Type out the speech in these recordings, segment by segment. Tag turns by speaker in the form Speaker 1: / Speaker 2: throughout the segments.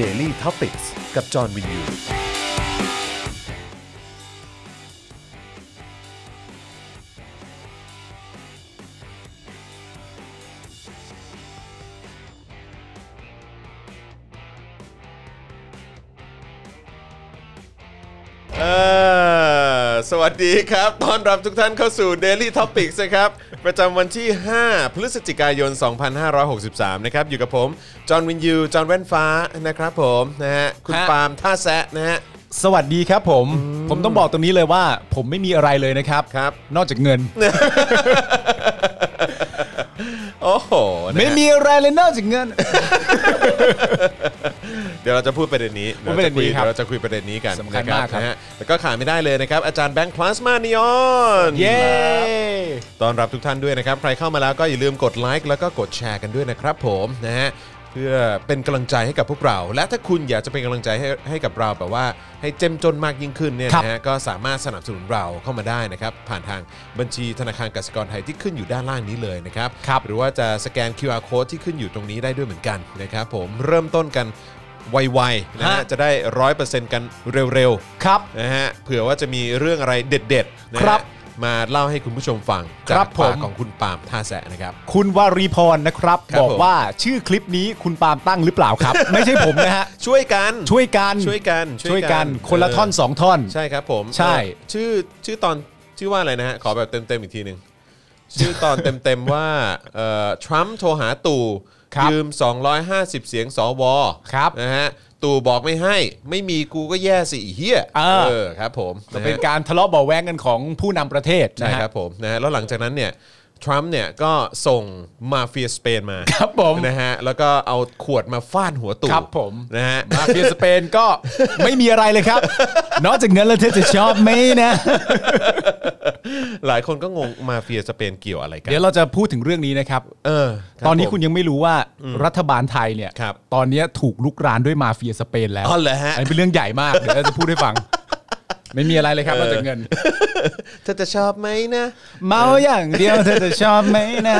Speaker 1: Daily t o p i c กกับจอห์นวินยู
Speaker 2: เออสวัสดีครับ ต้อนรับทุกท่านเข้าสู่ Daily Topics นะครับ ประจำวันที่ 5 พฤศจิกายน 2563 นะครับ อยู่กับผม จอห์นวินยู จอห์นแว่นฟ้า นะครับผมนะฮะ คุณ
Speaker 3: ฮะ
Speaker 2: ปาล์มท่าแซะนะฮะ
Speaker 3: สวัสดีครับผม ผมต้องบอกตรงนี้เลยว่า ผมไม่มีอะไรเลยนะครับ
Speaker 2: ครับ
Speaker 3: นอกจากเงิน
Speaker 2: โอ้โหนะฮะ
Speaker 3: ไม่มีอะไรเลยนอกจากเงิน
Speaker 2: เดี๋ยวเราจะพูดประเด็นนี้
Speaker 3: พูดประเด็นนี้
Speaker 2: ยวเราจะคุยเดี๋ยวเราจะคุยประเด็นนี้กัน
Speaker 3: สำคัญมากครับ
Speaker 2: นะฮะแต่ก็ขาดไม่ได้เลยนะครับ อาจารย์แบงค์พลาสมานิออน
Speaker 3: เย้
Speaker 2: ต้อนรับทุกท่านด้วยนะครับ ใครเข้ามาแล้วก็อย่าลืมกดไลค์แล้วก็กดแชร์กันด้วยนะครับผมนะฮะเพื่อเป็นกำลังใจให้กับพวกเรา และถ้าคุณอยากจะเป็นกำลังใจให้ให้กับเราแบบว่าให้เจ้มจนมากยิ่งขึ้นเนี่ย
Speaker 3: ครับ
Speaker 2: นะฮะก็สามารถสนับสนุนเราเข้ามาได้นะครับ ผ่านทางบัญชีธนาคารกสิกรไทยที่ขึ้นอยู่ด้านล่างนี้เลยนะครับ
Speaker 3: ครับ
Speaker 2: หรือว่าจะสแกน QR code ที่ขึ้นอยู่ตรงนี้ได้ด้วยเหมือนกันนะครับผมเริ่มต้นกันไวๆนะฮะ
Speaker 3: ฮะ
Speaker 2: จะได้ร้อยเปอร์เซ็นต์กันเร็วๆ
Speaker 3: ครับ
Speaker 2: นะฮะเผื่อว่าจะมีเรื่องอะไรเด็ดๆนะฮะ
Speaker 3: ครับ
Speaker 2: มาเล่าให้คุณผู้ชมฟัง
Speaker 3: ครั
Speaker 2: จาก
Speaker 3: บผม
Speaker 2: ปากของคุณปาล์มท่าแสะนะครับ
Speaker 3: คุณวารีพรนะครับ
Speaker 2: ครับ
Speaker 3: บอก
Speaker 2: ผม
Speaker 3: ว่าชื่อคลิปนี้คุณปาล์มตั้งหรือเปล่า ครับ ไม่ใช่ผมนะฮะ
Speaker 2: ช่วยกัน
Speaker 3: ช่วยกัน
Speaker 2: ช่วยกัน
Speaker 3: ช่วยกันคนละท่อน
Speaker 2: เ
Speaker 3: สองท่อน
Speaker 2: ใช่ครับผม
Speaker 3: ใช่
Speaker 2: เอ่อชื่อชื่อตอนชื่อว่าอะไรนะฮะขอแบบเต็มๆอีกที หนึ่งชื่อตอนเต็มๆว่าเอ่อทรัมป์โทรหาตู่
Speaker 3: ครับ
Speaker 2: ยืม 250 เสียงสว
Speaker 3: ครับ
Speaker 2: นะฮะตู่บอกไม่ให้ ไม่มีกูก็แย่สิไอ้เฮีย
Speaker 3: เออ
Speaker 2: เออครับผม
Speaker 3: ก็
Speaker 2: ะฮะ
Speaker 3: เป็นการทะเลาะเบาะแว้งกันของผู้นำประเทศ
Speaker 2: ใช่
Speaker 3: นะฮะ
Speaker 2: ครับผมนะฮะแล้วหลังจากนั้นเนี่ยทรัมป์เนี่ยก็ส่งมาเฟียสเปนมา
Speaker 3: ครับผม
Speaker 2: นะฮะแล้วก็เอาขวดมาฟาดหัวตู่
Speaker 3: ครับผม
Speaker 2: นะฮะ
Speaker 3: มาเฟียสเปนก็ ไม่มีอะไรเลยครับ นอกจากเงินแล้วเธอจะชอบไหมนะ
Speaker 2: หลายคนก็งงมาเฟียสเปนเกี่ยวอะไรกัน
Speaker 3: เดี๋ยวเราจะพูดถึงเรื่องนี้นะครับ
Speaker 2: เออรับ
Speaker 3: ตอนนี้
Speaker 2: ผม
Speaker 3: คุณยังไม่รู้ว่ารัฐบาลไทยเนี่ย
Speaker 2: ครับ
Speaker 3: ตอนนี้ถูกลุกรานด้วยมาเฟียสเปนแล้ว
Speaker 2: อ๋อเหรอฮะ
Speaker 3: นนี้เป็นเรื่องใหญ่มาก เดี๋ยวเราจะพูด ให้ฟัง ไม่มีอะไรเลยครับนอกจากเงิน
Speaker 2: เธอจะชอบไหมนะ
Speaker 3: เมาอย่างเดียวเธอจะชอบไหมนะ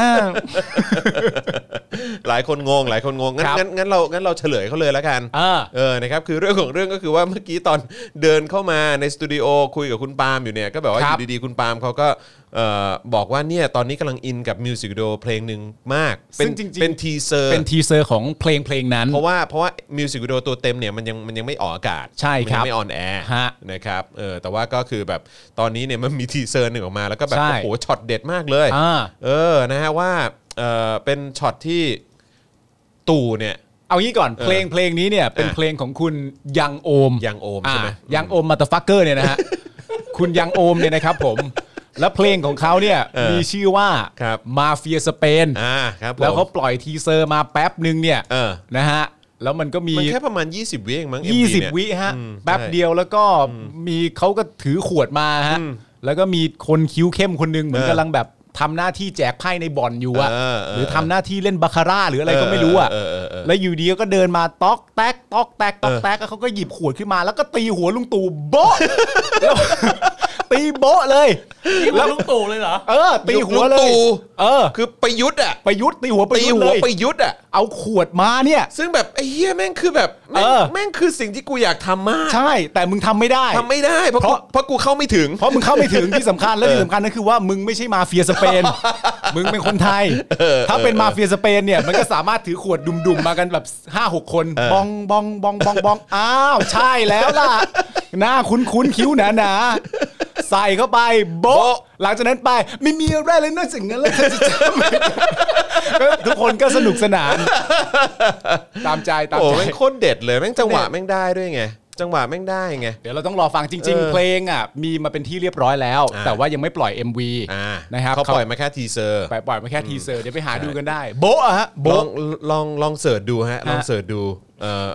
Speaker 2: หลายคนงงหลายคนงงงั้น
Speaker 3: ครับ
Speaker 2: งั้นงั้นเรางั้นเราเฉลยเขาเลยแล้วกัน
Speaker 3: อ่า
Speaker 2: เออนะครับคือเรื่องของเรื่องก็คือว่าเมื่อกี้ตอนเดินเข้ามาในสตูดิโอคุยกับคุณปาล์มอยู่เนี่ยก็แบบว่า
Speaker 3: ค
Speaker 2: อ
Speaker 3: รับ
Speaker 2: ยู่ดีๆคุณปาล์มเขาก็เอ่อบอกว่าเนี่ยตอนนี้กำลังอินกับมิวสิกวิดีโอเพลงหนึ่งมากเป็
Speaker 3: ซึ่
Speaker 2: น
Speaker 3: งจริงๆ
Speaker 2: เป็นทีเซอร์
Speaker 3: เป็นทีเซอร์ของเพลงเพลงนั้น
Speaker 2: เพราะว่าเพราะว่ามิวสิกวิดีโอตัวเต็มเนี่ยมันยังมันยังไม่ออกอากาศ
Speaker 3: ใช่ครับ
Speaker 2: มันยังไม่ออนแอร์
Speaker 3: ฮะ
Speaker 2: นะครับเออแต่ว่าก็คือแบบตอนนี้เนี่ยมันมีทีเซอร์หนึ่งออกมา แล้วก็แบบ
Speaker 3: ใช่
Speaker 2: โอ้โหช็อตเด็ดมากเลย
Speaker 3: อ่า
Speaker 2: เออนะฮะว่าเออเป็นช็อตที่ตู่เนี่ย
Speaker 3: เอางี้ก่อนเพลงเพลงนี้เนี่ยเป็น
Speaker 2: อ่ะ
Speaker 3: เพลงของคุณยังโอม
Speaker 2: ยังโอมใช่ไหม
Speaker 3: ะยังโอมมาตฟักเกอร์เนี่ยนะฮะ คุณยังโอมเนี่ยนะครับผม และเพลงของเขาเนี่ยมีชื่อว่ามาเฟียสเปน
Speaker 2: อ่าครับผม
Speaker 3: แล้วเขาปล่อยทีเซอร์มาแป๊บหนึ่งเนี่ย
Speaker 2: เออ
Speaker 3: นะฮะ แล้วมันก็มี
Speaker 2: มันแค่ประมาณ 20 วิเองมั้ง MV เนี่ย
Speaker 3: 20 วิฮะ
Speaker 2: อืม
Speaker 3: แป๊บ
Speaker 2: ใช่
Speaker 3: เดียวแล้วก็มีเขาก็ถือขวดมาฮะ แล้วก็มีคนคิ้วเข้มคนหนึงเหมือ
Speaker 2: เออก
Speaker 3: นำลังแบบทำหน้าที่แจกไพ่ในบ่อนอยู่อะ
Speaker 2: เออเออ
Speaker 3: หรือทำหน้าที่เล่นบาคาร่าหรืออะไรก็ไม่รู้อะ
Speaker 2: เออเออเออ
Speaker 3: แล้วอยู่ดีก็เดินมาตอกแตกตอกแตกตอกแตกแล้วเขาก็หยิบขวดขึ้นมา แล้วก็ตีหัวลุงตู่โบ๊ะแล้วตีโบ๊ะเลย
Speaker 4: แล้วลุงตู่เลยเหรอ
Speaker 3: เออ ตีหัวเล
Speaker 2: ง
Speaker 3: ย
Speaker 2: ตู่
Speaker 3: เออ
Speaker 2: คือประยุทธ์อ่ะ
Speaker 3: ประยุทธ์ตีหัวประ
Speaker 2: ตี
Speaker 3: ยุทธ์
Speaker 2: หั
Speaker 3: เล
Speaker 2: วย ประยุทธ์อ่ะ
Speaker 3: เอาขวดมาเนี่ย
Speaker 2: ซึ่งแบบไอ้เหี้ยแม่งคือแบบแม่ง
Speaker 3: เออ
Speaker 2: แม่งคือสิ่งที่กูอยากทำมาก
Speaker 3: ใช่ แต่มึงทำไม่ได้
Speaker 2: ทำไม่ได้เพราะกู
Speaker 3: เพราะ
Speaker 2: เพราะกูเข้าไม่ถึง
Speaker 3: เพราะมึงเข้าไม่ถึง ที่สำคัญและที่สำคัญก็คือว่ามึงไม่ใช่มาเฟียสเป น มึงเป็นคนไทย ถ้าเป็นมาเฟียสเปนเนี่ยมันก็สามารถถือขวดดุมๆมากันแบบ5้าหกคนบองบองบองบองบองอ้าวใช่แล้วล่ะ หน้าคุ้นๆคิ้วหนาๆใส่เข้าไปโบ๊ะหลังจากนั้นไปไม่มีอะไรเลยนอกจากนั้นแล้ว เธอจะจำ ก็ทุกคนก็สนุกสนาน ตามใจตาม
Speaker 2: โอ้
Speaker 3: ใจ
Speaker 2: แม่งโคตรเด็ดเลยแม่งจังหวะ
Speaker 3: เนี่ย
Speaker 2: แม่งได้ด้วยไง จังหวะแม่งได้ไง
Speaker 3: เดี๋ยวเราต้องรอฟังจริง
Speaker 2: เออ
Speaker 3: ๆ เพลงอ่ะมีมาเป็นที่เรียบร้อยแล้ว
Speaker 2: อ่า
Speaker 3: แต่ว่ายังไม่ปล่อย MV
Speaker 2: อ่า
Speaker 3: นะครับ
Speaker 2: เขาปล่อยมาแค่ทีเซอร์
Speaker 3: ปล่อยปล่อยมาแค่ทีเซอร์เดี๋ยวไปหาดูกันได้ โบ๊ะอะฮะ
Speaker 2: ล
Speaker 3: โบ๊ะ
Speaker 2: องลองลองเสิร์ชดูฮะ ลองเสิร์ชดูเอ่อ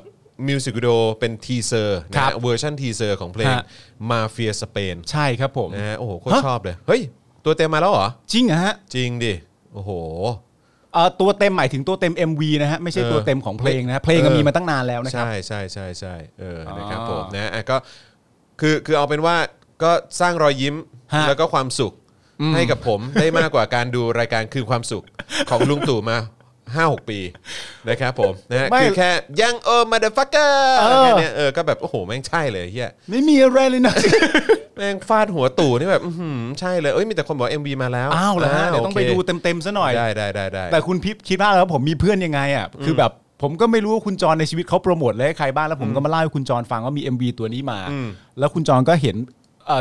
Speaker 2: มิวสิกวิดีโอเป็นทีเซอร์นะครับ ฮะเวอร์ชันทีเซอร์ของเพลง
Speaker 3: ฮะ
Speaker 2: มาเฟียสเปน
Speaker 3: ใช่ครับผม
Speaker 2: นะฮะโอ้โหโคตร
Speaker 3: ฮะ
Speaker 2: ชอบเลย เฮ้ย ตัวเต็มมาแล้วเหรอ
Speaker 3: จริงเหรอฮะ
Speaker 2: จริงดิ โอ้โห
Speaker 3: เอ่อตัวเต็มหมายถึงตัวเต็ม MV นะฮะไม่ใช่
Speaker 2: เออ
Speaker 3: ตัวเต็มของเพลงนะฮะเพลงอะ
Speaker 2: เออ
Speaker 3: มีมาตั้งนานแล้วนะครับ
Speaker 2: ใช่ใช่ใช่ใช่เอออ
Speaker 3: อ
Speaker 2: นะครับผมนะอ่ะก็คือคือเอาเป็นว่าก็สร้างรอยยิ้ม
Speaker 3: ฮะ
Speaker 2: แล้วก็ความสุขให้กับผมได้มากกว่าการดูรายการคืนความสุขของลุงตู่มา 5-6 ปีนะครับผมนะฮะ
Speaker 3: ไม่
Speaker 2: คือแค่ยังเออมาเดฟักเกอร์
Speaker 3: เออ
Speaker 2: แค่เนี้ยเออก็แบบโอ้โหแม่งใช่เลยเฮีย
Speaker 3: ไม่มีอะไรเลยนะ
Speaker 2: แม่งฟาดหัวตู่นี่แบบอื้อหือใช่เลยเอ้ยมีแต่คนบอก MV มาแล้ว
Speaker 3: อ้าวเหรอฮะเดี๋ยวต้องไป
Speaker 2: โค
Speaker 3: ดูเต็มๆซะหน่อย
Speaker 2: ได้ได้ได้ได้
Speaker 3: แต่คุณพิพคิดว่าแล้วผมมีเพื่อนยังไงอ่ะคือแบบผมก็ไม่รู้ว่าคุณจรในชีวิตเขาโปรโมทอะไรให้ใครบ้างแล้วผมก็มาเล่าให้คุณจรฟังว่ามี MV ตัวนี้มา แล้วคุณจรก็เห็น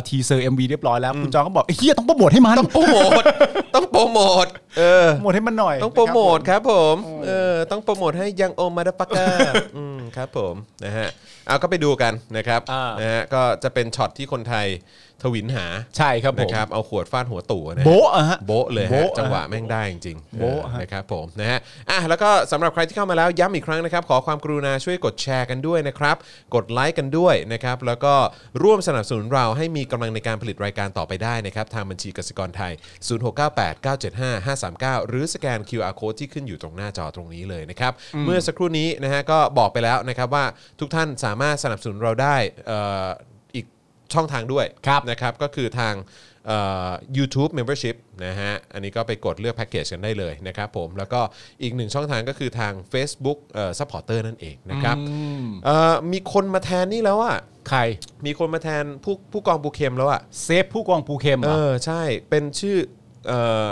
Speaker 3: ทีเซอร์เอ็มวีเรียบร้อยแล้ว คุณจรก็บอกไอ้เฮียต้องโปรโมทให้มัน
Speaker 2: ต้องโปรโมท ต้องโปรโมท เออ
Speaker 3: โปรโมทให้มันหน่อย
Speaker 2: ต้องโปรโมทครับผม เออ ต้องโปรโมทให้ยังโอมาดปักเก อร์อืมครับผม นะฮะ เอาก็ไปดูกันนะครับ นะฮะ ก็จะเป็นช็อตที่คนไทยทวินหา
Speaker 3: ใช่ครับผม
Speaker 2: นะครับ เอาขวดฟาดหัวตู่นะฮะ
Speaker 3: โบ๊ะอะฮะ
Speaker 2: โบ๊ะเลยฮะ
Speaker 3: โบ๊ะ
Speaker 2: จังหวะแม่งได้จริงๆ
Speaker 3: โบ๊ะ
Speaker 2: เออ
Speaker 3: ฮะ
Speaker 2: นะครับผมนะฮะอ่ะแล้วก็สำหรับใครที่เข้ามาแล้วย้ำอีกครั้งนะครับ ขอความกรุณาช่วยกดแชร์กันด้วยนะครับ กดไลค์กันด้วยนะครับ แล้วก็ร่วมสนับสนุนเราให้มีกำลังในการผลิตรายการต่อไปได้นะครับ ทางบัญชีกสิกรไทย 0698975539 หรือสแกน QR code ที่ขึ้นอยู่ตรงหน้าจอตรงนี้เลยนะครับ เมื่อสักครู่นี้นะฮะก็บอกไปแล้วนะครับว่าทุกท่านสามารถสนับสนุนเราได้เอ่ออีก ช่องทางด้วยนะครับก็คือทางเอ่อ YouTube Membership นะฮะอันนี้ก็ไปกดเลือกแพ็กเกจกันได้เลยนะครับผมแล้วก็อีกหนึ่งช่องทางก็คือทาง Facebook เอ่อ supporter นั่นเองนะครับเอ่อมีคนมาแทนนี่แล้วอ่ะ
Speaker 3: ใคร
Speaker 2: มีคนมาแทนผู้ผู้กองปูเข็มแล้วอ่ะ
Speaker 3: เซฟผู้กองภูเข็มเหร
Speaker 2: เอ
Speaker 3: อ
Speaker 2: อใช่เป็นชื่อเอ่อ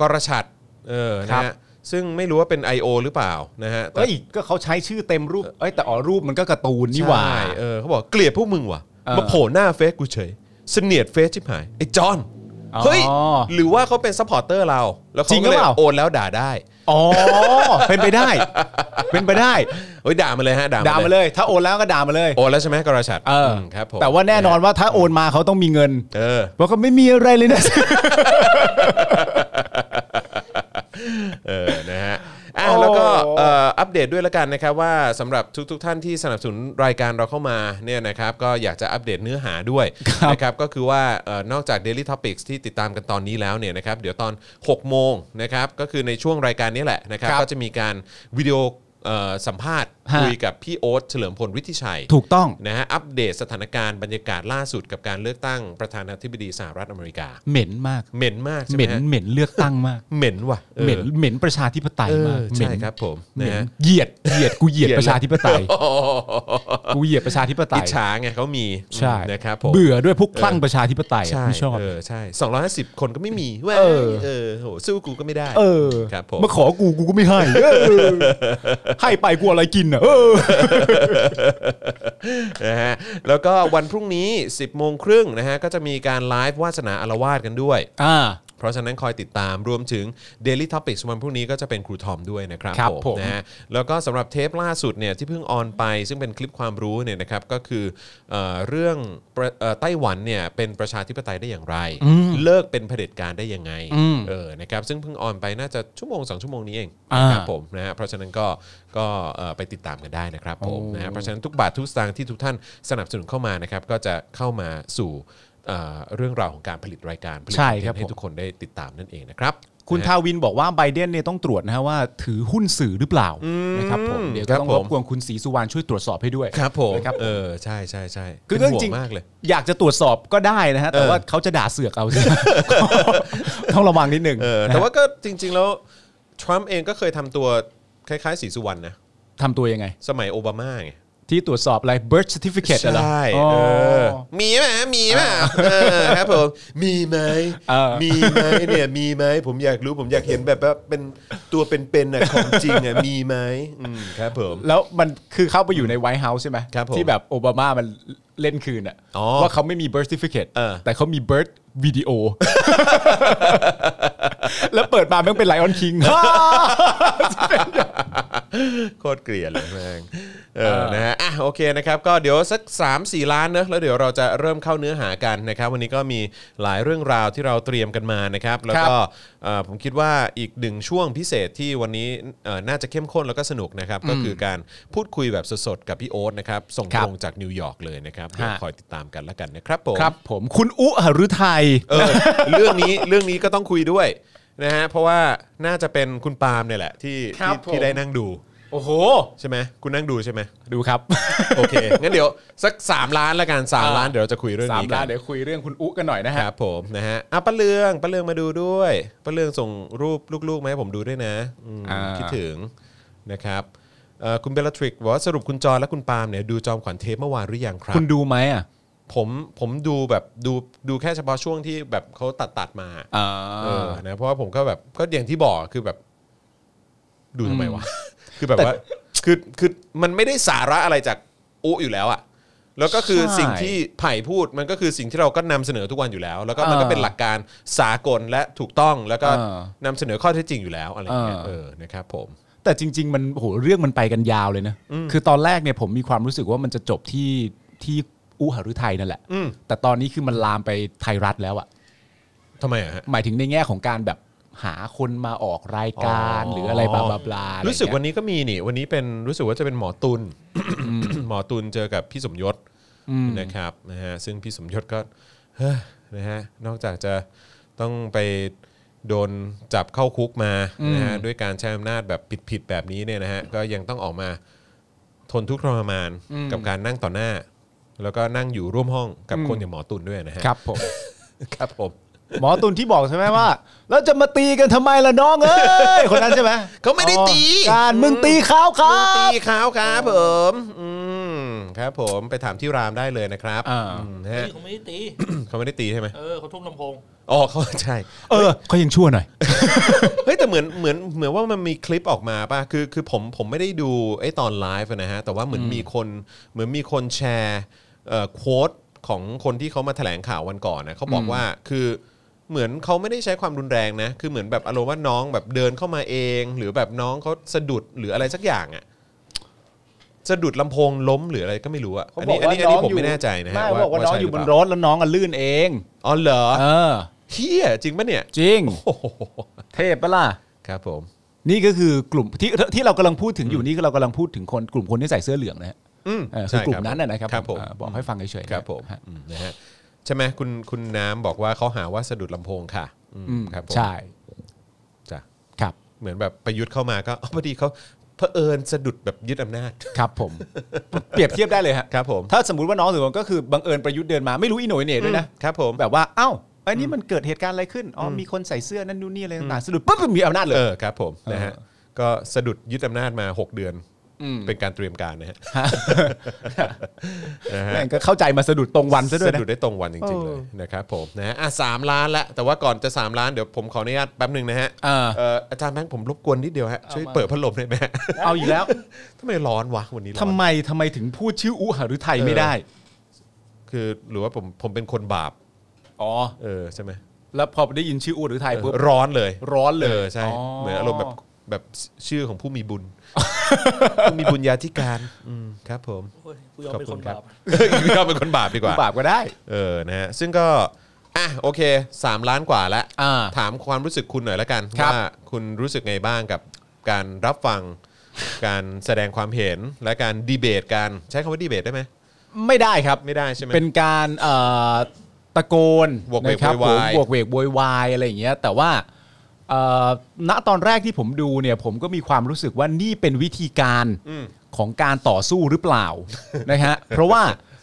Speaker 2: กรชัดเออนะครับ ฮะซึ่งไม่รู้ว่าเป็น I.O. หรือเปล่านะฮะแต่
Speaker 3: เอ้ยก็เขาใช้ชื่อเต็มรูปเอ้ยแต่อ๋อรูปมันก็การ์ตูนนี่หว่า
Speaker 2: ใช่เออเขาบอกเกลียดพวกมึงว่ะ
Speaker 3: เออ
Speaker 2: มาโผล่หน้าเฟซกูเฉยเสนียดเฟซชิบหายไอ้จอน
Speaker 3: อ๋อ
Speaker 2: เฮ้ย หรือว่าเขาเป็นซัพพอร์เตอร์เรา แล้วเขา
Speaker 3: จริงหรื
Speaker 2: ก็
Speaker 3: อ
Speaker 2: เลย
Speaker 3: เปล่า
Speaker 2: โอนแล้วด่าได้
Speaker 3: อ๋อเป็นไปได้ เป็นไปได้
Speaker 2: เฮ้ยด่ามาเลยฮะด่า
Speaker 3: ด่ามา
Speaker 2: มาเลย
Speaker 3: เลย ถ้าโอนแล้วก็ด่ามาเลย
Speaker 2: โอนแล้วใช่ไหมกรชัด
Speaker 3: เอออ
Speaker 2: มครับผม
Speaker 3: แต่ว่าแน่นอนว่าถ้าโอนมาเขาต้องมีเงิน
Speaker 2: เออ
Speaker 3: เพราะเขาไม่มีอะไรเลยนะ
Speaker 2: เออนะฮะอ่ะแล้วก็
Speaker 3: โอ้
Speaker 2: เอ่ออัปเดตด้วยละกันนะครับว่าสำหรับทุกๆทท่านที่สนับสนุนรายการเราเข้ามาเนี่ยนะครับก็อยากจะอัปเดตเนื้อหาด้วยนะครับก็คือว่าเอ่อนอกจาก Daily Topics ที่ติดตามกันตอนนี้แล้วเนี่ยนะครับเดี๋ยวตอน 6 โมงนะครับก็คือในช่วงรายการนี้แหละนะครับ
Speaker 3: ครับ
Speaker 2: ก็จะมีการวิดีโอเอ่อสัมภาษณ์
Speaker 3: ฮะ
Speaker 2: คุยกับพี่โอ๊ตเฉลิมพลวิทิชัย
Speaker 3: ถูกต้อง
Speaker 2: นะฮะอัปเดตสถานการณ์บรรยากาศล่าสุดกับการเลือกตั้งประธานาธิบดีสหรัฐอเมริกา
Speaker 3: เหม็นมาก
Speaker 2: เหม็นมากใช่
Speaker 3: เห
Speaker 2: ไหม
Speaker 3: ม็น
Speaker 2: ฮะ
Speaker 3: เหม็นเลือกตั้งมาก
Speaker 2: เหม็นว่ะออ
Speaker 3: เหม็นเหม็นประชาธิปไตย
Speaker 2: เอ
Speaker 3: มา
Speaker 2: อก
Speaker 3: เหม็
Speaker 2: ใช่
Speaker 3: น
Speaker 2: ครับผม
Speaker 3: เหม็
Speaker 2: นะ
Speaker 3: น
Speaker 2: ฮะ
Speaker 3: เหยียดเหยียดกูเหยียดประชาธิปไตย
Speaker 2: โอ้โห
Speaker 3: กูเหยียดประชาธิปไต
Speaker 2: อิ
Speaker 3: ย
Speaker 2: จฉาไงเขามี
Speaker 3: ใช่
Speaker 2: นะครับผม
Speaker 3: เบื่อด้วยพวกคลั่งประชาธิปไตยอะ
Speaker 2: ใช่
Speaker 3: ไม่ชอบ
Speaker 2: เออใช่250 คนก็ไม่มีเว้ย
Speaker 3: เออ
Speaker 2: เออโหสู้กูก็ไม่ได้
Speaker 3: เออ
Speaker 2: ครับผม
Speaker 3: มาขอกูกูก็ไม่ให้เอ อให้ไปกูอะไรกินอ่ะเออ
Speaker 2: นะฮะแล้วก็วันพรุ่งนี้ 10โมงครึ่งนะฮะก็จะมีการไลฟ์วาสนาอารวาสกันด้วย
Speaker 3: อ่า
Speaker 2: เพราะฉะนั้นคอยติดตามรวมถึง Daily Topics วันพรุ่งนี้ก็จะเป็นครูทอมด้วยนะครับ
Speaker 3: ครับผม
Speaker 2: นะฮะแล้วก็สำหรับเทปล่าสุดเนี่ยที่เพิ่งออนไป ซึ่งเป็นคลิปความรู้เนี่ยนะครับก็คือเออเรื่องประเอ่อไต้หวันเนี่ยเป็นประชาธิปไตยได้อย่างไร เลิกเป็นเผด็จการได้ยังไง
Speaker 3: อืม
Speaker 2: เออนะครับซึ่งเพิ่งออนไปน่าจะชั่วโมง 2 ชั่วโมงนี้เอง
Speaker 3: อ่า
Speaker 2: ครับผมนะฮะเพราะฉะนั้นก็ก็เอ่อไปติดตามกันได้นะครับผม
Speaker 3: โอ้
Speaker 2: นะฮะเพราะฉะนั้นทุกบาททุกสตางค์ที่ทุกท่านสนับสนุนเข้ามานะครับก็จะเข้ามาสู่เอ่อเรื่องราวของการผลิตรายการผลิต
Speaker 3: ใช่
Speaker 2: อนเทนต์
Speaker 3: ครับ
Speaker 2: ให้
Speaker 3: ผม
Speaker 2: ทุกคนได้ติดตามนั่นเองนะครับ
Speaker 3: คุณ
Speaker 2: นะฮะ
Speaker 3: ทาวินบอกว่าไบเดนเนี่ยต้องตรวจนะฮะว่าถือหุ้นสื่อหรือเปล่านะครับผมเดี๋ยวก็ต้อง
Speaker 2: ครั
Speaker 3: ร
Speaker 2: บผม
Speaker 3: บกวนคุณศรีสุวรรณช่วยตรวจสอบให้ด้วย
Speaker 2: ครับผม
Speaker 3: นะครับผม
Speaker 2: เออใช่ใช่ใช่
Speaker 3: คือ
Speaker 2: เป็น
Speaker 3: เรื่อง
Speaker 2: ห่ว
Speaker 3: จริง
Speaker 2: มากเลย
Speaker 3: อยากจะตรวจสอบก็ได้นะฮะ แต่
Speaker 2: เออ
Speaker 3: ว่าเขาจะด่าเสือกเอาสิ ต้องระวังนิดหนึ่ง
Speaker 2: เออ
Speaker 3: นะ
Speaker 2: แต่
Speaker 3: ฮะ
Speaker 2: ว่าก็จริง ๆ แล้วทรัมป์เองก็เคยทำตัวคล้ายๆสีสุวรรณนะ
Speaker 3: ทำตัวยังไง
Speaker 2: สมัยโอบามาไง
Speaker 3: ที่ตรวจสอบอะไร birth certificate
Speaker 2: ใช
Speaker 3: อะไรอ่ อ๋อ
Speaker 2: เออมีไหมมีไหมเออครับผมมีไหม
Speaker 3: เออ
Speaker 2: มีไหมเนี่ยมีไหมผมอยากรู้ผมอยากเห็นแบบว่าเป็นตัวเป็นๆน่ะของจริงอ่ะมีไหมอืมครับผม
Speaker 3: แล้วมันคือเข้าไปอยู่ในไวท์เฮาส์ใช่ไหม
Speaker 2: ครับผม
Speaker 3: ที่แบบโอบามามันเล่นคืนอะ
Speaker 2: อ๋อ
Speaker 3: ว่าเขาไม่มี birth certificate
Speaker 2: เออ
Speaker 3: แต่เขามี birth video แล้วเปิดมาแม่งเป็นไลออนคิง
Speaker 2: โคตรเกลียดเลยแม่งเออนะฮะอ่ะโอเคนะครับก็เดี๋ยวสัก 3 4 ล้านเนอะแล้วเดี๋ยวเราจะเริ่มเข้าเนื้อหากันนะครับ วันนี้ก็มีหลายเรื่องราวที่เราเตรียมกันมานะครับ แล้วก็เอ่อผมคิดว่าอีกหนึ่งช่วงพิเศษที่วันนี้เอ่อน่าจะเข้มข้นแล้วก็สนุกนะครับ ก็คือการพูดคุยแบบสดๆ กับพี่โอ๊ตนะครับ ส่ง
Speaker 3: ครั
Speaker 2: ต
Speaker 3: บ
Speaker 2: รงจากนิวยอร์กเลยนะครับเดี๋ยว
Speaker 3: ฮะ
Speaker 2: คอยติดตามกันแล้วกันนะครับผม
Speaker 3: ครับผมคุณอุหฤทัย
Speaker 2: เออ เรื่องนี้เรื่องนี้ก็ต้องคุยด้วยนะฮะเพราะว่าน่าจะเป็นคุณปาล์มเนี่ยแหละที่
Speaker 3: ครับ
Speaker 2: ที่ที่
Speaker 3: ผม
Speaker 2: ได้นั่งดู
Speaker 3: โอ โอ้โห
Speaker 2: ใช่ไหมคุณนั่งดูใช่ไหม
Speaker 3: ดูครับ
Speaker 2: โอเค งั้นเดี๋ยวสัก 3 ล้านละกัน3ล้าน
Speaker 3: อ่า
Speaker 2: เดี๋ยวเราจะคุยเรื่อง
Speaker 3: สาม
Speaker 2: นี้
Speaker 3: ดา
Speaker 2: กั
Speaker 3: วน เดี๋ยวคุยเรื่องคุณอุ๊กันหน่อยนะ
Speaker 2: ค
Speaker 3: ฮะ
Speaker 2: รับผมนะฮะอ่ะป้าเลืองป้าเลืองมาดูด้วยป้าเลืองส่งรูปลูกๆมาให้ผมดูด้วยนะอืม
Speaker 3: อ่า
Speaker 2: คิดถึงนะครับเอ่อคุณเบลลาทริกบอกว่าสรุปคุณจอและคุณปาล์มเนี่ยดูจอมขวัญเทปเมื่อวานหรือยังครับ
Speaker 3: คุณดูไหมอ่ะ
Speaker 2: ผมผมดูแบบดูดูแค่เฉพาะช่วงที่แบบเขาตัดตัดมา
Speaker 3: อ่า
Speaker 2: เออนะเพราะว่าผมก็แบบก็อย่างที่บอกคือแบบ ดูทำไม วะ คือแบบว่าคือคือมันไม่ได้สาระอะไรจากอุอยู่แล้วอะแล้วก็คือ
Speaker 3: ใช่
Speaker 2: สิ่งที่ไผ่พูดมันก็คือสิ่งที่เราก็นำเสนอทุกวันอยู่แล้ว แล้วก็มันก็
Speaker 3: อ่า
Speaker 2: เป็นหลักการสากลและถูกต้องแล้วก็
Speaker 3: อ่าน
Speaker 2: ำเสนอข้อเท็จจริงอยู่แล้วอะไรอย่างเงี้ย
Speaker 3: อ่า
Speaker 2: เออนะครับผม
Speaker 3: แต่จริง ๆ มันโหเรื่องมันไปกันยาวเลยนะ คือตอนแรกเนี่ยผมมีความรู้สึกว่ามันจะจบที่ที่อุหฤทัยนั่นแหละ
Speaker 2: อืม
Speaker 3: แต่ตอนนี้คือมันลามไปไทยรัฐแล้วอะ
Speaker 2: ทำไมอะฮะ
Speaker 3: หมายถึงในแง่ของการแบบหาคนมาออกรายการหรืออะไรบลาบลาบลารู้
Speaker 2: รู้สึกวันนี้ก็มีนี่ วันนี้เป็นรู้สึกว่าจะเป็นหมอตุล หมอตุลเจอกับพี่สมยศ นะครับนะฮะซึ่งพี่สมยศก็เฮ้อนะฮะนอกจากจะต้องไปโดนจับเข้าคุกมานะฮะด้วยการใช้อำนาจแบบผิดๆแบบนี้เนี่ยนะฮะก็ยังต้องออกมาทนทุกข์ทรมานกับการนั่งต่อหน้า แล้วก็นั่งอยู่ร่วมห้องกับคนอย่างหมอตุนด้วยนะฮะ
Speaker 3: ครับผม
Speaker 2: ครับผม
Speaker 3: หมอตุนที่บอกใช่ไหมว่าแล้วจะมาตีกันทำไมล่ะน้องเอ้ยคนนั้นใช่ไหม
Speaker 2: เขาไม่ได้ตี
Speaker 3: อ๋อการมึงตีเขาครั
Speaker 2: มึงตี
Speaker 3: บ
Speaker 2: เขาครับผมอืมครับผมไปถามที่รามได้เลยนะครับ
Speaker 3: อ่า
Speaker 2: อืมนะฮะ
Speaker 4: เฮ้ยเขาไม่ได้ตี
Speaker 2: เขาไม่ได้ตีใช่ไหม
Speaker 4: เออเขาทุ่มลำโพง
Speaker 2: อ๋อเขาใช่
Speaker 3: เออเขายังชั่วหน่อย
Speaker 2: เฮ้ยแต่เหมือนเหมือนเหมือนว่ามันมีคลิปออกมาป่ะคือคือผมผมไม่ได้ดูไอ้ตอนไลฟ์อะนะฮะแต่ว่าเหมือนมีคนเหมือนมีคนแชร์เอ่อโค้ดของคนที่เขามาแถลงข่าววันก่อนนะเขาบอกว่าคือเหมือนเขาไม่ได้ใช้ความรุนแรงนะคือเหมือนแบบอารมณ์ว่าน้องแบบเดินเข้ามาเอง หรือแบบน้องเขาสะดุดหรืออะไรสักอย่างอะสะดุดลำโพงล้มหรืออะไรก็ไม่รู้อะอันนี้อันนี้อันนี้ผมไม่แน่ใจนะฮะ
Speaker 3: ไม่เขาบอกว่าน้อง
Speaker 2: ใช่
Speaker 3: อยู่บน
Speaker 2: หเป
Speaker 3: ร
Speaker 2: ล่า
Speaker 3: ถแล้วน้องอ่ะลื่นเอง
Speaker 2: อ๋อเหรอ
Speaker 3: เออ
Speaker 2: เฮียจริงปะเนี่ย
Speaker 3: จริง
Speaker 2: โอ้โห
Speaker 3: เทพปะล่ะ
Speaker 2: ครับผม
Speaker 3: นี่ก็คือกลุ่มที่ที่เรากำลังพูดถึงอยู่นี่คือเรากำลังพูดถึงคนกลุ่มคนที่ใส่เสื้อเหลืองนะฮะ
Speaker 2: อืม
Speaker 3: เออคื
Speaker 2: ใช่
Speaker 3: อกลุ่
Speaker 2: รั
Speaker 3: ม
Speaker 2: บ
Speaker 3: นั้นนะนะครับ
Speaker 2: ครับผม
Speaker 3: อ่าบอกให้ฟังเฉยๆ
Speaker 2: ครับผม
Speaker 3: ฮะ
Speaker 2: อืมนะฮะใช่ไหมคุณคุณน้ำบอกว่าเขาหาว่าสะดุดลำโพงค่ะอืม
Speaker 3: อืม
Speaker 2: ครับผม
Speaker 3: ใช่
Speaker 2: จ้ะ
Speaker 3: ครับ
Speaker 2: เหมือนแบบประยุทธ์เข้ามาก็ อ๋อพอดีเขาเผอิญสะดุดแบบยึดอำนาจ
Speaker 3: ครับผม เปรียบเทียบได้เลยฮะ
Speaker 2: ครับผม
Speaker 3: ถ้าสมมติว่าน้องถือว่าก็คือบังเอิญประยุทธ์เดินมาไม่รู้อีโหน่ยเหน่ด้วยนะครับ
Speaker 2: ผม
Speaker 3: แบบว่าเอ้าไอ้นี่มันเกิดเหตุการณ์อะไรขึ้นอ๋ออมีคนใส่เสื้อนั่นนู่นนี่อะไรต่างๆสะดุดปุ๊บมีอำนาจเลย
Speaker 2: เออครับผมนะฮะก็สะดุดยึดอำนาจมา 6 เดือน
Speaker 3: อืม
Speaker 2: เป็นการเตรียมการนะฮะนะฮะ
Speaker 3: แม่งก็เข้าใจมาสะดุดตรงวันซะด้วย
Speaker 2: สะ
Speaker 3: นะ
Speaker 2: ดุดได้ตรงวันจริงๆเลยนะครับผมนะฮะอ่ะสามล้านละแต่ว่าก่อนจะ 3 ล้านเดี๋ยวผมขออนุญาตแป๊บหนึ่งนะฮะ
Speaker 3: อ่า
Speaker 2: เอ่ออาจารย์แบงค์ผมรบกวนนิดเดียวฮะช่วยเปิดพัดลมได้ไหมฮะ
Speaker 3: เอาอีก แล้ว
Speaker 2: ทำไมร้อนวะวันนี้ร้อน
Speaker 3: ทำไมทำไมถึงพูดชื่ออุหฤทัยไม่ได้
Speaker 2: คือหรือว่าผมผมเป็นคนบาป
Speaker 3: อ๋อ
Speaker 2: เออใช่ไหม
Speaker 3: แล้วพอได้ยินชื่ออุหฤทัยปุ๊บ
Speaker 2: เออร้อนเลย
Speaker 3: ร้อนเลย
Speaker 2: อใช่
Speaker 3: อ๋อ
Speaker 2: เหมือนอารมณ์แบบแบบชื่อของผู้มี บุญ ผู้มีบุญญาธิการอืมครับผม
Speaker 4: โอ้ยกูยอมเป็น
Speaker 2: ขอบคุ
Speaker 4: คน
Speaker 2: ณครับ
Speaker 4: บาป
Speaker 2: เราเป็นคนบา ปดีกว่า
Speaker 3: บาปก็ได้
Speaker 2: เออนะฮะซึ่งก็อ่ะโอเค 3 ล้านกว่าแล้ว
Speaker 3: อ่า
Speaker 2: ถามความรู้สึกคุณหน่อยละกัน
Speaker 3: ครับ
Speaker 2: ว่าคุณรู้สึกไงบ้างกับการรับฟัง การแสดงความเห็นและการดีเบตกันใช้คำว่าดีเบตได้ไหม
Speaker 3: ไม่ได้ครับ
Speaker 2: ไม่ได้ใช่ไหม
Speaker 3: เป็นการเอ่อตะโกน
Speaker 2: โหวกเวก
Speaker 3: นะครับ
Speaker 2: โวยวาย
Speaker 3: ผมบวกเวกโวยวายอะไรอย่างเงี้ยแต่ว่าเอ่อณตอนแรกที่ผมดูเนี่ยผมก็มีความรู้สึกว่านี่เป็นวิธีการของการต่อสู้หรือเปล่า นะฮะเพราะว่า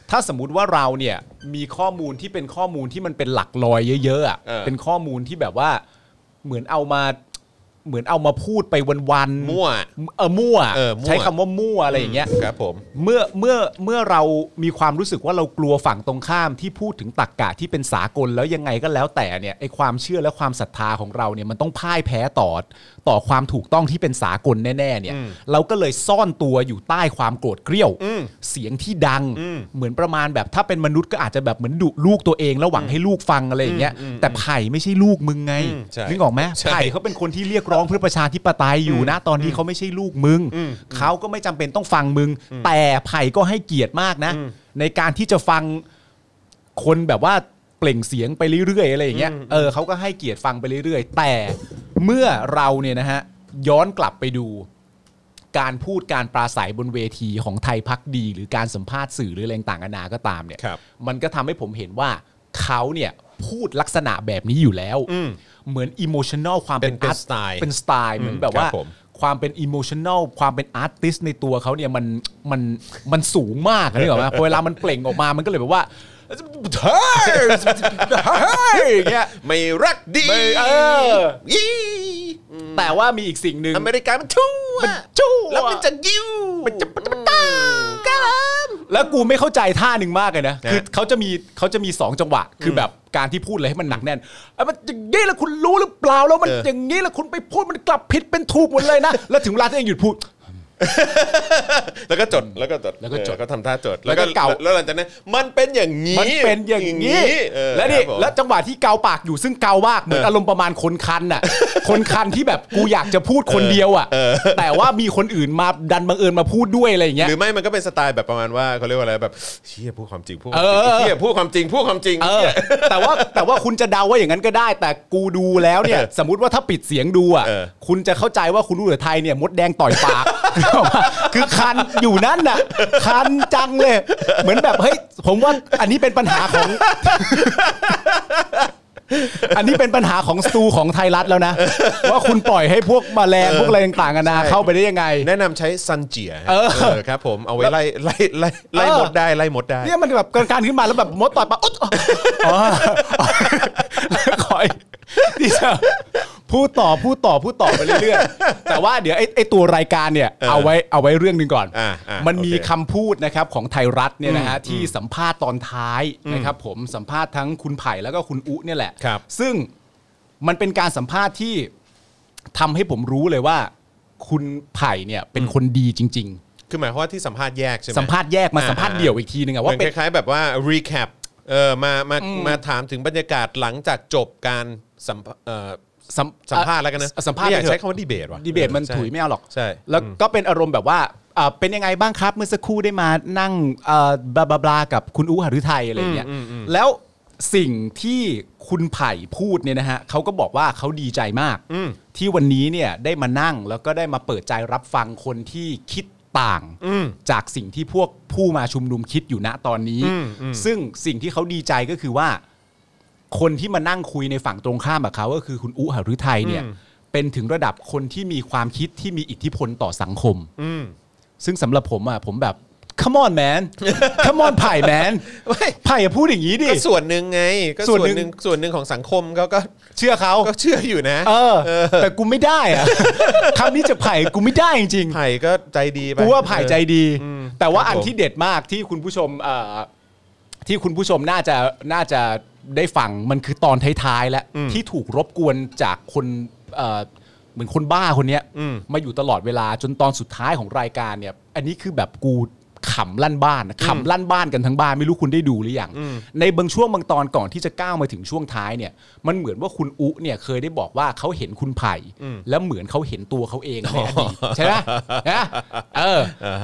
Speaker 3: ถ้าสมมติว่าเราเนี่ยมีข้อมูลที่เป็นข้อมูลที่มันเป็นหลักลอยเยอะๆอะ
Speaker 2: เออ
Speaker 3: เป็นข้อมูลที่แบบว่าเหมือนเอามาเหมือนเอามาพูดไปวันๆ
Speaker 2: มั่ว
Speaker 3: เออมั่ว
Speaker 2: เออมั่ว
Speaker 3: ใช้คำว่ามั่วอะไรอย่างเงี้ย
Speaker 2: ครับผม
Speaker 3: เมื่อเมื่อเมื่อเรามีความรู้สึกว่าเรากลัวฝั่งตรงข้ามที่พูดถึงตรกกะที่เป็นสากลแล้วยังไงก็แล้วแต่เนี่ยไอความเชื่อและความศรัทธาของเราเนี่ยมันต้องพ่ายแพ้ต่อต่อความถูกต้องที่เป็นสากลแน่ๆเนี่ยเราก็เลยซ่อนตัวอยู่ใต้ความโกรธเกรี้ยว เสียงที่ดัง เหมือนประมาณแบบถ้าเป็นมนุษย์ก็อาจจะแบบเหมือนดุลูกตัวเองแล้วหวังให้ลูกฟังอะไรอย่างเงี้ยแต่ไผ่ไม่ใช่ลูกมึงไง
Speaker 2: อืมใช่
Speaker 3: นึกออกไหม
Speaker 2: ใช่
Speaker 3: ไผ่เขาเป็นคนที่เรียกร้องเพื่อประชาธิปไตยอยู่นะ ตอนนี้เขาไม่ใช่ลูกมึงเขาก็ไม่จำเป็นต้องฟังมึง แต่ไผ่ก็ให้เกียรติมากนะ ในการที่จะฟังคนแบบว่าเปล่งเสียงไปเรื่อยๆอะไรอย่างเงี้ยเออเขาก็ให้เกียรติฟังไปเรื่อยๆ แต่เมื่อเราเนี่ยนะฮะย้อนกลับไปดู การพูดการปราศัยบนเวทีของไทยพักดี หรือการสัมภาษณ์สื่อหรืออะไรต่างๆนานาก็ตามเนี่ย
Speaker 2: ครับ
Speaker 3: มันก็ทำให้ผมเห็นว่าเขาเนี่ยพูดลักษณะแบบนี้อยู่แล้ว
Speaker 2: อืม
Speaker 3: เหมือนอิโมชันแนลความเป็น
Speaker 2: เป็นเป็น
Speaker 3: อาร์ต
Speaker 2: สไตล์
Speaker 3: เป็นสไตล์เหมือนแบบว่า
Speaker 2: ครับผม
Speaker 3: ความเป็นอิโมชันแนลความเป็นอาร์ติสในตัวเขาเนี่ยมันมันมันสูงมากอะนึกออกไหมพอเวลามันเปล่งออกมามันก็เลยแบ บว่าเฮ้ยอย่างเงี้ย
Speaker 2: ไม่รักดี
Speaker 3: ไม่เออ
Speaker 2: ยี่
Speaker 3: แต่ว่ามีอีกสิ่งหนึ่ง
Speaker 2: อเมริกามันชั่ว
Speaker 3: มันชั่ว
Speaker 2: แล้วมันจะยิ้วมันจะปะตากัน
Speaker 3: แล้วกูไม่เข้าใจท่าหนึ่งมากเลยนะ
Speaker 2: นะ
Speaker 3: คือเขาจะมีเขาจะมีสองจังหวะ คือแบบการที่พูดอะไรให้มันหนักแน่นเอ้ยมันอย่างนี้แล้วคุณรู้หรือเปล่า แล้วมัน
Speaker 2: เอออ
Speaker 3: อย่างนี้แล้วคุณไปพูดมันกลับผิดเป็นถูกหมดเลยนะ แล้วถึงเวลาที่เองหยุดพูด
Speaker 2: แล้วก็จดแล้วก็จด
Speaker 3: แล้วก็จด
Speaker 2: เออก็ทำท่าจด
Speaker 3: แล้วก็เก่า
Speaker 2: แล้วหลังจากนั้นมันเป็นอย่างนี้
Speaker 3: มันเป็นอย่างนี้
Speaker 2: เออ
Speaker 3: และ
Speaker 2: ค
Speaker 3: นี่
Speaker 2: รับผม
Speaker 3: แล้วจังหวะที่เกาปากอยู่ซึ่งเกามากเหมือนอารมณ์ประมาณคนคันน่ะ คนคันที่แบบกูอยากจะพูดคนเดียวอ่ะแต่ว่ามีคนอื่นมาดันบังเอิญมาพูดด้วยอะไรอย่างเงี้ย
Speaker 2: หรือไม่มันก็เป็นสไตล์แบบประมาณว่าเขาเรียกว่าอะไรแบบเชี่ยพูดความจริงพูดความจ
Speaker 3: เอ
Speaker 2: ริง
Speaker 3: อ
Speaker 2: ไอ้เชี่ยพูดความจริงพูดความจริง
Speaker 3: เออแต่ว่าแต่ว่าคุณจะเดาว่าอย่างนั้นก็ได้ แต่กูดูแล้วเนี่ย สมมติว่าถ้าปิดเสียงดูอ่ะ
Speaker 2: เออ
Speaker 3: คุณจะเข้าใจว่าคุณรู้หรือไทยเนี่ยมดแดงต่อยปาก คือคันอยู่นั่นน่ะคันจังเลย เหมือนแบบเฮ้ยผมว่าอันนี้เป็นปัญหาของ อันนี้เป็นปัญหาของสตูของไทยรัฐแล้วนะ ว่าคุณปล่อยให้พวกแมลงพวกอะไรต่างๆกันานาเข้าไปได้ยังไง
Speaker 2: แนะนำใช้ซันเจีย
Speaker 3: เออ
Speaker 2: ครับผมเอาไว้ไล่ไล่ไล่ไล่
Speaker 3: เออ
Speaker 2: มดได้ไล่มดได้
Speaker 3: เนี่ยมันแบบการขึ้นมาแล้วแบบมดต่อยปะอุ๊ดอ๋ออ๋อคอยที่จะพูดต่อพูดต่อพูดต่อไปเรื่อยๆแต่ว่าเดี๋ยวไอ้ไอ้ตัวรายการเนี่ยเอาไว้เอาไว้เรื่องหนึ่งก่อน
Speaker 2: อ่าอ่า
Speaker 3: มันมี
Speaker 2: โอเค
Speaker 3: คำพูดนะครับของไทยรัฐเนี่ยนะฮะที่สัมภาษณ์ตอนท้ายนะครับผมสัมภาษณ์ทั้งคุณไผ่แล้วก็คุณอุเนี่ยแหละ
Speaker 2: ครับ
Speaker 3: ซึ่งมันเป็นการสัมภาษณ์ที่ทำให้ผมรู้เลยว่า คุณไผ่เนี่ยเป็นคนดีจริง
Speaker 2: คือหมายความว่าที่สัมภาษณ์แยกใช่ไหม
Speaker 3: ๆ สัมภาษณ์แยกมาสัมภาษณ์เดี่ยวอีกทีนึงอะ
Speaker 2: ว่า
Speaker 3: ว่า
Speaker 2: เป็
Speaker 3: เป็น น
Speaker 2: คล้ายๆแบบว่า recap เออมามามาถามถึงบรรยากาศหลังจากจบการสัมภาเอ่อ
Speaker 3: สัม
Speaker 2: สัมภาษณ์แล้วกันนะ
Speaker 3: เอ่อสัมภาษณ์
Speaker 2: ไอยาก
Speaker 3: ไปเถอะ
Speaker 2: ใช้คำว่าดีเบตว่ะ
Speaker 3: ดีเบตมัน
Speaker 2: ใช่
Speaker 3: ถุยไม่เอาหรอก
Speaker 2: ใช่
Speaker 3: แล้วก็เป็นอารมณ์แบบว่าอ่าเป็นยังไงบ้างครับเมื่อสักครู่ได้มานั่งเอ่อบลาบลาบลากับคุณอู๋หฤทัยอะไรอย่างเงี้ยแล้วสิ่งที่คุณไผ่พูดเนี่ยนะฮะเขาก็บอกว่าเขาดีใจมาก ที่วันนี้เนี่ยได้มานั่งแล้วก็ได้มาเปิดใจรับฟังคนที่คิดต่าง
Speaker 2: อืม
Speaker 3: จากสิ่งที่พวกผู้มาชุมนุมคิดอยู่ณตอนนี้ ซึ่งสิ่งที่เขาดีใจก็คือว่า คนที่มานั่งคุยในฝั่งตรงข้ามกับเขาก็คือคุณอุหฤทัยเนี่ย เป็นถึงระดับคนที่มีความคิดที่มีอิทธิพลต่อสังคม
Speaker 2: อืม
Speaker 3: ซึ่งสำหรับผมอ่ะผมแบบ come on man come on ไผ่ man
Speaker 2: เว้ย
Speaker 3: ไผ่อย่าพูดอย่างนี้ดิ
Speaker 2: ก็ส่วนหนึ่งไงก็ส่
Speaker 3: ส่
Speaker 2: ว
Speaker 3: วน
Speaker 2: ห
Speaker 3: นหนึ่
Speaker 2: นึ่ง
Speaker 3: ง
Speaker 2: ส่วนหนึ่งของสังคมเขาก็
Speaker 3: เชื่อเขา
Speaker 2: ก็เชื่ออยู่นะ
Speaker 3: เออ แต่กูไม่ได้อ่ะ คำนี้จากไผ่กูไม่ได้จริงๆ
Speaker 2: ไผ่ก็ใจดีไป
Speaker 3: กูว่าไผ่ใจดี
Speaker 2: อืม
Speaker 3: แต่ว่า
Speaker 2: ครับ
Speaker 3: อัน
Speaker 2: ผม
Speaker 3: ที่เด็ดมากที่คุณผู้ชมเอ่อที่คุณผู้ชมน่าจะน่าจะได้ฟังมันคือตอนท้ายๆแล้ว
Speaker 2: อืม
Speaker 3: ที่ถูกรบกวนจากคนเอ่อเหมือนคนบ้าคนเนี้ย
Speaker 2: อืม
Speaker 3: อยู่ตลอดเวลาจนตอนสุดท้ายของรายการเนี่ย อันนี้คือแบบกูขำลั่นบ้านขำลั่นบ้านกันทั้งบ้านไม่รู้คุณได้ดูหรือยังในบางช่วงบางตอนก่อนที่จะก้าวมาถึงช่วงท้ายเนี่ย มันเหมือนว่าคุณอุเนี่ยเคยได้บอกว่าเขาเห็นคุณไผ่แล้วเหมือนเขาเห็นตัวเขาเองในอดีตใช่ไหมนะเออ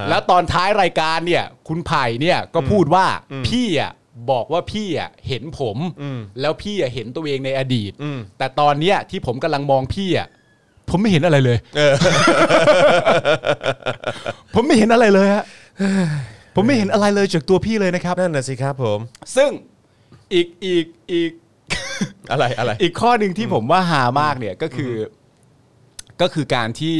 Speaker 3: แล้วตอนท้ายรายการเนี่ย คุณไผ่เนี่ยก็พูดว่าพี่อ่ะบอกว่าพี่อ่ะเห็นผม แล้วพี่อ่ะเห็นตัวเองในอดีต
Speaker 2: อืม
Speaker 3: แต่ตอนเนี้ยที่ผมกำลังมองพี่อ่ะผมไม่เห็นอะไรเลย
Speaker 2: เออ
Speaker 3: ผมไม่เห็นอะไรเลยฮะ ผมไม่เห็นอะไรเลยจากตัวพี่เลยนะครับ
Speaker 2: นั่นน่ะสิครับผม
Speaker 3: ซึ่งอีกอีกอีก
Speaker 2: อะไรอะไร
Speaker 3: อีกข้อหนึ่งที่ผมว่าหามากเนี่ยก็คืออก็คือการที่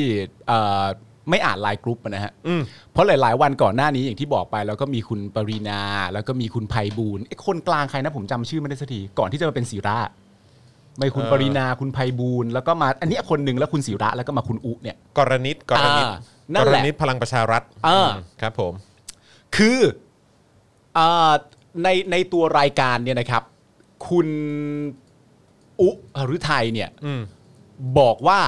Speaker 3: เอ่อไม่อ่านไลน์กรุ๊ปอะนะฮะ
Speaker 2: อืม
Speaker 3: เพราะหลาย ๆ วันก่อนหน้านี้อย่างที่บอกไป แล้วก็มีคุณปรีนา แล้วก็มีคุณไพบูลย์เอ๊ะคนกลางใครนะผมจำชื่อไม่ได้สักทีก่อนที่จะมาเป็นศิระไม่คุณ
Speaker 2: เอ่อ
Speaker 3: ปรีนาคุณไพบูลย์แล้วก็มาอันเนี้ยคนหนึ่งแล้วคุณศิระแล้วก็มาคุณอุเนี่ย
Speaker 2: กรณิตกรณิต
Speaker 3: อ่านั่นแหละ
Speaker 2: กรณิตพลังประชารัฐ
Speaker 3: อ่า
Speaker 2: มครับผม
Speaker 3: คือเออในในตัวรายการเนี่ยนะครับ คุณอุหรือไทยเนี่ย
Speaker 2: อืม
Speaker 3: บอกว่า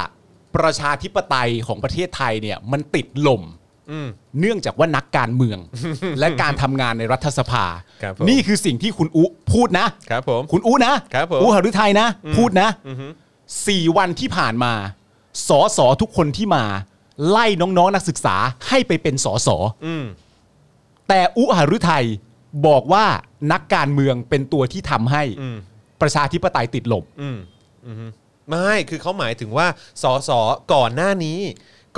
Speaker 3: ประชาธิปไตยของประเทศไทยเนี่ยมันติดหล่ม
Speaker 2: อืม
Speaker 3: เนื่องจากว่านักการเมื อง และการทำงานในรัฐสภา
Speaker 2: ครับผม
Speaker 3: นี่คือสิ่งที่คุณอุพูดนะครับ
Speaker 2: ผม
Speaker 3: คุณอุนะครับ
Speaker 2: ผม
Speaker 3: อุหฤทัยนะ พูดนะสี่วันที่ผ่านมาสอสอทุกคนที่มา ไล่น้องๆนักศึกษาให้ไปเป็นสอสอ
Speaker 2: อืม
Speaker 3: แต่อุหฤทัยบอกว่านักการเมืองเป็นตัวที่ทำให้
Speaker 2: อืม
Speaker 3: ประชาธิปไตยติดหล่ม
Speaker 2: อืมอืมไม่ คือเขาหมายถึงว่าสอสอก่อนหน้านี้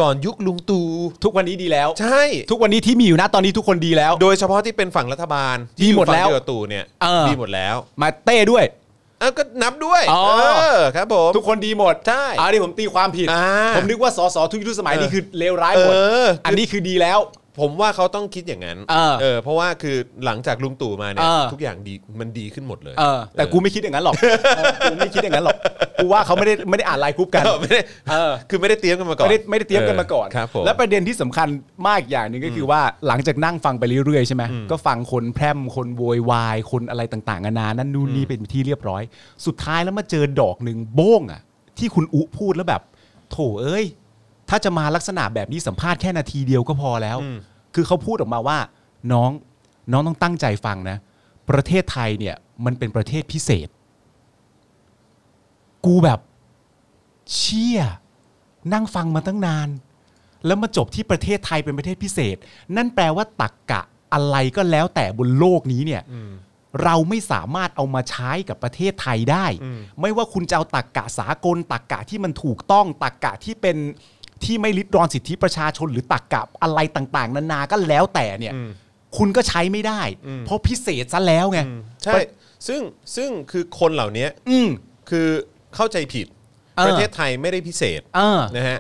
Speaker 2: ก่อนยุคลุงตู่
Speaker 3: ทุกวันนี้ดีแล้ว
Speaker 2: ใช่
Speaker 3: ทุกวันนี้ที่มีอยู่นะตอนนี้ทุกคนดีแล้ว
Speaker 2: โดยเฉพาะที่เป็นฝั่งรัฐบาลที่
Speaker 3: ดีหมดแล้ว
Speaker 2: อยู่ฝั่งเดียกับตู่เนี่ย
Speaker 3: เออ
Speaker 2: ดีหมดแล้ว
Speaker 3: มาเต้ด้วย
Speaker 2: อ้าวก็นับด้วย
Speaker 3: อ๋อ
Speaker 2: เออครับผม
Speaker 3: ทุกคนดีหมด
Speaker 2: ใช่
Speaker 3: อ่านี่ผมตีความผิด
Speaker 2: อ่า
Speaker 3: ผมนึกว่าสสทุกยุคสมัย
Speaker 2: เออ
Speaker 3: นี่คือเลวร้าย
Speaker 2: เอ
Speaker 3: หมด
Speaker 2: อ
Speaker 3: อันนี้คือดีแล้ว
Speaker 2: ผมว่าเขาต้องคิดอย่างนั้น
Speaker 3: เออ
Speaker 2: เออ เพราะว่าคือหลังจากลุงตู่มาเนี่ย
Speaker 3: เออ
Speaker 2: ทุกอย่างดีมันดีขึ้นหมดเลย
Speaker 3: เออ แต่กูไม่คิดอย่างนั้นหรอกเออกูไม่คิดอย่างนั้นหรอก กูว่าเขาไม่ได้ไม่ได้อ่านไลน์กรุ๊ปกัน
Speaker 2: เอ อไม่ได้
Speaker 3: เออ
Speaker 2: คือไม่ได้เตรียมกันมาก่อน
Speaker 3: ไม่ได้ไม่ได้เตรียมกันมาก่อน
Speaker 2: ครับผม
Speaker 3: และประเด็นที่สำคัญมากอย่างหนึ่งก็คือว่าหลังจากนั่งฟังไปเรื่อยๆใช่ไหมก็ฟังคนแพร่มคนโวยวายคนอะไรต่างๆนานานั่นนู่นนี่เป็นที่เรียบร้อย สุดท้ายแล้วมาเจอดอกหนึ่งโบ้งอ่ะ ที่คุณอุพูดแล้วแบบ โถเอ้ย ถ้าจะมาลักษณะแบบนี้สัมภาษณ์แค่นาทีเดียวก็พอแล้ว คือเขาพูดออกมาว่า น้องน้องต้องตั้งใจฟังนะ ประเทศไทยเนี่ยมันเป็นประเทศพิเศษ กูแบบ เชี่ย นั่งฟังมาตั้งนาน แล้วมาจบที่ประเทศไทยเป็นประเทศพิเศษ นั่นแปลว่าตักกะอะไรก็แล้วแต่บนโลกนี้เนี่ย เราไม่สามารถเอามาใช้กับประเทศไทยได้ ไม่ว่าคุณจะเอาตักกะสากลตักกะที่มันถูกต้องตักกะที่เป็นที่ไม่ลิดรอนสิทธิประชาชนหรือตักกะอะไรต่าง ๆ นานาก็แล้วแต่เนี่ย คุณก็ใช้ไม่ได้ เพราะพิเศษซะแล้วไง
Speaker 2: ใช่ ซึ่งซึ่งคือคนเหล่านี้
Speaker 3: อืม
Speaker 2: คือเข้าใจผิด
Speaker 3: เออ
Speaker 2: ประเทศไทยไม่ได้พิเศษ
Speaker 3: เออ
Speaker 2: นะฮะ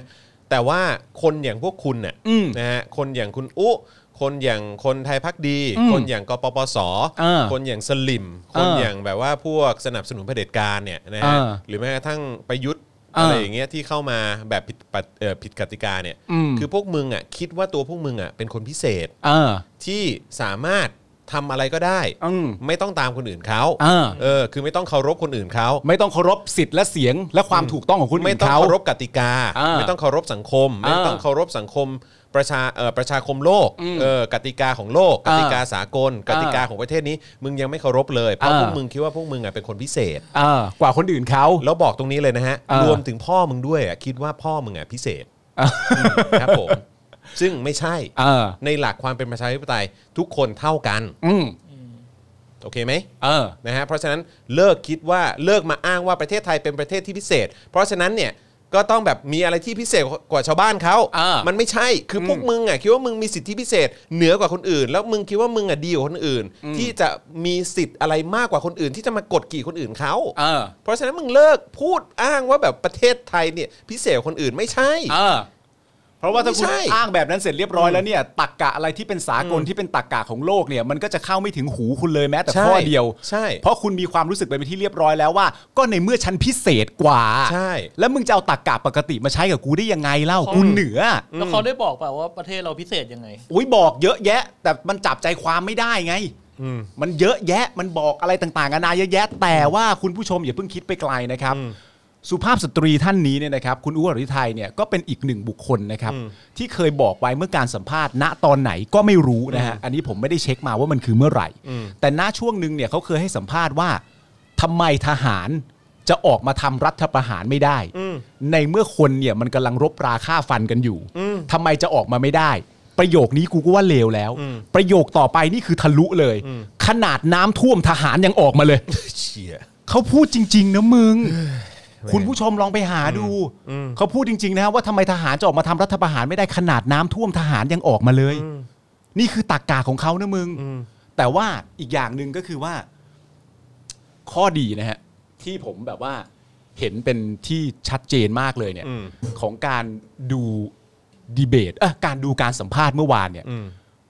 Speaker 2: แต่ว่าคนอย่างพวกคุณเนี่ย
Speaker 3: อืม
Speaker 2: นะฮะคนอย่างคุณอุ คนอย่างคนไทยพักดี
Speaker 3: อืม
Speaker 2: คนอย่างกปปส
Speaker 3: เออ
Speaker 2: คนอย่างสลิม
Speaker 3: เออ
Speaker 2: คนอย่างแบบว่าพวกสนับสนุนเผด็จการเนี่ยนะฮะ
Speaker 3: เออ
Speaker 2: หรือแม้กระทั่งประยุทธ์
Speaker 3: เอออ
Speaker 2: อะไรอย่างเงี้ยที่เข้ามาแบบผิดปฏิเอ่อผิดกติกาเนี่ย
Speaker 3: อืม
Speaker 2: คือพวกมึงอ่ะคิดว่าตัวพวกมึงอ่ะเป็นคนพิเศษ
Speaker 3: เออ
Speaker 2: ที่สามารถทำอะไรก็ได้
Speaker 3: อืม
Speaker 2: ไม่ต้องตามคนอื่นเขา
Speaker 3: เออ
Speaker 2: เออคือไม่ต้องเคารพคนอื่นเขา
Speaker 3: ไม่ต้องเคารพสิทธิ์และเสียงและความถูกต้องของคุณ
Speaker 2: ไม่ต้อง
Speaker 3: เขา
Speaker 2: เคารพกติกา
Speaker 3: อ่า
Speaker 2: ไม่ต้องเคารพสังคม
Speaker 3: อ่า
Speaker 2: ไม่ต้องเคารพสังคมประชาเอ่อประชาคมโลกเออกติกาของโลก ก
Speaker 3: อ่า
Speaker 2: ติกาสากล กติกาของประเทศนี้ มึงยังไม่เคารพเลย เพราะ
Speaker 3: อ่า
Speaker 2: พวกมึงคิดว่าพวกมึงอ่ะเป็นคนพิเศษ
Speaker 3: เออกว่าคนอื่นเขา
Speaker 2: แล้วบอกตรงนี้เลยนะฮะ
Speaker 3: อ่าร ร
Speaker 2: วมถึงพ่อมึงด้วยอ่ะคิดว่าพ่อมึงอ่ะพิเศษมครับผม ซึ่งไม่ใช่
Speaker 3: เออ
Speaker 2: ในหลักความเป็นประชาธิปไตยทุกคนเท่ากัน
Speaker 3: อืม
Speaker 2: โอเคไหม
Speaker 3: เออ
Speaker 2: นะฮะเพราะฉะนั้นเลิกคิดว่าเลิกมาอ้างว่าประเทศไทยเป็นประเทศที่พิเศษ เพราะฉะนั้นเนี่ยก็ต้องแบบมีอะไรที่พิเศษกว่าชาวบ้านเขา
Speaker 3: อ่ามั
Speaker 2: มันไม่ใช่คือพวกมึงอ่ะคิดว่ามึงมีสิทธิพิเศษ เหนือกว่าคนอื่น แล้วมึงคิดว่ามึงอ่ะดีกว่าคนอื่น ที่จะมีสิทธิ์อะไรมากกว่าคนอื่น ที่จะมากดขี่คนอื่นเขา
Speaker 3: เออ
Speaker 2: เพราะฉะนั้นมึงเลิกพูดอ้างว่าแบบประเทศไทยเนี่ยพิเศษกว่าคนอื่นไม่ใช่
Speaker 3: เออ เพราะว่าถ้าคุณ
Speaker 2: ไม่ใช่
Speaker 3: อ้างแบบนั้นเสร็จเรียบร้อยแล้วเนี่ยตักกะอะไรที่เป็นสากลที่เป็นตักกะของโลกเนี่ยมันก็จะเข้าไม่ถึงหูคุณเลยแม้แต่
Speaker 2: ใช่
Speaker 3: ข้อเดียว
Speaker 2: ใช่
Speaker 3: เพราะคุณมีความรู้สึกไปเป็นที่เรียบร้อยแล้วว่า ก็ในเมื่อฉันพิเศษกว่า
Speaker 2: ใช่
Speaker 3: แล้วมึงจะเอาตักกะปกติมาใช้กับกูได้ยังไงเล่ากูเหนือ
Speaker 4: แล้วเขาได้บอกเปล่าว่าประเทศเราพิเศษยังไง
Speaker 3: อุ้ยบอกเยอะแยะ แต่มันจับใจความไม่ได้ไง
Speaker 2: อืม
Speaker 3: มันเยอะแยะมันบอกอะไรต่างๆนานาเยอะแยะ แต่ว่าคุณผู้ชมอย่าเพิ่งคิดไปไกลนะครับ สุภาพสตรีท่านนี้เนี่ยนะครับ คุณอ้วริไทยเนี่ยก็เป็นอีกหนึ่งบุคคลนะครับ ที่เคยบอกไว้เมื่อการสัมภาษณ์ ณตอนไหนก็ไม่รู้นะฮะอันนี้ผมไม่ได้เช็คมาว่ามันคือเมื่อไหร่ แต่ณช่วงหนึ่งเนี่ยเขาเคยให้สัมภาษณ์ว่าทำไมทหารจะออกมาทำรัฐประหารไม่ได้ ในเมื่อคนเนี่ยมันกำลังรบราฆ่าฟันกันอยู่ทำไมจะออกมาไม่ได้ ประโยคนี้กูก็ว่าเลวแล้ว ประโยคต่อไปนี่คือทะลุเลย ขนาดน้ำท่วมทหารยังออกมาเลย
Speaker 2: เชี่ย
Speaker 3: เขาพูดจริง ๆ นะมึง คุณผู้ชมลองไปหาดู เขาพูดจริง ๆ นะว่าทำไมทหารจะออกมาทำรัฐประหารไม่ได้ขนาดน้ำท่วมทหารยังออกมาเลย นี่คือตักกาของเขานะมึง แต่ว่าอีกอย่างหนึ่งก็คือว่า ข้อดีนะฮะ ที่ผมแบบว่า เห็นเป็นที่ชัดเจนมากเลยเนี่ย
Speaker 2: อืม
Speaker 3: ของการดูดีเบตเอ้อการดูการสัมภาษณ์เมื่อวานเนี่ย
Speaker 2: อืม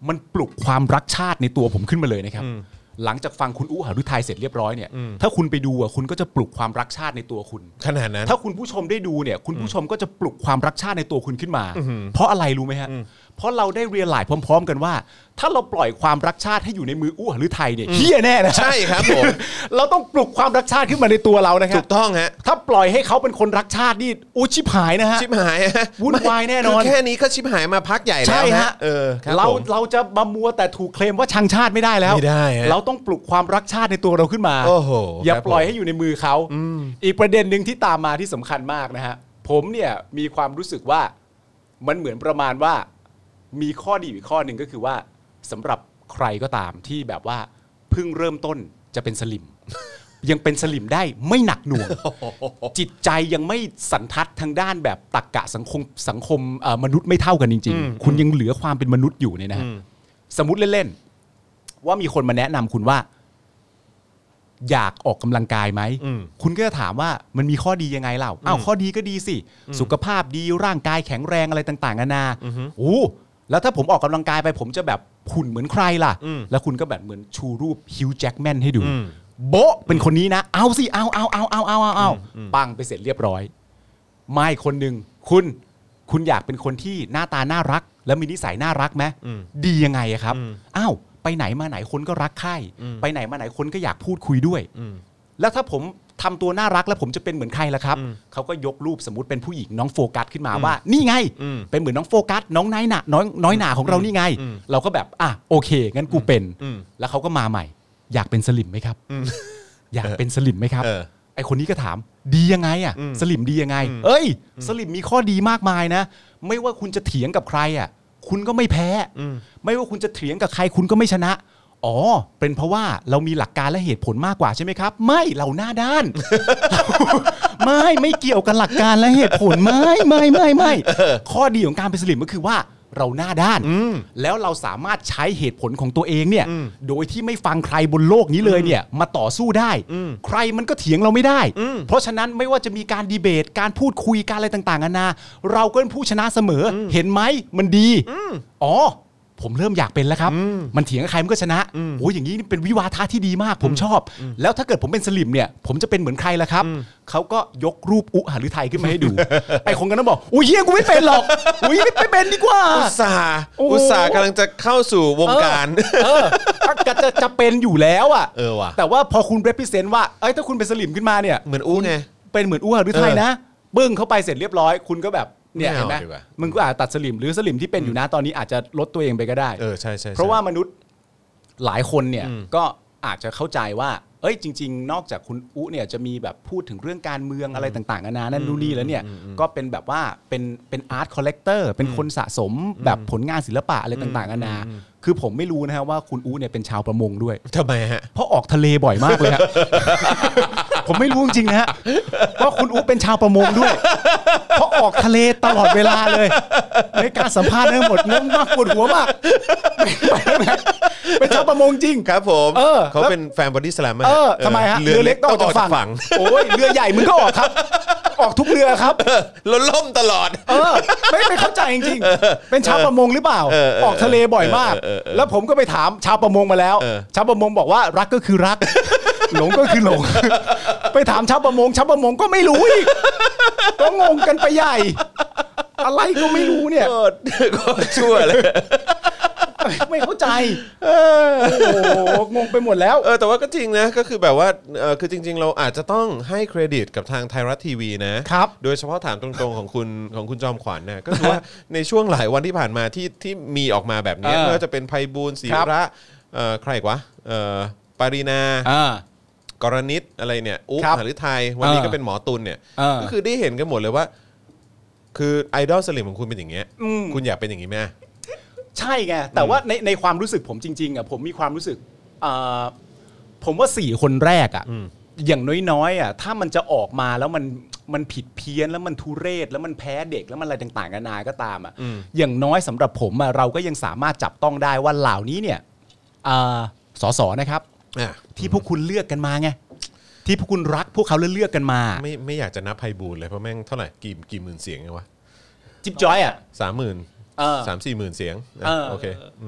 Speaker 3: มันปลุกความรักชาติในตัวผมขึ้นมาเลยนะครับ
Speaker 2: อืม
Speaker 3: หลังจากฟังคุณอุหฤทัยเสร็จเรียบร้อยเนี่ย
Speaker 2: อืม
Speaker 3: ถ้าคุณไปดูอ่ะคุณก็จะปลุกความรักชาติในตัวคุณ
Speaker 2: ขนาดนั้น
Speaker 3: ถ้าคุณผู้ชมได้ดูเนี่ย คุณผู้ชมก็จะปลุกความรักชาติในตัวคุณขึ้นมา เพราะอะไรรู้ไหมฮะ เพราะเราได้เรียนหลายพร้อม ๆ กันว่า ถ้าเราปล่อยความรักชาติให้อยู่ในมืออู้หฤทัยเนี่ยเฮี้ยแน่นะ
Speaker 2: ใช่ครับผม
Speaker 3: เราต้องปลุกความรักชาติขึ้นมาในตัวเรานะครั
Speaker 2: ถู
Speaker 3: บ
Speaker 2: กต้องฮะ
Speaker 3: ถ้าปล่อยให้เขาเป็นคนรักชาตินี่อู้ชิบหายนะฮะ
Speaker 2: ชิบหายฮะ
Speaker 3: วุ่นวายแน่นอน
Speaker 2: คือแค่นี้ก็ชิบหายมาพักใหญ่แล้ว
Speaker 3: ใช่ฮะ
Speaker 2: เออคบ
Speaker 3: เรา
Speaker 2: ผม
Speaker 3: เราจะมามัวแต่ถูกเคลมว่าชังชาติไม่ได้แล้ว
Speaker 2: ไม่ได้ฮะ
Speaker 3: เราต้องปลุกความรักชาติในตัวเราขึ้นมา
Speaker 2: โอ้โห
Speaker 3: อย่า
Speaker 2: ครับ
Speaker 3: ปล่อย
Speaker 2: ผม
Speaker 3: ให้อยู่ในมือเขาอีกประเด็นหนึ่งที่ตามมาที่สำคัญมากนะฮะผมเนี่ยมีความรู้สึกว่ามันเหมือนประมาณว่า มีข้อดีอยู่ข้อหนึ่งก็คือว่าสำหรับใครก็ตามที่แบบว่าเพิ่งเริ่มต้นจะเป็นสลิ ม ยังเป็นสลิมได้ไม่หนักหน่วง จิตใจยังไม่สันทัดทางด้านแบบตรกกะสังคมสังคมเอ่อมนุษย์ไม่เท่ากันจริง ๆ คุณยังเหลือความเป็นมนุษย์อยู่เนี่ยนะฮะสมมติเล่น ๆ ว่ามีคนมาแนะนำคุณว่า อยากออกกำลังกายไหม
Speaker 2: อืม
Speaker 3: คุณก็จะถามว่ามันมีข้อดียังไงเล่าอ้าวข้อดีก็ดีสิ สุขภาพดีร่างกายแข็งแรงอะไรต่างๆนานาโอ้แล้วถ้าผมออกกำลังกายไป ผมจะแบบหุ่นเหมือนใครล่ะ
Speaker 2: อืม
Speaker 3: แล้วคุณก็แบบเหมือนชูรูปฮิวจ์แจ็คแมนให้ดู
Speaker 2: อืม
Speaker 3: โบ๊ะเป็นคนนี้นะ เอาสิเอาเอาเอาเอาเอาเอาเอาปังไปเสร็จเรียบร้อย ไม่คนหนึ่งคุณคุณอยากเป็นคนที่หน้าตาน่ารัก และมีนิสัยน่ารักไหม
Speaker 2: อืม
Speaker 3: ดียังไงอะครับ
Speaker 2: อืม
Speaker 3: อ้าวไปไหนมาไหนคนก็รักใคร่
Speaker 2: อืม
Speaker 3: ไปไหนมาไหนคนก็อยากพูดคุยด้วย
Speaker 2: อืม
Speaker 3: แล้วถ้าผมทำตัวน่ารักแล้วผมจะเป็นเหมือนใครล่ะครับ
Speaker 2: อืม
Speaker 3: เขาก็ยกรูปสมมติเป็นผู้หญิงน้องโฟกัสขึ้นมาว่า นี่ไง
Speaker 2: อืม
Speaker 3: เป็นเหมือนน้องโฟกัสน้องน้อยหนาน้อยน้อยหนาของเรานี่ไง
Speaker 2: อืม
Speaker 3: เราก็แบบอ่ะโอเค งั้นกูเป็น
Speaker 2: อืม
Speaker 3: แล้วเขาก็มาใหม่ อยากเป็นสลิมไหมครับ
Speaker 2: อืม
Speaker 3: อยากเป็นสลิมไหมครับ
Speaker 2: เออ
Speaker 3: ไอคนนี้ก็ถามดียังไงอ่ะ
Speaker 2: อืม
Speaker 3: สลิมดียังไง
Speaker 2: อืม
Speaker 3: เอ้ย สลิมมีข้อดีมากมายนะ ไม่ว่าคุณจะเถียงกับใครอ่ะคุณก็ไม่แพ้
Speaker 2: อืม
Speaker 3: ไม่ว่าคุณจะเถียงกับใครคุณก็ไม่ชนะ อ๋อ เป็นเพราะว่าเรามีหลักการและเหตุผลมากกว่าใช่ไหมครับ ไม่เราหน้า ด้าน ไม่ไม่เกี่ยวกับหลักการและเหตุผลไม่ไม่ไม่ไม่ข้อดีของการเป็นสลิมก็คือว่าเราหน้าด้าน
Speaker 2: อืม
Speaker 3: แล้วเราสามารถใช้เหตุผลของตัวเองเนี่ย
Speaker 2: อืม
Speaker 3: โดยที่ไม่ฟังใครบนโลกนี้เลยเนี่ย มาต่อสู้ได้
Speaker 2: อืม
Speaker 3: ใครมันก็เถียงเราไม่ได้
Speaker 2: อืม
Speaker 3: เพราะฉะนั้นไม่ว่าจะมีการดีเบต การพูดคุยการอะไรต่างๆนานาเราก็เป็นผู้ชนะเสมออเห็นไหมมันดีอ๋อ ผมเริ่มอยากเป็นแล้วครับ
Speaker 2: อืม
Speaker 3: มันเถียงกับใครมันก็ชนะ
Speaker 2: อืม
Speaker 3: โอ้ยอย่างนี้นี่เป็นวิวาทะที่ดีมาก ผมชอบ แล้วถ้าเกิดผมเป็นสลิมเนี่ย ผมจะเป็นเหมือนใครล่ะครับเขาก็ยกรูปอุหฤทัยขึ้นมาให้ดู ไอ้คนกันนั้นบอกอุ้ยเฮียกูไม่เป็นหรอกอุ้ยไม่เป็นดีกว่า
Speaker 2: ุตส่าห์
Speaker 3: โอ้โห
Speaker 2: อุตส่าห์กำลังจะเข้าสู่วงการ
Speaker 3: เออจะจะจะเป็นอยู่แล้วอ่ะ
Speaker 2: เออว่ะ
Speaker 3: แต่ว่าพอคุณ represent ว่าเอ้ยถ้าคุณเป็นสลิมขึ้นมาเนี่ย
Speaker 2: เหมือนอู้ไง
Speaker 3: เป็นเหมือนอ้วนหรือไทยนะบึ้งเข้าไปเสร็จเรียบร้อย คุณก็แบบเนี่ย
Speaker 2: ไม่
Speaker 3: เห็
Speaker 2: เอา
Speaker 3: นไหม
Speaker 2: ดีกว่า
Speaker 3: มึงก็อาจตัดสลิมหรือสลิมที่เป็นอยู่นะตอนนี้อาจจะลดตัวเองไปก็ได้
Speaker 2: เออใช่ใช่ใช่
Speaker 3: เพราะว่ามนุษย์หลายคนเนี่ย
Speaker 2: อืม
Speaker 3: ก็อาจจะเข้าใจว่า เอ้ยจริง ๆ นอกจากคุณอุเนี่ยจะมีแบบพูดถึงเรื่องการเมืองอะไรต่างๆนานานั่นนู่นนี่แล้วเนี่ยก็เป็นแบบว่าเป็นเป็นอาร์ตคอลเลกเตอร์เป็นคนสะสมแบบผลงานศิลปะอะไรต่างๆนานาคือผมไม่รู้นะฮะว่าคุณอุเนี่ยเป็นชาวประมงด้วย
Speaker 2: ทำไมฮะ
Speaker 3: เพราะออกทะเลบ่อยมาก เลยฮะ ผมไม่รู้จริงๆนะฮะว่าคุณอุ๊เป็นชาวประมงด้วย เพราะออกทะเลตลอดเวลาเลย ในการสัมภาษณ์ทั้งหมดงงมากปวดหัวมาก ไม่ไม่ไม่เป็นชาวประมงจริง
Speaker 2: ครับผม
Speaker 3: เออ
Speaker 2: เขาเป็นแฟนบอดี้สแลม
Speaker 3: เออทำไมฮะ
Speaker 2: เรือเล็กต้องออกจากฝั่ง
Speaker 3: โอ้ยเรือใหญ่มึงก็ออกครับ ออกทุกเรือครับ
Speaker 2: แล้วล่มตลอด
Speaker 3: เออไม่ไม่เข้าใจจริงๆ เป็นชาวประมงหรือเปล่า
Speaker 2: เออเออ
Speaker 3: ออกทะเลบ่อยมาก
Speaker 2: เออเออเออ
Speaker 3: แล้วผมก็ไปถามชาวประมงมาแล้ว
Speaker 2: เออ
Speaker 3: ชาวประมงบอกว่ารักก็คือรัก หลงก็คือ หลง ไปถามชาวประมงชาวประมงก็ไม่รู้อีกก็งงกันไปใหญ่ อะไรก็ไม่รู้เนี่ย
Speaker 2: โคตร โคตรชั่วเลย
Speaker 3: ไม่เข้าใจโอ้โหงงไปหมดแล้ว
Speaker 2: เออแต่ว่าก็จริงนะก็คือแบบว่าเออคือจริง ๆ เราอาจจะต้องให้เครดิตกับทางไทยรัฐทีวีนะครับ โดยเฉพาะถามตรงๆของคุณของคุณจอมขวัญเนี่ยก็คือว่า ในช่วงหลายวันที่ผ่านมาที่ที่มีออกมาแบบเนี้ย
Speaker 3: เออ
Speaker 2: ไม่ว่าจะเป็นไพบูลย์ศิระเอ่อใครอีกวะเอ่อปารีนา
Speaker 3: อ่า
Speaker 2: กรณิตอะไรเนี่ยอุ๊
Speaker 3: ครับ
Speaker 2: หฤทัยวันนี้
Speaker 3: เออ
Speaker 2: ก็เป็นหมอตุลเนี่ย
Speaker 3: เออ
Speaker 2: ก็คือได้เห็นกันหมดเลยว่า คือไอดอลสลิมของคุณเป็นอย่างเงี้ย
Speaker 3: อืม
Speaker 2: คุณอยากเป็นอย่างงี้ไหม
Speaker 3: ใช่ไงแต่ว่าในในความรู้สึกผมจริงๆอ่ะผมมีความรู้สึกเอ่อผมว่าสี่คนแรกอ่ะ
Speaker 2: อืม
Speaker 3: อย่างน้อยๆอ่ะถ้ามันจะออกมาแล้วมันมันผิดเพี้ยนแล้วมันทุเรศแล้วมันแพ้เด็กแล้วมันอะไรต่างๆนานาก็ตามอ่ะ
Speaker 2: อืม
Speaker 3: อย่างน้อยสำหรับผมอ่ะเราก็ยังสามารถจับต้องได้ว่าเหล่านี้เนี่ยเอ่อสสนะครับ
Speaker 2: อ่ะ
Speaker 3: ที่พวกคุณเลือกกันมาไงที่พวกคุณรักพวกเขาแล้วเลือกกันมา
Speaker 2: ไม่ไม่อยากจะนับไพบูลย์เลยเพราะแม่งเท่าไหร่กี่กี่หมื่นเสียงไงวะ
Speaker 3: จิ๊บจ้อยอ่ะ
Speaker 2: สามหมื่น
Speaker 3: เออ
Speaker 2: สามสี่หมื่นเสียงอ่ะ
Speaker 3: เออ
Speaker 2: โอเค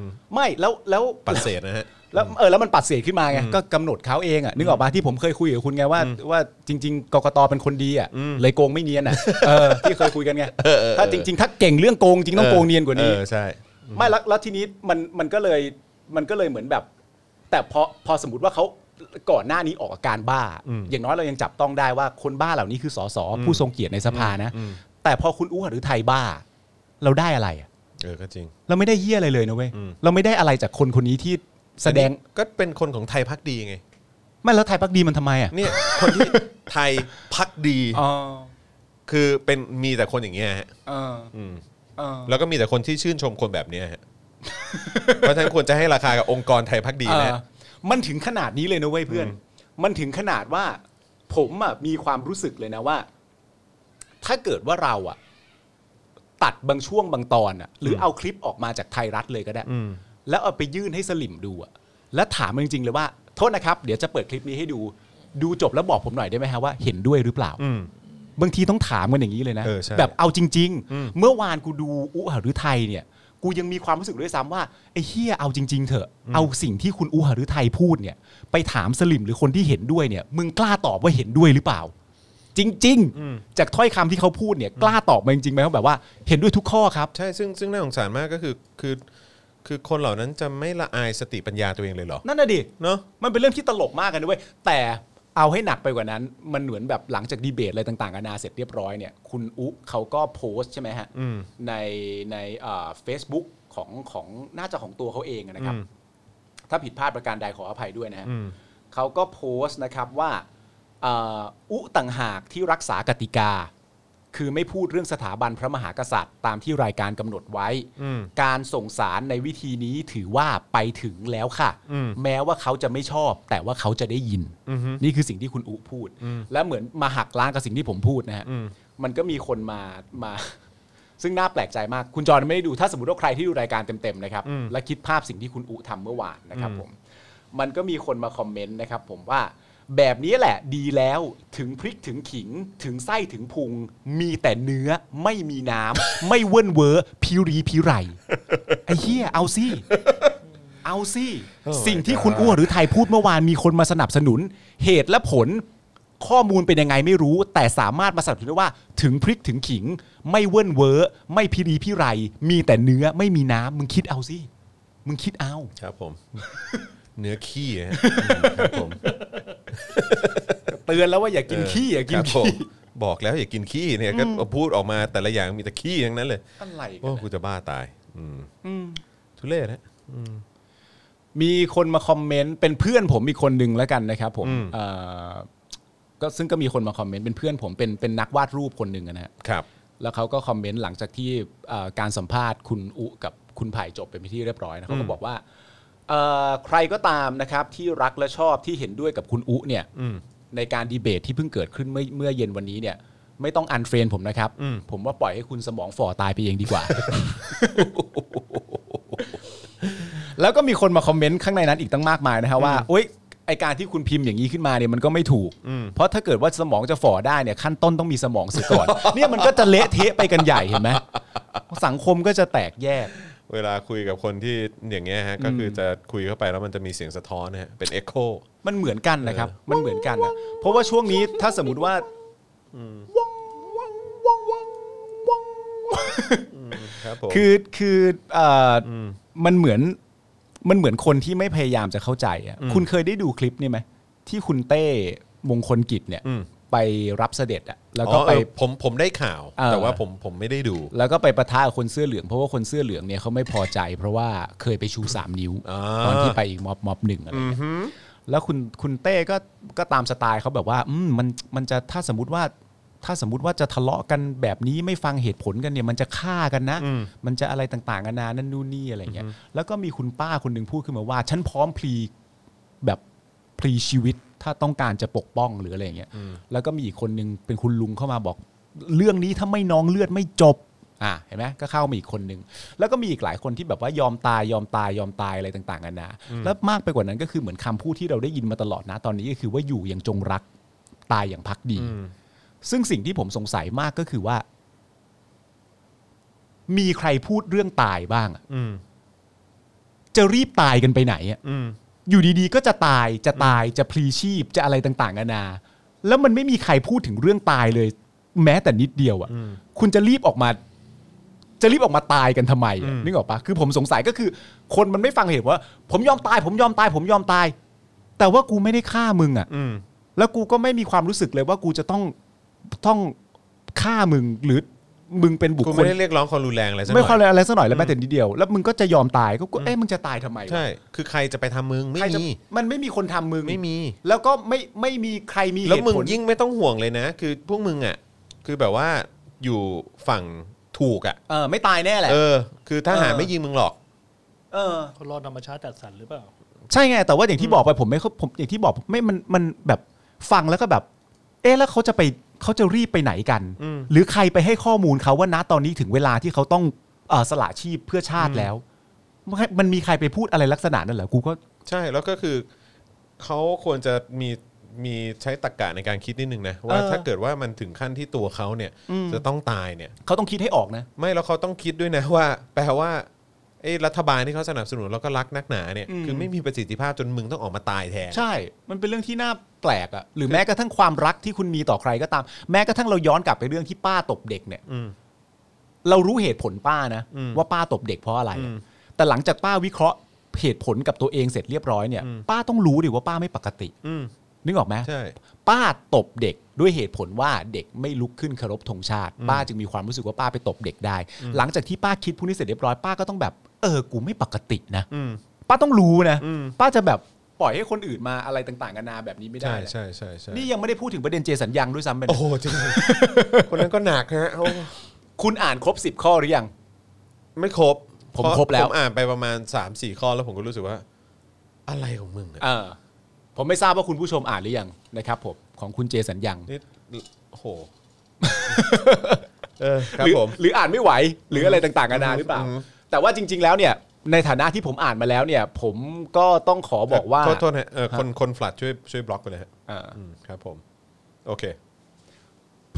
Speaker 2: ม
Speaker 3: ไม่แล้วแล้ว
Speaker 2: ปัดเศษนะฮะ
Speaker 3: แล้วเออแล้วมันปัดเศษขึ้นมาไงก็กำหนดเขาเองอ่ะนึกออกปะที่ผมเคยคุยกับคุณไงว่าว่าจริง ๆกกตเป็นคนดีอ่ะเลยโกงไม่เนียนอ่ะเออที่เคยคุยกันไง
Speaker 2: เออเออเออ
Speaker 3: ถ้าจริง ๆ ถ้าเก่งเรื่องโกงจริง ต้องโกงเนียนกว่านี้
Speaker 2: เออใช่
Speaker 3: ไม่แล้วแล้วทีนี้มันมันก็เลยมันก็เลยเหมือนแบบ แต่พอพอสมมติว่าเขาก่อนหน้านี้ออกอาการบ้า
Speaker 2: อืม
Speaker 3: อย่างน้อยเรายังจับต้องได้ว่าคนบ้าเหล่านี้คือสสผู้ทรงเกียรติในสภานะ
Speaker 2: อืม
Speaker 3: แต่พอคุณอู้หรือไทยบ้า เราได้อะไรอะ
Speaker 2: เออก็จริง
Speaker 3: เราไม่ได้เฮี้ยอะไรเลยนะเว้ย
Speaker 2: อืม
Speaker 3: เราไม่ได้อะไรจากคนคนนี้ที่แสดง
Speaker 2: ก็เป็นคนของไทยพักดีไง
Speaker 3: ไม่แล้วไทยพักดีมันทำไมอ่ะ
Speaker 2: เนี่ยคนที่ไทยพักดี
Speaker 3: อ๋อ
Speaker 2: คือเป็นมีแต่คนอย่างเงี้ยฮะ
Speaker 3: เออ
Speaker 2: อืม
Speaker 3: เออ
Speaker 2: แล้วก็มีแต่คนที่ชื่นชมคนแบบเนี้ยฮะ เพราะฉะนั้นควรจะให้ราคากับองค์กรไทยพักดีนะ
Speaker 3: เออมันถึงขนาดนี้เลยนะเว้ยเพื่อน
Speaker 2: อืม
Speaker 3: มันถึงขนาดว่า ผมอ่ะมีความรู้สึกเลยนะว่า ถ้าเกิดว่าเราอ่ะ ตัดบางช่วงบางตอนอ่ะ หรืออเอาคลิปออกมาจากไทยรัฐเลยก็ได้
Speaker 2: อืม
Speaker 3: แล้วเอาไปยื่นให้สลิมดูอ่ะ แล้วถามมันจริงๆเลยว่า โทษนะครับ เดี๋ยวจะเปิดคลิปนี้ให้ดู ดูจบแล้วบอกผมหน่อยได้ไหมฮะว่าเห็นด้วยหรือเปล่า
Speaker 2: อืม
Speaker 3: บางทีต้องถามกันอย่างนี้เลยนะ
Speaker 2: เออใช่
Speaker 3: แบบเอาจริง
Speaker 2: อืม
Speaker 3: ๆ เมื่อวานกูดูอุหฤทัยเนี่ย กูยังมีความรู้สึกด้วยซ้ำว่าไอ้เฮียเอาจริง ๆ เถอะ เอาสิ่งที่คุณอุหฤทัยพูดเนี่ย ไปถามสลิมหรือคนที่เห็นด้วยเนี่ย มึงกล้าตอบว่าเห็นด้วยหรือเปล่า จริง ๆ จากถ้อยคำที่เขาพูดเนี่ย กล้าตอบมาจริงๆไหมว่าแบบว่าเห็นด้วยทุกข้อครับ
Speaker 2: ใช่ซึ่งซึ่งน่าสงสารมากก็คือคือคือคนเหล่านั้นจะไม่ละอายสติปัญญาตัวเองเลยเหรอ
Speaker 3: นั่นน่ะดิ
Speaker 2: เนาะ
Speaker 3: มันเป็นเรื่องที่ตลกมากกันนะเว้ยแต่เอาให้หนักไปกว่านั้น มันเหมือนแบบหลังจากดีเบตอะไรต่างๆกันานาเสร็จเรียบร้อยเนี่ย คุณอุ๊เขาก็โพสต์ใช่ไหมฮะ
Speaker 2: อืม
Speaker 3: ในในเฟซบุ๊กของของน่าจะของตัวเขาเองนะครับ
Speaker 2: อืม
Speaker 3: ถ้าผิดพลาดประการใดขออภัยด้วยนะฮะ
Speaker 2: อืม
Speaker 3: เขาก็โพสต์นะครับว่าเอ่ออุต่างหากที่รักษากติกา คือไม่พูดเรื่องสถาบันพระมหากษัตริย์ ตามที่รายการกำหนดไว้
Speaker 2: อืม
Speaker 3: การส่งสารในวิธีนี้ถือว่าไปถึงแล้วค่ะ
Speaker 2: อืม
Speaker 3: แม้ว่าเขาจะไม่ชอบ แต่ว่าเขาจะได้ยิน
Speaker 2: อือฮึ
Speaker 3: นี่คือสิ่งที่คุณอุพูด และเหมือนมาหักล้างกับสิ่งที่ผมพูดนะฮะ
Speaker 2: อืม
Speaker 3: มันก็มีคนมามา ซึ่งน่าแปลกใจมาก คุณจอห์นไม่ได้ดู ถ้าสมมติว่าใครที่ดูรายการเต็มๆนะครับ และคิดภาพสิ่งที่คุณอุทำเมื่อวานนะครับผม มันก็มีคนมาคอมเมนต์นะครับผมว่า แบบนี้แหละดีแล้วถึงพริกถึงขิง ถึงไส้ถึงพุง มีแต่เนื้อไม่มีน้ำ ไม่เว่นเวอพิรีพิไร ไอ้เหี้ยเอาสิ เอาสิ สิ่งที่คุณอ้วหรือไทยพูดเมื่อวานมีคนมาสนับสนุน เหตุและผลข้อมูลเป็นยังไงไม่รู้ แต่สามารถมาสนับสนุนได้ว่าถึงพริกถึงขิง ไม่เว่นเวอไม่พิรีพิไร มีแต่เนื้อไม่มีน้ำมึงคิดเอาสิ มึงคิดเอา
Speaker 2: ครับผม เนื้อขี้ฮะครับผม
Speaker 3: เตือนแล้วว่าอย่ากินขี้อย่ากิ
Speaker 2: คน รับผม
Speaker 3: ขี้
Speaker 2: บอกแล้วอย่ากินขี้เนี่ยก็พูดออกมาแต่ละอย่างมีแต่ขี้ทั้งนั้นเลย
Speaker 3: อะไร
Speaker 2: โอ้กูจะบ้าตาย อืมทุเล่นะ
Speaker 3: มีคนมาคอมเมนต์เป็นเพื่อนผมอีกคนหนึ่งแล้วกันนะครับ ผม
Speaker 2: อืม
Speaker 3: เอ่อก็ซึ่งก็มีคนมาคอมเมนต์เป็นเพื่อนผมเป็นเป็นนักวาดรูปคนหนึ่งนะฮะ
Speaker 2: ครับ
Speaker 3: แล้วเขาก็คอมเมนต์หลังจากที่เอ่อการสัมภาษณ์คุณอุกับคุณไผ่จบเป็นที่เรียบร้อยนะเขาก็บอกว่าเอ่อใครก็ตามนะครับที่รักและชอบที่เห็นด้วยกับคุณอุเนี่ย
Speaker 2: อืม
Speaker 3: ในการดีเบตที่เพิ่งเกิดขึ้นเมื่อเมื่อเย็นวันนี้เนี่ย ไม่ต้องอันเฟรนผมนะครับ
Speaker 2: อืม
Speaker 3: ผมว่าปล่อยให้คุณสมองฝ่อตายไปเองดีกว่า แล้วก็มีคนมาคอมเมนต์ข้างในนั้นอีกตั้งมากมายนะฮะว่าโอ๊ยไอการที่คุณพิมพ์อย่างนี้ขึ้นมาเนี่ยมันก็ไม่ถูก เพราะถ้าเกิดว่าสมองจะฝ่อได้เนี่ยขั้นต้นต้องมีสมองเสียก่อน เนี่ยมันก็จะเละเทะไปกันใหญ่เห็นไหมสังคมก็จะแตกแยก
Speaker 2: เวลาคุยกับคนที่อย่างเงี้ยฮะ ก็คือจะคุยเข้าไปแล้วมันจะมีเสียงสะท้อนนะฮะ เป็นเอ็กโค
Speaker 3: มันเหมือนกันนะครับ มันเหมือนกันนะเพราะว่าช่วงนี้ถ้าสมมติว่าว่องว่องว่องว่องว่อง
Speaker 2: ครับผม
Speaker 3: คือคือเอ่ออมันเหมือนมันเหมือนคนที่ไม่พยายามจะเข้าใจอะคุณเคยได้ดูคลิปนี่ไหมที่คุณเต้มงคลกิจเนี่ย
Speaker 2: อืม
Speaker 3: ไปรับเสด็จอะแล้วก็ไป
Speaker 2: อ๋อเออผมผมได้ข่าว
Speaker 3: เออ
Speaker 2: แต่ว่าผมผมไม่ได้ดู
Speaker 3: แล้วก็ไปปะทะกับคนเสื้อเหลืองเพราะว่าคนเสื้อเหลืองเนี่ยเขาไม่พอใจ เพราะว่าเคยไปชูสามนิ้ว
Speaker 2: า
Speaker 3: ตอนที่ไปอีกม็อบม็อบหนึ่งอะไรเงี้ยแล้วคุณคุณเต้ก็ก็ตามสไตล์เขาแบบว่าอืมมันมันจะถ้าสมมติว่า ถ้าสมมติว่าจะทะเลาะกันแบบนี้ไม่ฟังเหตุผลกันเนี่ยมันจะฆ่ากันนะ มันจะอะไรต่างๆกันานานั่นนู่นนี่อะไรเงี้ยแล้วก็มีคุณป้าคนหนึ่งพูดขึ้นมาว่า ฉันพร้อมพลีแบบพลีชีวิตถ้าต้องการจะปกป้องหรืออะไรเงี้ยแล้วก็มีอีกคนหนึ่งเป็นคุณลุงเข้ามาบอก เรื่องนี้ถ้าไม่น้องเลือดไม่จบ อ่ะเห็นไหมก็เข้ามาอีกคนนึง แล้วก็มีอีกหลายคนที่แบบว่ายอมตายยอมตายยอมตายอะไรต่างๆกันานะแล้วมากไปกว่านั้นก็คือเหมือนคำพูดที่เราได้ยินมาตลอดนะ ตอนนี้ก็คือว่าอยู่อย่างจงรักตายอย่างพักดี ซึ่งสิ่งที่ผมสงสัยมากก็คือว่า มีใครพูดเรื่องตายบ้างอะ
Speaker 2: อืม
Speaker 3: จะรีบตายกันไปไหนอะ
Speaker 2: อืม
Speaker 3: อยู่ดีๆ ก็จะตายจะตายจะพลีชีพจะอะไรต่างๆนานา แล้วมันไม่มีใครพูดถึงเรื่องตายเลย แม้แต่นิดเดียวอะ่ะ คุณจะรีบออกมา จะรีบออกมาตายกันทำไมอะนึกออกปะคือผมสงสัยก็คือ คนมันไม่ฟังเหตุว่า ผมยอมตาย ผมยอมตาย ผมยอมตาย แต่ว่ากูไม่ได้ฆ่ามึงอ่ะ
Speaker 2: อืม
Speaker 3: แล้วกูก็ไม่มีความรู้สึกเลยว่ากูจะต้องต้องฆ่ามึงหรือมึงเป็นบุค
Speaker 2: กู
Speaker 3: ค
Speaker 2: ไม่
Speaker 3: ล
Speaker 2: ได้เรียกร้องความรุนแรงอะไรสักห
Speaker 3: ไม่
Speaker 2: น่
Speaker 3: ค่อย
Speaker 2: อย
Speaker 3: อะไรสักหน่อยแล้วแม้แต่นิดเดียว แล้วมึงก็จะยอมตายก็กูเอ๊ะมึงจะตายทำไมวะ
Speaker 2: ใช่ คือใครจะไปทำมึงไม่
Speaker 3: ใครจะ
Speaker 2: มี
Speaker 3: มันไม่มีคนทำมึง
Speaker 2: ไม่มี
Speaker 3: แล้วก็ไม่ไม่มีใครมีเห
Speaker 2: แล้ว
Speaker 3: ตุ
Speaker 2: มึง
Speaker 3: ผล
Speaker 2: ยิ่งไม่ต้องห่วงเลยนะ คือพวกมึงอ่ะ คือแบบว่าอยู่ฝั่งถูกอ่ะ
Speaker 3: เออไม่ตายแน่แหละ
Speaker 2: เออ คือทหาร
Speaker 3: เออ
Speaker 2: ไม่ยิงมึงหรอก
Speaker 3: เออ
Speaker 4: เขารอธรรมชาติจัดสรรหรือเปล่า
Speaker 3: ใช่ไง แต่ว่าอย่างที่บอกไปผมไม่เข้าผมอย่างที่บอกไม่มันมันแบบฟังแล้วก็แบบ เอ๊ะแล้วเขาจะไปเขาจะรีบไปไหนกัน
Speaker 2: อืม
Speaker 3: หรือใครไปให้ข้อมูลเขาว่าณตอนนี้ถึงเวลาที่เขาต้องเออสละชีพเพื่อชาติแล้วมันมันมีใครไปพูดอะไรลักษณะนั้นเหรอกูก็
Speaker 2: ใช่แล้วก็คือเขาควรจะมี มีใช้ตรรกะในการคิดนิดนึงนะว่า
Speaker 3: เออ
Speaker 2: ถ้าเกิดว่ามันถึงขั้นที่ตัวเขาเนี่ยจะต้องตายเนี่ย
Speaker 3: เขาต้องคิดให้ออกนะ
Speaker 2: ไม่แล้วเขาต้องคิดด้วยนะว่า แปลว่าไอ้รัฐบาลที่เขาสนับสนุนแล้วก็รักนักหนาเนี่ย
Speaker 3: อืม
Speaker 2: คือไม่มีประสิทธิภาพจนมึงต้องออกมาตายแทน
Speaker 3: ใช่ มันเป็นเรื่องที่น่าแปลกอะหรือแม้กระทั่งความรักที่คุณมีต่อใครก็ตาม แม้กระทั่งเราย้อนกลับไปเรื่องที่ป้าตบเด็กเนี่ย
Speaker 2: อืม
Speaker 3: เรารู้เหตุผลป้านะ
Speaker 2: อืม
Speaker 3: ว่าป้าตบเด็กเพราะอะไรอะ
Speaker 2: อืม
Speaker 3: แต่หลังจากป้าวิเคราะห์เหตุผลกับตัวเองเสร็จเรียบร้อยเนี่ย
Speaker 2: อืม
Speaker 3: ป้าต้องรู้ดิว่าป้าไม่ปกติ
Speaker 2: อืม
Speaker 3: นึกออกไหม
Speaker 2: ใช่
Speaker 3: ป้าตบเด็กด้วยเหตุผลว่าเด็กไม่ลุกขึ้นเคารพธงชาติ
Speaker 2: อืม
Speaker 3: ป้าจึงมีความรู้สึกว่าป้าไปตบเด็กได้ หลังจากที่ป้าคิดพวกนี้เสร็จเรียบร้อยป้าก็ต้องแบบเออกูไม่ปกตินะ
Speaker 2: อืม
Speaker 3: ป้าต้องรู้นะ
Speaker 2: อืม
Speaker 3: ป้าจะแบบปล่อยให้คนอื่นมาอะไรต่างๆกันานาแบบนี้ไม่ได้
Speaker 2: ใช่
Speaker 3: แหละ
Speaker 2: ใช่ใช่ใช่
Speaker 3: นี่ยังไม่ได้พูดถึงประเด็นเจสัญยังด้วยซ้ำเป็น
Speaker 2: โอ้โห จริง คนนั้นก็หนักฮะโอ้
Speaker 3: คุณอ่านครบ 10 ข้อหรือยัง
Speaker 2: ไม่ครบ
Speaker 3: ผม
Speaker 2: เพาะ
Speaker 3: ครบแล้ว
Speaker 2: ผมอ่านไปประมาณ 3 4 ข้อแล้วผมก็รู้สึกว่า อะไรของมึงอะ
Speaker 3: เออผมไม่ทราบว่าคุณผู้ชมอ่านหรือยังนะครับผมของคุณเจสัญญัง
Speaker 2: นี่โอ้โห เออครับ
Speaker 3: หรือ
Speaker 2: ผม
Speaker 3: หรืออ่านไม่ไหว หรืออะไรต่างๆกันานาหรือเปล่า
Speaker 2: อืม
Speaker 3: แต่ว่าจริง ๆ แล้วเนี่ยในฐานะที่ผมอ่านมาแล้วเนี่ย ผมก็ต้องขอบอกว่า
Speaker 2: โทษโทษนะเออคนคนฝลัดช่วยช่วยบล็อกไปเลยฮะ
Speaker 3: เอ่อ
Speaker 2: อืมครับผม โอเค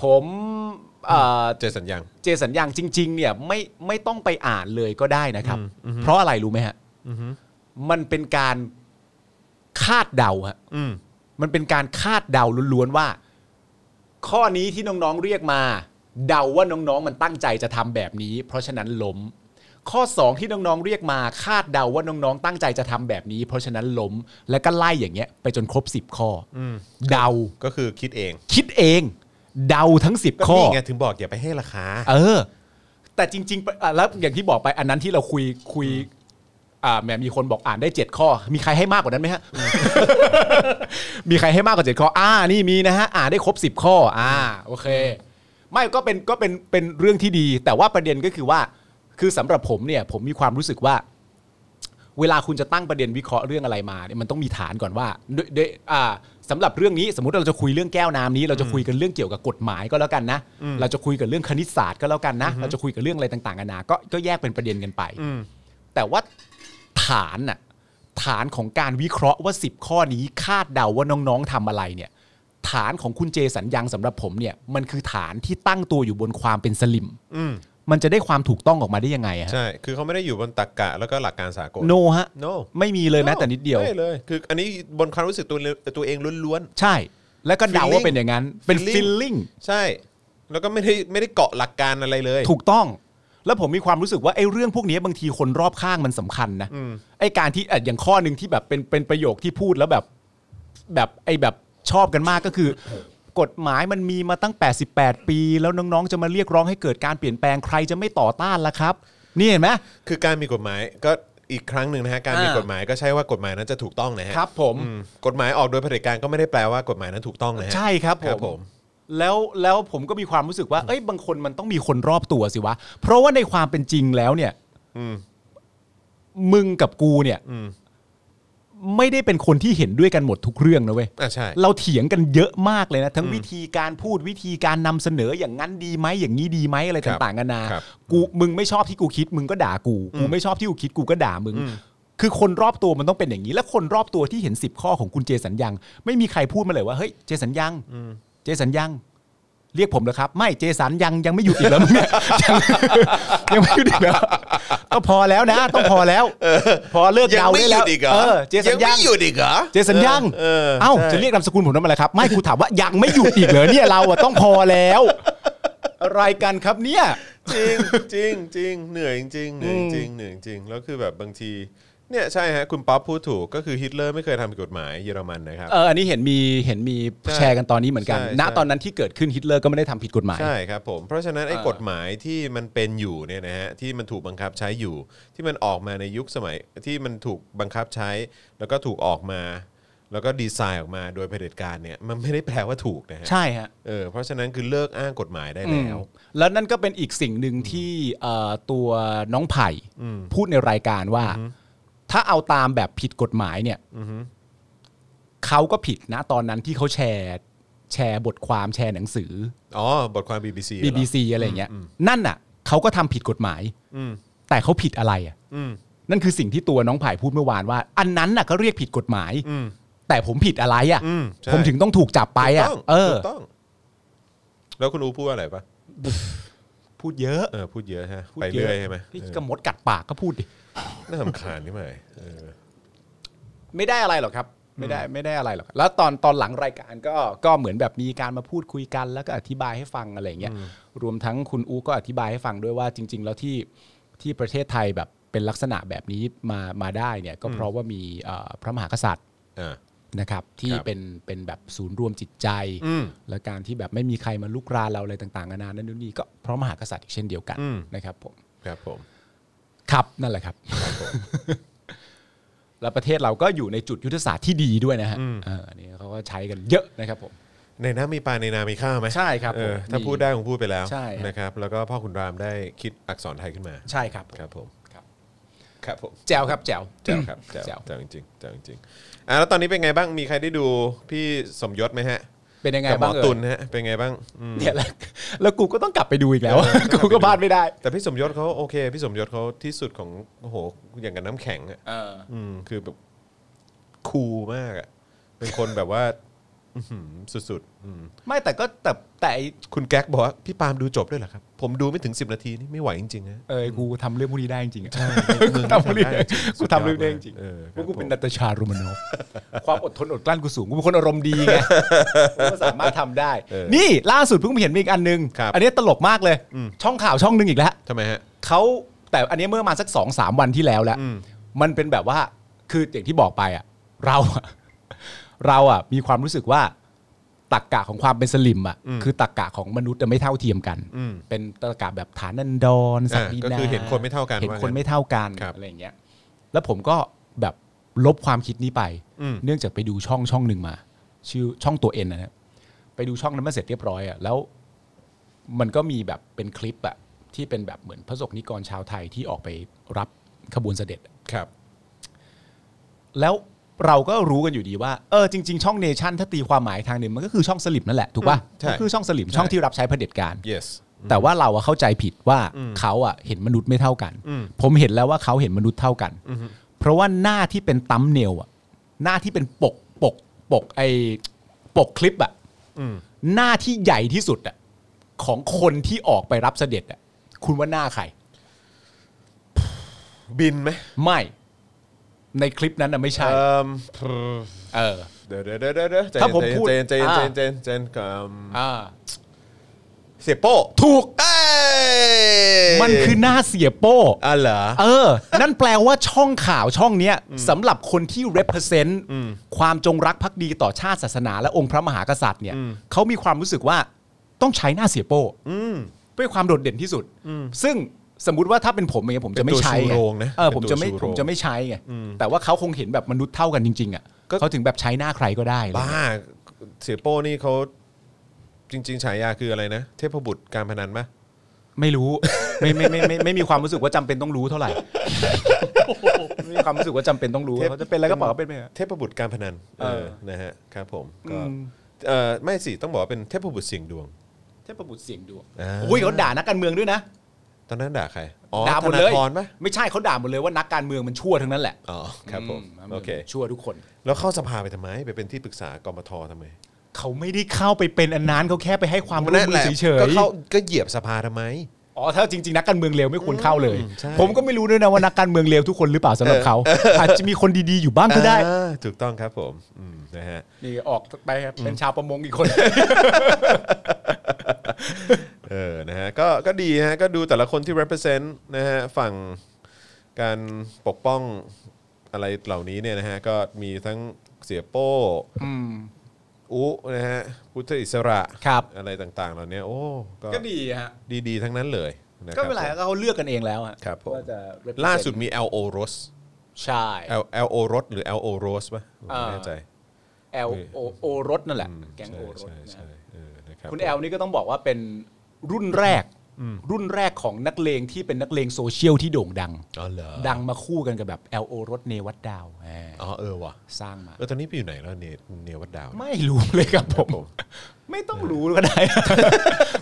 Speaker 3: ผมเอ่อ
Speaker 2: เจสัญญัง
Speaker 3: เจสัญญังจริง ๆ เนี่ยไม่ไม่ต้องไปอ่านเลยก็ได้นะครับ
Speaker 2: อืมอือฮึ
Speaker 3: เพราะอะไรรู้ไหมฮะ
Speaker 2: อือฮึ
Speaker 3: มันเป็นการคาดเดาฮะ
Speaker 2: อืม
Speaker 3: มันเป็นการคาดเดาล้วนๆว่า ข้อนี้ที่น้องๆเรียกมา เดาว่าน้องๆมันตั้งใจจะทำแบบนี้ เพราะฉะนั้นล้ม ข้อ 2 ที่น้องๆเรียกมา คาดเดาว่าน้องๆตั้งใจจะทำแบบนี้ เพราะฉะนั้นล้ม แล้วก็ไล่อย่างเงี้ย ไปจนครบ 10 ข้ออ
Speaker 2: ม
Speaker 3: เดา
Speaker 2: ก็คือคิดเอง
Speaker 3: คิดเอง เดาทั้ง
Speaker 2: ก็
Speaker 3: 10 ข้อ
Speaker 2: นี่ไงถึงบอกอย่าไปให้ราคา
Speaker 3: เออ แต่จริงๆอ่ะแล้วอย่างที่บอกไปอันนั้นที่เราคุยคุย อ่าแหมมีคนบอกอ่านได้ 7 ข้อ มีใครให้มากกว่านั้นไหมฮะ มีใครให้มากกว่า 7 ข้อ อ่า นี่มีนะฮะ อ่านได้ครบ 10 ข้อ อ่า โอเค ไม่ก็เป็นก็เป็นเป็นเรื่องที่ดี แต่ว่าประเด็นก็คือว่า คือสำหรับผมเนี่ย ผมมีความรู้สึกว่า เวลาคุณจะตั้งประเด็นวิเคราะห์เรื่องอะไรมาเนี่ยมันต้องมีฐานก่อนว่าด้วยด้วยอ่าสำหรับเรื่องนี้สมมติเราจะคุยเรื่องแก้วน้ำนี้ เราจะคุยกันเรื่องเกี่ยวกับกฎหมายก็แล้วกันนะ เราจะคุยกันเรื่องคณิตศาสตร์ก็แล้วกันนะ เราจะคุยกันเรื่องอะไรต่างๆนานาก็ก็แยกเป็นประเด็นกันไป
Speaker 2: อืม
Speaker 3: แต่ว่าฐานน่ะฐานของการวิเคราะห์ว่า 10 ข้อนี้คาดเดาว่าน้องๆทำอะไรเนี่ย ฐานของคุณเจสัญญังสำหรับผมเนี่ยมันคือฐานที่ตั้งตัวอยู่บนความเป็นสลิม
Speaker 2: อืม
Speaker 3: มันจะได้ความถูกต้องออกมาได้ยังไงอะฮะ
Speaker 2: ใช่ คือเขาไม่ได้อยู่บนตรรกะแล้วก็หลักการสากล
Speaker 3: โนฮะ
Speaker 2: no
Speaker 3: ไม่มีเลยแม้แต่นิดเดียว
Speaker 2: ไม่เลย คืออันนี้บนความรู้สึกตัวเลตัวเองล้วน
Speaker 3: ใช่ แล้วก็เดา
Speaker 2: Feeling
Speaker 3: ว่าเป็นอย่างนั้น เป็น
Speaker 2: Feeling
Speaker 3: ฟีลลิ่ง
Speaker 2: ๆ ใช่ แล้วก็ไม่ได้ไม่ได้เกาะหลักการอะไรเลย
Speaker 3: ถูกต้อง แล้วผมมีความรู้สึกว่าไอ้เรื่องพวกนี้บางทีคนรอบข้างมันสำคัญนะ
Speaker 2: อืม
Speaker 3: ไอ้การที่อ่ะอย่างข้อหนึ่งที่แบบเป็นเป็นประโยคที่พูดแล้วแบบ แบบไอ้แบบชอบกันมากก็คือ กฎหมายมันมีมาตั้ง 88 ปี แล้วน้องๆ จะมาเรียกร้องให้เกิดการเปลี่ยนแปลงใครจะไม่ต่อต้านล่ะครับ นี่เห็นไหม
Speaker 2: คือการมีกฎหมายก็อีกครั้งหนึ่งนะฮะ การมี
Speaker 3: อ่า
Speaker 2: กฎหมายก็ใช่ว่ากฎหมายนั้นจะถูกต้องนะฮะ
Speaker 3: ครับผม
Speaker 2: อืมกฎหมายออกโดยเผด็จการก็ไม่ได้แปลว่ากฎหมายนั้นถูกต้องนะฮะ
Speaker 3: ใช่ครับ
Speaker 2: ครับผม
Speaker 3: แล้วแล้วผมก็มีความรู้สึกว่า เอ้ยบางคนมันต้องมีคนรอบตัวสิวะ เพราะว่าในความเป็นจริงแล้วเนี่ย
Speaker 2: อืม
Speaker 3: มึงกับกูเนี่ย
Speaker 2: อืม
Speaker 3: ไม่ได้เป็นคนที่เห็นด้วยกันหมดทุกเรื่องนะเว้ย
Speaker 2: อ่ะใช่
Speaker 3: เราเถียงกันเยอะมากเลยนะทั้งวิธีการพูดวิธีการนำเสนออย่างนั้นดีไหมอย่างนี้ดีไหมอะไร
Speaker 2: ครับ
Speaker 3: ต่างๆกันานา
Speaker 2: ครับ
Speaker 3: กูมึงไม่ชอบที่กูคิด มึงก็ด่ากูกูไม่ชอบที่กูคิดกูก็ด่ามึง คือคนรอบตัวมันต้องเป็นอย่างนี้ และคนรอบตัวที่เห็น 10 ข้อของคุณเจสัญญัง ไม่มีใครพูดมาเลยว่าเฮ้ยเจสัญญังเจสัญญัง เรียกผมเหรอครับ ไม่เจสันยังยังไม่หยุดอีกแล้วมึงเนี่ย ยังยังไม่หยุดอีกแล้วก็พอแล้วนะ ต้องพอแล้วพอเลิก
Speaker 2: ยัง
Speaker 3: เดา
Speaker 2: ไม่
Speaker 3: ได้
Speaker 2: หยุ
Speaker 3: แล้ว
Speaker 2: ดอีกเหรอ
Speaker 3: เออเจสั
Speaker 2: ยั
Speaker 3: น
Speaker 2: ไม่
Speaker 3: ยัง
Speaker 2: หยุดอีกเหรอ
Speaker 3: เจสันยัง
Speaker 2: เออ
Speaker 3: เอ้า
Speaker 2: ใช่
Speaker 3: จะเรียกนามสกุลผมทำไมล่ะครับ ไม่กูถามว่ายังไม่หยุดอีกเหรอเนี่ยเราอะต้องพอแล้ว อะไรกันครับเนี่ย
Speaker 2: จริงจริงจริงเหนื่อยจริงเหนื่อยจริงเหนื่อยจริงแล้วคือแบบบางทีเนี่ยใช่ฮะคุณป๊อปพูดถูกก็คือฮิตเลอร์ไม่เคยทำผิดกฎหมายเยอรมันนะครับ
Speaker 3: เอออันนี้เห็นมีเห็นมี
Speaker 2: ใช่
Speaker 3: แชร์กันตอนนี้เหมือนกัน
Speaker 2: ใช่
Speaker 3: ณ
Speaker 2: ใช่
Speaker 3: ตอนนั้นที่เกิดขึ้นฮิตเลอร์ก็ไม่ได้ทำผิดกฎหมาย
Speaker 2: ใช่ครับผม เพราะฉะนั้นไอ้
Speaker 3: เออก
Speaker 2: ฎหมายที่มันเป็นอยู่เนี่ยนะฮะที่มันถูกบังคับใช้อยู่ ที่มันออกมาในยุคสมัยที่มันถูกบังคับใช้ แล้วก็ถูกออกมา แล้วก็ดีไซน์ออกมาโดยเผด็จการเนี่ยมันไม่ได้แปลว่าถูกนะฮะ
Speaker 3: ใช่ฮะ
Speaker 2: เออเพราะฉะนั้นคือเลิกอ้างกฎหมายได้
Speaker 3: อืม
Speaker 2: แล้ว
Speaker 3: แล้วนั่นก็เป็นอีกสิ่งหนึ่งที่เอ่อตัวน้องไผ่พูดในรายการว่า ถ้าเอาตามแบบผิดกฎหมายเนี่ยเขาก็ผิดนะตอนนั้นที่เขาแชร์ แชร์บทความแชร์หนังสือ
Speaker 2: อ๋อบทความ BBC เหรอ
Speaker 3: BBC อะไรอย่างเงี้ยนั่นน่ะเขาก็ทำผิดกฎหมาย
Speaker 2: อืม
Speaker 3: แต่เขาผิดอะไรอ่ะ
Speaker 2: อืม
Speaker 3: นั่นคือสิ่งที่ตัวน้องไผ่พูดเมื่อวานว่า อันนั้นน่ะก็เรียกผิดกฎหมาย
Speaker 2: อืม
Speaker 3: แต่ผมผิดอะไรอ่ะ
Speaker 2: อืมใช่
Speaker 3: ผมถึงต้องถูกจับไปอ่ะ
Speaker 2: ถูก
Speaker 3: เออ
Speaker 2: ถูกต้อง แล้วคุณอูพูดอะไรปะ
Speaker 3: พูดเยอะ
Speaker 2: เออพูดเยอะฮะ
Speaker 3: พูด
Speaker 2: ไป
Speaker 3: เยอะ
Speaker 2: เรื่อยใช่ไหม
Speaker 3: พี่
Speaker 2: เออก
Speaker 3: มดกัดปากก็พูดดิ
Speaker 2: น่าสำคาญที่ไหมเออ
Speaker 3: ไม่ได้อะไรหรอกครับ ไม่ได้ไม่ได้อะไรหรอกแล้วตอนตอนหลังรายการก็ก็เหมือนแบบมีการมาพูดคุยกัน แล้วก็อธิบายให้ฟังอะไรอย่างเงี้ยรวมทั้งคุณอูก็อธิบายให้ฟังด้วยว่าจริง ๆ แล้วที่ที่ประเทศไทยแบบเป็นลักษณะแบบนี้มามาได้เนี่ยก็เพราะว่ามีเอ่อพระมหากษัตริย์
Speaker 2: อ่า
Speaker 3: นะครับที่
Speaker 2: ครับ
Speaker 3: เป็นเป็นแบบศูนย์รวมจิตใจ
Speaker 2: อืม
Speaker 3: และการที่แบบไม่มีใครมาลุกรานเราอะไรต่างๆนานานั่นนู่นนี่ก็เพราะมหากษัตริย์อีกเช่นเดียวกัน
Speaker 2: อืม
Speaker 3: นะครับผม
Speaker 2: ครับผม
Speaker 3: ครับนั่นแหละครับ แล้วประเทศเราก็อยู่ในจุดยุทธศาสตร์ที่ดีด้วยนะฮะเอออันนี่เขาก็ใช้กันเยอะนะครับผม
Speaker 2: ในน้ำมีปลาในนามีข้าวไหม
Speaker 3: ใช่ครับ
Speaker 2: เออ
Speaker 3: ผม
Speaker 2: ถ้าพูดได้คงพูดไปแล้ว
Speaker 3: ใช่ครับ
Speaker 2: นะครับ แล้วก็พ่อขุนรามได้คิดอักษรไทยขึ้นมา
Speaker 3: ใช่ครับผม
Speaker 2: ครับผม
Speaker 3: ครับ
Speaker 2: ครับผม
Speaker 3: แจวครับแจว
Speaker 2: แจ๋วครับแจ๋ว
Speaker 3: แจ๋ว
Speaker 2: แจ๋วจริงๆแจ๋วจริงๆอ่ะแล้วตอนนี้เป็นไงบ้างมีใครได้ดูพี่สมยศไหมฮะ
Speaker 3: เป็นยังไง
Speaker 2: กับหม
Speaker 3: บ้า
Speaker 2: อง
Speaker 3: เอ่
Speaker 2: ตุน
Speaker 3: ย
Speaker 2: ฮะเป็นไงบ้างอืม
Speaker 3: เนี่ยแล้วแล้วกูก็ต้องกลับไปดูอีกแล้ว
Speaker 2: เออ
Speaker 3: กูก็พลาดไม่ได้
Speaker 2: แต่พี่สมยศเขาโอเค พี่สมยศเขาที่สุดของโอ้โหอย่างกับน้ำแข็งอ่ะอืมคือแบบคูลมากอ่ะเป็นคนแบบว่าอื้อหือสุดๆอืม
Speaker 3: ไม่แต่ก็แต่แต่ไอ้
Speaker 2: คุณแก๊กบอกว่าพี่ปาล์มดูจบด้วยเหรอครับ ผมดูไม่ถึง 10 นาทีนี่ไม่ไหวจริงๆนะ
Speaker 3: เออกูทำเรื่องพวกนี้ได้จริงๆอะ
Speaker 2: มึ
Speaker 3: กู
Speaker 2: ง
Speaker 3: ทำเรื่อง
Speaker 2: ได้จริง
Speaker 3: กูทำเรื่องได้จริง
Speaker 2: เออครับ
Speaker 3: ว่ากูเป็
Speaker 2: ผ
Speaker 3: น
Speaker 2: ม
Speaker 3: นัตชารูมานอฟความอดทนอดกลั้นกูสูงกูเป็นคนอารมณ์ดีไงกูก็สามารถทำได้
Speaker 2: เออ
Speaker 3: นี่ล่าสุดเพิ่งเห็นมีอีกอันนึง
Speaker 2: ครับ
Speaker 3: อันนี้ตลกมากเลย ช่องข่าวช่องหนึงอีกแล้ว
Speaker 2: ทำไมฮะ
Speaker 3: เขาแต่อันนี้เมื่อมาสักสองสามวันที่แล้วแล้ว
Speaker 2: อืม
Speaker 3: มันเป็นแบบว่าคืออย่างที่บอกไปอ่ะ เราอะ เราอ่ะมีความรู้สึกว่าตักกะของความเป็นสลิมอ่ะคือตักกะของมนุษย์จะไม่เท่าเทียมกัน
Speaker 2: อืม
Speaker 3: เป็นตรรกะแบบฐานันดรสักดิ
Speaker 2: อ่าก็
Speaker 3: นา
Speaker 2: คือเห็นคนไม่เท่ากัน
Speaker 3: เห็น
Speaker 2: ว่างั้น
Speaker 3: คนไม่เท่ากัน
Speaker 2: ครับ
Speaker 3: อะไรอย่างเงี้ย แล้วผมก็แบบลบความคิดนี้ไป
Speaker 2: อืม
Speaker 3: เนื่องจากไปดูช่องช่องหนึ่งมา ชื่อช่องตัวเอ็นนะฮะไปดูช่องนั้นมาเสร็จเรียบร้อยอ่ะแล้ว มันก็มีแบบเป็นคลิปอ่ะที่เป็นแบบเหมือนพระสงฆ์นิกรชาวไทยที่ออกไปรับขบวนเสด็จ
Speaker 2: ครับ
Speaker 3: แล้วเราก็รู้กันอยู่ดีว่าเออจริง ๆ ช่องเนชั่นถ้าตีความหมายทางหนึ่งมันก็คือช่องสลิมนั่นแหละถูกป่ะ
Speaker 2: อืมใช่
Speaker 3: ก็คือช่องสลิม
Speaker 2: ใช่
Speaker 3: ช่องที่รับใช้เผด็จการ
Speaker 2: yes
Speaker 3: แต่ว่าเราอะเข้าใจผิดว่าเขาอะเห็นมนุษย์ไม่เท่ากัน
Speaker 2: อืม
Speaker 3: ผมเห็นแล้วว่าเขาเห็นมนุษย์เท่ากัน เพราะว่าหน้าที่เป็นตั้มเนลอะหน้าที่เป็นปกปกปกไอปกคลิปอะ
Speaker 2: อืม
Speaker 3: หน้าที่ใหญ่ที่สุดอะของคนที่ออกไปรับเสด็จอะคุณว่าหน้าใคร
Speaker 2: บินไหม
Speaker 3: ไม่ ในคลิปนั้นอะไม่ใช่
Speaker 2: เอิ่ม
Speaker 3: เออ
Speaker 2: เดี๋ยวเดี๋ยวเดี๋ยวเดี๋ยวใจ
Speaker 3: ถ้าผม
Speaker 2: เย็น
Speaker 3: พูด
Speaker 2: ใจเย็นใจเย็น
Speaker 3: อ่า
Speaker 2: ใจเย็นใจเย็นใจเย็นเอิ่ม
Speaker 3: อ่า
Speaker 2: เสียโป้
Speaker 3: ถูก
Speaker 2: เอ้ย
Speaker 3: มันคือหน้าเสียโป้
Speaker 2: อ่ะเหรอ
Speaker 3: เออ นั่นแปลว่าช่องข่าวช่องเนี้ยสำหรับคนที่ represent ความจงรักภักดีต่อชาติศาสนาและองค์พระมหากษัตริย์เนี่ยเขามีความรู้สึกว่าต้องใช้หน้าเสียโป้ด้วยความโดดเด่นที่สุด ซึ่งสมมติว่าถ้าเป็นผมเองยผมจะไม่ใช้
Speaker 2: เป็นตัวชู
Speaker 3: ไง
Speaker 2: โรงนะ
Speaker 3: เออผมจะไม่
Speaker 2: เป็นตัวชู
Speaker 3: ผ
Speaker 2: โรง
Speaker 3: มจะไม่ใช้ไงแต่ว่าเขาคงเห็นแบบมนุษย์เท่ากันจริงๆอ่ะ
Speaker 2: ก็
Speaker 3: เขาถึงแบบใช้หน้าใครก็ได้เลย
Speaker 2: บ้าเสียโป้นี่เขาจริง ๆ ฉายาคืออะไรนะ เทพบุตรการพนันปะ
Speaker 3: ไม่รู้ ไม่ไม่ไม่ไม่ไม่ไม่มีความรู้สึกว่าจำเป็นต้องรู้เท่าไหร่ ไม่มีความรู้สึกว่าจำเป็นต้องรู้เขาจะเป็นอะไรก็ปล่อยเขาเป็นไปเถอะ
Speaker 2: เทพบุตรการพนัน
Speaker 3: เออ
Speaker 2: นะฮะครับผมก็เออไม่สิต้องบอกว่าเป็นเทพบุตรเสียงดวง
Speaker 3: เทพบุตรเสียงดวง
Speaker 2: อ่า
Speaker 3: อุ้ยเขาด่านักการเมืองด้วยนะ
Speaker 2: ตอนนั้นด่าใครอ๋อ
Speaker 3: ด่าหม
Speaker 2: ธ
Speaker 3: ดเล
Speaker 2: นาย ธรปะ
Speaker 3: ไม่ใช่เขาด่าหมดเลยว่านักการเมืองมันชั่วทั้งนั้นแหละ
Speaker 2: อ๋อครับผม
Speaker 3: นักกาเอง
Speaker 2: โอเค
Speaker 3: ชั่วทุกคน
Speaker 2: แล้วเข้าสภาไปทำไม ไปเป็นที่ปรึกษากมททำไม
Speaker 3: เขาไม่ได้เข้าไปเป็นอันนั้นเขาแค่ไปให้ความร่วม
Speaker 2: นั่น
Speaker 3: มื
Speaker 2: แห
Speaker 3: อ
Speaker 2: ละ
Speaker 3: เฉย
Speaker 2: ก็เข้าก็เหยียบสภาทำไม
Speaker 3: ๆอ๋อถ้าจริง ๆ นักการเมืองเลวไม่ควรเข้าเลย
Speaker 2: อืมใช่
Speaker 3: ผมก็ไม่รู้ด้วยนะว่านักการเมืองเลวทุกคนหรือเปล่าสำหรับเขาอาจจะมีคนดีๆอยู่บ้างก็ได้
Speaker 2: อ่าถูกต้องครับผมอืมนะฮะ
Speaker 3: นี่ออกไปเป็นชาวประมงอีกคน
Speaker 2: เออนะฮะก็ก็ดีฮะก็ดูแต่ละคนที่ represent นะฮะฝั่งการปกป้องอะไรเหล่านี้เนี่ยนะฮะก็มีทั้งเสียโป้
Speaker 3: อืม
Speaker 2: อุนะฮะพุทธอิสระ
Speaker 3: ครับ
Speaker 2: อะไรต่างๆ เหล่านี้โอ้ก็
Speaker 3: ก็ดีฮะ
Speaker 2: ดีๆทั้งนั้นเลยนะค
Speaker 3: ก็
Speaker 2: รับ
Speaker 3: เวลา
Speaker 2: ผม
Speaker 3: เขาเลือกกันเองแล้วอะ
Speaker 2: ครับผม
Speaker 3: ว่าจะ represent
Speaker 2: ล่าสุดมี LO Rose
Speaker 3: ใช่
Speaker 2: L LO Rose หรือ LO Rose ป่ะผมไม่แน่ใจ
Speaker 3: L O O รถนั่นแหละ แก๊งโอรถ
Speaker 2: ใช่
Speaker 3: นะ
Speaker 2: ใช่ใช่เออนะครับ
Speaker 3: คุณแอลนี่ก็ต้องบอกว่าเป็นรุ่นแรก รุ่นแรกของนักเลงที่เป็นนักเลงโซเชียลที่โด่งดัง
Speaker 2: อ๋อเหรอ
Speaker 3: ดังมาคู่กันกับแบบ LO รถเนวัดดาวแหม
Speaker 2: อ๋อเออว่ะ
Speaker 3: สร้างมา
Speaker 2: เออตอนนี้ไปอยู่ไหนแล้วเนเนวัดดาวเนี่ย
Speaker 3: ไม่รู้เลยครับผม ไม่ต้องรู้ก็ได้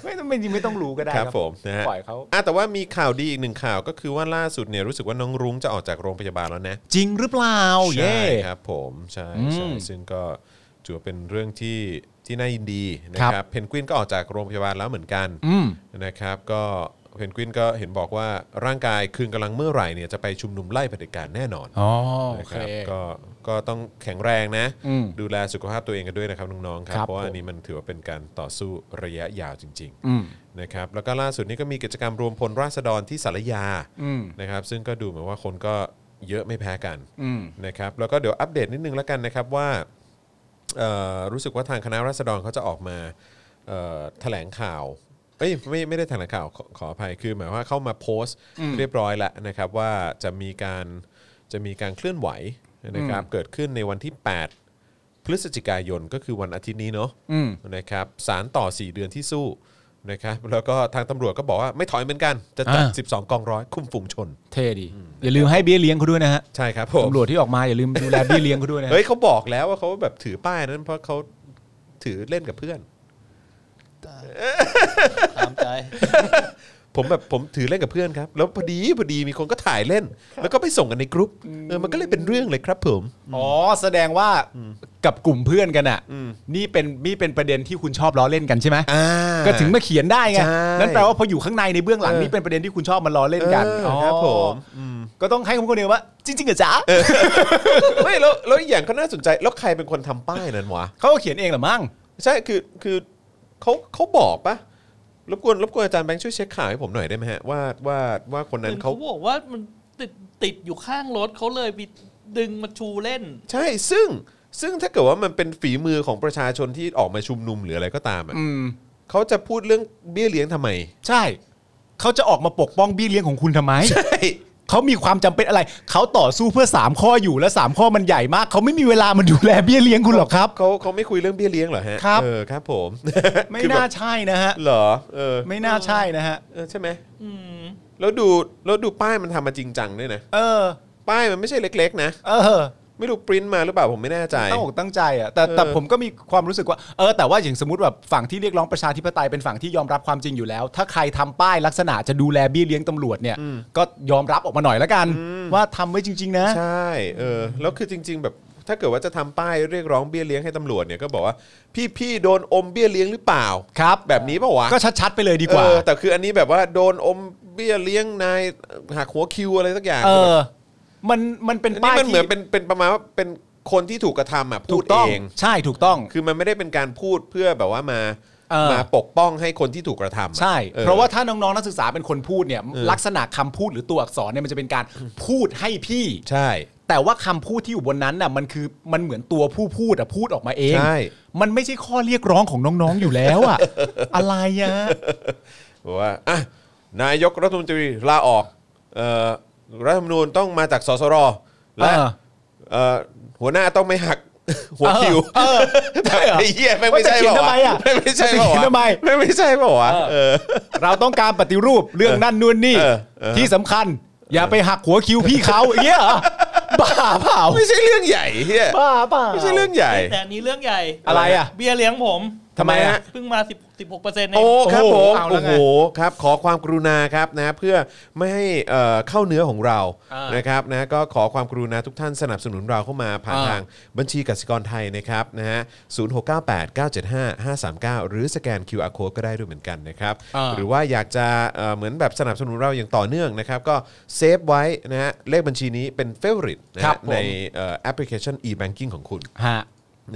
Speaker 3: ไม่ต้องไม่จริงไม่ต้องรู้ก็ได้
Speaker 2: ครับผมนะฮะ
Speaker 3: ปล่อยเขา
Speaker 2: อ่ะแต่ว่ามีข่าวดีอีกหนึ่งข่าวก็คือว่าล่าสุดเนี่ยรู้สึกว่าน้องรุ้งจะออกจากโรงพยาบาลแล้วนะ
Speaker 3: จริงหรือเปล่าเย่
Speaker 2: ใช่ครับผมใช่ใช่ซึ่งก็ถือว่าเป็นเรื่องที่ที่น่ายินดีนะครับเพนกวินก็ออกจากโรงพยาบาลแล้วเหมือนกัน
Speaker 3: อืม
Speaker 2: นะครับก็เพนกวินก็เห็นบอกว่าร่างกายคืนกำลังเมื่อไหร่เนี่ยจะไปชุมนุมไล่เผด็จการแน่นอน
Speaker 3: อ๋อโอ
Speaker 2: นะ
Speaker 3: เค
Speaker 2: ครับก็ก็ต้องแข็งแรงนะ
Speaker 3: อืม
Speaker 2: ดูแลสุขภาพตัวเองกันด้วยนะครับน้องๆครับ
Speaker 3: ครับ
Speaker 2: เพราะว่า
Speaker 3: ผม
Speaker 2: อันนี้มันถือว่าเป็นการต่อสู้ระยะยาวจริง ๆ
Speaker 3: อืม
Speaker 2: นะครับแล้วก็ล่าสุดนี่ก็มีกิจกรรมรวมพลราษฎรที่สารยา
Speaker 3: อืม
Speaker 2: นะครับซึ่งก็ดูเหมือนว่าคนก็เยอะไม่แพ้กัน
Speaker 3: อืม
Speaker 2: นะครับแล้วก็เดี๋ยวอัปเดตนิดนึงแล้วกันนะครับว่าเอ่อรู้สึกว่าทางคณะราษฎรเขาจะออกมาเอ่อแถลงข่าวเอ้ยไม่ไม่ได้แถลงข่าวขอขออภัยคือหมายว่าเข้ามาโพสต์เรียบร้อยแล้วนะครับว่าจะมีการจะมีการเคลื่อนไหวนะครับเกิดขึ้นในวันที่ 8 พฤศจิกายนก็คือวันอาทิตย์นี้เนาะ
Speaker 3: อืม
Speaker 2: นะครับสารต่อ 4 เดือนที่สู้นะครับแล้วก็ทางตำรวจก็บอกว่าไม่ถอยเหมือนกัน จะจัด
Speaker 3: อ่า
Speaker 2: 12 กองร้อยคุมฝูงชน
Speaker 3: เท่ดี อย่าลืมให้เบี้ยเลี้ยงเขาด้วยนะฮะ
Speaker 2: ใช่ครับผม
Speaker 3: ตำรวจที่ออกมาอย่าลืมดูแลเบี้ยเลี้ยงเขาด้วยนะฮะ
Speaker 2: เฮ้ยเขาบอกแล้วว่าเขาแบบถือป้ายนั้นเพราะเขาถือเล่นกับเพื่อน
Speaker 4: ตามใจ
Speaker 2: ผมแบบผมถือเล่นกับเพื่อนครับ แล้วพอดีพอดีมีคนก็ถ่ายเล่น แล้วก็ไปส่งกันในกรุ๊ปเออมันก็เลยเป็นเรื่องเลยครับผม
Speaker 3: อ๋อแสดงว่ากับกลุ่มเพื่อนกันอ่ะนี่เป็นนี่เป็นประเด็นที่คุณชอบล้อเล่นกันใช่ไหม
Speaker 2: อ่า
Speaker 3: ก็ถึงมาเขียนได้ไง
Speaker 2: ใช่
Speaker 3: นั่นแปลว่าพออยู่ข้างในในเบื้องหลัง
Speaker 2: เออ
Speaker 3: นี่เป็นประเด็นที่คุณชอบมาล้อเล่นกัน
Speaker 2: เอออ๋ครับผม
Speaker 3: ก็ต้องให้คุณคนเดียวว่า จริงๆเหรอจ๊ะ
Speaker 2: ไม่แล้วแล้วอีกอย่างก็น่าสนใจแล้วใครเป็นคนทำป้ายนั้นวะ
Speaker 3: เขาก็เขียนเองเหรอมั้ง
Speaker 2: ใช่คือคือเขาเขาบอกปะรบกวนรบกวนอาจารย์แบงค์ช่วยเช็คข่าวให้ผมหน่อยได้ไหมฮะว่าว่าว่าคนนั้นเขา
Speaker 4: เขาบอกว่ามันติดติดอยู่ข้างรถเขาเลยบิดดึงมาชูเล่น
Speaker 2: ใช่ซึ่งซึ่งถ้าเกิดว่ามันเป็นฝีมือของประชาชนที่ออกมาชุมนุมหรืออะไรก็ตามอ่ะ
Speaker 3: อืม
Speaker 2: เขาจะพูดเรื่องเบี้ยเลี้ยงทำไม
Speaker 3: ใช่ เขาจะออกมาปกป้องบี้เลี้ยงของคุณทำไม เขามีความจำเป็นอะไร เขาต่อสู้เพื่อ 3 ข้ออยู่และ 3 ข้อมันใหญ่มาก เขาไม่มีเวลามาดูแลเบี้ยเลี้ยง คุณหรอกครับ
Speaker 2: เขาเขาไม่คุยเรื่องเบี้ยเลี้ยงเหรอฮะ
Speaker 3: ครับ
Speaker 2: เออครับผม
Speaker 3: ไม่
Speaker 2: คือแบบ
Speaker 3: น่าใช่นะฮะ
Speaker 2: เหรอเออ
Speaker 3: ไม่น่าใช่นะฮะ
Speaker 2: เออใช่ไหม
Speaker 4: อืม
Speaker 2: แล้วดูแล้วดูป้ายมันทำมาจริงจังด้วยนะ
Speaker 3: เออ
Speaker 2: ป้ายมันไม่ใช่เล็ก ๆ นะ
Speaker 3: เออ
Speaker 2: ไม่รู้ปริ้นมาหรือเปล่าผมไม่แน่ใจ
Speaker 3: ตั้งอกตั้งใจอ่ะแต่แต่
Speaker 2: เออ
Speaker 3: ผมก็มีความรู้สึกว่า เออ แต่ว่าอย่างสมมติแบบฝั่งที่เรียกร้องประชาธิปไตยเป็นฝั่งที่ยอมรับความจริงอยู่แล้ว ถ้าใครทำป้ายลักษณะจะดูแลเบี้ยเลี้ยงตำรวจเนี่ย ก็ยอมรับออกมาหน่อยละกัน ว่าทำไว้จริง ๆ นะ
Speaker 2: ใช่เออแล้วคือจริง ๆ แบบถ้าเกิดว่าจะทำป้ายเรียกร้องเบี้ยเลี้ยงให้ตำรวจเนี่ยก็บอกว่า พี่พี่โดนอมเบี้ยเลี้ยงหรือเปล่า
Speaker 3: ครับ
Speaker 2: แบบนี้เปล่าวะ
Speaker 3: ก็ชัดๆไปเลยดีกว่า
Speaker 2: เออแต่คืออันนี้แบบว่าโดนอมเบี้ยเลี้ยงนายหักหัวคิวอะไรสักอย่าง
Speaker 3: เอ
Speaker 2: คือ
Speaker 3: อ
Speaker 2: แบบ
Speaker 3: มันมันเป็น
Speaker 2: อัน
Speaker 3: ป้า
Speaker 2: นี้
Speaker 3: ย
Speaker 2: มันเหมือน
Speaker 3: ที่
Speaker 2: เป็นเป็นประมาณว่าเป็นคนที่ถูกกระทำอ่ะพู
Speaker 3: ถู
Speaker 2: ด
Speaker 3: กต้อง
Speaker 2: เอง
Speaker 3: ใช่ถูกต้อง
Speaker 2: คือมันไม่ได้เป็นการพูดเพื่อแบบว่ามา
Speaker 3: เออ
Speaker 2: มาปกป้องให้คนที่ถูกกระทำอะ
Speaker 3: ใช่
Speaker 2: ออ
Speaker 3: เพราะว่าถ้าน้องๆนักศึกษาเป็นคนพูดเนี่ย
Speaker 2: เออ
Speaker 3: ลักษณะคำพูดหรือตัวอักษรเนี่ยมันจะเป็นการพูดให้พี่
Speaker 2: ใช่
Speaker 3: แต่ว่าคำพูดที่อยู่บนนั้นน่ะมันคือมันเหมือนตัวผู้พูดอะพูดออกมาเอง
Speaker 2: ใช่
Speaker 3: มันไม่ใช่ข้อเรียกร้องของน้องๆอยู่แล้ว อะ อะไรอะ
Speaker 2: บอกว่าอ่ะนายกรัฐมนตรีลาออกเอ่อรัฐธรรมนูญต้องมาจากสสรและ
Speaker 3: เออ
Speaker 2: เอ่อหัวหน้าต้องไม่หัก หัวคิว
Speaker 3: เออ
Speaker 2: ไอ้เหี้ยแม่งไม่
Speaker 3: ว่าจะ
Speaker 2: ใช่
Speaker 3: เขียน
Speaker 2: เปล่า
Speaker 3: ทำไม
Speaker 2: วะ
Speaker 3: อะ
Speaker 2: แม่งไม่ใช่เปล่า
Speaker 3: จะเขียนทำไม
Speaker 2: วะแม่งไม่ใช่เปล่าวะเออ
Speaker 3: เราต้องการปฏิรูปเรื่องนั่นนู่นนี่
Speaker 2: เออเออ
Speaker 3: ที่สำคัญ อย่าไปหักหัวคิวพี่เขา อย่างเงี้ยเหรอบ้าเปล่า
Speaker 2: ไม่ใช่เรื่องใหญ่เหี้ย
Speaker 3: บ้าเปล่า
Speaker 2: ไม่ใช่เรื่องใหญ่
Speaker 4: แต่อันนี้เรื่องใหญ่
Speaker 3: อะไรอ่ะ
Speaker 4: เบี้ยเลี้ยงผม
Speaker 2: ทำไมฮะ
Speaker 4: เพิ่งมา10 16เปอร์เซ็นต์เอ
Speaker 2: โอ้
Speaker 4: ง
Speaker 2: ครับ
Speaker 3: โอ้
Speaker 2: ผม
Speaker 3: โหเอาแล้
Speaker 2: โอ้
Speaker 3: วไง
Speaker 2: โหครับขอความกรุณาครับนะเพื่อไม่ให้เอ่อเข้าเนื้อของเรา
Speaker 3: อ่าน
Speaker 2: นะครับนะก็ขอความกรุณาทุกท่านสนับสนุนเราเข้ามาผ่าน
Speaker 3: อ่า
Speaker 2: ทางบัญชีกสิกรไทยนะครับนะฮะ0698 975 539 หรือสแกน QR code ก็ได้ด้วยเหมือนกันนะครับ
Speaker 3: อ่า
Speaker 2: หรือว่าอยากจะเอ่อเหมือนแบบสนับสนุนเราอย่างต่อเนื่องนะครับ ก็เซฟไว้นะฮะเลขบัญชีนี้เป็นเฟ v o r i t e นะ
Speaker 3: ครั
Speaker 2: ฮะ
Speaker 3: บผม
Speaker 2: ในเอ่อแอปพลิเคชัน e-banking ของคุณ
Speaker 3: ฮะ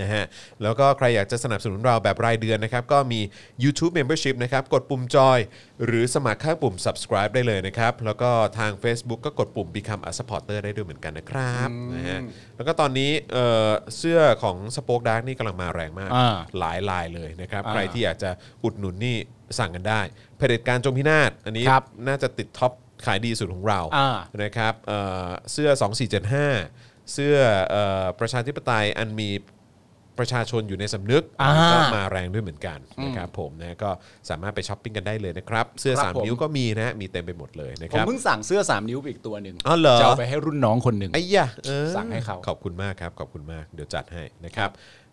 Speaker 2: นะฮะแล้วก็ใครอยากจะสนับสนุนเราแบบรายเดือนนะครับ ก็มี YouTube Membership นะครับ กดปุ่มจอย หรือสมัครข้างปุ่ม subscribe ได้เลยนะครับ แล้วก็ทาง Facebook ก็กดปุ่ม Become a supporter ได้ด้วยเหมือนกันนะครับนะฮะแล้วก็ตอนนี้เอ่อเสื้อของ Spoke Dark นี่กำลังมาแรงมาก
Speaker 3: อ่า
Speaker 2: หลายลายเลยนะครับ
Speaker 3: อ่า
Speaker 2: ใครที่อยากจะอุดหนุนนี่สั่งกันได้เผด็จการจงพินาศอันนี้
Speaker 3: ครับ
Speaker 2: น่าจะติดท็อปขายดีสุดของเรา
Speaker 3: อ่า
Speaker 2: นะครับเอ่อเสื้อ 2475 เสื้อเอ่อประชาธิปไตยอันมี ประชาชนอยู่ในสำนึก
Speaker 3: อ่า
Speaker 2: ก็มาแรงด้วยเหมือนกันนะครับผมนะก็สามารถไปช้อปปิ้งกันได้เลยนะครับ เสื้อ
Speaker 3: ครับ
Speaker 2: สาม
Speaker 3: ผม
Speaker 2: นิ้วก็มีนะฮะมีเต็มไปหมดเลยนะค
Speaker 3: ผม
Speaker 2: รับ
Speaker 3: เพิ่งสั่งเสื้อสามนิ้วไปอีกตัวหนึ่ง
Speaker 2: อ๋อเหรอ
Speaker 3: จะเอาไปให้รุ่นน้องคนหนึ่ง
Speaker 2: ไอ้ยะเออ
Speaker 3: สั่งให้เขา
Speaker 2: ขอบคุณมากครับ ขอบคุณมาก เดี๋ยวจัดให้นะครับ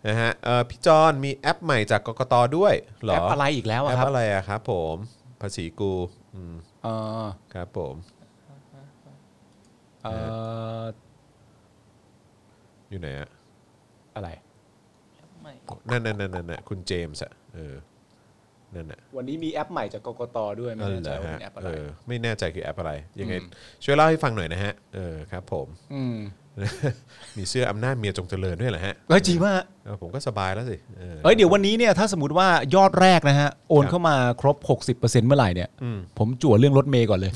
Speaker 2: นะฮะเอ่อพี่จอนมีแอปใหม่จากกกตด้วยเหรอ
Speaker 3: แอปอะไรอีกแล้ว
Speaker 2: แอป
Speaker 3: อะครับ
Speaker 2: อะไรอะครับผมภาษีกูอืม
Speaker 3: เออ
Speaker 2: ครับผม
Speaker 3: เออ
Speaker 2: อยู่ไหนอะ
Speaker 3: อะไร
Speaker 4: ไม่
Speaker 2: นั่นนั่นนั่นนั่นน่ะคุณเจมส์อะเออนั่นน่ะ
Speaker 3: วันนี้มีแอปใหม่จากกกตด้วยไม่
Speaker 2: เออ
Speaker 3: แน่
Speaker 2: เหรอ
Speaker 3: ใจว่า
Speaker 2: ฮะ
Speaker 3: เป็นแอปอะ
Speaker 2: เอ
Speaker 3: ไร
Speaker 2: อไม่แน่ใจคือแอปอะไรยังไงช่วยเล่าให้ฟังหน่อยนะฮะเออครับผม
Speaker 3: อืม
Speaker 2: มีเสื้ออำนาจเมียจงเจริญด้วยเหรอฮะ
Speaker 3: เอ้ยจริงว่า
Speaker 2: เออผมก็สบายแล้วสิออ
Speaker 3: เอ้ยเดี๋ยววันนี้เนี่ยถ้าสมมติว่ายอดแรกนะฮะ โอนเข้ามาครบ 60%เมื่อไหร่เนี่ย
Speaker 2: อืม
Speaker 3: ผมจั่วเรื่องรถเมย์ก่ อนเลย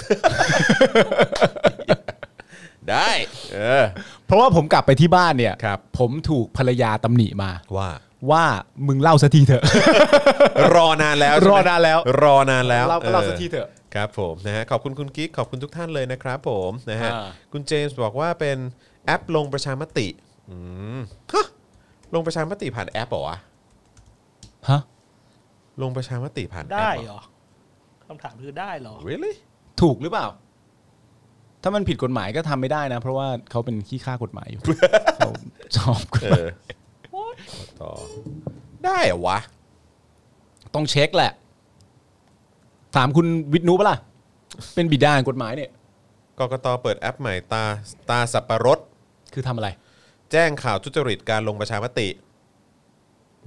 Speaker 2: ได้เออ
Speaker 3: เพราะว่าผมกลับไปที่บ้านเนี่ย
Speaker 2: ครับ
Speaker 3: ผมถูกภรรยาตำหนิมา
Speaker 2: ว่า
Speaker 3: ว่ามึงเล่าสักทีเถอะ
Speaker 2: รอนานแล้วใช่ไหม
Speaker 3: รอนานแล้ว
Speaker 2: รอนานแล้ว
Speaker 3: เราก็เล่าสักทีเถอะ
Speaker 2: ครับผมนะฮะขอบคุณคุณกิ๊กขอบคุณทุกท่านเลยนะครับผมนะฮะ
Speaker 3: อ่า
Speaker 2: คุณเจมส์บอกว่าเป็นแอปลงประชามติอืมฮะลงประชามติผ่านแอปเหรอวะ
Speaker 3: ฮะ
Speaker 2: ลงประชามติผ่านแอป
Speaker 4: ได้
Speaker 2: เห
Speaker 4: เห
Speaker 2: ร
Speaker 4: ร
Speaker 2: อ
Speaker 4: อคำถามคือได้เหรอ
Speaker 2: really
Speaker 3: ถูกหรือเปล่า ถ้ามันผิดกฎหมายก็ทำไม่ได้นะ เพราะว่าเขาเป็นขี้ข้ากฎหม ายอยู่ เขาชอบกฎ
Speaker 2: เออ
Speaker 3: หมาย
Speaker 2: ต่อได้เหรอวะ
Speaker 3: ต้องเช็คแหละ ถามคุณวิทย์นุปะล่ะ เป็นบิดาแห่งกฎหมายเนี่ย
Speaker 2: กกตเปิดแอปใหม่ตาตาสับปะรด
Speaker 3: คือทำอะไร
Speaker 2: แจ้งข่าวทุจริตการลงประชามติ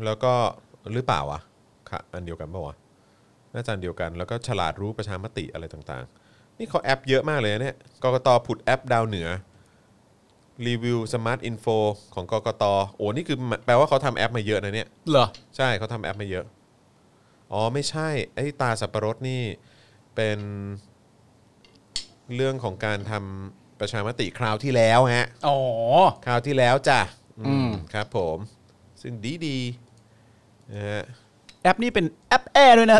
Speaker 2: แล้วก็หรือเปล่าวะค่ะอันเดียวกันปะวะน่าจะอันเดียวกัน แล้วก็ฉลาดรู้ประชามติอะไรต่างๆ นี่เขาแอปเยอะมากเลยนะเนี่ยกกตผุดแอปดาวเหนือ รีวิวสมาร์ทอินโฟของกกตโอ้นี่คือแปลว่าเขาทำแอปมาเยอะนะเนี่ย
Speaker 3: เหรอ
Speaker 2: ใช่เขาทำแอปมาเยอะ อ๋อไม่ใช่ ไอ้ตาสับปะรดนี่เป็นเรื่องของการทำประชามติคราวที่แล้วฮะ
Speaker 3: อ๋อ
Speaker 2: คราวที่แล้วจ้ะ
Speaker 3: อืม
Speaker 2: ครับผม ซึ่งดีดีๆนะฮะ
Speaker 3: แอปนี้เป็นแอปแอร์ด้วยนะ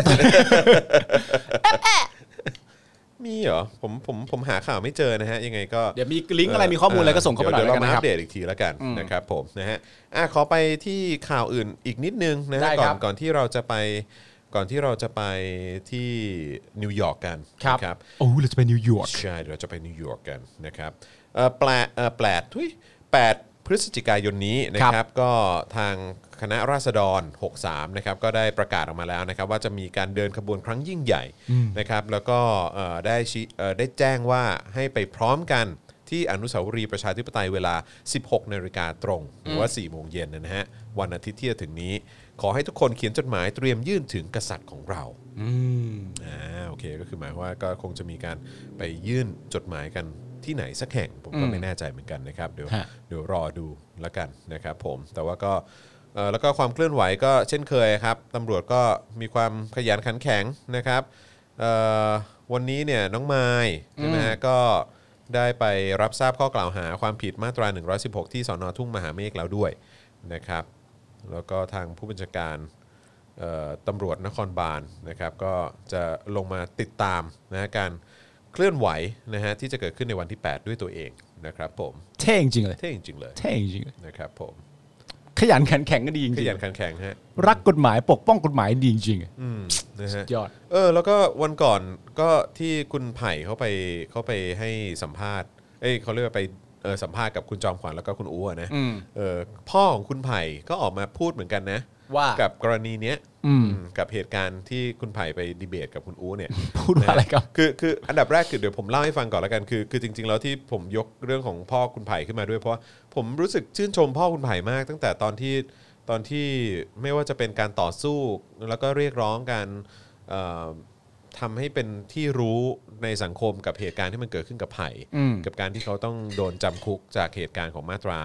Speaker 2: มีเหรอ ผมผมผมหาข่าวไม่เจอนะฮะ ยังไงก็
Speaker 3: เดี๋ยวมีลิงก์อะไรมีข้อมูลอะไรก็ส่งเข้ามาหน่อย
Speaker 2: ดี๋ว
Speaker 3: แล้วกัน
Speaker 2: ดี๋ว
Speaker 3: นะ
Speaker 2: เรามา
Speaker 3: ครั
Speaker 2: อั
Speaker 3: บ
Speaker 2: ปเดตอีกทีแล้วกัน
Speaker 3: อืม
Speaker 2: นะครับผมนะฮะอ่ะขอไปที่ข่าวอื่นอีกนิดนึงนะ
Speaker 3: ได้
Speaker 2: ฮะก่อ
Speaker 3: ครั
Speaker 2: น
Speaker 3: บ
Speaker 2: ก่อนที่เราจะไปก่อนที่เราจะไปที่นิวยอร์กกัน
Speaker 3: ครับ
Speaker 2: นะ
Speaker 3: โอ้เราจะไปนิวยอร์ก
Speaker 2: ใช่เดี๋ยวเราจะไปนิวยอร์กกันนะครับเอ่อแปลเอ่อแปลทุยแปดพฤศจิกายนนี้นะค
Speaker 3: ครั
Speaker 2: รับบ ก็ทางคณะราษฎร 63นะครับก็ได้ประกาศออกมาแล้วนะครับว่าจะมีการเดินขบวนครั้งยิ่งใหญ่นะครับแล้วก็เอ่อได้ชี้เอ่อได้แจ้งว่าให้ไปพร้อมกันที่อนุสาวรีย์ประชาธิปไตยเวลา 16นาฬิกาตรง หรือว่า 4 โมงเย็นนะฮะวันอาทิตย์ที่จะถึงนี้ ขอให้ทุกคนเขียนจดหมายเตรียมยื่นถึงกษัตริย์ของเรา อ่าโอเคก็คือหมายความว่าก็คงจะมีการไปยื่นจดหมายกันที่ไหนสักแห่ง ผมก็
Speaker 3: อืม
Speaker 2: ไม่แน่ใจเหมือนกันนะครับเดี๋ยว
Speaker 3: ฮะ
Speaker 2: เดี๋ยวรอดูแล้วกันนะครับผมแต่ว่าก็เอ่อแล้วก็ความเคลื่อนไหวก็เช่นเคยครับตำรวจก็มีความขยันขันแข็งนะครับเอ่อวันนี้เนี่ยน้องไม้ใช่ไหมฮะก็ได้ไปรับทราบข้อกล่าวหาความผิดมาตรา 116 ที่สอนอทุ่งมหาเมฆแล้วด้วยนะครับ แล้วก็ทางผู้บัญชาการ เอ่อตำรวจนครบาลนะครับก็จะลงมาติดตามนะฮะการเคลื่อนไหวนะฮะที่จะเกิดขึ้นในวันที่ 8 ด้วยตัวเองนะครับผม
Speaker 3: เท่จริงๆเลย
Speaker 2: เท่จริงๆเลย
Speaker 3: เท่จริงๆเลย
Speaker 2: นะครับผม
Speaker 3: ขยันขันแข็งก็ดีจริง
Speaker 2: ขยัน
Speaker 3: ๆ
Speaker 2: ขันแข็งฮะ
Speaker 3: รักกฎหมายปกป้องกฎหมายดีจริงๆอะ
Speaker 2: อืมนะฮะ
Speaker 3: ยอด
Speaker 2: เออแล้วก็วันก่อนก็ที่คุณไผ่เขาไปเขาไปให้สัมภาษณ์เอ้ยเขาเรียกว่าไปเออสัมภาษณ์กับคุณจอมขวัญแล้วก็คุณอ้วนะ
Speaker 3: อืม
Speaker 2: เออพ่อของคุณไผ่ก็ออกมาพูดเหมือนกันนะ
Speaker 3: ว่า
Speaker 2: กับกรณีเนี้ย
Speaker 3: อืม
Speaker 2: อืมกับเหตุการณ์ที่คุณไผ่ไปดีเบตกับคุณอู้เนี่ย
Speaker 3: พูดว่าอะไรครับ
Speaker 2: คือคืออันดับแรกคือเดี๋ยวผมเล่าให้ฟังก่อนละกันคือคือจริง ๆ แล้วที่ผมยกเรื่องของพ่อคุณไผ่ขึ้นมาด้วยเพราะว่าผมรู้สึกชื่นชมพ่อคุณไผ่มาก ตั้งแต่ตอนที่ตอนที่ไม่ว่าจะเป็นการต่อสู้แล้วก็เรียกร้องการเอ่อทำให้เป็นที่รู้ในสังคมกับเหตุการณ์ที่มันเกิดขึ้นกับไผ่
Speaker 3: อืม
Speaker 2: กับการที่เขาต้องโดนจำคุกจากเหตุการณ์ของมาตรา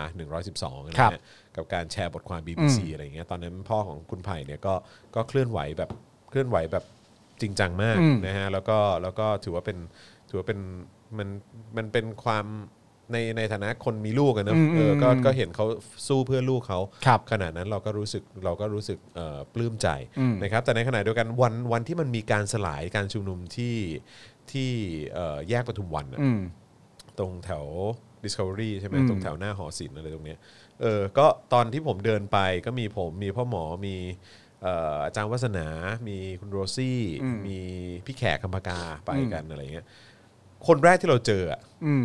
Speaker 2: 112นะ
Speaker 3: ครั
Speaker 2: ฮะ
Speaker 3: บ
Speaker 2: กับการแชร์บทความ BBC อะไรอย่างเงี้ยตอนนั้นพ่อของคุณไผ่เนี่ยก็ก็เคลื่อนไหวแบบเคลื่อนไหวแบบจริงจังมาก
Speaker 3: อืม
Speaker 2: นะฮะแล้วก็แล้วก็ถือว่าเป็นถือว่าเป็นมันมันเป็นความในในฐานะคนมีลูกอะเนอะ
Speaker 3: อืม
Speaker 2: เออก็
Speaker 3: อืม
Speaker 2: ก็เห็นเขาสู้เพื่อลูกเขา
Speaker 3: ครับ
Speaker 2: ขนาดนั้นเราก็รู้สึกเราก็รู้สึกเอ่อปลื้มใจ
Speaker 3: อืม
Speaker 2: นะครับแต่ในขณะเดียวกันวันวันที่มันมีการสลายการชุมนุมที่ที่เอ่อแยกปทุมวันน่ะ
Speaker 3: อืม
Speaker 2: ตรงแถว Discovery ใช่ไหม
Speaker 3: อืม
Speaker 2: ตรงแถวหน้าหอศิลป์อะไรตรงเนี้ยเออก็ตอนที่ผมเดินไปก็มีผมมีพ่อหมอมีเอ่ออาจารย์วัฒนา มีคุณโรซี่ มีพี่แขกคำปากาไปกันอะไรเงี้ยคนแรกที่เราเจออะ
Speaker 3: อืม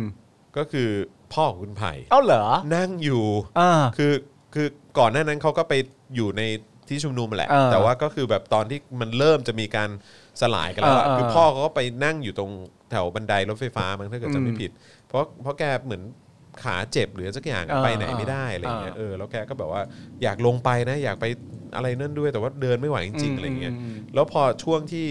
Speaker 2: ก็คือพ่อของคุณไผ่
Speaker 3: เอ้าเหรอ
Speaker 2: นั่งอยู่
Speaker 3: อ่า
Speaker 2: คือคือก่อนหน้านั้นเขาก็ไปอยู่ในที่ชุมนุมแหละ
Speaker 3: เออ
Speaker 2: แต่ว่าก็คือแบบตอนที่มันเริ่มจะมีการสลายกันแล้วอะ
Speaker 3: เออเออ
Speaker 2: คือพ่อเขาก็ไปนั่งอยู่ตรงแถวบันไดรถไฟฟ้ามั้งถ้าเกิดจำไม่
Speaker 3: อืม
Speaker 2: ผิด เพราะเพราะแกเหมือนขาเจ็บหรือสักอย่างอะ
Speaker 3: เออ
Speaker 2: ไปไหนไม่ได้อะไรอย่างเงี้ย
Speaker 3: เอ
Speaker 2: เอ
Speaker 3: อ
Speaker 2: อแล้วแกก็แบบว่าอยากลงไปนะอยากไปอะไรนั่นด้วย แต่ว่าเดินไม่ไหวจริงๆ
Speaker 3: อืม
Speaker 2: อะไรอย่างเงี้ย
Speaker 3: อืม
Speaker 2: แล้วพอช่วงที่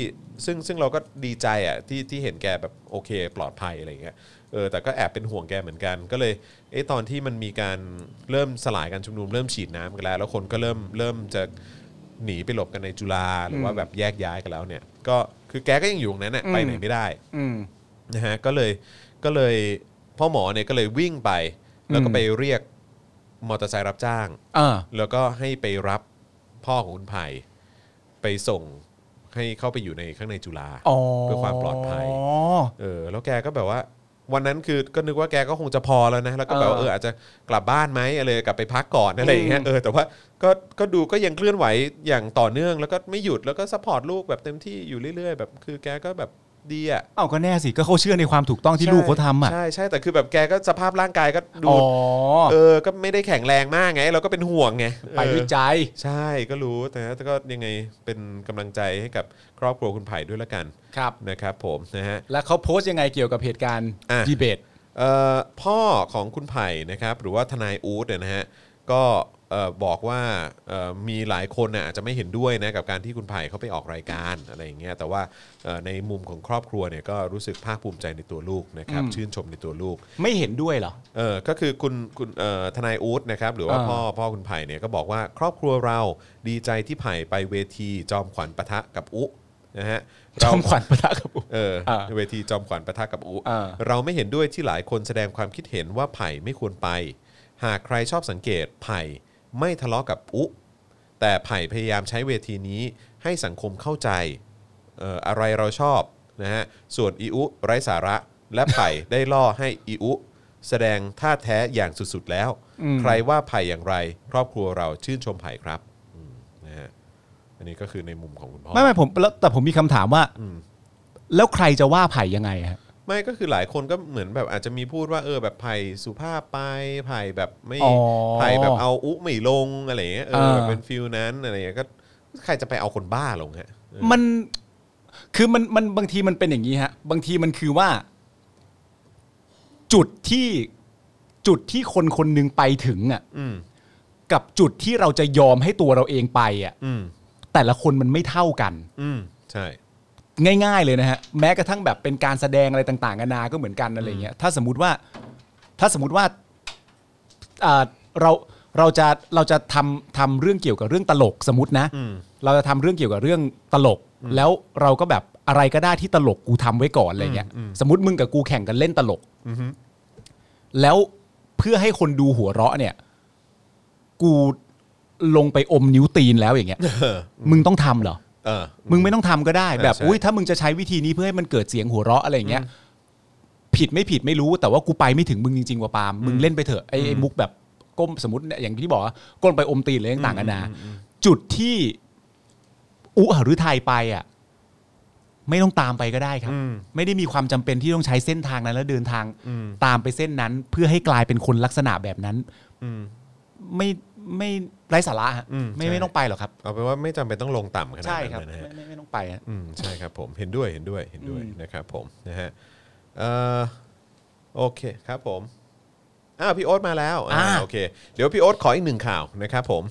Speaker 2: ซึ่งซึ่งเราก็ดีใจอ่ะที่ที่เห็นแกแบบโอเค ปลอดภัยอะไรอย่างเงี้ย เออแต่ก็แอบเป็นห่วงแกเหมือนกัน ก็เลยเอะตอนที่มันมีการเริ่มสลายการชุมนุมเริ่มฉีดน้ำกันแล้ว แล้วคนก็เริ่มเริ่มจะหนีไปหลบกันในจุฬาหรือว่าแบบแยกย้ายกันแล้วเนี่ย ก็คือแกก็ยังอยู่ตรงนั้นน่ะ
Speaker 3: อืม
Speaker 2: ไปไหนไม่ได้
Speaker 3: อืม
Speaker 2: นะฮะก็เลยก็เลยพ่อหมอเนี่ยก็เลยวิ่งไป แล้วก็
Speaker 3: อืม
Speaker 2: ไปเรียกมอเตอร์ไซค์รับจ้าง
Speaker 3: อ่า
Speaker 2: แล้วก็ให้ไปรับพ่อของคุณไผ่ไปส่งให้เข้าไปอยู่ในข้างในจุฬา
Speaker 3: อ๋อ
Speaker 2: เพื่อความปลอดภัย
Speaker 3: อ๋อ
Speaker 2: เออแล้วแกก็แบบว่าวันนั้นคือก็นึกว่าแกก็คงจะพอแล้วนะแล้วก็แบบว่า
Speaker 3: เออ
Speaker 2: เอออาจจะกลับบ้านไหมอะไรกลับไปพักก่อนอะไรอย่างเงี้ย
Speaker 3: อืม
Speaker 2: เออแต่ว่าก็ก็ดูก็ยังเคลื่อนไหวอย่างต่อเนื่อง แล้วก็ไม่หยุดแล้วก็ซัพพอร์ตลูกแบบเต็มที่อยู่เรื่อยๆ แบบคือแกก็แบบดีอ่ะ
Speaker 3: เอาก็แน่สิก็เขาเชื่อในความถูกต้องที่ลูกเขาทำอ่ะ
Speaker 2: ใช่ใช่แต่คือแบบแกก็สภาพร่างกายก็ดู
Speaker 3: อ๋อ
Speaker 2: เออก็ไม่ได้แข็งแรงมากไง เราก็เป็นห่วงไงเออ
Speaker 3: ไปด้วยใจ
Speaker 2: ใช่ก็รู้แต่แต่ก็ยังไงเป็นกำลังใจให้กับครอบครัวคุณไผ่ด้วยละกัน
Speaker 3: ครับ
Speaker 2: นะครับ ผมนะฮะ
Speaker 3: แล้วเขาโพสต์ยังไงเกี่ยวกับเหตุการณ์
Speaker 2: อ่ะ
Speaker 3: ดีเบต
Speaker 2: เอ่อพ่อของคุณไผ่นะครับหรือว่าทนายอู๊ดเนี่ยนะฮะก็เอ่อบอกว่าเอ่อมีหลายคนน่ะอาจจะไม่เห็นด้วยนะกับการที่คุณไผ่เขาไปออกรายการอะไรอย่างเงี้ยแต่ว่าเอ่อในมุมของครอบครัวเนี่ยก็รู้สึกภาคภูมิใจในตัวลูกนะครับ
Speaker 3: อืม
Speaker 2: ชื่นชมในตัวลูก
Speaker 3: ไม่เห็นด้วยเหรอ
Speaker 2: เออก็คือคุณคุณเอ่อทนายอู๊ดนะครับหรือว่า
Speaker 3: อ่า
Speaker 2: พ่อพ่อคุณไผ่เนี่ยก็บอกว่าครอบครัวเราดีใจที่ไผ่ไปเวทีจอมขวัญปะทะกับอุนะฮะ
Speaker 3: จ
Speaker 2: เรา
Speaker 3: อมขวัญประทะกับผม
Speaker 2: เออ
Speaker 3: อ่า
Speaker 2: เวทีจอมขวัญประทะกับอุ
Speaker 3: อ่า
Speaker 2: เราไม่เห็นด้วยที่หลายคนแสดงความคิดเห็นว่าไผ่ไม่ควรไป หากใครชอบสังเกตไผ่ไม่ทะเลาะกับอุแต่ไผ่พยายามใช้เวทีนี้ให้สังคมเข้าใจเอ่ออะไรเราชอบนะฮะส่วนอีอุไร้สาระและไผ่ ได้ล่อให้อีอุแสดงท่าแท้อย่างสุดๆแล้ว
Speaker 3: อืม
Speaker 2: ใครว่าไผ่อย่างไร ครอบครัวเราชื่นชมไผ่ครับอืมนะฮะอันนี้ก็คือในมุมของคุณพ่อ
Speaker 3: ไม่ไม่ผมแล้วแต่ผมมีคำถามว่า
Speaker 2: อืม
Speaker 3: แล้วใครจะว่าไผ่ยังไงฮะ
Speaker 2: ไม่ก็คือหลายคนก็เหมือนแบบอาจจะมีพูดว่าเออแบบไผ่สุภาพไปไผ่แบบไม่
Speaker 3: อ๋อ
Speaker 2: ไผ่แบบเอาอุไม่ลงอะไรอย่างเงี้ยเออ
Speaker 3: อ่า
Speaker 2: แบบเป็นฟิลนั้นอะไรอย่างเงี้ยก็ใครจะไปเอาคนบ้าลงฮะเออ
Speaker 3: มันคือมันมันบางทีมันเป็นอย่างนี้ฮะ บางทีมันคือว่า จุดที่จุดที่คนคนหนึงไปถึงอ่ะ
Speaker 2: อืม
Speaker 3: กับจุดที่เราจะยอมให้ตัวเราเองไปอ่ะ
Speaker 2: อืม
Speaker 3: แต่ละคนมันไม่เท่ากัน
Speaker 2: อืมใช่
Speaker 3: ง่าย ๆ เลยนะฮะแม้กระทั่งแบบเป็นการแสดงอะไรต่างๆนานาก็เหมือนกันอะไรเงี้ยถ้าสมมติว่าถ้าสมมติว่าอ่าเราเราจะเราจะทำทำเรื่องเกี่ยวกับเรื่องตลกสมมตินะ
Speaker 2: อืม
Speaker 3: เราจะทำเรื่องเกี่ยวกับเรื่องตลก แล้วเราก็แบบอะไรก็ได้ที่ตลกกูทำไว้ก่อนอะไรเงี้ยสมมติมึงกับกูแข่งกันเล่นตลก
Speaker 2: อือฮึ
Speaker 3: แล้วเพื่อให้คนดูหัวเราะเนี่ย กูลงไปอมนิ้วตีนแล้วอย่างเงี้ย
Speaker 2: เออ
Speaker 3: มึงต้องทำเหรอ
Speaker 2: เออ
Speaker 3: มึงไม่ต้องทำก็ได้
Speaker 2: เออ
Speaker 3: แบบ
Speaker 2: ใช่
Speaker 3: อุ้ยถ้ามึงจะใช้วิธีนี้เพื่อให้มันเกิดเสียงหัวเราะอะไรอย่างเงี้ยผิดไม่ผิดไม่รู้แต่ว่ากูไปไม่ถึงมึงจริงๆว่าปาล์มมึงเล่นไปเถอะไอ้ไอ้มุกแบบก้มสมมติเนี่ยอย่างที่บอกว่าก้มไปอมตีนอะไรต่างๆกันานาจุดที่อุหฤทัยไปอ่ะ ไม่ต้องตามไปก็ได้ครับ
Speaker 2: อืม
Speaker 3: ไม่ได้มีความจำเป็นที่ต้องใช้เส้นทางนั้น แล้วเดินทาง
Speaker 2: อืม
Speaker 3: ตามไปเส้นนั้น เพื่อให้กลายเป็นคนลักษณะแบบนั้น
Speaker 2: อืม
Speaker 3: ไม่ไม่ไร้สาระฮะ
Speaker 2: อืม
Speaker 3: ไม่
Speaker 2: ใช่
Speaker 3: ไม่ต้องไปหรอกครับ
Speaker 2: เอาเป็นว่าไม่จำเป็นต้องลงต่ำขนาด
Speaker 3: ใช่
Speaker 2: นั้
Speaker 3: ครับ
Speaker 2: นนะฮะ
Speaker 3: ไม่ไม่ไม่ต้องไปฮะ
Speaker 2: อืมใช่ครับผมเห็นด้วยเห็นด้วยเห็นด้วย
Speaker 3: อืม
Speaker 2: นะครับผมนะฮะเอ่อโอเคครับผมอ้าวพี่โอ๊ตมาแล้วอ่าโอเคเดี๋ยวพี่โอ๊ตขออีกหนึ่งข่าวนะครับผม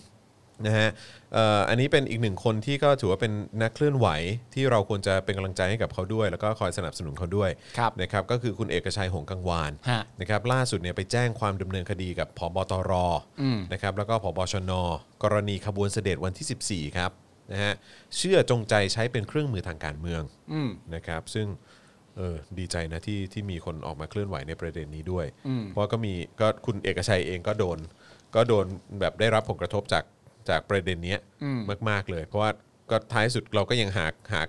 Speaker 2: นะฮะเอ่ออันนี้เป็นอีกหนึ่งคนที่ก็ถือว่าเป็นนักเคลื่อนไหวที่เราควรจะเป็นกำลังใจให้กับเขาด้วย แล้วก็คอยสนับสนุนเขาด้วย
Speaker 3: ครับ
Speaker 2: นะครับก็คือคุณเอกชัยหงส์กังวาน
Speaker 3: ฮะ
Speaker 2: นะครับล่าสุดเนี่ยไปแจ้งความดำเนินคดีกับพบตร
Speaker 3: อืม
Speaker 2: นะครับแล้วก็ผบชน กรณีขบวนเสด็จวันที่ 14 ครับนะฮะเชื่อจงใจใช้เป็นเครื่องมือทางการเมือง
Speaker 3: อืม
Speaker 2: นะครับ ซึ่งเออดีใจนะที่ที่มีคนออกมาเคลื่อนไหวในประเด็นนี้ด้วย
Speaker 3: อืม
Speaker 2: เพราะก็มีก็คุณเอกชัยเองก็โดน ก็โดนแบบได้รับผลกระทบจากจากประเด็นเนี้ย
Speaker 3: อืม
Speaker 2: มาก ๆ เลย เพราะว่าก็ท้ายสุดเราก็ยังหาหา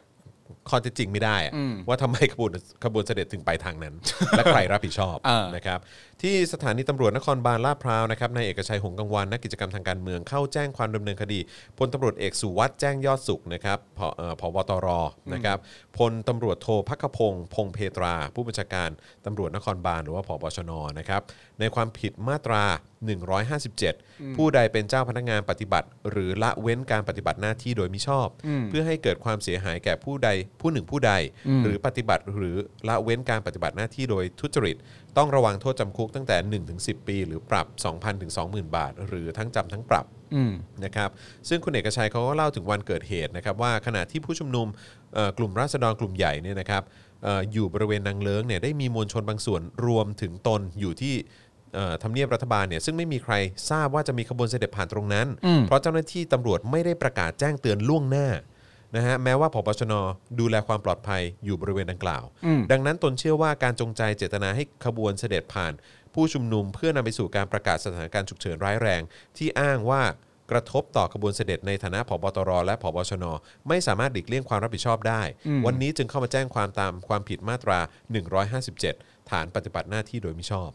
Speaker 2: ข้อเท็จจริงไม่ได้อะ
Speaker 3: อืม
Speaker 2: ว่าทำไมขบวนขบวนเสด็จถึงไป ทางนั้น และใครรับผิดชอบ
Speaker 3: อ่าน
Speaker 2: นะครับที่สถานีตำรวจนครบาลลาดพร้าวนะครับนายเอกชัยหงส์กังวานนักกิจกรรมทางการเมืองเข้าแจ้งความดำเนินคดีพลตำรวจเอกสุวัสด์แจ้งยอดสุขนะครับผเอ่อผวตรนะครับพลตำรวจโทพักขพงศ์พงเพตรา ผู้บัญชาการตำรวจนครบาลหรือว่าผบชนนะครับในความผิดมาตรา 157 ผู้ใดเป็นเจ้าพนักงานปฏิบัติ หรือละเว้นการปฏิบัติหน้าที่โดยมิชอบ เพื่อให้เกิดความเสียหายแก่ผู้ใดผู้หนึ่งผู้ใด หรือปฏิบัติหรือละเว้นการปฏิบัติหน้าที่โดยทุจริต ต้องระวังโทษจำคุกตั้งแต่ 1-10 ปี หรือปรับ 2,000ถึง20,000 บาท หรือทั้งจำทั้งปรับ
Speaker 3: อืม
Speaker 2: นะครับซึ่งคุณเอกชัยเขาก็เล่าถึงวันเกิดเหตุนะครับว่าขณะที่ผู้ชุมนุมเอ่อกลุ่มราษฎรกลุ่มใหญ่เนี่ยนะครับเอ่ออยู่บริเวณนางเลิ้งเนี่ยได้มีมวลชนบางส่วนรวมถึงตนอยู่ที่เอ่อทำเนียบรัฐบาลเนี่ยซึ่งไม่มีใครทราบว่าจะมีขบวนเสด็จผ่านตรงนั้น
Speaker 3: อืม
Speaker 2: เพราะเจ้าหน้าที่ตำรวจไม่ได้ประกาศแจ้งเตือนล่วงหน้านะฮะแม้ว่าพบชนดูแลความปลอดภัยอยู่บริเวณดังกล่าว
Speaker 3: อืม
Speaker 2: ดังนั้นตนเชื่อว่าการจงใจเจตนาให้ขบวนเสด็จผ่าน ผู้ชุมนุมเพื่อนำไปสู่การประกาศสถานการณ์ฉุกเฉินร้ายแรง ที่อ้างว่ากระทบต่อขบวนเสด็จในฐานะผบตร และผบชน ไม่สามารถหลีกเลี่ยงความรับผิดชอบได้ วันนี้จึงเข้ามาแจ้งความตามความผิดมาตรา 157 ฐานปฏิบัติหน้าที่โดยมิชอบ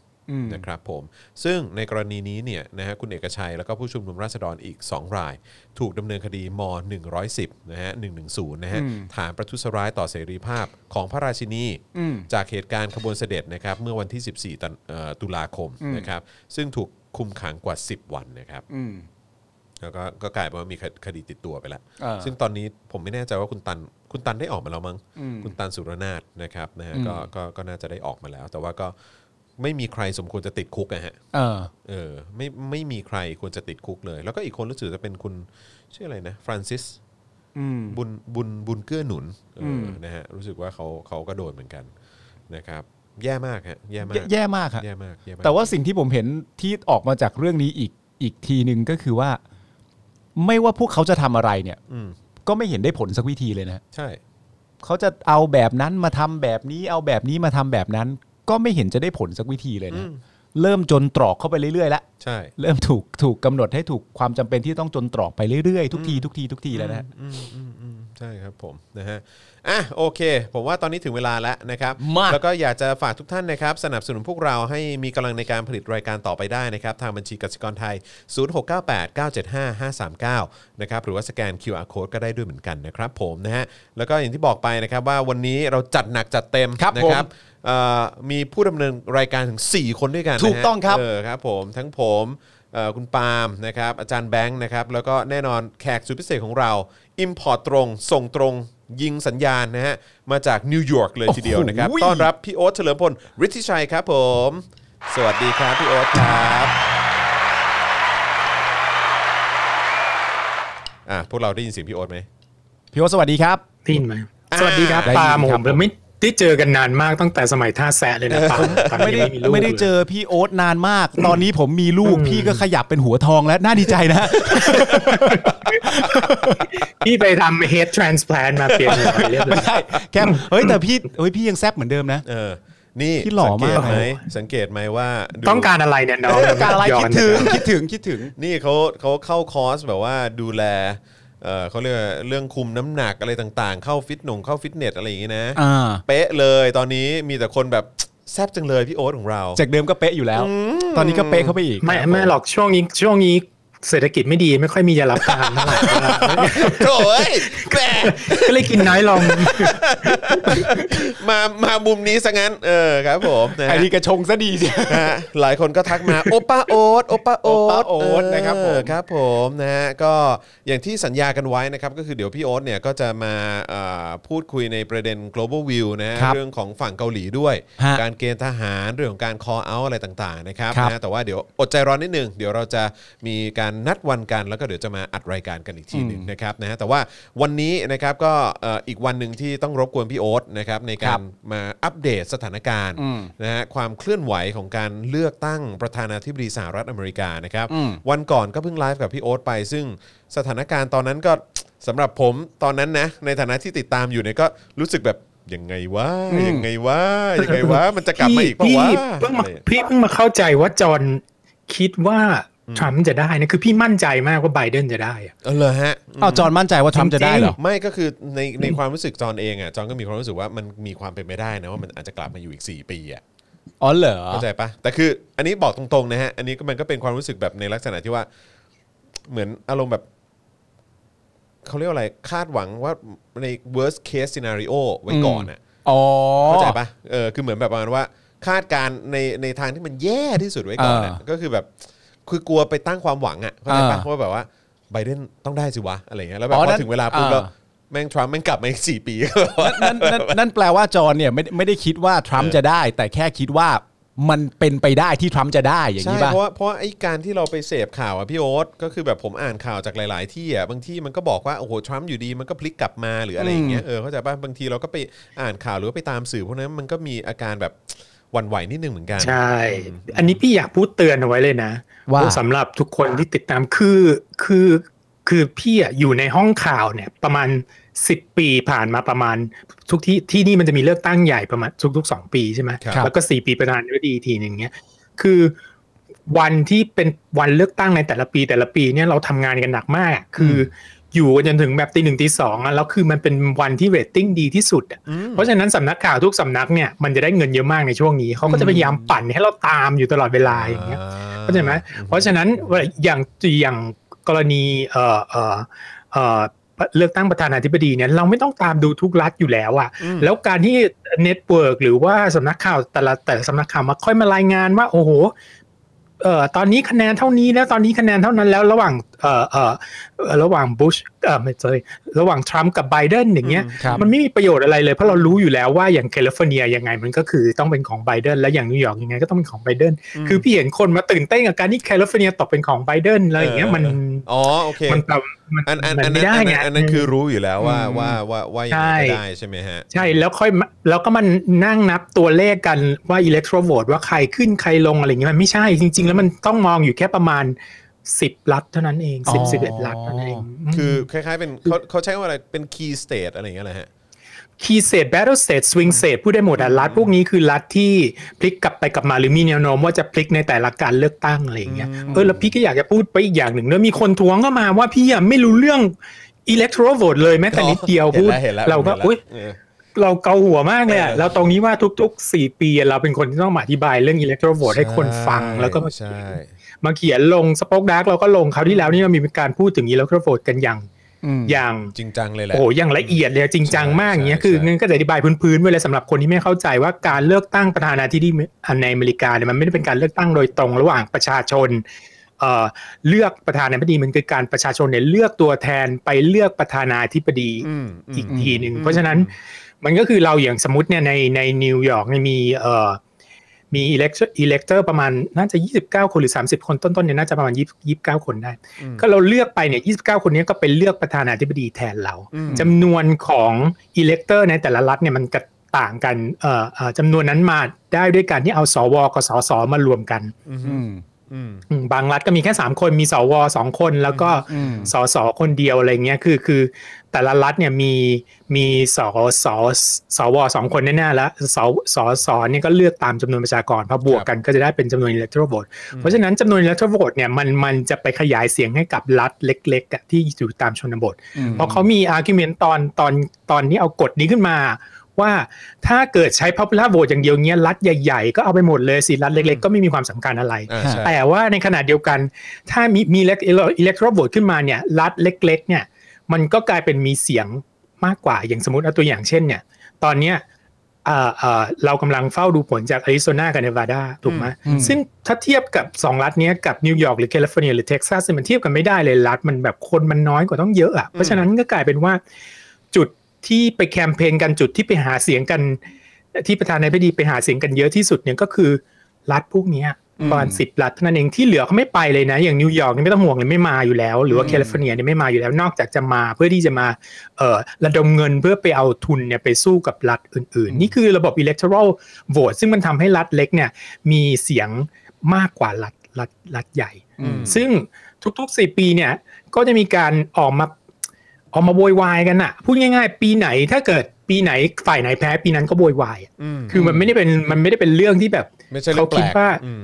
Speaker 2: นะครับผมซึ่งในกรณีนี้เนี่ยนะฮะคุณเอกชัยแล้วก็ผู้ชุมนุมราษฎรอีก 2 ราย ถูกดำเนินคดีม 110นะฮะ110นะฮะฐานประทุษร้ายต่อเสรีภาพของพระราชินี
Speaker 3: อืม
Speaker 2: จากเหตุการณ์ขบวนเสด็จนะครับเมื่อวันที่ 14ตันเอ่อตุลาคมนะครับซึ่งถูกคุมขังกว่า 10 วันนะครับ
Speaker 3: อืม
Speaker 2: แล้วก็ก็กลายเป็นว่ามีคดคดีติดตัวไปแล้ว
Speaker 3: อ่า
Speaker 2: ซึ่งตอนนี้ผมไม่แน่ใจว่าคุณตันคุณตันได้ออกมาแล้วมั้ง
Speaker 3: อืม
Speaker 2: คุณตันสุรนาถนะครับนะฮะ
Speaker 3: อืม
Speaker 2: ก็ก็ก็น่าจะได้ออกมาแล้ว แต่ว่าก็ไม่มีใครสมควรจะติดคุกนะฮะ
Speaker 3: เออ
Speaker 2: เออไม่ไม่มีใครควรจะติดคุกเลย แล้วก็อีกคนรู้สึกจะเป็นคุณชื่ออะไรนะฟรานซิส
Speaker 3: อืม
Speaker 2: บุญบุญบุญเกื้อหนุนเออ
Speaker 3: ม
Speaker 2: อนะฮะรู้สึกว่าเขาเขาก็โดนเหมือนกันนะครับ แย่มากฮะแย่มาก
Speaker 3: แย่แย่มากฮะ
Speaker 2: แย่มากแย่มาก
Speaker 3: แต่ว่าสิ่งที่ผมเห็นที่ออกมาจากเรื่องนี้อีกอีกทีหนึ่งก็คือว่า ไม่ว่าพวกเขาจะทำอะไรเนี่ย
Speaker 2: อืม
Speaker 3: ก็ไม่เห็นได้ผลสักวิธีเลยนะ
Speaker 2: ใช่
Speaker 3: เขาจะเอาแบบนั้นมาทำแบบนี้ เอาแบบนี้มาทำแบบนั้น ก็ไม่เห็นจะได้ผลสักวิธีเลยนะเริ่มจนตรอกเข้าไปเรื่อยๆแล้ว
Speaker 2: ใช่
Speaker 3: เริ่มถูกถูกกำหนดให้ถูกความจำเป็นที่ต้องจนตรอกไปเรื่อยๆทุกทีทุกทีทุกทีแล้วนะ
Speaker 2: อืมอืมอืมใช่ครับผมนะฮะอ่ะโอเค ผมว่าตอนนี้ถึงเวลาแล้วนะครับ
Speaker 3: มา
Speaker 2: แล้วก็อยากจะฝากทุกท่านนะครับ สนับสนุนพวกเราให้มีกำลังในการผลิตรายการต่อไปได้นะครับ ทางบัญชีกสิกรไทย 0698975539 นะครับหรือว่าสแกน QR code ก็ได้ด้วยเหมือนกันนะครับผมนะฮะแล้วก็อย่างที่บอกไปนะครับว่าวันนี้เราจัดหนักจัดเต็ม
Speaker 3: ครับ
Speaker 2: นะ
Speaker 3: ผม
Speaker 2: เอ่อมีผู้ดำเนินรายการถึง 4 คนด้วยกันนะฮะ
Speaker 3: ถูกต้องครับ
Speaker 2: เออครับผมทั้งผมเอ่อคุณปาล์มนะครับอาจารย์แบงค์นะครับแล้วก็แน่นอนแขกสุดพิเศษของเรา Import ตรง ส่งตรงยิงสัญญาณนะฮะมาจากนิวยอร์กเลยทีเดียวนะครับ
Speaker 3: โอ้โห
Speaker 2: ต้อนรับ ครับพี่โอ๊ตเฉลิมพลฤทธิชัยครับผม สวัสดีครับพี่โอ๊ตครับอ่ะพวกเราได้ยินเสียงพี่โอ๊ตไหม
Speaker 3: พี่โอตสวัสดีครับ
Speaker 5: ได้ยินไหม
Speaker 2: อ่า
Speaker 5: สวัสดีครับ
Speaker 3: ได้ยิน
Speaker 5: ปาล์ม
Speaker 3: ค
Speaker 5: ผ
Speaker 3: รับ
Speaker 5: ม
Speaker 3: ผม
Speaker 5: ไม่ได้เจอกันนานมากตั้งแต่สมัยท่าแซะเลยนะปาล์มตอน
Speaker 3: ไม่
Speaker 5: นี้
Speaker 3: ได้
Speaker 5: ไม่มีลูก
Speaker 3: ไม่ได้เจอพี่โอ๊ตนานมาก ตอนนี้ผมมีลูกพี่ก็ขยับเป็นหัวทองแล้วน่าดีใจ นะ
Speaker 5: พี่ไปทำ head transplant มาเปลี่ยนหัวเรียบร้
Speaker 3: ไม่
Speaker 5: อย
Speaker 3: ใช่แค่เฮ้ยแต่พี่เฮ้ยพี่ยังแซบเหมือนเดิมนะ
Speaker 2: เออ นี่
Speaker 3: พี่หล่อ
Speaker 2: สังเกต
Speaker 3: มาก
Speaker 2: ไหม
Speaker 3: เลย
Speaker 2: สังเกตไหมว่าดู
Speaker 5: ต้องการอะไรเนี่ยน้อง
Speaker 3: การอะไร
Speaker 5: ย้
Speaker 3: คิ
Speaker 5: น
Speaker 3: ดถึงคิดถึงคิดถึง
Speaker 2: นี่เขาเขาเข้าคอร์สแบบว่าดูแลเออเขาเรียกว่าเรื่องคุมน้ำหนักอะไรต่างๆ เข้าฟิตหนงเข้าฟิตเนสอะไรอย่างงี้นะ
Speaker 3: อ่า
Speaker 2: เป๊ะเลยตอนนี้มีแต่คนแบบแซ่บจังเลยพี่โอ๊ตของเรา
Speaker 3: จากเดิมก็เป๊ะอยู่แล้ว ตอนนี้ก็เป๊ะเข้าไปอีก
Speaker 5: ไม่ไม่หรอกช่วงนี้ช่วงนี้เศรษฐกิจไม่ดีไม่ค่อยมียารับประทานเท่าไหร่
Speaker 2: โถ่เอ้ยแหม
Speaker 5: ก็เลยกินน้อยลง
Speaker 2: มามามุมนี้ซะงั้น เออครับผมนะ
Speaker 3: ไอ้
Speaker 2: ฮะ
Speaker 3: นี่กระชงซะดี
Speaker 2: ฮะ หลายคนก็ทักมา โอป้าโอ๊ตโอป้าโอ๊ต
Speaker 3: โอป้าโอ๊ตนะครับผม
Speaker 2: เออครับผมนะฮะก็อย่างที่สัญญากันไว้นะครับก็คือเดี๋ยวพี่โอ๊ตเนี่ยก็จะมาเอ่อพูดคุยในประเด็น global view นะฮะ
Speaker 3: ครับ
Speaker 2: เรื่องของฝั่งเกาหลีด้วย
Speaker 3: ฮะ
Speaker 2: การเกณฑ์ทหารเรื่องของการ call out อะไรต่างๆนะครับ
Speaker 3: ครับ
Speaker 2: นะฮะแต่ว่าเดี๋ยวอดใจร้อนนิดนึงเดี๋ยวเราจะมีการนัดวันกัน แล้วก็เดี๋ยวจะมาอัดรายการกันอีกทีหนึ่งนะครับนะฮะแต่ว่าวันนี้นะครับก็เอ่ออีกวันหนึ่งที่ต้องรบกวนพี่โอ๊ตนะครับในกา
Speaker 3: ครั
Speaker 2: ร
Speaker 3: บ
Speaker 2: มาอัปเดตสถานการณ์
Speaker 3: อืม
Speaker 2: นะฮะความเคลื่อนไหวของการเลือกตั้งประธานาธิบดีสหรัฐอเมริกานะครับ
Speaker 3: อืม
Speaker 2: วันก่อนก็เพิ่งไลฟ์กับพี่โอ๊ตไป ซึ่งสถานการณ์ตอนนั้นก็ สำหรับผมตอนนั้นนะ ในฐานะที่ติดตามอยู่เนี่ยก็รู้สึกแบบยังไงวะ
Speaker 3: อืม
Speaker 2: ยังไงวะยังไงวะมันจะกลับมาอีกปะ
Speaker 5: พี่
Speaker 2: วะ
Speaker 5: เพิ่งมา
Speaker 2: อะไร
Speaker 5: พี่เพิ่งมาเข้าใจว่าจอห์นคิดว่า ทรัมป์จะได้นะคือพี่มั่นใจมากว่าไบเดนจะได้อะ
Speaker 2: เออเหรอฮะม
Speaker 3: อ้าวจอห์นมั่นใจว่าทรัมป์จะได้เหรอ
Speaker 2: ไม่ก็คือในในความรู้สึกจอนเองอ่ะจอนก็มีความรู้สึกว่ามันมีความเป็นไปได้นะว่ามันอาจจะกลับมาอยู่อีก 4 ปีอ่ะ
Speaker 3: อ๋อเหรอ
Speaker 2: เข้าใจปะแต่คืออันนี้บอกตรงๆนะฮะอันนี้ก็มันก็เป็นความรู้สึกแบบในลักษณะที่ว่า เหมือนอารมณ์แบบเขาเรียกว่าอะไรคาดหวังว่าใน worst case scenario ไว้ก่อนอ่ะ
Speaker 3: อ๋อ
Speaker 2: เข้าใจปะเออ คือเหมือนแบบประมาณว่าคาดการณ์ในในทางที่มันแย่ที่สุดไว้ก่อนอะ
Speaker 3: อ่า
Speaker 2: ก็คือแบบ คือกลัวไปตั้งความหวังอ่ะ เข้าใจปะ
Speaker 3: อ่า
Speaker 2: ว่าแบบว่าไบเดนต้องได้สิวะ อะไรเงี้ย แล้วแบบ
Speaker 3: อ๋อ
Speaker 2: พ
Speaker 3: นั่
Speaker 2: อน ถึงเวลาปุ๊บ
Speaker 3: อ่า
Speaker 2: แล้วแม่งทรัมป์แม่งกลับมาอีกสี่ ปี
Speaker 3: นั่นนั่นนั่นแปลว่าจอห์นเนี่ยไม่ได้ไม่ได้คิดว่าทรัมป์
Speaker 2: เออ
Speaker 3: จะได้ แต่แค่คิดว่ามันเป็นไปได้ที่ทรัมป์จะได้อย่าง
Speaker 2: ใช่
Speaker 3: นี้ป่ะ
Speaker 2: เพราะว่าเพราะว่าไอ้การที่เราไปเสพข่าวอ่ะพี่โอ๊ตก็คือแบบผมอ่านข่าวจากหลาย ๆ ที่อ่ะบางที่มันก็บอกว่าโอ้โหทรัมป์อยู่ดีมันก็พลิกกลับมาหรืออะไรอย่างเงี้ยเออเข้าใจป่ะบางทีเราก็ไปอ่านข่าวหรือว่าไปตามสื่อพวกนั้นมันก็มีอาการแบบหวั่นไหวนิดนึงเหมือนกัน
Speaker 5: ใช่ อันนี้พี่อยากพูดเตือนเอาไว้เลยนะ
Speaker 3: ว่า
Speaker 5: สำหรับทุกคนที่ติดตามคือคือคือพี่อะอยู่ในห้องข่าวเนี่ยประมาณสิบปีผ่านมาประมาณ ทุกที่ที่นี่มันจะมีเลือกตั้งใหญ่ประมาณทุกๆสองปีใช่ไหม
Speaker 2: ครับ
Speaker 5: แล้วก็สี่ปีประธานาธิบดีทีหนึ่งเนี้ยคือวันที่เป็นวันเลือกตั้งในแต่ละปีแต่ละปีเนี่ยเราทำงานกันหนักมากอะคือออยู่กันจนถึงแบบตีหนึ่งตีสองอะแล้วคือมันเป็นวันที่เรตติ้งดีที่สุดอะ
Speaker 2: อืม
Speaker 5: เพราะฉะนั้นสำนักข่าวทุกสำนักเนี่ยมันจะได้เงินเยอะมากในช่วงนี้เขาก็จะพยายามปั่นให้เราตามอยู่ตลอดเวลาอย่างเงี้ยเข้าใจไหมเพราะฉะนั้นเวลาอย่างอย่างกรณีเอ่อเอ่อเอ่อเลือกตั้งประธานาธิบดีเนี่ยเราไม่ต้องตามดูทุกรัฐอยู่แล้วอะ
Speaker 2: อืม
Speaker 5: แล้วการที่เน็ตเวิร์กหรือว่าสำนักข่าวแต่ละแต่ละสำนักข่าวมาค่อยมารายงานว่าโอ้โหเอ่อตอนนี้คะแนนเท่านี้แล้วตอนนี้คะแนนเท่านั้นแล้วระหว่างเอ่อเอ่อเอ่อระหว่างบุชเอ่อไม่ใช่ระหว่างทรัมป์กับไบเดนอย่างเงี้ย
Speaker 3: ครับ
Speaker 5: มันไม่มีประโยชน์อะไรเลยเพราะเรารู้อยู่แล้วว่าอย่างแคลิฟอร์เนียยังไงมันก็คือต้องเป็นของไบเดนและอย่างนิวยอร์กยังไงก็ต้องเป็นของไบเดนคือพี่เห็นคนมาตื่นเต้นกับการที่แคลิฟอร์เนียตกเป็นของไบเดนอะไรอย่างเงี้ยมัน
Speaker 2: อ๋อโอเค
Speaker 5: มันแบบมัน
Speaker 2: อันอัน
Speaker 5: มัน
Speaker 2: อัน
Speaker 5: ไม่
Speaker 2: นั้น
Speaker 5: ได้
Speaker 2: อัน
Speaker 5: ไง
Speaker 2: นั้นอันนั้นคือรู้อยู่แล้วว่า
Speaker 5: อืม
Speaker 2: ว่าว่าว่ายังไงก็
Speaker 5: ใช่
Speaker 2: ได้ใช่ไหมฮะ
Speaker 5: ใช่แล้วค่อยมาแล้วก็มันนั่งนับตัวเลขกันว่าอิเล็กโทรโหวตว่าใครขึ้นใครลงอะไรอย่างเงี้ยมันไม่ใช่จริง ๆ แล้วมันต้องมองอยู่แค่ประมาณสิบรัฐเท่านั้นเองสิบสิบเอ็ดรัฐเท่านั้นเองม
Speaker 2: คือคล้ายๆเป็นเขาเขาใช้ว่าอะไรเป็น key state อะไรอย่างเงี้ยแหละฮะ
Speaker 5: คีเศษแบทเทิลเศษสวิงเศษพูดได้หมดอ่ะรัฐพวกนี้คือรัฐที่พลิกกลับไปกลับมาหรือมีแนวโน้มว่าจะพลิกในแต่ละการเลือกตั้งอะไรอย่างเงี้ยเออแล้วพี่ก็อยากจะพูดไปอีกอย่างหนึ่งเนอะมีคนทวงก็มาว่าพี่อะไม่รู้เรื่องอิเล็กโทรโหวตเลยแม้แต่นิดเดียว
Speaker 2: เห็น
Speaker 5: พูด
Speaker 2: แล้วเห็นแล้ว
Speaker 5: เราก็
Speaker 2: ห็นแล้ว
Speaker 5: อุ้ย
Speaker 2: เออ
Speaker 5: เราเกาหัวมากเลยอะ
Speaker 2: เออ
Speaker 5: เราตรงนี้ว่าทุกๆ 4 ปีอะเราเป็นคนที่ต้องมาอธิบายเรื่องอิเล็กโทรโหวตให้คนฟังแล้วก็มา
Speaker 2: ใช่
Speaker 5: มาเขียนลงสป็อกดาร์กเราก็ลงคราวที่แล้วนี่มันมีการพูดถึงอิเล็กโทรโหวตกันอย่างอย่าง
Speaker 2: จริงจังเลยแหละ
Speaker 5: โอ้โหอยังละเอียดเลยจริงจังมากอย่างเงี้ย
Speaker 2: ใช่
Speaker 5: คือ
Speaker 2: ใช่
Speaker 5: งั้นก็จะอธิบายพื้นๆไว้เลยสำหรับคนที่ไม่เข้าใจว่าการเลือกตั้งประธานาธิบดีในอเมริกาเนี่ยมันไม่ได้เป็นการเลือกตั้งโดยตรงระหว่างประชาชนเอ่อเลือกประธานาธิบดีมันคือการประชาชนเนี่ยเลือกตัวแทนไปเลือกประธานาธิบดี
Speaker 2: อืมอืม
Speaker 5: อีกทีหนึ่งเพราะฉะนั้นมันก็คือเราอย่างสมมติเนี่ยในในนิวยอร์กเนี่ยมีเอ่อมีอิเล็กอิเล็กเตอร์ประมาณน่าจะ 29 คนหรือ 30 คนต้นๆเนี่ยน่าจะประมาณ20 29 คนได้
Speaker 2: อืม
Speaker 5: ก็เราเลือกไปเนี่ย29 คนเนี้ยก็ไปเลือกประธานาธิบดีแทนเรา
Speaker 2: อืม
Speaker 5: จำนวนของอิเล็กเตอร์ในแต่ละรัฐเนี่ยมันกต่างกันเอ่อเอ่อจำนวนนั้นมาได้ด้วยการที่เอาสวกับสสมารวมกัน
Speaker 3: อืม
Speaker 2: อืม
Speaker 5: อืมบางรัฐก็มีแค่ 3 คนมีสวสองคนแล้วก็
Speaker 3: อืม
Speaker 5: สสคนเดียวอะไรเงี้ยคือคือแต่ละรัฐเนี่ยมีมีสสสวสองคนแน่ๆแล้วสสสเนี่ยก็เลือกตามจำนวนประชากรพอบวกกันก็จะได้เป็นจำนวนอิเล็กโทรโหวตเพราะฉะนั้นจำนวนอิเล็กโทรโหวตเนี่ยมันมันจะไปขยายเสียงให้กับรัฐเล็กๆอะที่อยู่ตามชนบท เพราะเขามี argument ตอนตอนตอนนี้เอากฎนี้ขึ้นมา ว่าถ้าเกิดใช้ popular vote อย่างเดียวเนี้ยรัฐใหญ่ๆ ก็เอาไปหมดเลยสิรัฐเล็กๆ ก็ไม่มีความสำคัญอะไร
Speaker 2: อ่าใช่
Speaker 5: แต่ว่าในขณะเดียวกัน ถ้ามีมีอิเล็กโทรโหวตขึ้นมาเนี่ยรัฐเล็กๆเนี่ยมันก็กลายเป็นมีเสียงมากกว่าอย่างสมมติเอาตัวอย่างเช่นเนี่ยตอนเนี้ยเอ่อเอ่อเรากำลังเฝ้าดูผลจากอาริโซนากับเนวาดาถูกไหม
Speaker 3: อืม
Speaker 5: ซึ่งถ้าเทียบกับ 2 รัฐเนี้ยกับนิวยอร์กหรือแคลิฟอร์เนียหรือเท็กซัสเนี่ยมันเทียบกันไม่ได้เลยรัฐมันแบบคนมันน้อยกว่าต้องเยอะอ่ะเพราะฉะนั้นก็กลายเป็นว่าจุดที่ไปแคมเปญกันจุดที่ไปหาเสียงกัน ที่ประธานาธิบดีไปหาเสียงกันเยอะที่สุดเนี่ยก็คือรัฐพวกเนี้ยประมาณสิบรัฐเท่านั้นเองที่เหลือเขาไม่ไปเลยนะ อย่างนิวยอร์กนี่ไม่ต้องห่วงเลยไม่มาอยู่แล้ว หรือว่าแคลิฟอร์เนียเนี่ยไม่มาอยู่แล้วนอกจากจะมาเพื่อที่จะมาเอ่อระดมเงินเพื่อไปเอาทุนเนี่ยไปสู้กับรัฐอื่น ๆ นี่คือระบบ electoral vote ซึ่งมันทำให้รัฐเล็กเนี่ยมีเสียงมากกว่ารัฐรัฐรัฐใหญ่
Speaker 2: อืม
Speaker 5: ซึ่งทุกๆ 4 ปีเนี่ยก็จะมีการออกมาออกมาโวยวายกันอะพูดง่าย ๆ ปีไหนถ้าเกิดปีไหนฝ่ายไหนแพ้ปีนั้นก็โวยวายอะ
Speaker 2: อืม
Speaker 5: คือมันไม่ได้เป็นมันไม่ได้เป็นเรื่องที่แบบ
Speaker 2: ไม่ใช่เรื่องแปล
Speaker 5: คิด
Speaker 2: ก
Speaker 5: ว่า
Speaker 2: อืม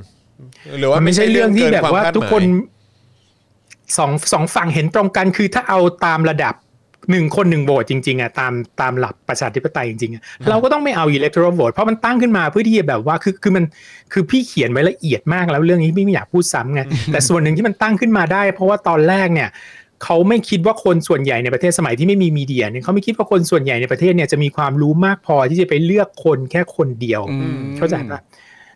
Speaker 2: หรือว่า
Speaker 5: มันไม่ใช่เรื่องที่แบบว่าทุกคน
Speaker 2: เ
Speaker 5: สองสองฝั่งเห็นตรงกันคือถ้าเอาตามระดับหนึ่งคนหนึ่งโหวตจริงๆอ่ะตามตามหลักประชาธิปไตยจริงๆอ่ะเราก็ต้องไม่เอา electoral vote เพราะมันตั้งขึ้นมาเพื่อที่จะแบบว่าคือคือมันคือพี่เขียนไว้ละเอียดมากแล้วเรื่องนี้พี่ไม่อยากพูดซ้ำไงแต่ส่วนหนึ่งที่มันตั้งขึ้นมาได้ เพราะว่าตอนแรกเนี่ยเขาไม่คิดว่าคนส่วนใหญ่ในประเทศสมัยที่ไม่มีมีเดียเนี่ยเขาไม่คิดว่าคนส่วนใหญ่ในประเทศเนี่ยจะมีความรู้มากพอที่จะไปเลือกคนแค่คนเดียว เข้าใจปะ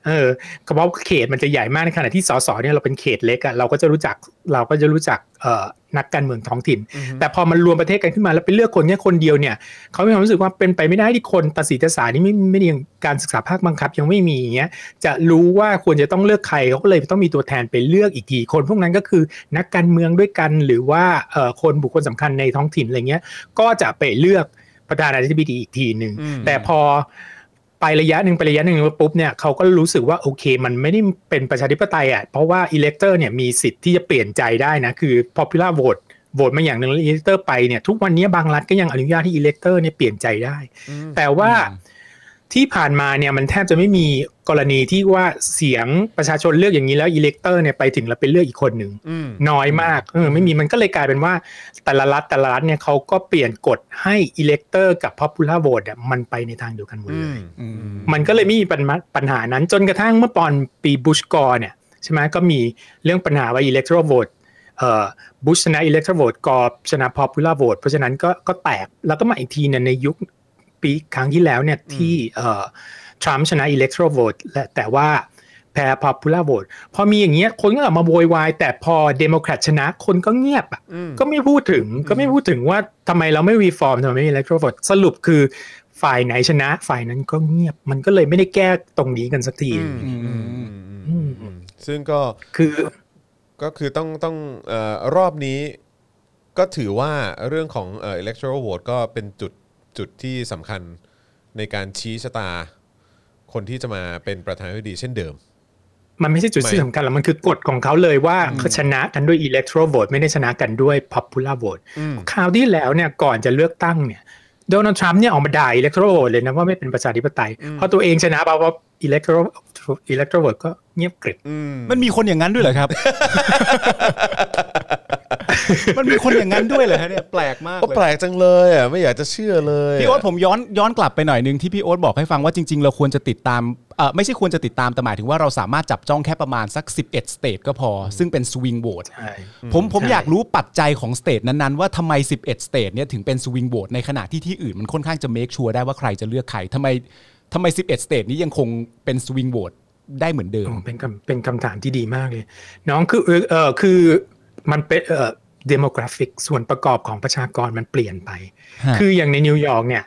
Speaker 5: เออเพราะว่าเขตมันจะใหญ่มากในขณะที่สสเนี่ยเราเป็นเขตเล็กอะเราก็จะรู้จักเราก็จะรู้จักเอ่อนักการเมืองท้องถิ่น แต่พอมันรวมประเทศกันขึ้นมาแล้วไปเลือกคนแค่คนเดียวเนี่ยเขามีความรู้สึกว่าเป็นไปไม่ได้ที่คนตัดสินศาสตร์นี่ไม่ไม่ได้ยังการศึกษาภาคบังคับยังไม่มีอย่างเงี้ยจะรู้ว่าควรจะต้องเลือกใครเขาก็เลยต้องมีตัวแทนไปเลือกอีกทีคนพวกนั้นก็คือนักการเมืองด้วยกันหรือว่าเอ่อคนบุคคลสำคัญในท้องถิ่นอะไรเงี้ยก็จะไปเลือกประธานาธิบดีอีกทีหนึ่ง
Speaker 2: อืม
Speaker 5: แต่พอ ไประยะหนึ่งไประยะหนึ่งปุ๊บเนี่ยเขาก็รู้สึกว่าโอเค มันไม่ได้เป็นประชาธิปไตยอ่ะเพราะว่าอิเล็กเตอร์เนี่ยมีสิทธิ์ที่จะเปลี่ยนใจได้นะ คือ popular vote โหวตมาอย่างหนึ่งแล้วอิเล็กเตอร์ไปเนี่ยทุกวันนี้บางรัฐก็ยังอนุญาตให้อิเล็กเตอร์เนี่ยเปลี่ยนใจได้ แต่ว่าที่ผ่านมาเนี่ยมันแทบจะไม่มีกรณีที่ว่าเสียงประชาชนเลือกอย่างนี้แล้วอิเล็กเตอร์เนี่ยไปถึงแล้วไปเลือกอีกคนหนึ่ง
Speaker 2: อืม
Speaker 5: น้อยมากเออไม่มีมันก็เลยกลายเป็นว่าแต่ละรัฐแต่ละรัฐเนี่ยเขาก็เปลี่ยนกฎให้อิเล็กเตอร์กับ popular vote อะมันไปในทางเดียวกันหมดเลย มันก็เลยไม่มีปัญหาปัญหานั้นจนกระทั่งเมื่อตอนปีบุชกอร์เนี่ยใช่ไหมก็มีเรื่องปัญหาว่า electoral vote เอ่อบุชชนะ electoral vote กอร์ชนะ popular vote เพราะฉะนั้นก็ก็แตกแล้วก็มาอีกทีเนี่ยในยุคปีครั้งที่แล้วเนี่ยที่เอ่อทรัมป์ชนะ electoral vote และแต่ว่าแพ้ popular vote พอมีอย่างเงี้ยคนก็ออกมาโวยวายแต่พอเดโมแครตชนะคนก็เงียบอ่ะ ก็ไม่พูดถึงก็ไม่พูดถึงว่าทำไมเราไม่รีฟอร์มทำไมไม่มี electoral vote สรุปคือฝ่ายไหนชนะ ฝ่ายนั้นก็เงียบ มันก็เลยไม่ได้แก้ตรงนี้กันสักที
Speaker 2: ซึ่งก็
Speaker 5: คือ
Speaker 2: ก็คือต้องต้องเอ่อรอบนี้ก็ถือว่าเรื่องของเอ่อ electoral vote ก็เป็นจุดจุดที่สำคัญในการชี้ชะตา คนที่จะมาเป็นประธานาธิบดีเช่นเดิม
Speaker 5: มันไม่ใช่จุดที่สำคัญหรอกมันคือกฎของเขาเลยว่าเขาชนะกันด้วย electoral vote ไม่ได้ชนะกันด้วย popular vote คราวที่แล้วเนี่ยก่อนจะเลือกตั้งเนี่ยโดนัลด์ทรัมป์เนี่ยออกมาด่า electoral vote เลยนะว่าไม่เป็นประชาธิปไตยเพราะตัวเองชนะเพราะว่า electoral electoral vote ก็เงียบกริบ
Speaker 3: มันมีคนอย่างนั้นด้วยเหรอครับ มันมีคนอย่างนั้นด้วยเหรอฮะเนี่ยแปลกมาก
Speaker 2: ก็
Speaker 3: เลย
Speaker 2: แปลกจังเลยอ่ะไม่อยากจะเชื่อเลย
Speaker 3: พี่โอ๊ตผมย้อนย้อนกลับไปหน่อยหนึงที่พี่โอ๊ตบอกให้ฟังว่าจริง ๆ เราควรจะติดตามเออไม่ใช่ควรจะติดตามแต่หมายถึงว่าเราสามารถจับจ้องแค่ประมาณสัก 11 สเตทก็พอ ซึ่งเป็นสวิงโหวตผมผม
Speaker 5: ใช่
Speaker 3: อยากรู้ปัจจัยของสเตทนั้นๆ ว่าทำไม 11 สเตทเนี่ยถึงเป็นสวิงโหวตในขณะที่ที่อื่นมันค่อนข้างจะเมคชัวร์ได้ว่าใครจะเลือกใครทำไมทำไม 11 สเตทนี้ยังคงเป็นสวิงโหวตได้เหมือนเดิม
Speaker 5: โอ้เป็นคำเป็นคำถามที่ดีมากเลย น้องคือเออเออคือมันเป็นเออดโมกราฟิกส่วนประกอบของประชากรมันเปลี่ยนไป
Speaker 3: ฮะ
Speaker 5: คืออย่างในนิวยอร์กเนี่ย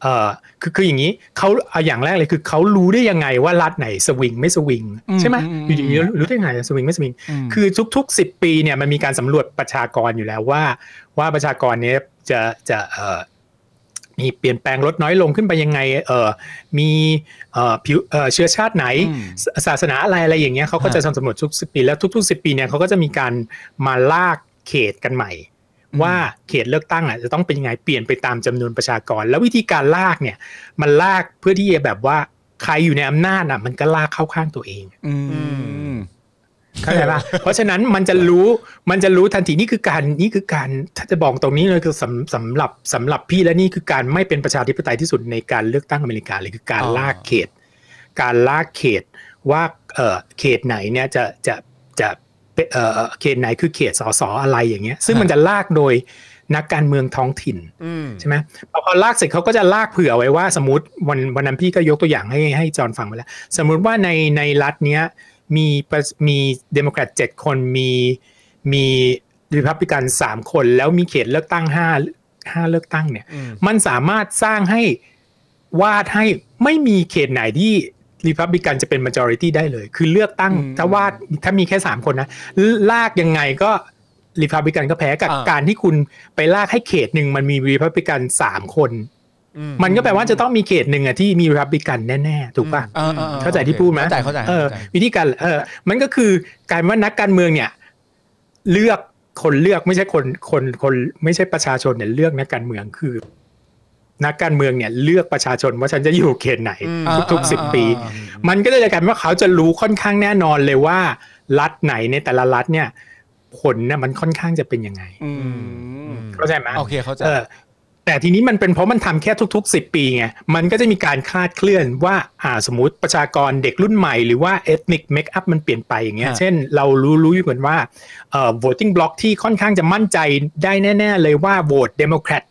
Speaker 5: เออคือคืออย่างนี้เขาเอาอย่างแรกเลยคือเขารู้ได้ยังไงว่ารัฐไหนสวิงไม่สวิงใช่ไหมอยู่ดีๆรู้ได้ยังไงสวิงไม่สวิง คือทุก ๆ 10 ปีเนี่ยมันมีการสำรวจประชากรอยู่แล้วว่า ว่าประชากรเนี้ยจะจะเออ มีเปลี่ยนแปลงลดน้อยลงขึ้นไปยังไง เออมีเอ่อผิวเอ่อเชื้อชาติไหนศศาสนาอะไรอะไรอย่างเงี้ยเขาก็จะทำสำรวจทุกสิบปีแล้วทุกๆสิบปีเนี่ยเขาก็จะมีการมาลากเขตกันใหม่ ว่าเขตเลือกตั้งอ่ะจะต้องเป็นยังไงเปลี่ยนไปตามจำนวนประชากร แล้ววิธีการลากเนี่ยมันลากเพื่อที่จะแบบว่าใครอยู่ในอำนาจอ่ะมันก็ลากเข้าข้างตัวเอง
Speaker 3: อืม
Speaker 5: เข้าใจป่ะ เพราะฉะนั้นมันจะรู้ มันจะรู้ทันทีนี่คือการนี่คือการถ้าจะบอกตรงนี้เลยคือสำสำหรับสำหรับพี่และนี่คือการไม่เป็นประชาธิปไตยที่สุดในการเลือกตั้งอเมริกาเลยคือการ
Speaker 3: อ๋อ
Speaker 5: ลากเขต การลากเขตว่าเออเขตไหนเนี่ยจะจะจะเป็นเออเขตไหนคือเขตสสอะไรอย่างเงี้ย ซึ่งมันจะลากโดยนักการเมืองท้องถิ่น
Speaker 2: อืม
Speaker 5: ใช่ไหมพอเขาลากเสร็จเขาก็จะลากเผื่อไว้ว่าสมมติวันวันนั้นพี่ก็ยกตัวอย่างให้ให้จอห์นฟังไปแล้ว สมมุติว่าในในรัฐเนี้ยมีประมีเดโมแครตเจ็ดคนมีมีริพับลิกันสามคน แล้วมีเขตเลือกตั้งห้าห้าเลือกตั้งเนี่ย
Speaker 2: อืม
Speaker 5: มันสามารถสร้างให้วาดให้ไม่มีเขตไหนที่ริพับลิกันจะเป็น majority ได้เลย คือเลือกตั้งถ้าวาดถ้ามีแค่สามคนนะลากยังไงก็ริพับลิกันก็แพ้กับ
Speaker 3: อ่า
Speaker 5: การที่คุณไปลากให้เขตหนึ่งมันมีริพับลิกันสามคน
Speaker 2: อืม
Speaker 5: มันก็แปลว่าจะต้องมีเขตหนึ่งอะที่มีริพับลิกันแน่ๆ ถูกป่ะ
Speaker 3: อ่อ่อ่
Speaker 5: เข้าใจที่พูดไหม
Speaker 3: เข้าใจเข้าใจ
Speaker 5: เออ
Speaker 3: เข้าใจ
Speaker 5: วิธีการเออมันก็คือการว่านักการเมืองเนี่ย เลือกคนเลือกไม่ใช่คนคนคนไม่ใช่ประชาชนเนี่ยเลือกนักการเมืองคือ นักการเมืองเนี่ยเลือกประชาชนว่าฉันจะอยู่เขตไหน
Speaker 2: อืม
Speaker 5: ทุกๆสิบปี
Speaker 3: อ่า
Speaker 5: มันก็เลยกลายเป็นว่าเขาจะรู้ค่อนข้างแน่นอนเลยว่า รัฐไหนในแต่ละรัฐเนี่ย ผลเนี่ยมันค่อนข้างจะเป็นยังไง
Speaker 3: อืม
Speaker 5: เข้าใจไหม
Speaker 3: โอเคเข้าใจ
Speaker 5: เออแต่ทีนี้มันเป็นเพราะมันทำแค่ทุก ๆ 10 ปีไง มันก็จะมีการคลาดเคลื่อนว่าอ่าสมมติประชากรเด็กรุ่นใหม่หรือว่าเอทนิ c เมคอัพมันเปลี่ยนไปอย่างเงี้ย
Speaker 3: ฮะ
Speaker 5: เช่นเรารู้รู้อยู่กันว่าเอ่อ voting block ที่ค่อนข้างจะมั่นใจได้แน่ ๆ เลยว่าโหวตเดโมแครต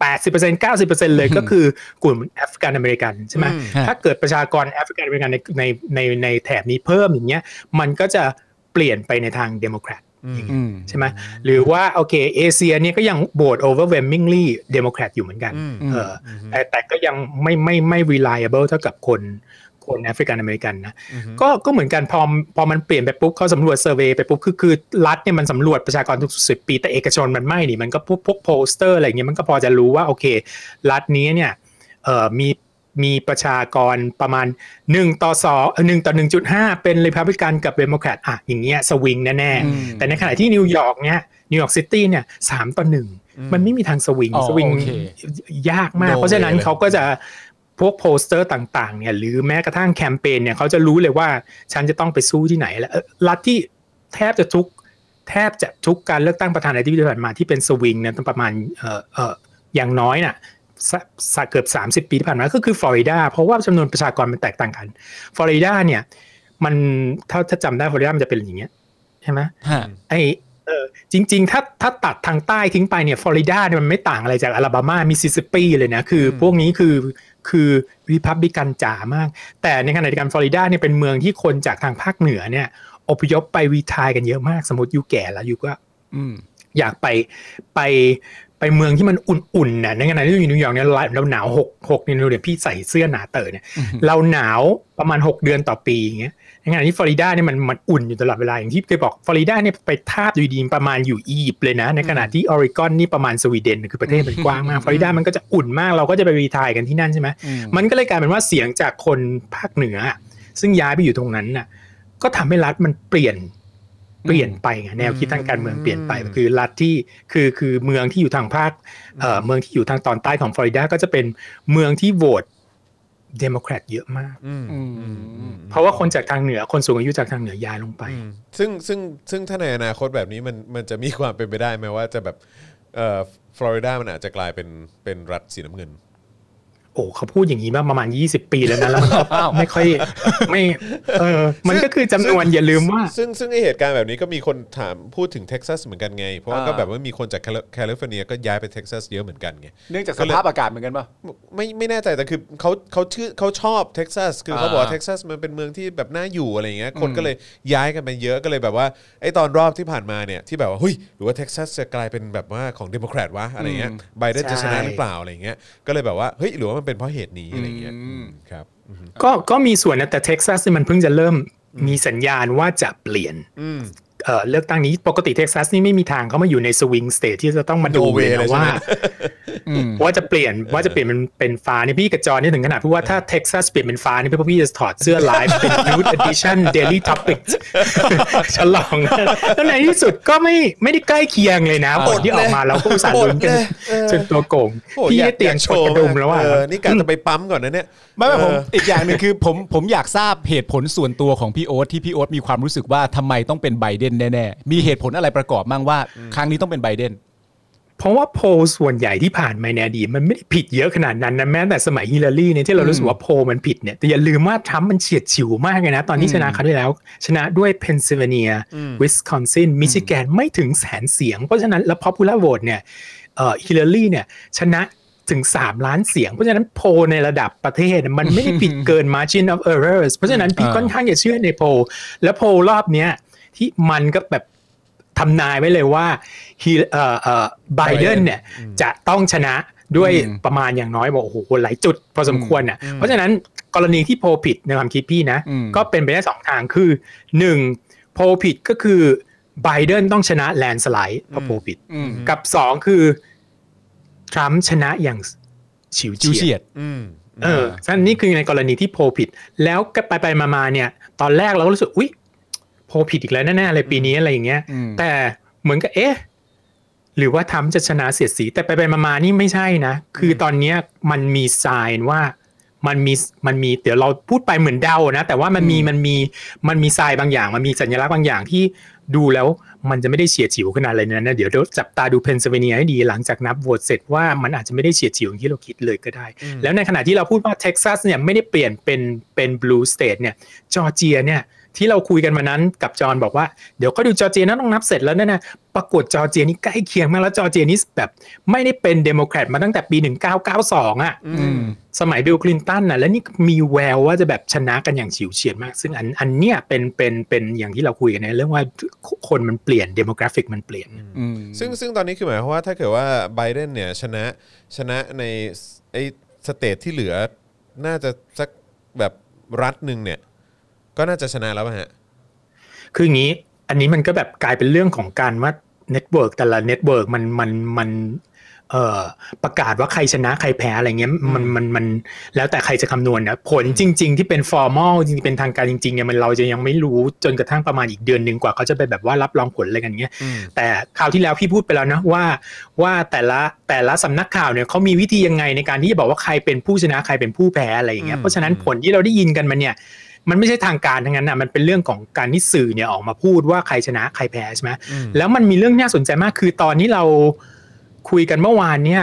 Speaker 5: 80% 90%เลยก็คือกลุ่มแอฟริกันอเมริกันใช่ไหม
Speaker 2: อืม
Speaker 5: ถ้าเกิดประชากรแอฟริกันอเมริกันในในในในแถบนี้เพิ่มอย่างเงี้ย มันก็จะเปลี่ยนไปในทางเดโมแครต
Speaker 3: อืม
Speaker 5: ใช่ไหมหรือว่าโอเคเอเชียเนี่ยก็ยังโบด overwhelmingly Democrat อยู่เหมือนกัน
Speaker 2: อืม
Speaker 5: เอออแต่แต่ก็ยังไม่ไม่ไม่ reliable เท่ากับคนคนแอฟริกันอเมริกันนะก็ก็เหมือนกันพอพอมันเปลี่ยนไปปุ๊บเขาสำรวจเซอร์เวยไปปุ๊บคือคือรัฐเนี่ยมันสำรวจประชากรทุกสิบปี แต่เอกชนมันไม่นี่มันก็พวกพวกโปสเตอร์อะไรเงี้ยมันก็พอจะรู้ว่าโอเค รัฐนี้เนี่ยเออมีมีประชากรประมาณ 1 ต่อ2เอ่อ1ต่อ 1.5 เป็นเลพับลิกันกับเดโมแครตอ่ะอย่างเงี้ยสวิงแน่
Speaker 3: อืม
Speaker 5: ๆ แต่ในขณะที่นิวยอร์กเนี่ยนิวยอร์กซิตี้เนี่ยสามต่อหนึ่งมันไม่มีทางสวิง
Speaker 3: อ๋อ
Speaker 5: สวิง
Speaker 3: โอเค
Speaker 5: ยากมาก
Speaker 3: No
Speaker 5: เพราะฉะนั้น
Speaker 3: way เลย
Speaker 5: เขาก็จะพวกโปสเตอร์ต่างๆเนี่ยหรือแม้กระทั่งแคมเปญเนี่ยเขาจะรู้เลยว่าฉันจะต้องไปสู้ที่ไหนแล้วเอ่อรัฐที่แทบจะทุกแทบจะทุกการเลือกตั้งประธานาธิบดีที่ผ่านมาที่เป็นสวิงเนี่ยต้องประมาณเอ่อเอ่ออย่างน้อยน่ะสสเกือบ30 ปีที่ผ่านมาก็คือฟลอริดาเพราะว่าจำนวนประชากรมันแตกต่างกันฟลอริดาเนี่ยมันถ้าถ้าจำได้ฟลอริดามันจะเป็นอย่างเงี้ยใช่ไหม
Speaker 3: ฮะ
Speaker 5: ไอเออจริง ๆ ถ้าถ้าตัดทางใต้ทิ้งไปเนี่ยฟลอริดาเนี่ยมันไม่ต่างอะไรจากอลาบามามิสซิสซิปปีเลยนะ คือพวกนี้คือคือวิพับบิกันจ๋ามาก แต่ในขณะเดียวกันฟลอริดาเนี่ยเป็นเมืองที่คนจากทางภาคเหนือเนี่ยอพยพไปวีทายกันเยอะมาก สมมติอยู่แก่แล้วอยู่ก็
Speaker 3: อืม
Speaker 5: อยากไปไปไปเมืองที่มันอุ่นๆนะในขณะที่อยู่นิวยอร์กเนี่ยเราหนาวหกหกเนี่ยเราเดี๋ยวพี่ใส่เสื้อหนาเตอเนี่ย
Speaker 3: อือฮึ
Speaker 5: เราหนาวประมาณ 6 เดือนต่อปีอย่างเงี้ยในขณะที่ฟลอริดาเนี่ยมันมันอุ่นอยู่ตลอดเวลาอย่างที่เคยบอกฟลอริดาเนี่ยไปทาบอยู่ดีประมาณอยู่อียิปต์เลยนะ ในขณะที่ออริกอนนี่ประมาณสวีเดนคือประเทศมันกว้างมากฟลอริดามันก็จะอุ่นมากเราก็จะไปรีไทายกันที่นั่นใช่ไหม
Speaker 3: อืม
Speaker 5: มันก็เลยกลายเป็นว่าเสียงจากคนภาคเหนืออะซึ่งย้ายไปอยู่ตรงนั้นน่ะ ก็ทำให้รัฐมันเปลี่ยนเปลี่ยนไปไงแนวคิดทางการเมืองเปลี่ยนไป คือรัฐที่คือคือเมืองที่อยู่ทางภาคเอ่อเมืองที่อยู่ทางตอนใต้ของฟลอริดาก็จะเป็นเมืองที่โหวตเดโมแครตเยอะมาก
Speaker 2: อืม
Speaker 3: อืม
Speaker 5: เพราะว่าคนจากทางเหนือคนสูงอายุจากทางเหนือย้ายลงไป
Speaker 2: อืมซึ่งซึ่งซึ่งถ้าในอนาคตแบบนี้มันมันจะมีความเป็นไปได้ไหมว่าจะแบบเอ่อฟลอริดามันอาจจะกลายเป็นเป็นรัฐสีน้ำเงิน
Speaker 5: โอ้เขาพูดอย่างนี้มาประมาณ 20 ปีแล้วนะแล้วมันก็
Speaker 3: อ้าว
Speaker 5: ไม่ค่อยไม่เออมันก็คือจำนวนอย่าลืมว่า
Speaker 2: ซึ่งซึ่งไอเหตุการณ์แบบนี้ก็มีคนถามพูดถึงเท็กซัสเหมือนกันไง เพราะว่า
Speaker 3: อ่า
Speaker 2: ก็แบบว่ามีคนจากแคลิแคลิฟอร์เนียก็ย้ายไปเท็กซัสเยอะเหมือนกันไง
Speaker 3: เนื่องจากสภาพอากาศเหมือนกันป่ะ
Speaker 2: ไม่ไม่แน่ใจแต่คือเขาเขาชื่อเขาชอบเท็กซัสคือเขา
Speaker 3: อ่า
Speaker 2: บอกว่าเท็กซัสมันเป็นเมืองที่แบบน่าอยู่อะไรอย่างเงี้ยคน
Speaker 3: อืม
Speaker 2: ก็เลยย้ายกันไปเยอะก็เลยแบบว่าไอ้ตอนรอบที่ผ่านมาเนี่ยที่แบบว่าเฮ้ยหรือว่าเท็กซัสจะกลายเป็นแบบว่าของเดโมแครตวะอะไรเงี้ยไบเดนจะชนะ
Speaker 5: ใช่
Speaker 2: หรือเปล่าอะไรเงี้ยก็เลยแบบว่าเฮ้ยหรือว่ามันเป็นเพราะเหตุนี้อะไรเงี้ยอืมครับอืม
Speaker 5: ก็ก็มีส่วนนะแต่เท็กซัสนี่มันเพิ่งจะเริ่มมีสัญญาณว่าจะเปลี่ยน
Speaker 2: อืม
Speaker 5: เอ่อเลือกตั้งนี้ปกติเท็กซัสนี่ไม่มีทางเข้ามาอยู่ในสวิงสเตทที่จะต้องมาดู
Speaker 2: No way
Speaker 5: นะ
Speaker 2: เลยใช่ไหม
Speaker 5: ว่า ว่าจะเปลี่ยนว่าจะเปลี่ยนเป็นเป็นฟ้าเนี่ยพี่กับจอนี่ถึงขนาดพูดว่าถ้าเท็กซัสเปลี่ยนเป็นฟ้านี่พี่พวกพี่จะถอดเสื้อไลฟ์ เป็น New Edition Daily Topic ฉลองแล้วในที่สุดก็ไม่ไม่ได้ใกล้เคียงเลยนะผลที่ออกมาเราก็อุตส่าห์ลุ้นกันจนตัวโก่ง
Speaker 2: โอ้
Speaker 5: พี่
Speaker 2: อาก
Speaker 5: ได้เตรียม
Speaker 2: อาก
Speaker 5: โชว์กระดุมแล้วว่า
Speaker 2: เออนี่กะจะไปปั๊มก่อนนะเนี่ย
Speaker 3: ไม่ไม่ผม
Speaker 2: เออ
Speaker 3: อีกอย่างหนึ่งคือผมผมอยากทราบเหตุผลส่วนตัวของพี่โอ๊ตที่พี่โอ๊ตมีความรู้สึกว่าทำไมต้องเป็นไบเดนแน่ๆ มีเหตุผลอะไรประกอบมั่งว่า ครั้งนี้ต้องเป็นไบเดน
Speaker 5: เพราะว่าโพลส่วนใหญ่ที่ผ่านมาในอดีตมันไม่ได้ผิดเยอะขนาดนั้นนะแม้แต่สมัยฮิลลารีเนี่ยที่เรารู้สึกว่าโพลมันผิดเนี่ยแต่อย่าลืมว่าทรัมป์มันเฉียดฉิวมากเลยนะ ตอนที่ชนะคราวที่แล้ว ชนะด้วยเพนซิลเวเนียวิสคอนซินมิชิแกนไม่ถึงแสนเสียง เพราะฉะนั้นแล้วพอพูล่าโหวตเนี่ยเอ่อฮิลลารีเนี่ยชนะถึง 3 ล้านเสียง เพราะฉะนั้นโพลในระดับประเทศมันไม่ได้ผิดเกิน margin of errors เพราะฉะนั้นพี่
Speaker 3: อ่า
Speaker 5: ค่อนข้างจะเชื่อในโพลและโพลรอบเนี้ยที่มันก็แบบ ทำนายไว้เลยว่าฮีเอ่อเอ่อไบเดนเนี่ยจะต้องชนะด้วย
Speaker 3: อืม
Speaker 5: ประมาณอย่างน้อยบอกโอ้โหหลายจุดพอสมควรน่ะเพราะฉะนั้นกรณีที่โพลผิดในความคิดพี่นะ
Speaker 3: อืม
Speaker 5: ก็เป็นไปได้สองทางคือหนึ่งโพลผิดก็คือไบเดนต้องชนะแลนสไลด์เพราะโพลผิด
Speaker 3: อืม
Speaker 5: กับสองคือทรัมป์ชนะอย่างฉิว
Speaker 3: จิว
Speaker 5: เฉี
Speaker 3: เฉี
Speaker 5: ยด
Speaker 3: ยด
Speaker 2: อืม
Speaker 5: เออฉะนั้นนี่คือในกรณีที่โพลผิด แล้วก็ไปไปมามาเนี่ย ตอนแรกเราก็รู้สึก อุ๊ย โพลผิดอีกแล้วแน่ๆเลยปีนี้อะไรอย่างเงี้ย
Speaker 3: อืม
Speaker 5: แต่เหมือนกับ เอ๊ะ หรือว่าทรัมป์จะชนะเสียดสีแต่ไปไปๆมาๆนี่ไม่ใช่นะ คือตอนเนี้ยมันมีไซน์ว่ามันมีมันมีเดี๋ยวเราพูดไปเหมือนเดานะ แต่ว่ามันมีมันมีมันมีทรายบางอย่าง มันมีสัญลักษณ์บางอย่างที่ดูแล้วมันจะไม่ได้เฉียดฉิวขนาดเลยนะเดี๋ยวเดี๋ยวจับตาดูเพนซิลเวเนียให้ดีหลังจากนับโหวตเสร็จว่ามันอาจจะไม่ได้เฉียดฉิวอย่างที่เราคิดเลยก็ได้ แล้วในขณะที่เราพูดว่าเท็กซัสเนี่ยไม่ได้เปลี่ยนเป็นเป็นบลูสเตทเนี่ยจอร์เจียเนี่ยที่เราคุยกันมานั้นกับจอห์นบอกว่าเดี๋ยวก็ดูจอร์เจียนะต้องนับเสร็จแล้วนะนะปรากฏจอร์เจียนี่ใกล้เคียงมากแล้วจอร์เจียนี่แบบไม่ได้เป็นเดโมแครตมาตั้งแต่ปี 1992อ่ะ
Speaker 3: อืม
Speaker 5: สมัยบิลคลินตันน่ะแล้วนี่มีแววว่าจะแบบชนะกันอย่างฉิวเฉียดมาก ซึ่งอันอันเนี้ยเป็นเป็นเป็นอย่างที่เราคุยกันในเรื่องว่าคนมันเปลี่ยนด m ม g กราฟิกมันเปลี่ยน
Speaker 2: ซึ่งซึ่งตอนนี้คือหมายความว่าถ้าเกิดว่าไบเดนเนี่ยชนะชนะในไอ้สเตทที่เหลือ น่าจะสักแบบรัฐหนึ่งเนี่ย ก็น่าจะชนะแล้วป่ะฮะ
Speaker 5: คืออย่างนี้ อันนี้มันก็แบบกลายเป็นเรื่องของการว่าเน็ตเวิร์กแต่ละเน็ตเวิร์กมันมันมันเอ่อประกาศว่าใครชนะใครแพ้อะไรเงี้ยมันมันมันแล้วแต่ใครจะคำนวณนะผลจริง ๆ ที่เป็นฟอร์มอลจริงๆเป็นทางการจริงๆเนี่ยมันเราจะยังไม่รู้จนกระทั่งประมาณอีกเดือนหนึ่งกว่าเขาจะไปแบบว่ารับรองผลอะไรกันเงี้ย แต่คราวที่แล้วพี่พูดไปแล้วนะว่าว่าแต่ละแต่ละสำนักข่าวเนี่ยเขามีวิธียังไงในการที่จะบอกว่าใครเป็นผู้ชนะใครเป็นผู้แพ้อะไรอย่างเงี้ย
Speaker 2: อืม
Speaker 5: เพราะฉะนั้นผลที่เราได้ยินกันมันเนี่ย มันไม่ใช่ทางการทั้งนั้นนะมันเป็นเรื่องของการที่สื่อเนี่ยออกมาพูดว่าใครชนะใครแพ้ใช่ไหมแล้วมันมีเรื่องน่าสนใจมากคือตอนนี้เราคุยกันเมื่อวานเนี่ย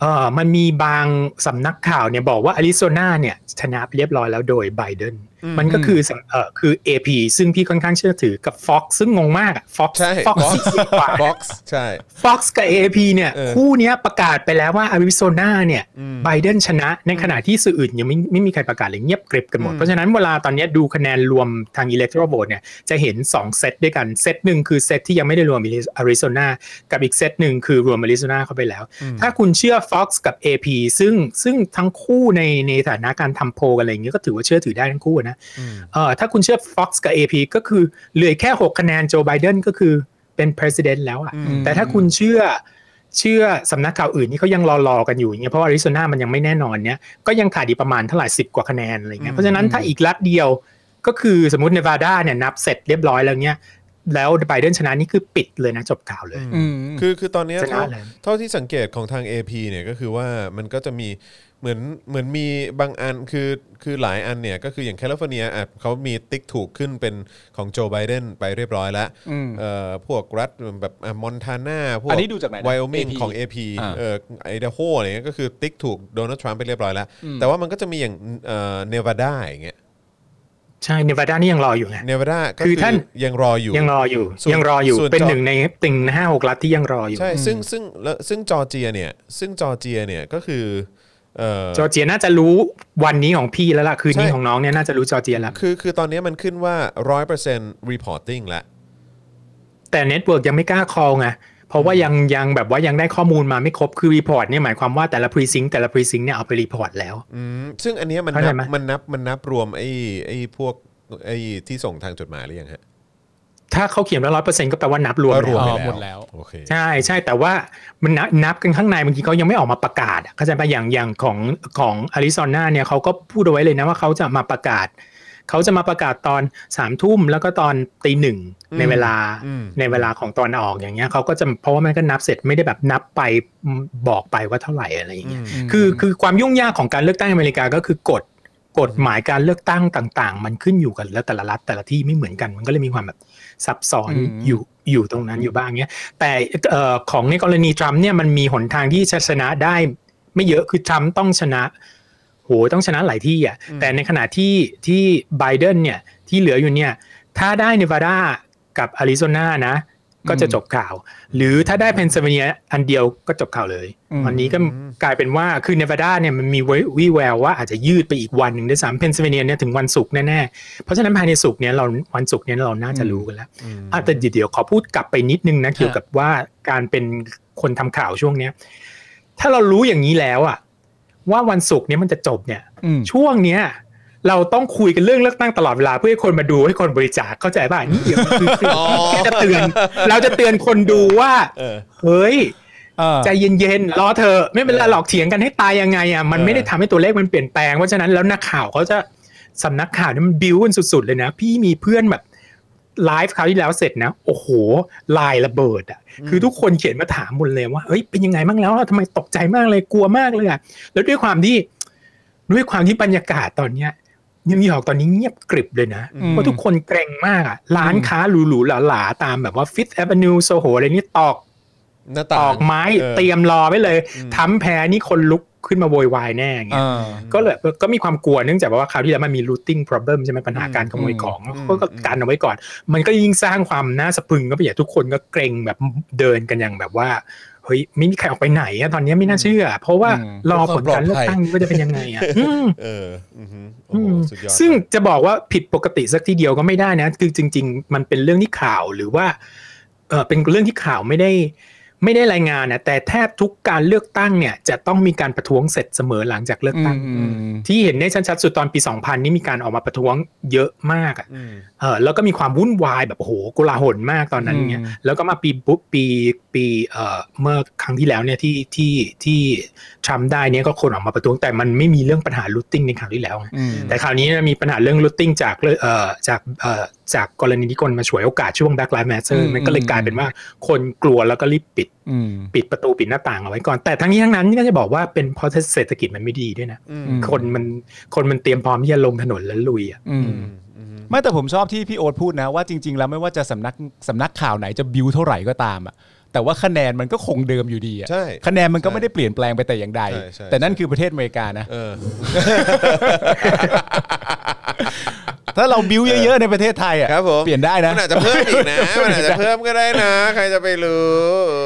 Speaker 5: เออมันมีบางสำนักข่าวเนี่ยบอกว่าอาริโซนาเนี่ยชนะไปเรียบร้อยแล้วโดยไบเดนมันก็คือสำเออคือ AP ซึ่งพี่ค่อนข้างเชื่อถือกับ Fox ซึ่งงงมากอะ Fox
Speaker 2: ใช่
Speaker 5: Fox
Speaker 2: บ็อกซ์
Speaker 5: สี่สิบกว่า
Speaker 2: บ็อกซ์ใช่
Speaker 5: Fox กับ AP เนี่ย
Speaker 2: เออ
Speaker 5: คู่เนี้ยประกาศไปแล้วว่าอาริโซนาเนี่ย
Speaker 2: อืม
Speaker 5: ไบเดนชนะในขณะที่สื่ออื่นยังไม่ไม่มีใครประกาศเลยเงียบกริบกันหมด
Speaker 2: อืม
Speaker 5: เพราะฉะนั้นเวลาตอนเนี้ยดูคะแนนรวมทาง electoral vote เนี่ยจะเห็น 2 เซตด้วยกัน เซตหนึ่งคือเซตที่ยังไม่ได้รวมอาริโซนากับอีกเซตหนึ่งคือรวมอาริโซนาเข้าไปแล้ว ถ้าคุณเชื่อ Fox กับ AP ซึ่งซึ่งทั้งคู่ในในฐานะการทำโพลกันอะไรอย่างเงี้ยก็ถือว่าเชื่อถือได้ทั้งคู่นะ เอ่อถ้าคุณเชื่อ Fox กับ AP ก็คือเหลือแค่ 6 คะแนนโจไบเดนก็คือเป็น president แล้วอะ
Speaker 3: ม
Speaker 5: แต่ถ้าคุณเชื่อเชื่อสำนักข่าวอื่นที่เขายังรอๆกันอยู่อย่างเงี้ยเพราะว่าอาริโซนามันยังไม่แน่นอนเนี้ยก็ยังขาดอีกประมาณเท่าไหร่10 กว่าคะแนนอะไรเงี้ยเพราะฉะนั้นถ้าอีกรัฐเดียวก็คือสมมติเนวาดาเนี่ยนับเสร็จเรียบร้อยแล้วเนี้ยแล้วไบเดนชนะนี่คือปิดเลยนะจบข่าวเลย
Speaker 3: อืม
Speaker 2: คือคือตอนเนี้ย
Speaker 5: ชนะ
Speaker 2: เท่า
Speaker 5: แล้ว
Speaker 2: เท่าที่สังเกตของทาง AP เนี่ยก็คือว่ามันก็จะมีเหมือนเหมือนมีบางอันคือคือหลายอันเนี่ยก็คืออย่างแคลิฟอร์เนียอ่ะเขามีติ๊กถูกขึ้นเป็นของโจไบเดนไปเรียบร้อยแล้ว
Speaker 3: อืม
Speaker 2: เอ่อพวกรัฐแบบมอนทานาพวก
Speaker 3: อันนี้ดูจากไหนนะ
Speaker 2: ไวโอมิง
Speaker 3: AP
Speaker 2: ของ AP
Speaker 3: อ่า
Speaker 2: เอ่อไอเดโฮอะไรเงี้ยก็คือติ๊กถูกโดนัลด์ทรัมป์ไปเรียบร้อยแล้ว แต่ว่ามันก็จะมีอย่างเอ่อเนวาดาอย่างเงี้ย
Speaker 5: ใช่เนวาดานี่ยังรออยู่ไง
Speaker 2: เนวาดาก็
Speaker 5: คื
Speaker 2: คือ
Speaker 5: อท่าน
Speaker 2: ยังรออยู่
Speaker 5: ยังรออยู่
Speaker 2: ส่วน
Speaker 5: ยังรออยู่
Speaker 2: ส่วน
Speaker 5: เป็น
Speaker 2: จอ
Speaker 5: หนึ่งในติงห้าหกรัฐที่ยังรออยู่
Speaker 2: ใช่ซึ่งซึ่งแล้วซึ่งจอร์เจียเนี่ยซึ่งจอร์เจียเนี่ยก็คือเอ่อ
Speaker 5: จอร์เจียน่าจะรู้วันนี้ของพี่แล้วล่ะ คืนนี้
Speaker 2: ใช่
Speaker 5: ของน้องเนี่ยน่าจะรู้จอร์เจียแล้ว
Speaker 2: คือคือตอนนี้มันขึ้นว่า 100% reporting ละ
Speaker 5: แต่เน็ตเวิร์กยังไม่กล้าคอลไงเพราะว่ายังยังแบบว่ายังได้ข้อมูลมาไม่ครบคือรีพอร์ตเนี่ยหมายความว่าแต่ละพรีซิงแต่ละพรีซิงเนี่ยเอาไปรีพอร์ตแล้ว
Speaker 2: อืม ซึ่งอันเนี้ยมัน
Speaker 5: เข้า
Speaker 2: นั
Speaker 5: ใจ
Speaker 2: บ
Speaker 5: ไหม
Speaker 2: มันนับมันนับรวมไอ้ไอ้พวกไอ้ที่ส่งทางจดหมายหรือยังฮะ
Speaker 5: ถ้าเขาเขียนว่าร้อยเปอร์เซ็นต์ก็แปลว่านับรวม
Speaker 2: ก็รวม
Speaker 5: แล้ว
Speaker 2: ไป
Speaker 3: อ๋อหมดแล้ว
Speaker 2: โอเค
Speaker 5: ใช่ใช่แต่ว่ามันนับนับกันข้างในบางทีเขายังไม่ออกมาประกาศอะเข้าใจปะอย่างอย่างของของอาริโซนาเนี่ยเขาก็พูดเอาไว้เลยนะว่าเขาจะมาประกาศเขาจะมาประกาศตอนสามทุ่มแล้วก็ตอนตีหนึ่งในเวลา
Speaker 2: อืม
Speaker 5: ในเวลาของตอนออกอย่างเงี้ยเขาก็จะเพราะว่ามันก็นับเสร็จไม่ได้แบบนับไปบอกไปว่าเท่าไหร่อะไรอย่างเงี้ยคือคือความยุ่งยากของการเลือกตั้งอเมริกาก็คือกฎกฎหมายการเลือกตั้งต่าง ๆ มันขึ้นอยู่กันแล้วแต่ละรัฐแต่ละที่ไม่เหมือนกันมันก็เลยมีความแบบซับซ้อน
Speaker 3: อืม
Speaker 5: อยู่อยู่ตรงนั้นอยู่บ้างเงี้ยแต่เอ่อของในกรณีทรัมป์เนี่ยมันมีหนทางที่จะชนะได้ไม่เยอะคือทรัมป์ต้องชนะ โหต้องชนะหลายที่อ่ะแต่ในขณะที่ที่ไบเดนเนี่ยที่เหลืออยู่เนี่ยถ้าได้เนวาดากับอาริโซนานะ ก็จะจบข่าว หรือถ้าได้เพนซิลเวเนียอันเดียวก็จบข่าวเลย
Speaker 3: อืม
Speaker 5: วันนี้ก็กลายเป็นว่าคือเนวาดาเนี่ยมันมีวิแววว่าอาจจะยืดไปอีกวันหนึ่งด้วยซ้ำเพนซิลเวเนียเนี่ยถึงวันศุกร์แน่ๆ เพราะฉะนั้นภายในศุกร์เนี่ยเราวันศุกร์เนี่ยเราน่าจะรู้กันแล้วอ่ะแต่เดี๋ยวขอพูดกลับไปนิดนึงนะเกี่ยวกับว่าการเป็นคนทำข่าวช่วงเนี้ยถ้าเรารู้อย่างนี้แล้วอ่ะว่าวันศุกร์เนี่ยมันจะจบเนี่ย
Speaker 3: อืม
Speaker 5: ช่วงเนี้ยเราต้องคุยกันเรื่องเลือกตั้งตลอดเวลาเพื่อให้คนมาดูให้คนบริจาคเข้าใจป่ะนี่เดี๋ยวคือคือแค่จะเตือน เราจะเตือนคนดูว่า
Speaker 2: เออ
Speaker 5: เฮ้ย
Speaker 3: เออ
Speaker 5: ใจเย็นๆรอเธอะไม่เป็นไรหรอกเถียงกันให้ตายยังไงอ่ะมัน
Speaker 2: เออ
Speaker 5: ไม่ได้ทำให้ตัวเลขมันเปลี่ยนแปลงเพราะฉะนั้นแล้วนักข่าวเขาจะสำนักข่าวเนี่ยมันบิวกันสุดๆเลยนะ พี่มีเพื่อนแบบ ไลฟ์คราวที่แล้วเสร็จนะ โอ้โหลายระเบิดอ่ะ คือทุกคนเขียนมาถามหมดเลยว่าเฮ้ยเป็นยังไงบ้างแล้วทำไมตกใจมากเลยกลัวมากเลยอ่ะแล้วด้วยความที่ด้วยความที่บรรยากาศตอนเนี้ยนิวยอร์กตอนนี้เงียบกริบเลยนะ
Speaker 3: อืม
Speaker 5: เพราะทุกคนเกรงมากอ่ะ ร้านค้าหรูๆหลาๆตามแบบว่าฟิ t แอ a นิวโซโหอะไรนี่ตอก
Speaker 2: หน้า
Speaker 5: ต
Speaker 2: ต่าง
Speaker 5: อกไม้
Speaker 2: เออ
Speaker 5: เตรียมรอไว้เลย
Speaker 2: อืม
Speaker 5: ทำแพ้นี่คนลุกขึ้นมาโวยวายแน่อย่างเงี้ย
Speaker 3: อ่า
Speaker 5: ก็เลยก็มีความกลัวเนื่องจากว่าคราวที่แล้วมันมี looting problem ใช่ไหมปัญหาการขโมยของ
Speaker 2: อืม
Speaker 5: ก็ก็กันเอาไว้ก่อน มันก็ยิ่งสร้างความน่าสะพรึงก็ไปใหญ่ทุกคนก็เกรงแบบเดินกันอย่างแบบว่าเฮ้ยไม่มีใครออกไปไหนอะตอนนี้ไม่น่าเชื่อ เพราะว่า
Speaker 3: อืม
Speaker 5: รอผลการเลือกตั้งว่าจะเป็นยังไง อะอืม
Speaker 2: เอออือหือโอ้
Speaker 5: อื
Speaker 2: โห
Speaker 5: ม
Speaker 2: สุดยอด
Speaker 5: ซึ่งจะบอกว่าผิดปกติสักทีเดียวก็ไม่ได้นะ คือจริง ๆ มันเป็นเรื่องที่ข่าวหรือว่าเออเป็นเรื่องที่ข่าวไม่ได้ ไม่ได้รายงานนะแต่แทบทุกการเลือกตั้งเนี่ย จะต้องมีการประท้วงเสร็จเสมอหลังจากเลือกตั้ง
Speaker 3: อืมอืม
Speaker 5: ที่เห็นได้ชัดๆสุดตอนปี 2000 นี่มีการออกมาประท้วงเยอะมากอะ
Speaker 2: อืม
Speaker 5: เออแล้วก็มีความวุ่นวายแบบโอ้โหโกลาหลมากตอนนั้นเนี่ย
Speaker 3: อืม
Speaker 5: แล้วก็มาปีปุ๊บปีปีเอ่อเมื่อครั้งที่แล้วเนี่ยที่ที่ที่ทรัมป์ได้เนี่ยก็คนออกมาประท้วงแต่มันไม่มีเรื่องปัญหาลูตติ้งในครั้งที่แล้วไง
Speaker 3: อืม
Speaker 5: แต่คราวนี้เนี่ยมีปัญหาเรื่อง looting จากเรื่องเอ่อจากเอ่อจากกรณีที่คนมาฉวยโอกาสช่วง Black Lives Matter
Speaker 3: อืม
Speaker 5: มันก็เลย
Speaker 3: อืม
Speaker 5: กลายเป็นว่าคนกลัวแล้วก็รีบปิด
Speaker 3: อืม
Speaker 5: ปิดประตูปิดหน้าต่างเอาไว้ก่อน แต่ทั้งนี้ทั้งนั้นนี่ก็จะบอกว่าเป็นเพราะเศรษฐกิจมันไม่ดีด้วยนะ
Speaker 2: อืม
Speaker 3: อืม
Speaker 5: คนมันคนมันเตรียมพร้อมที่จะลงถนนแล้วลุยอ่ะ
Speaker 3: อืม
Speaker 2: อืมอืม
Speaker 3: ไม่แต่ผมชอบที่พี่โอ๊ตพูดนะว่าจริง ๆ แล้วไม่ว่าจะสำนักสำนักข่าวไหนจะบิวเท่าไหร่ก็ตามอะแต่ว่าคะแนนมันก็คงเดิมอยู่ดีอะ
Speaker 2: ใช่
Speaker 3: คะแนนมันก็ไม่
Speaker 2: ใช่
Speaker 3: ได้เปลี่ยนแปลงไปแต่อย่างใด
Speaker 2: ใช่ใช่
Speaker 3: แต่นั่นคือประเทศอเมริกานะ
Speaker 2: เออ
Speaker 3: ถ้าเราบิวเยอะๆในประเทศไทยอะ
Speaker 2: ครับผม
Speaker 3: เปลี่ยนได้นะ
Speaker 2: มันอาจจะเพิ่มอีกนะมันอาจจะเพิ่มก็ได้นะ ใครจะไปรู้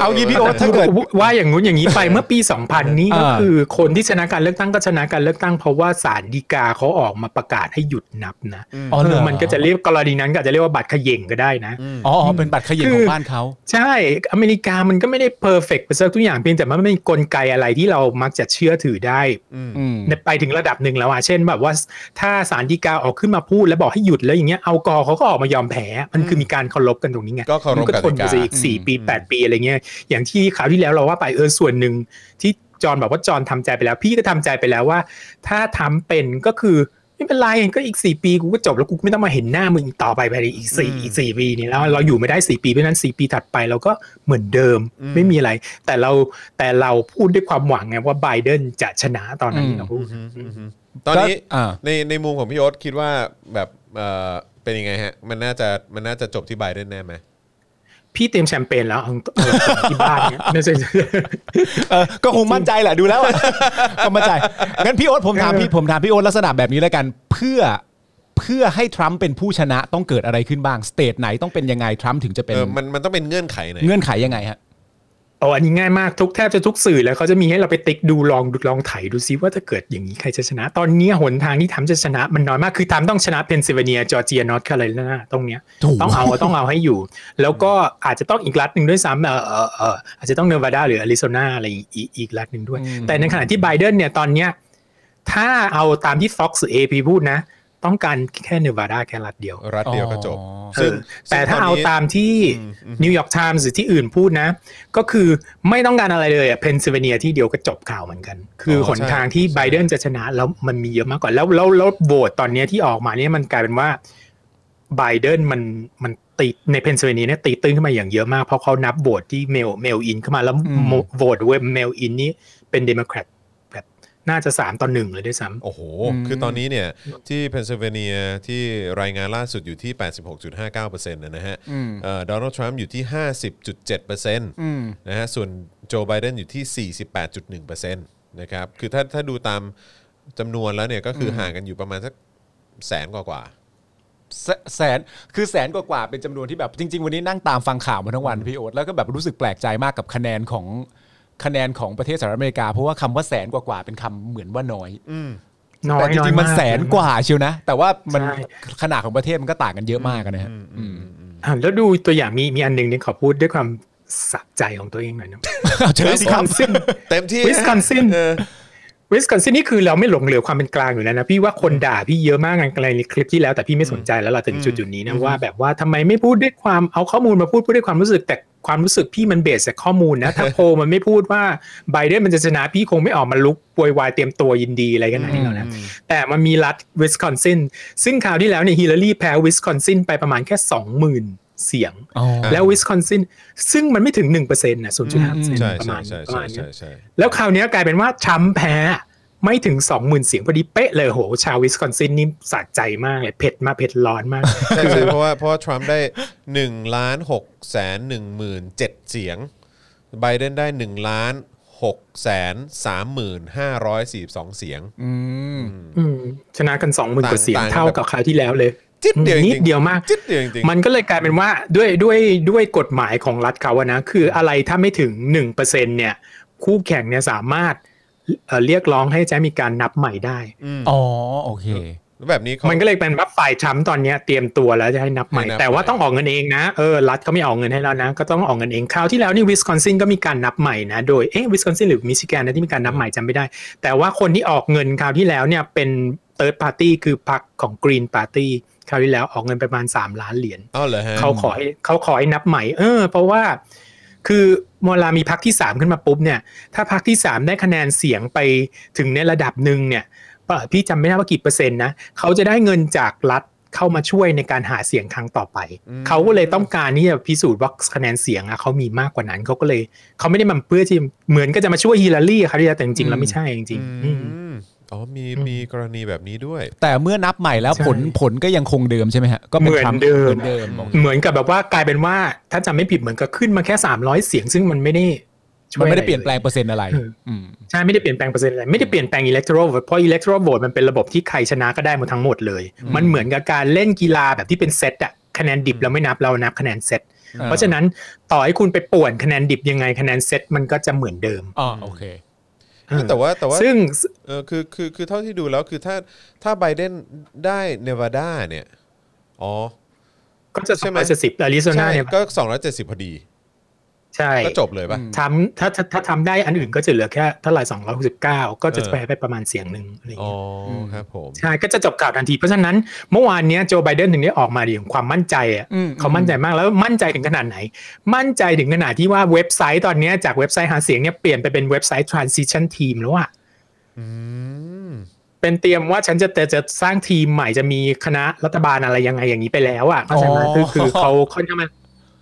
Speaker 3: เอางี้พี่โอ๊ตถ้าเกิด
Speaker 5: ว่าอย่างงู้นอย่างนี้ไปเมื่อปี 2000 นี่ก็
Speaker 3: อ่า
Speaker 5: คือคนที่ชนะการเลือกตั้งก็ชนะการเลือกตั้งเพราะว่าศาลฎีกาเขาออกมาประกาศให้หยุดนับนะ
Speaker 3: อ๋อเหรอ
Speaker 5: มันก็จะเรียกกรณีนั้นก็อาจจะเรียกว่าบัตรเขย่งก็ได้นะ
Speaker 3: อ๋ออ๋อเป็นบัตรเขยิบ
Speaker 5: คือ
Speaker 3: ของบ้านเขา
Speaker 5: ใช่ อเมริกามันก็ไม่ได้เพอร์เฟกต์ไปซะทุกอย่างเพียงแต่มันไม่มีกลไกอะไรที่เรามักจะเชื่อถือได้
Speaker 3: อืม
Speaker 5: ไปถึงระดับหนึ่งแล้วอะเช่นแบบว่าถ้าสารดีกาออกขึ้นมาพูดแล้วบอกให้หยุดแล้วอย่างเงี้ยเอากอเขาก็ออกมายอมแพ้มันคือมีการเคารพกันตรงนี้ไง
Speaker 2: ก็เคาร
Speaker 5: มั
Speaker 2: พ
Speaker 5: ก็
Speaker 2: ก
Speaker 5: ทน
Speaker 2: ติ
Speaker 5: ไป
Speaker 2: กา
Speaker 5: ซะอีกสี่ปีแปดปีอะไรเงี้ยอย่างที่ข่าวที่แล้วเราว่าไปเออส่วนหนึ่งที่จอห์นบอกว่าจอห์นทำใจไปแล้ว พี่ก็ทำใจไปแล้วว่า ถ้าทำเป็นก็คือไม่เป็นไรก็อีกสี่ปีกูก็จบแล้วกูไม่ต้องมาเห็นหน้ามึงอีกต่อไปภายในอีกสี่
Speaker 2: อืม
Speaker 5: อีกสี่ปีนี้แล้วเราอยู่ไม่ได้สี่ปีเพราะฉะนั้นสี่ปีถัดไปเราก็เหมือนเดิมไม่มีอะไร แต่เราแต่เราพูดด้วยความหวังไงว่าไบเดนจะชนะตอนนั้น
Speaker 3: อืม
Speaker 5: ที่เราพูด
Speaker 2: อืมอืมอืมตอนนี้
Speaker 3: ก็อ่า
Speaker 2: ในในมุมของพี่โอ๊ตคิดว่าแบบเออเป็นยังไงฮะ มันน่าจะมันน่าจะจบที่ไบเดนแน่ไหม
Speaker 5: พี่เตรียมแชมเปญแล้วเอาเอาที่บ้านเนี่ย ไม่ใช่
Speaker 3: เออก็คงมั่นใจแหละดู แล้วอะ ก็มั่นใจงั้นพี่โอ๊ตผมถามพี่ผมถามพี่โอ๊ตลักษณะแบบนี้แล้วกัน เพื่อเพื่อให้ทรัมป์เป็นผู้ชนะต้องเกิดอะไรขึ้นบ้างสเตทไหนต้องเป็นยังไงทรัมป์ถึงจะเป็น
Speaker 2: เออมันมันต้องเป็นเงื่อนไขไหน
Speaker 3: เงื่อนไขยังไงฮะ
Speaker 5: โอ้อันนี้ง่ายมากทุกแทบจะทุกสื่อแล้วเขาจะมีให้เราไปติ๊กดูลองดูลองไถดูซิว่าถ้าเกิดอย่างนี้ใครจะชนะ ตอนนี้หนทางที่ทำจะชนะมันน้อยมากคือทำต้องชนะเพนซิลเวเนียจอร์เจียนอตแคโรไลนาตรงเนี้ย
Speaker 3: ถูก
Speaker 5: ต้องเอาต้องเอาให้อยู่ แล้วก็อาจจะต้องอีกรัฐหนึ่งด้วยซ้ำเออเออเอออาจจะต้องเนวาดาหรืออาริโซนาอะไรอีกอีกอีกรัฐหนึ่งด้วย แต่ในขณะที่ไบเดนเนี่ยตอนเนี้ยถ้าเอาตามที่ Fox หรือ AP พูดนะ ต้องการแค่เนวาดาแค่รัฐเดียว
Speaker 2: รัฐเดียวก็จบ
Speaker 3: อ๋อ
Speaker 2: ซึ่ง
Speaker 5: แต่ถ้า
Speaker 2: ซึ่ง
Speaker 5: เอา
Speaker 2: นนี้
Speaker 5: ตามที่
Speaker 2: อืมอืม
Speaker 5: นิวยอร์กไทมส์หรือที่อื่นพูดนะ ก็คือไม่ต้องการอะไรเลยอะเพนซิลเวเนียที่เดียวก็จบข่าวเหมือนกัน คือหนทางที่ไบเดนจะชนะแล้วมันมีเยอะมากกว่าแล้วแล้วแล้วโหวตตอนเนี้ยที่ออกมาเนี่ยมันกลายเป็นว่าไบเดนมันมันตีในเพนซิลเวเนียเนี่ยตีตึ้งขึ้นมาอย่างเยอะมาก เพราะเขานับโหวตที่เมลเมลอินเข้ามาแล้ว
Speaker 3: อืม
Speaker 5: โหวตเว็บเมลอินนี่เป็นเดโมแครตแบบน่าจะสามต่อหนึ่งเลยด้วยซ้ำ
Speaker 2: โอ้โห
Speaker 3: อืม
Speaker 2: คือตอนนี้เนี่ย ที่เพนซิลเวเนียที่รายงานล่าสุดอยู่ที่ 86.59%นะฮะโดนัลด์ทรัมป์อยู่ที่ 50.7%นะฮะ ส่วนโจไบเดนอยู่ที่ 48.1%นะครับ คือถ้าถ้าดูตามจำนวนแล้วเนี่ย ก็คืออห่างกันอยู่ประมาณสักแสนกว่ากว่า
Speaker 3: แสแสนคือแสนกว่ากว่าเป็นจำนวนที่แบบจริง ๆ วันนี้นั่งตามฟังข่าวมาทั้งวันพี่โอ๊ตแล้วก็แบบรู้สึกแปลกใจมากกับคะแนนของคะแนนของประเทศสหรัฐอเมริกา เพราะว่าคำว่าแสนกว่ากว่าเป็นคำเหมือนว่าน้อย
Speaker 5: น้อย
Speaker 3: แต่จริงๆมัน
Speaker 5: อยาก
Speaker 3: แสนกว่าเชียวนะ แต่ว่ามัน
Speaker 5: ใช่
Speaker 3: ขนาดของประเทศมันก็ต่างกันเยอะมากอะนะฮะอืม
Speaker 5: อ่ะแล้วดูตัวอย่างมีมีอันหนึ่งเนี่ยขอพูดด้วยความสะใจของตัวเองหน่อยนะ
Speaker 3: เอาเชิญสิครับ
Speaker 5: Wisconsin
Speaker 2: เต็มที่
Speaker 5: Wisconsin
Speaker 2: เออ
Speaker 5: วิสคอนซินนี่คือเราไม่หลงเหลือความเป็นกลางอยู่แล้วนะ พี่ว่าคนด่าพี่เยอะมากในคลิปที่แล้วแต่พี่ไม่สนใจแล้วเราถึงจุดจุดๆนี้นะว่าแบบว่าทำไมไม่พูดด้วยความเอาข้อมูลมาพูดพูดด้วยความรู้สึกแต่ ความรู้สึกพี่มันเบสจากข้อมูลนะ ถ้าโพลมันไม่พูดว่าไบเดนมันจะชนะพี่คงไม่ออกมาลุกปวยวายเตรียมตัวยินดีอะไรกันไหนดนี้หรอกนะ แต่มันมีรัฐวิสคอนซินซึ่งคราวที่แล้วเนี่ยฮิลลารีแพ้วิสคอนซินไปประมาณแค่ 20,000 เสียง
Speaker 3: อ๋อ
Speaker 5: แล้ววิสคอนซินซึ่งมันไม่ถึง 1%นะ0.5%
Speaker 2: ใช่
Speaker 5: ประ
Speaker 2: ใช่
Speaker 5: มาณ
Speaker 2: ใช่
Speaker 5: ประ
Speaker 2: ใช่
Speaker 5: มาณเนี้
Speaker 2: ใช่
Speaker 5: ย
Speaker 2: ใช่
Speaker 5: แล้วคราวเนี้ยกลายเป็นว่าทรัมป์แพ้ไม่ถึง 20,000 เสียงพอดีเป๊ะเลยโห ชาววิสคอนซินนี่สะใจมากเลย เผ็ดมากเผ็ดร้อนมาก
Speaker 2: ใช่ใช่เพราะว่าเพราะว่าทรัมป์ได้1นึ่งล้านหกแสนหนึ่งหมื่นเจ็ดเสียงไบเดนได้1นึ่งล้านหกแสนสามหมื่นห้าร้อยสี่สองเสียง
Speaker 3: อืม
Speaker 5: อืมชนะกัน20,000กว่าเสียง
Speaker 2: ต่างๆ
Speaker 5: เท่ากับคราวที่แล้วเลย
Speaker 2: จิตเดียวจริงๆ
Speaker 5: นิดเดียวมาก
Speaker 2: จิตเดียวจริงๆ
Speaker 5: มันก็เลยกลายเป็นว่าด้วยด้วยด้วยกฎหมายของรัฐเขาอะนะ คืออะไรถ้าไม่ถึง 1%เนี่ย คู่แข่งเนี่ยสามารถเอ่อเรียกร้องให้แจะมีการนับใหม่ได้
Speaker 3: อ๋อ โอเค
Speaker 2: แล้วแบบนี้เขา
Speaker 5: มันก็เลยเป็นว่าฝ่ายช้ำตอนเนี้ยเตรียมตัวแล้วจะให้นับใหม่
Speaker 2: ให้นับ
Speaker 5: แต่ว่า
Speaker 2: ใหม่
Speaker 5: ต้องออกเงินเองนะเออรัฐเขาไม่ออกเงินให้แล้วนะ ก็ต้องออกเงินเองคราวที่แล้วนี่วิสคอนซินก็มีการนับใหม่นะโดยเอ๊ะวิสคอนซินหรือมิชิแกนนะที่มีการนับใหม่จำไม่ได้ แต่ว่าคนที่ออกเงินคราวที่แล้วเนี่ยเป็นเติร์ดพาร์ตี้คือพรรคของกรีนพาร์ตี้คราวที่แล้วออกเงินประมาณ 3 ล้านเหรียญ
Speaker 2: เอ้าเหรอฮะ
Speaker 5: เขาขอให้เขาขอให้นับใหม่เออ เพราะว่า คือเวลามีพักที่สามขึ้นมาปุ๊บเนี่ย ถ้าพักที่สามได้คะแนนเสียงไปถึงในระดับหนึ่งเนี่ยเอ่อพี่จำไม่ได้ว่ากี่เปอร์เซ็นต์นะเขาจะได้เงินจากรัฐเข้ามาช่วยในการหาเสียงครั้งต่อไป
Speaker 2: อืม
Speaker 5: เขาก็เลยต้องการที่จะพิสูจน์ว่าคะแนนเสียงอะเขามีมากกว่านั้นเขาก็เลยเขาไม่ได้มาเพื่อที่เหมือนก็จะมาช่วยฮิลลารีอะครับแต่จริงๆแล้วไม่ใช่จริงๆ
Speaker 2: อื
Speaker 5: อื
Speaker 2: ม
Speaker 5: ม
Speaker 2: อ๋อมีมีกรณีแบบนี้ด้วย
Speaker 3: แต่เมื่อนับใหม่แล้ว
Speaker 5: ใช่
Speaker 3: ผลผลก็ยังคงเดิมใช่ไหมฮะ ก็ป็
Speaker 5: เหมือน
Speaker 3: ทำ
Speaker 5: เดิม
Speaker 3: เหมือนเดิมโอเค
Speaker 5: เหมือนกับแบบว่ากลายเป็นว่าถ้าจำไม่ผิดเหมือนกับขึ้นมาแค่ 300 เสียง ซึ่งมันไม่ได้ช่ว
Speaker 3: มันไม่ได้
Speaker 5: อะร
Speaker 3: เปลี่ยนแปลงเปอร์เซ็นต์อะไร
Speaker 5: เออ
Speaker 3: อืม
Speaker 5: ใช่ไม่ได้เปลี่ยนแปลงเปอร์เซ็นต์อะไรไม่ได้เปลี่ยนแปลง electoral vote เพราะ electoral vote มันเป็นระบบที่ใครชนะก็ได้หมดทั้งหมดเลย มันเหมือนกับการเล่นกีฬาแบบที่เป็นเซตอะคะแนนดิบเราไม่นับเรานับคะแนนเซต
Speaker 3: อ่า
Speaker 5: เพราะฉะนั้นต่อให้คุณไปป่วนคะแนนดิบยังไงคะแนนเซตมันก็จะเหมือนเดิม
Speaker 3: อ๋อโอเค
Speaker 2: แต่ว่าแต่ว่า
Speaker 5: ซึ่ง
Speaker 2: เออคือคือคือเท่าที่ดูแล้วคือถ้าถ้าไบเดนได้เนวาดาเนี่ย อ๋อ
Speaker 5: ก็จะ
Speaker 2: ใช่ไหม
Speaker 5: ร้อยเจ็ดสิบอาริโซนา
Speaker 2: ใช่
Speaker 5: เนี่ย
Speaker 2: ก็ 270 พอดี
Speaker 5: ใช่
Speaker 2: ก็จบเลยป่ะ
Speaker 5: ทำถ้าถ้าถ้าทำได้อันอื่นก็จะเหลือแค่เท่าไหร่สองร้อยหกสิบเก้าก็จะ
Speaker 2: เออ
Speaker 5: ไปไปประมาณเสียงหนึ่งอะไรอย่าง
Speaker 2: อ๋อ
Speaker 5: เงี้ย
Speaker 2: อครับผม
Speaker 5: ใช่ก็จะจบข่าวทันที เพราะฉะนั้นเมื่อวานเนี้ยโจไบเดนถึงได้ออกมาเรื่องความมั่นใจอ่ะ
Speaker 3: อืม
Speaker 5: เขามั่นใจมากแล้วมั่นใจถึงขนาดไหน มั่นใจถึงขนาดที่ว่าเว็บไซต์ตอนเนี้ยจากเว็บไซต์หาเสียงเนี่ยเปลี่ยนไปเป็นเว็บไซต์ transition team แล้วอ่ะ
Speaker 2: อืม
Speaker 5: เป็นเตรียมว่าฉันจะจะจะสร้างทีมใหม่จะมีคณะรัฐบาลอะไรยังไงอย่างนี้ไปแล้วอ่ะเข้าใจไหม
Speaker 3: อ๋อ
Speaker 5: คือคือเขาค่อนข้างมา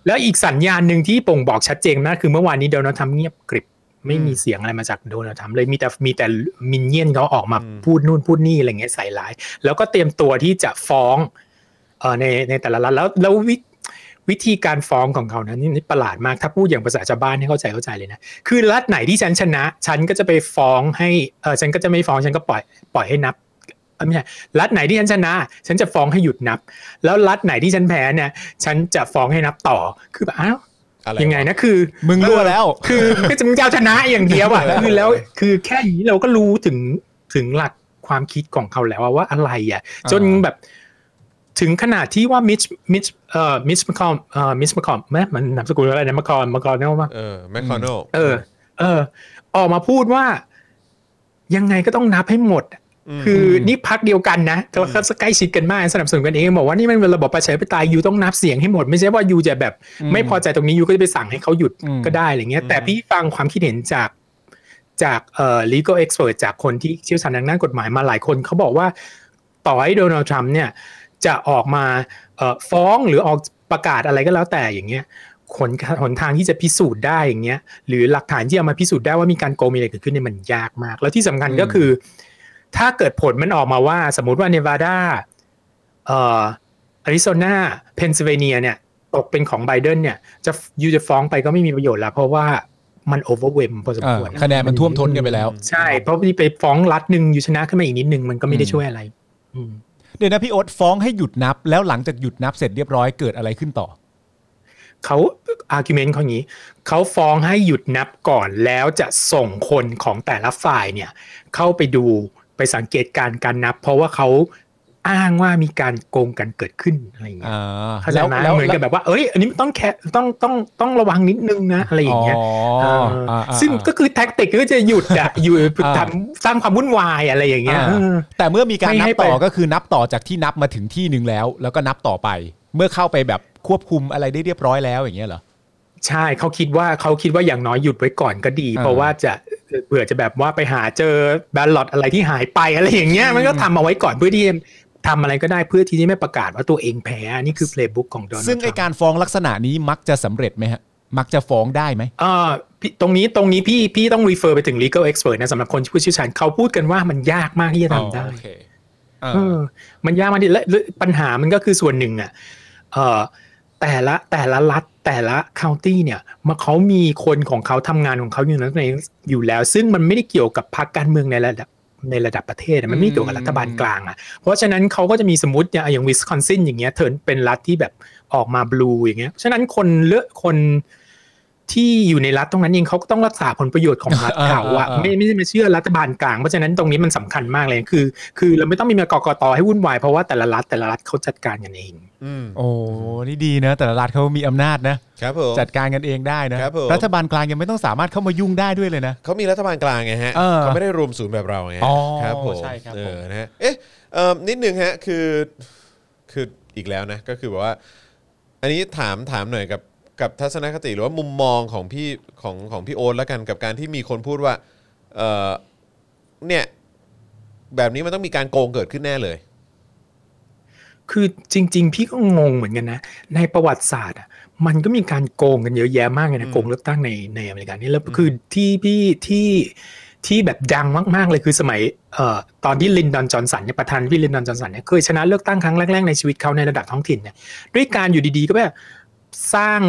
Speaker 5: แล้วอีกสัญญาณหนึ่งที่บ่งบอกชัดเจนมากคือเมื่อวานนี้โดนัลด์ทรัมป์เงียบกริบไม่มีเสียงอะไรมาจากโดนัลด์ทรัมป์เลยมีแต่มีแต่มินเนี่ยนเขาออกมาพูดนู่นพูดนี่อะไรเงี้ยใส่ร้าย แล้วก็เตรียมตัวที่จะฟ้องเออในในแต่ละรัฐแล้วแล้ววิวิธีการฟ้องของเขานะนี่นี่ประหลาดมากถ้าพูดอย่างภาษาชาวบ้านให้เข้าใจเข้าใจเลยนะ คือรัฐไหนที่ฉันชนะ ฉันก็จะไปฟ้องให้เออฉันก็จะไม่ฟ้องฉันก็ปล่อยปล่อยให้นับเอ้ยไม่ใช่รัฐไหนที่ฉันชนะ ฉันจะฟ้องให้หยุดนับ แล้วรัฐไหนที่ฉันแพ้เนี่ยฉันจะฟ้องให้นับต่อคือแบบอ้าว
Speaker 2: อะไร
Speaker 5: ยังไง
Speaker 2: วะ
Speaker 5: นะคือ
Speaker 3: มึงรั่วแล้ว
Speaker 5: คือก็จะมึงจะเอาชนะอย่างเดียวอ่ะ คือแล้วคือแค่นี้เราก็รู้ถึงถึงหลักความคิดของเขาแล้วอะว่าอะไรอ่ะ จนแบบถึงขนาดที่ว่ามิชมิชเอ่อมิชมคอมเอ่อมิชมคอมแม่มันนามสกุลอะไรนะมคอมมคอมเนี่ยว่า
Speaker 2: เออแมคคอนอล
Speaker 5: เออ เออ ออกมาพูดว่า ยังไงก็ต้องนับให้หมด คือนี่พักเดียวกันนะแต่ว่าก็ใกล้ชิดกันมากสนับสนุนกันเองบอกว่านี่มันเป็นระบบประชาธิปไตยยูต้องนับเสียงให้หมด ไม่ใช่ว่ายูจะแบบ ไม่พอใจตรงนี้ยูก็จะไปสั่งให้เขาหยุด
Speaker 3: อืม
Speaker 5: ก็ได้อะไรเงี้ย แต่พี่ฟังความคิดเห็นจากจากเอ่อ legal expert จากคนที่เชี่ยวชาญทางด้านกฎหมายมาหลายคนเขาบอกว่า ต่อให้โดนัลด์ทรัมป์เนี่ย จะออกมาเอ่อฟ้องหรือออกประกาศอะไรก็แล้วแต่อย่างเงี้ยหนหนทางที่จะพิสูจน์ได้อย่างเงี้ย หรือหลักฐานที่เอามาพิสูจน์ได้ว่ามีการโกงมีอะไรเกิดขึ้นเนี่ยมันยากมาก แล้วที่สำคัญก็คือ ถ้าเกิดผลมันออกมาว่า สมมติว่าเนวาดาเอ่ออาริโซนาเพนซิลเวเนียเนี่ย ตกเป็นของไบเดนเนี่ย จะยูจะฟ้องไปก็ไม่มีประโยชน์ละเพราะว่ามันโอเวอร์เวมพอสม
Speaker 3: อ่า
Speaker 5: ควร
Speaker 3: คะแนนมันท่วมท้นกันไปแล้ว
Speaker 5: ใช่ เพราะไปฟ้องรัฐหนึ่งอยู่ชนะขึ้นมาอีกนิดนึงมันก็ไม่ได้ช่วยอะไร อืม
Speaker 3: เดี๋ยวนะพี่โอ๊ตฟ้องให้หยุดนับ แล้วหลังจากหยุดนับเสร็จเรียบร้อยเกิดอะไรขึ้นต่อ
Speaker 5: เขาอาร์กิเมนต์เขาอย่างนี้ เขาฟ้องให้หยุดนับก่อนแล้วจะส่งคนของแต่ละฝ่ายเนี่ย เข้าไปดูไปสังเกตการณ์การนับ เพราะว่าเขาอ้างว่ามีการโกงกันเกิดขึ้นอะไรอย่างเงี้ย
Speaker 3: อ่า
Speaker 5: เข้าใจไหมเหมือนกับแบบว่าเอ้ย อันนี้มันต้องแค่ต้องต้องต้องระวังนิดนึงนะอะไรอย่างเงี้ย
Speaker 3: อ๋อ
Speaker 5: เออ
Speaker 3: อ่าอ่า
Speaker 5: ซึ่งก็คือแท็กติกก็จะหยุดอะอยู่
Speaker 3: อ่า
Speaker 5: ทำสร้างความวุ่นวายอะไรอย่างเงี้ยเออ
Speaker 3: แต่เมื่อมีการ
Speaker 5: ไม่
Speaker 3: นับ
Speaker 5: ให้ไป
Speaker 3: ต่อก็คือนับต่อจากที่นับมาถึงที่หนึ่งแล้ว แล้วก็นับต่อไป เมื่อเข้าไปแบบควบคุมอะไรได้เรียบร้อยแล้วอย่างเงี้ยเหรอ
Speaker 5: ใช่เขาคิดว่าเขาคิดว่าอย่างน้อยหยุดไว้ก่อนก็ดี
Speaker 3: อ่า
Speaker 5: เพราะว่าจะเผื่อจะแบบว่าไปหาเจอบาลอตอะไรที่หายไปอะไรอย่างเงี้ยมันก็ทำเอาไว้ก่อนเพื่อที่จะทำอะไรก็ได้เพื่อที่จะไม่ประกาศว่าตัวเองแพ้นี่คือเพลย์บุ๊กของโดนัลด์
Speaker 3: ซึ่ง
Speaker 5: ท
Speaker 3: ไอ
Speaker 5: รัมป์
Speaker 3: การฟ้องลักษณะนี้มักจะสำเร็จไหมฮะ มักจะฟ้องได้ไหม
Speaker 5: เอ่อพี่ตรงนี้ตรงนี้พี่พี่ต้อง refer ไปถึง legal expert นะสำหรับคนที่ผู้เชี่ยวชาญเขาพูดกันว่ามันยากมากที่จะทำได้ เออมันยากมากดิและและปัญหามันก็คือส่วนหนึ่งอ่ะเออแต่ละแต่ละรัฐแต่ละ county เนี่ยมาเขามีคนของเขาทำงานของเขาอยู่แล้วในอยู่แล้ว ซึ่งมันไม่ได้เกี่ยวกับพรรคการเมืองในระดับในระดับประเทศอะมันไม่ได้เกี่ยวกับรัฐบาลกลางอ่ะเพราะฉะนั้นเขาก็จะมีสมมติเนี่ยอย่างวิสคอนซินอย่างเงี้ยเธอเป็นรัฐที่แบบออกมาบลูอย่างเงี้ยฉะนั้นคนเลือกคนที่อยู่ในรัฐตรงนั้นเองเขาก็ต้องรักษาผลประโยชน์ของรัฐเขาอ่ะ
Speaker 3: อ่าๆๆ
Speaker 5: ไม่ ไม่ไม่เชื่อรัฐบาลกลางเพราะฉะนั้นตรงนี้มันสำคัญมากเลยคือ คือเราไม่ต้องมีมากกตให้วุ่นวายเพราะว่าแต่ละรัฐแต่ละรัฐเขาจัดการกันเอง
Speaker 2: อืม
Speaker 3: โอ้นี่ดีนะ แต่ละรัฐเขามีอำนาจนะ
Speaker 2: ครับผม
Speaker 3: จัดการกันเองได้นะ
Speaker 2: ครับผม
Speaker 3: รัฐบาลกลางยังไม่ต้องสามารถเข้ามายุ่งได้ด้วยเลยนะ
Speaker 2: เขามีรัฐบาลกลางไงฮะ
Speaker 3: เออ
Speaker 2: เขาไม่ได้รวมศูนย์แบบเราไงฮะ
Speaker 3: อ๋อ
Speaker 2: ครับผม
Speaker 3: ใช่ครับ
Speaker 2: เอ
Speaker 3: ผม
Speaker 2: อนะฮะเอ๊ะเอิ่มนิดนึงฮะคือคืออีกแล้วนะ ก็คือแบบว่า อันนี้ถามถามหน่อยกับกับทัศนคติหรือว่ามุมมองของพี่ของของพี่โอ๊ตแล้วกันกับการที่มีคนพูดว่าเออเนี่ย แบบนี้มันต้องมีการโกงเกิดขึ้นแน่เลย
Speaker 5: คือจริง ๆ พี่ก็งงเหมือนกันนะ ในประวัติศาสตร์อะมันก็มีการโกงกันเยอะแยะมากเลยนะโกงเลือกตั้งในในอเมริกานี่แล้วคือที่พี่ที่ที่แบบดังมากๆเลยคือสมัยเอ่อตอนที่ลินดอนจอห์นสันเนี่ยประธานวิลินดอนจอห์นสันเนี่ยเคยชนะเลือกตั้งครั้งแรกๆในชีวิตเขาในระดับท้องถิ่นเนี่ยด้วยการอยู่ดีๆก็แบบสร้าง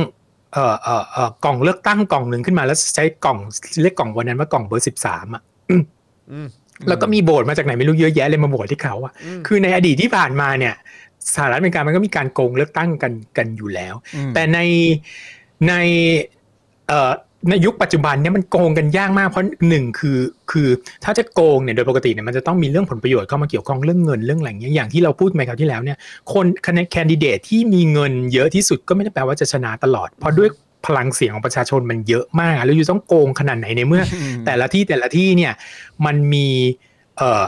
Speaker 5: เอ่อเอ่อเอ่อกล่องเลือกตั้งกล่องหนึ่งขึ้นมาแล้วใช้กล่องเรียกกล่องวันนั้นว่ากล่องเบอร์สิบสามอ่ะ
Speaker 2: อืม
Speaker 5: แล้วก็มีโบสถ์มาจากไหนไม่รู้เยอะแยะเลยมาโบสถ์ที่เขาอะ
Speaker 2: อืม
Speaker 5: คือในอดีตที่ผ่านมาเนี่ยสหรัฐอเมริกามันก็มีการโกงเลือกตั้งกันกันอยู่แล้ว แต่ในในเอ่อในยุคปัจจุบันเนี่ยมันโกงกันยากมากเพราะหนึ่งคือคือถ้าจะโกงเนี่ยโดยปกติเนี่ยมันจะต้องมีเรื่องผลประโยชน์เข้ามาเกี่ยวข้องเรื่องเงินเรื่องอะไรอย่างเงี้ยอย่างที่เราพูดไปคราวที่แล้วเนี่ยคนคะแนนแคนดิเดตที่มีเงินเยอะที่สุดก็ไม่ได้แปลว่าจะชนะตลอด เพราะด้วยพลังเสียงของประชาชนมันเยอะมากแล้วอยู่ต้องโกงขนาดไหนในเมื่อ แต่ละที่แต่ละที่เนี่ยมันมีเอ่อ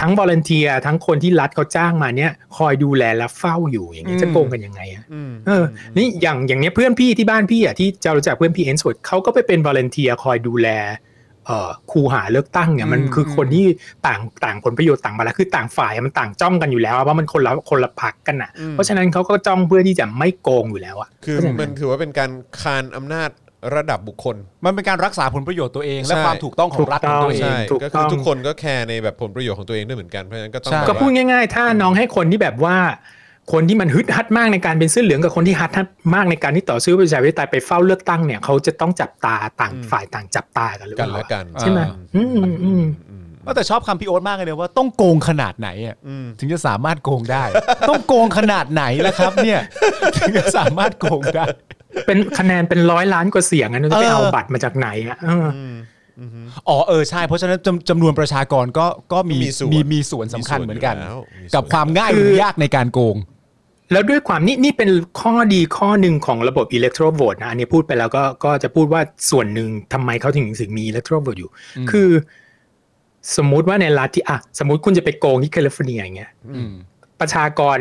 Speaker 5: ทั้งบริเตียทั้งคนที่รัฐเขาจ้างมาเนี่ยคอยดูแลและเฝ้าอยู่อย่างเงี้ยจะโกงกันยังไงอะ
Speaker 2: อืม
Speaker 5: เออ นี่อย่างอย่างเนี้ยเพื่อนพี่ที่บ้านพี่อ่ะที่จะรู้จักเพื่อนพี่เอ็นสวดเขาก็ไปเป็น volunteer คอยดูแลเอ่อคูหาเลือกตั้งเนี่ยมัน
Speaker 3: อืม
Speaker 5: คืออ
Speaker 3: ม
Speaker 5: คนที่ต่างต่างผลประโยชน์ต่างมาแล้วคือต่างฝ่ายอะมันต่างจ้องกันอยู่แล้วอะว่ามันคนละคนละพักกันอ่ะ เพราะฉะนั้นเขาก็จ้องเพื่อที่จะไม่โกงอยู่แล้วอ่ะ
Speaker 2: คือมันถือว่าเป็นการคานอำนาจระดับบุคคล
Speaker 3: มันเป็นการรักษาผลประโยชน์ตัวเอง และ
Speaker 2: ใช่
Speaker 3: ความถูกต้องของรัฐของตัวเอง
Speaker 2: ใช่
Speaker 5: ถูก
Speaker 2: ก็คื
Speaker 5: ต้
Speaker 2: อ
Speaker 5: อง
Speaker 2: ทุกคนก็แคร์ในแบบผลประโยชน์ของตัวเองด้วยเหมือนกันเพราะฉะนั้นก็ต้อง
Speaker 3: ใช่
Speaker 2: แบบ
Speaker 5: ก็พูด
Speaker 2: ว่า
Speaker 5: ง่ายๆ ถ้าน้องให้คนที่แบบว่า คนที่มันฮึดฮัดมากในการเป็นเสื้อเหลืองกับคนที่ฮัดฮัดมากในการที่ต่อสู้ประชาธิปไตยไปเฝ้าเลือกตั้งเนี่ยเขาจะต้องจับตาต่าง
Speaker 2: อืม
Speaker 5: ฝ่ายต่างจับตากันหรือเป
Speaker 2: กัน
Speaker 5: ล่า
Speaker 2: และ
Speaker 5: อะ
Speaker 2: กัน
Speaker 3: ใช่ไหม
Speaker 5: อืมอืม
Speaker 2: อืม
Speaker 3: ก็แต่ชอบคำพี่โอ๊ตมากเลยนะว่าต้องโกงขนาดไหนอะ
Speaker 2: อืม
Speaker 3: ถึงจะสามารถโกงได้ ต้องโกงขนาดไหนล่ะครับ เนี่ย ถึงจะสามารถโกงได้
Speaker 5: เป็นคะแนนเป็นร้อยล้านกว่าเสียงอะจะไป
Speaker 3: เออ
Speaker 5: เอาบัตรมาจากไหนอ่ะเออ
Speaker 3: อ๋อเออใช่เพราะฉะนั้นจำจำนวนประชากรก็ก็มี
Speaker 2: มีส่วน
Speaker 3: มีมีส่วนสำคัญเหมือนกัน
Speaker 2: มีส่วนอยู่แล้วมีส่วน
Speaker 3: กับความง่ายหรือยากในการโกง
Speaker 5: แล้วด้วยความนี่นี่เป็นข้อดีข้อหนึ่งของระบบอิเล็กโทรโหวตนะอันนี้พูดไปแล้วก็ก็จะพูดว่าส่วนหนึ่งทำไมเขาถึงถึงมีอิเล็กโทรโหวตอยู่ คือ สมมุติว่าในรัฐที่อ่ะสมมติคุณจะไปโกงที่แคลิฟอร์เนียอย่างเงี้ย
Speaker 3: อืม
Speaker 5: ประชากร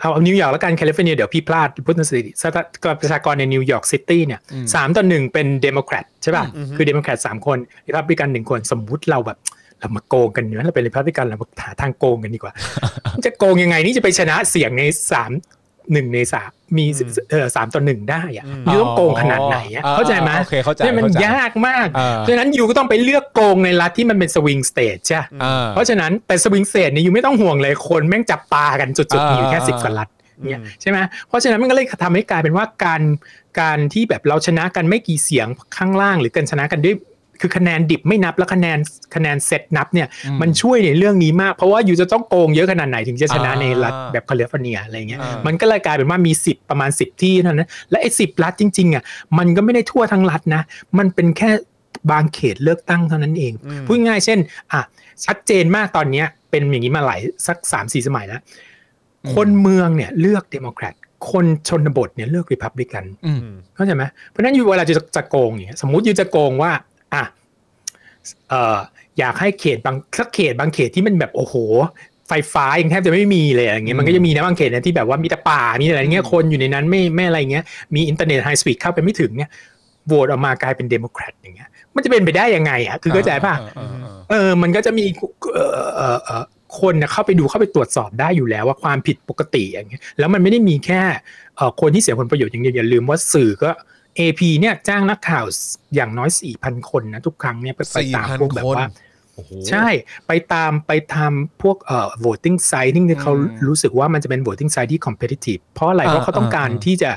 Speaker 5: เอาเอานิวยอร์กแล้วกันแคลิฟอร์เนียเดี๋ยวพี่พลาดพูดถึงสถิติสถานประชากรในนิวยอร์กซิตี้เนี่ยสามต่อหนึ่งเป็นเดโมแครตใช่ป่ะคือเดโมแครตสามคนริพับลิกันหนึ่งคนสมมุติเราแบบเรามาโกงกันเนื้อเราเป็นริพับลิกันเรามาหาทางโกงกันดีกว่า จะโกงยังไงนี่จะไปชนะเสียงในสามหนึ่งในสามมีเออสามต่อหนึ่งได้อะยูต้องโกงขนาดไหนอะ
Speaker 3: อ๋อ
Speaker 5: เข้าใจไหม
Speaker 3: โอเคเข้าใจ
Speaker 5: นี่ยมัน
Speaker 3: เข้าใจ
Speaker 5: ยากมาก
Speaker 3: เออ
Speaker 5: ฉะนั้นยูก็ต้องไปเลือกโกงในรัฐที่มันเป็นสวิงสเตทใช่ปะ
Speaker 3: อ่
Speaker 5: เพราะฉะนั้นแต่สวิงเศษเนี่ยยูไม่ต้องห่วงเลยคนแม่งจับปลากันจุดๆ
Speaker 3: อ่า
Speaker 5: มีอยู่แค่
Speaker 3: อ่า
Speaker 5: สิบกว่าลัดเนี่ยใช่ไหมเพราะฉะนั้นมันก็เลยทำให้กลายเป็นว่าการการที่แบบเราชนะกันไม่กี่เสียงข้างล่างหรือการชนะกันด้วยคือคะแนนดิบไม่นับแล้วคะแนนคะแนนเซตนับเนี่ย
Speaker 3: อืม
Speaker 5: มันช่วยในเรื่องนี้มากเพราะว่าอยู่จะต้องโกงเยอะขนาดไหนถึงจะชนะ
Speaker 3: อ่า
Speaker 5: ในรัฐแบบแคลิฟอร์เนียอะไรเงี้ย
Speaker 3: อ่ามั
Speaker 5: มันก็เลยกลายเป็นว่ามี 10 ประมาณ 10 ที่เท่านั้นและไอ้สิรัฐจริงๆอ่ะมันก็ไม่ได้ทั่วทั้งรัฐนะมันเป็นแค่บางเขตเลือกตั้งเท่านั้นเอง
Speaker 2: อืม
Speaker 5: พูดง่ายๆเช่น อ่ะ ชัดเจนมากตอนเนี้ยเป็นอย่างนี้มาหลายสักสามสี่สมัยแล้ว
Speaker 3: อืม
Speaker 5: คนเมืองเนี่ยเลือกเดโมแครตคนชนบทเนี่ยเลือกริพับลิกัน
Speaker 3: อืม
Speaker 5: เข้าใจไหมเพราะฉะนั้นอยู่เวลาจะจะโกงอย่างเงี้ยสมมติอยู่จะโกงว่า อ่ะเอ่ออยากให้เขตบางสักเขตบางเขตที่มันแบบโอ้โห ไฟฟ้ายังแทบจะไม่มีเลยอย่างเงี้ยมันก็จะมีนะบางเขตเนยที่แบบว่ามีแต่ป่ามีแต่อะไรเงี้ยคนอยู่ในนั้นไม่ไม่อะไรเงี้ยมีอินเทอร์เน็ตไฮสปีดเข้าไปไม่ถึงเนี่ยโหวตออกมากลายเป็นเดโมแครตอย่างเงี้ยมันจะเป็นไปได้ยังไงอะคือเข้าใจป่ะ
Speaker 3: อ่าอ่าอ่า
Speaker 5: เออ มันก็จะมีเอ่อเอ่อเอ่อคนนะเข้าไปดูเข้าไปตรวจสอบได้อยู่แล้วว่าความผิดปกติอย่างเงี้ย แล้วมันไม่ได้มีแค่เอ่อคนที่เสียผลประโยชน์อย่างเดียวอย่าลืมว่าสื่อก็ AP เนี่ยจ้างนักข่าวอย่างน้อย 4,000 คนนะทุกครั้งเนี่ยไปไปตามพวกแบบว่า ใช่ไปตามไปทำพวกเอ่อ voting site ที่เขารู้สึกว่ามันจะเป็น voting site ที่ competitive เพราะอะไร
Speaker 3: อ่า
Speaker 5: เพราะเขาต้องการ
Speaker 3: อ่า
Speaker 5: ที่จะ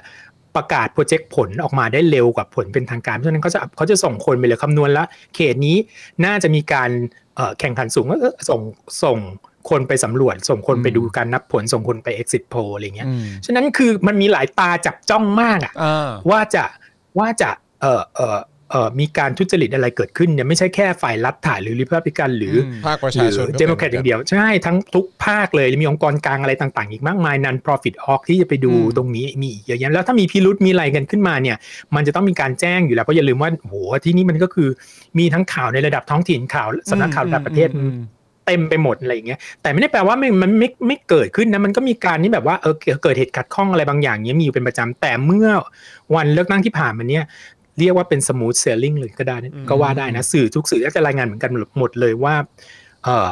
Speaker 5: ประกาศโปรเจกต์ผลออกมาได้เร็วกว่าผลเป็นทางการเพราะฉะนั้นเขาจะเขาจะส่งคนไปเลยคำนวณแล้ว เขตนี้น่าจะมีการเอ่อแข่งขันสูงก็เออส่งส่งคนไปสำรวจ ส่งคนไปดูการนับผลส่งคนไป exit poll อะไรเงี้ย
Speaker 3: อืม
Speaker 5: ฉะนั้นคือมันมีหลายตาจับจ้องมากอะ
Speaker 3: อ่า
Speaker 5: ว่าจะว่าจะเออเออเออมีการทุจริตอะไรเกิดขึ้นเนี่ยไม่ใช่แค่ฝ่ายรัฐถ่ายหรือริพับลิกันหรือ
Speaker 2: ภาคประ
Speaker 5: ห
Speaker 2: ชา
Speaker 5: รือ
Speaker 2: ชนก็
Speaker 5: เดโมแครตอย่างเดียว ใช่ทั้งทุกภาคเลย มีองค์กรกลางอะไรต่างๆ อีกมากมาย non profit org ที่จะไปดู
Speaker 3: อืม
Speaker 5: ตรงนี้มีอีกเยอะแยะแล้วถ้ามีพิรุษมีอะไรกันขึ้นมาเนี่ย มันจะต้องมีการแจ้งอยู่แล้วเพราะอย่าลืมว่าโอ้โหที่นี่มันก็คือมีทั้งข่าวในระดับท้องถิ่นข่าวสำนักข่าวระดับประเทศ
Speaker 3: อืม
Speaker 5: เต็มไปหมดอะไรอย่างเงี้ยแต่ไม่ได้แปลว่ามันมันไม่ไม่เกิดขึ้นนะมันก็มีการที่แบบว่าเออเกิดเกิดเหตุขัดข้องอะไรบางอย่างเนี้ยมีอยู่เป็นประจำแต่เมื่อวันเลือกตั้งที่ผ่านมาเนี่ยเรียกว่าเป็นสมูทเซลลิงเลยก็ได้นะก็ว่าได้นะสื่อทุกสื่อก็จะรายงานเหมือนกันหมดหมดเลยว่าเออ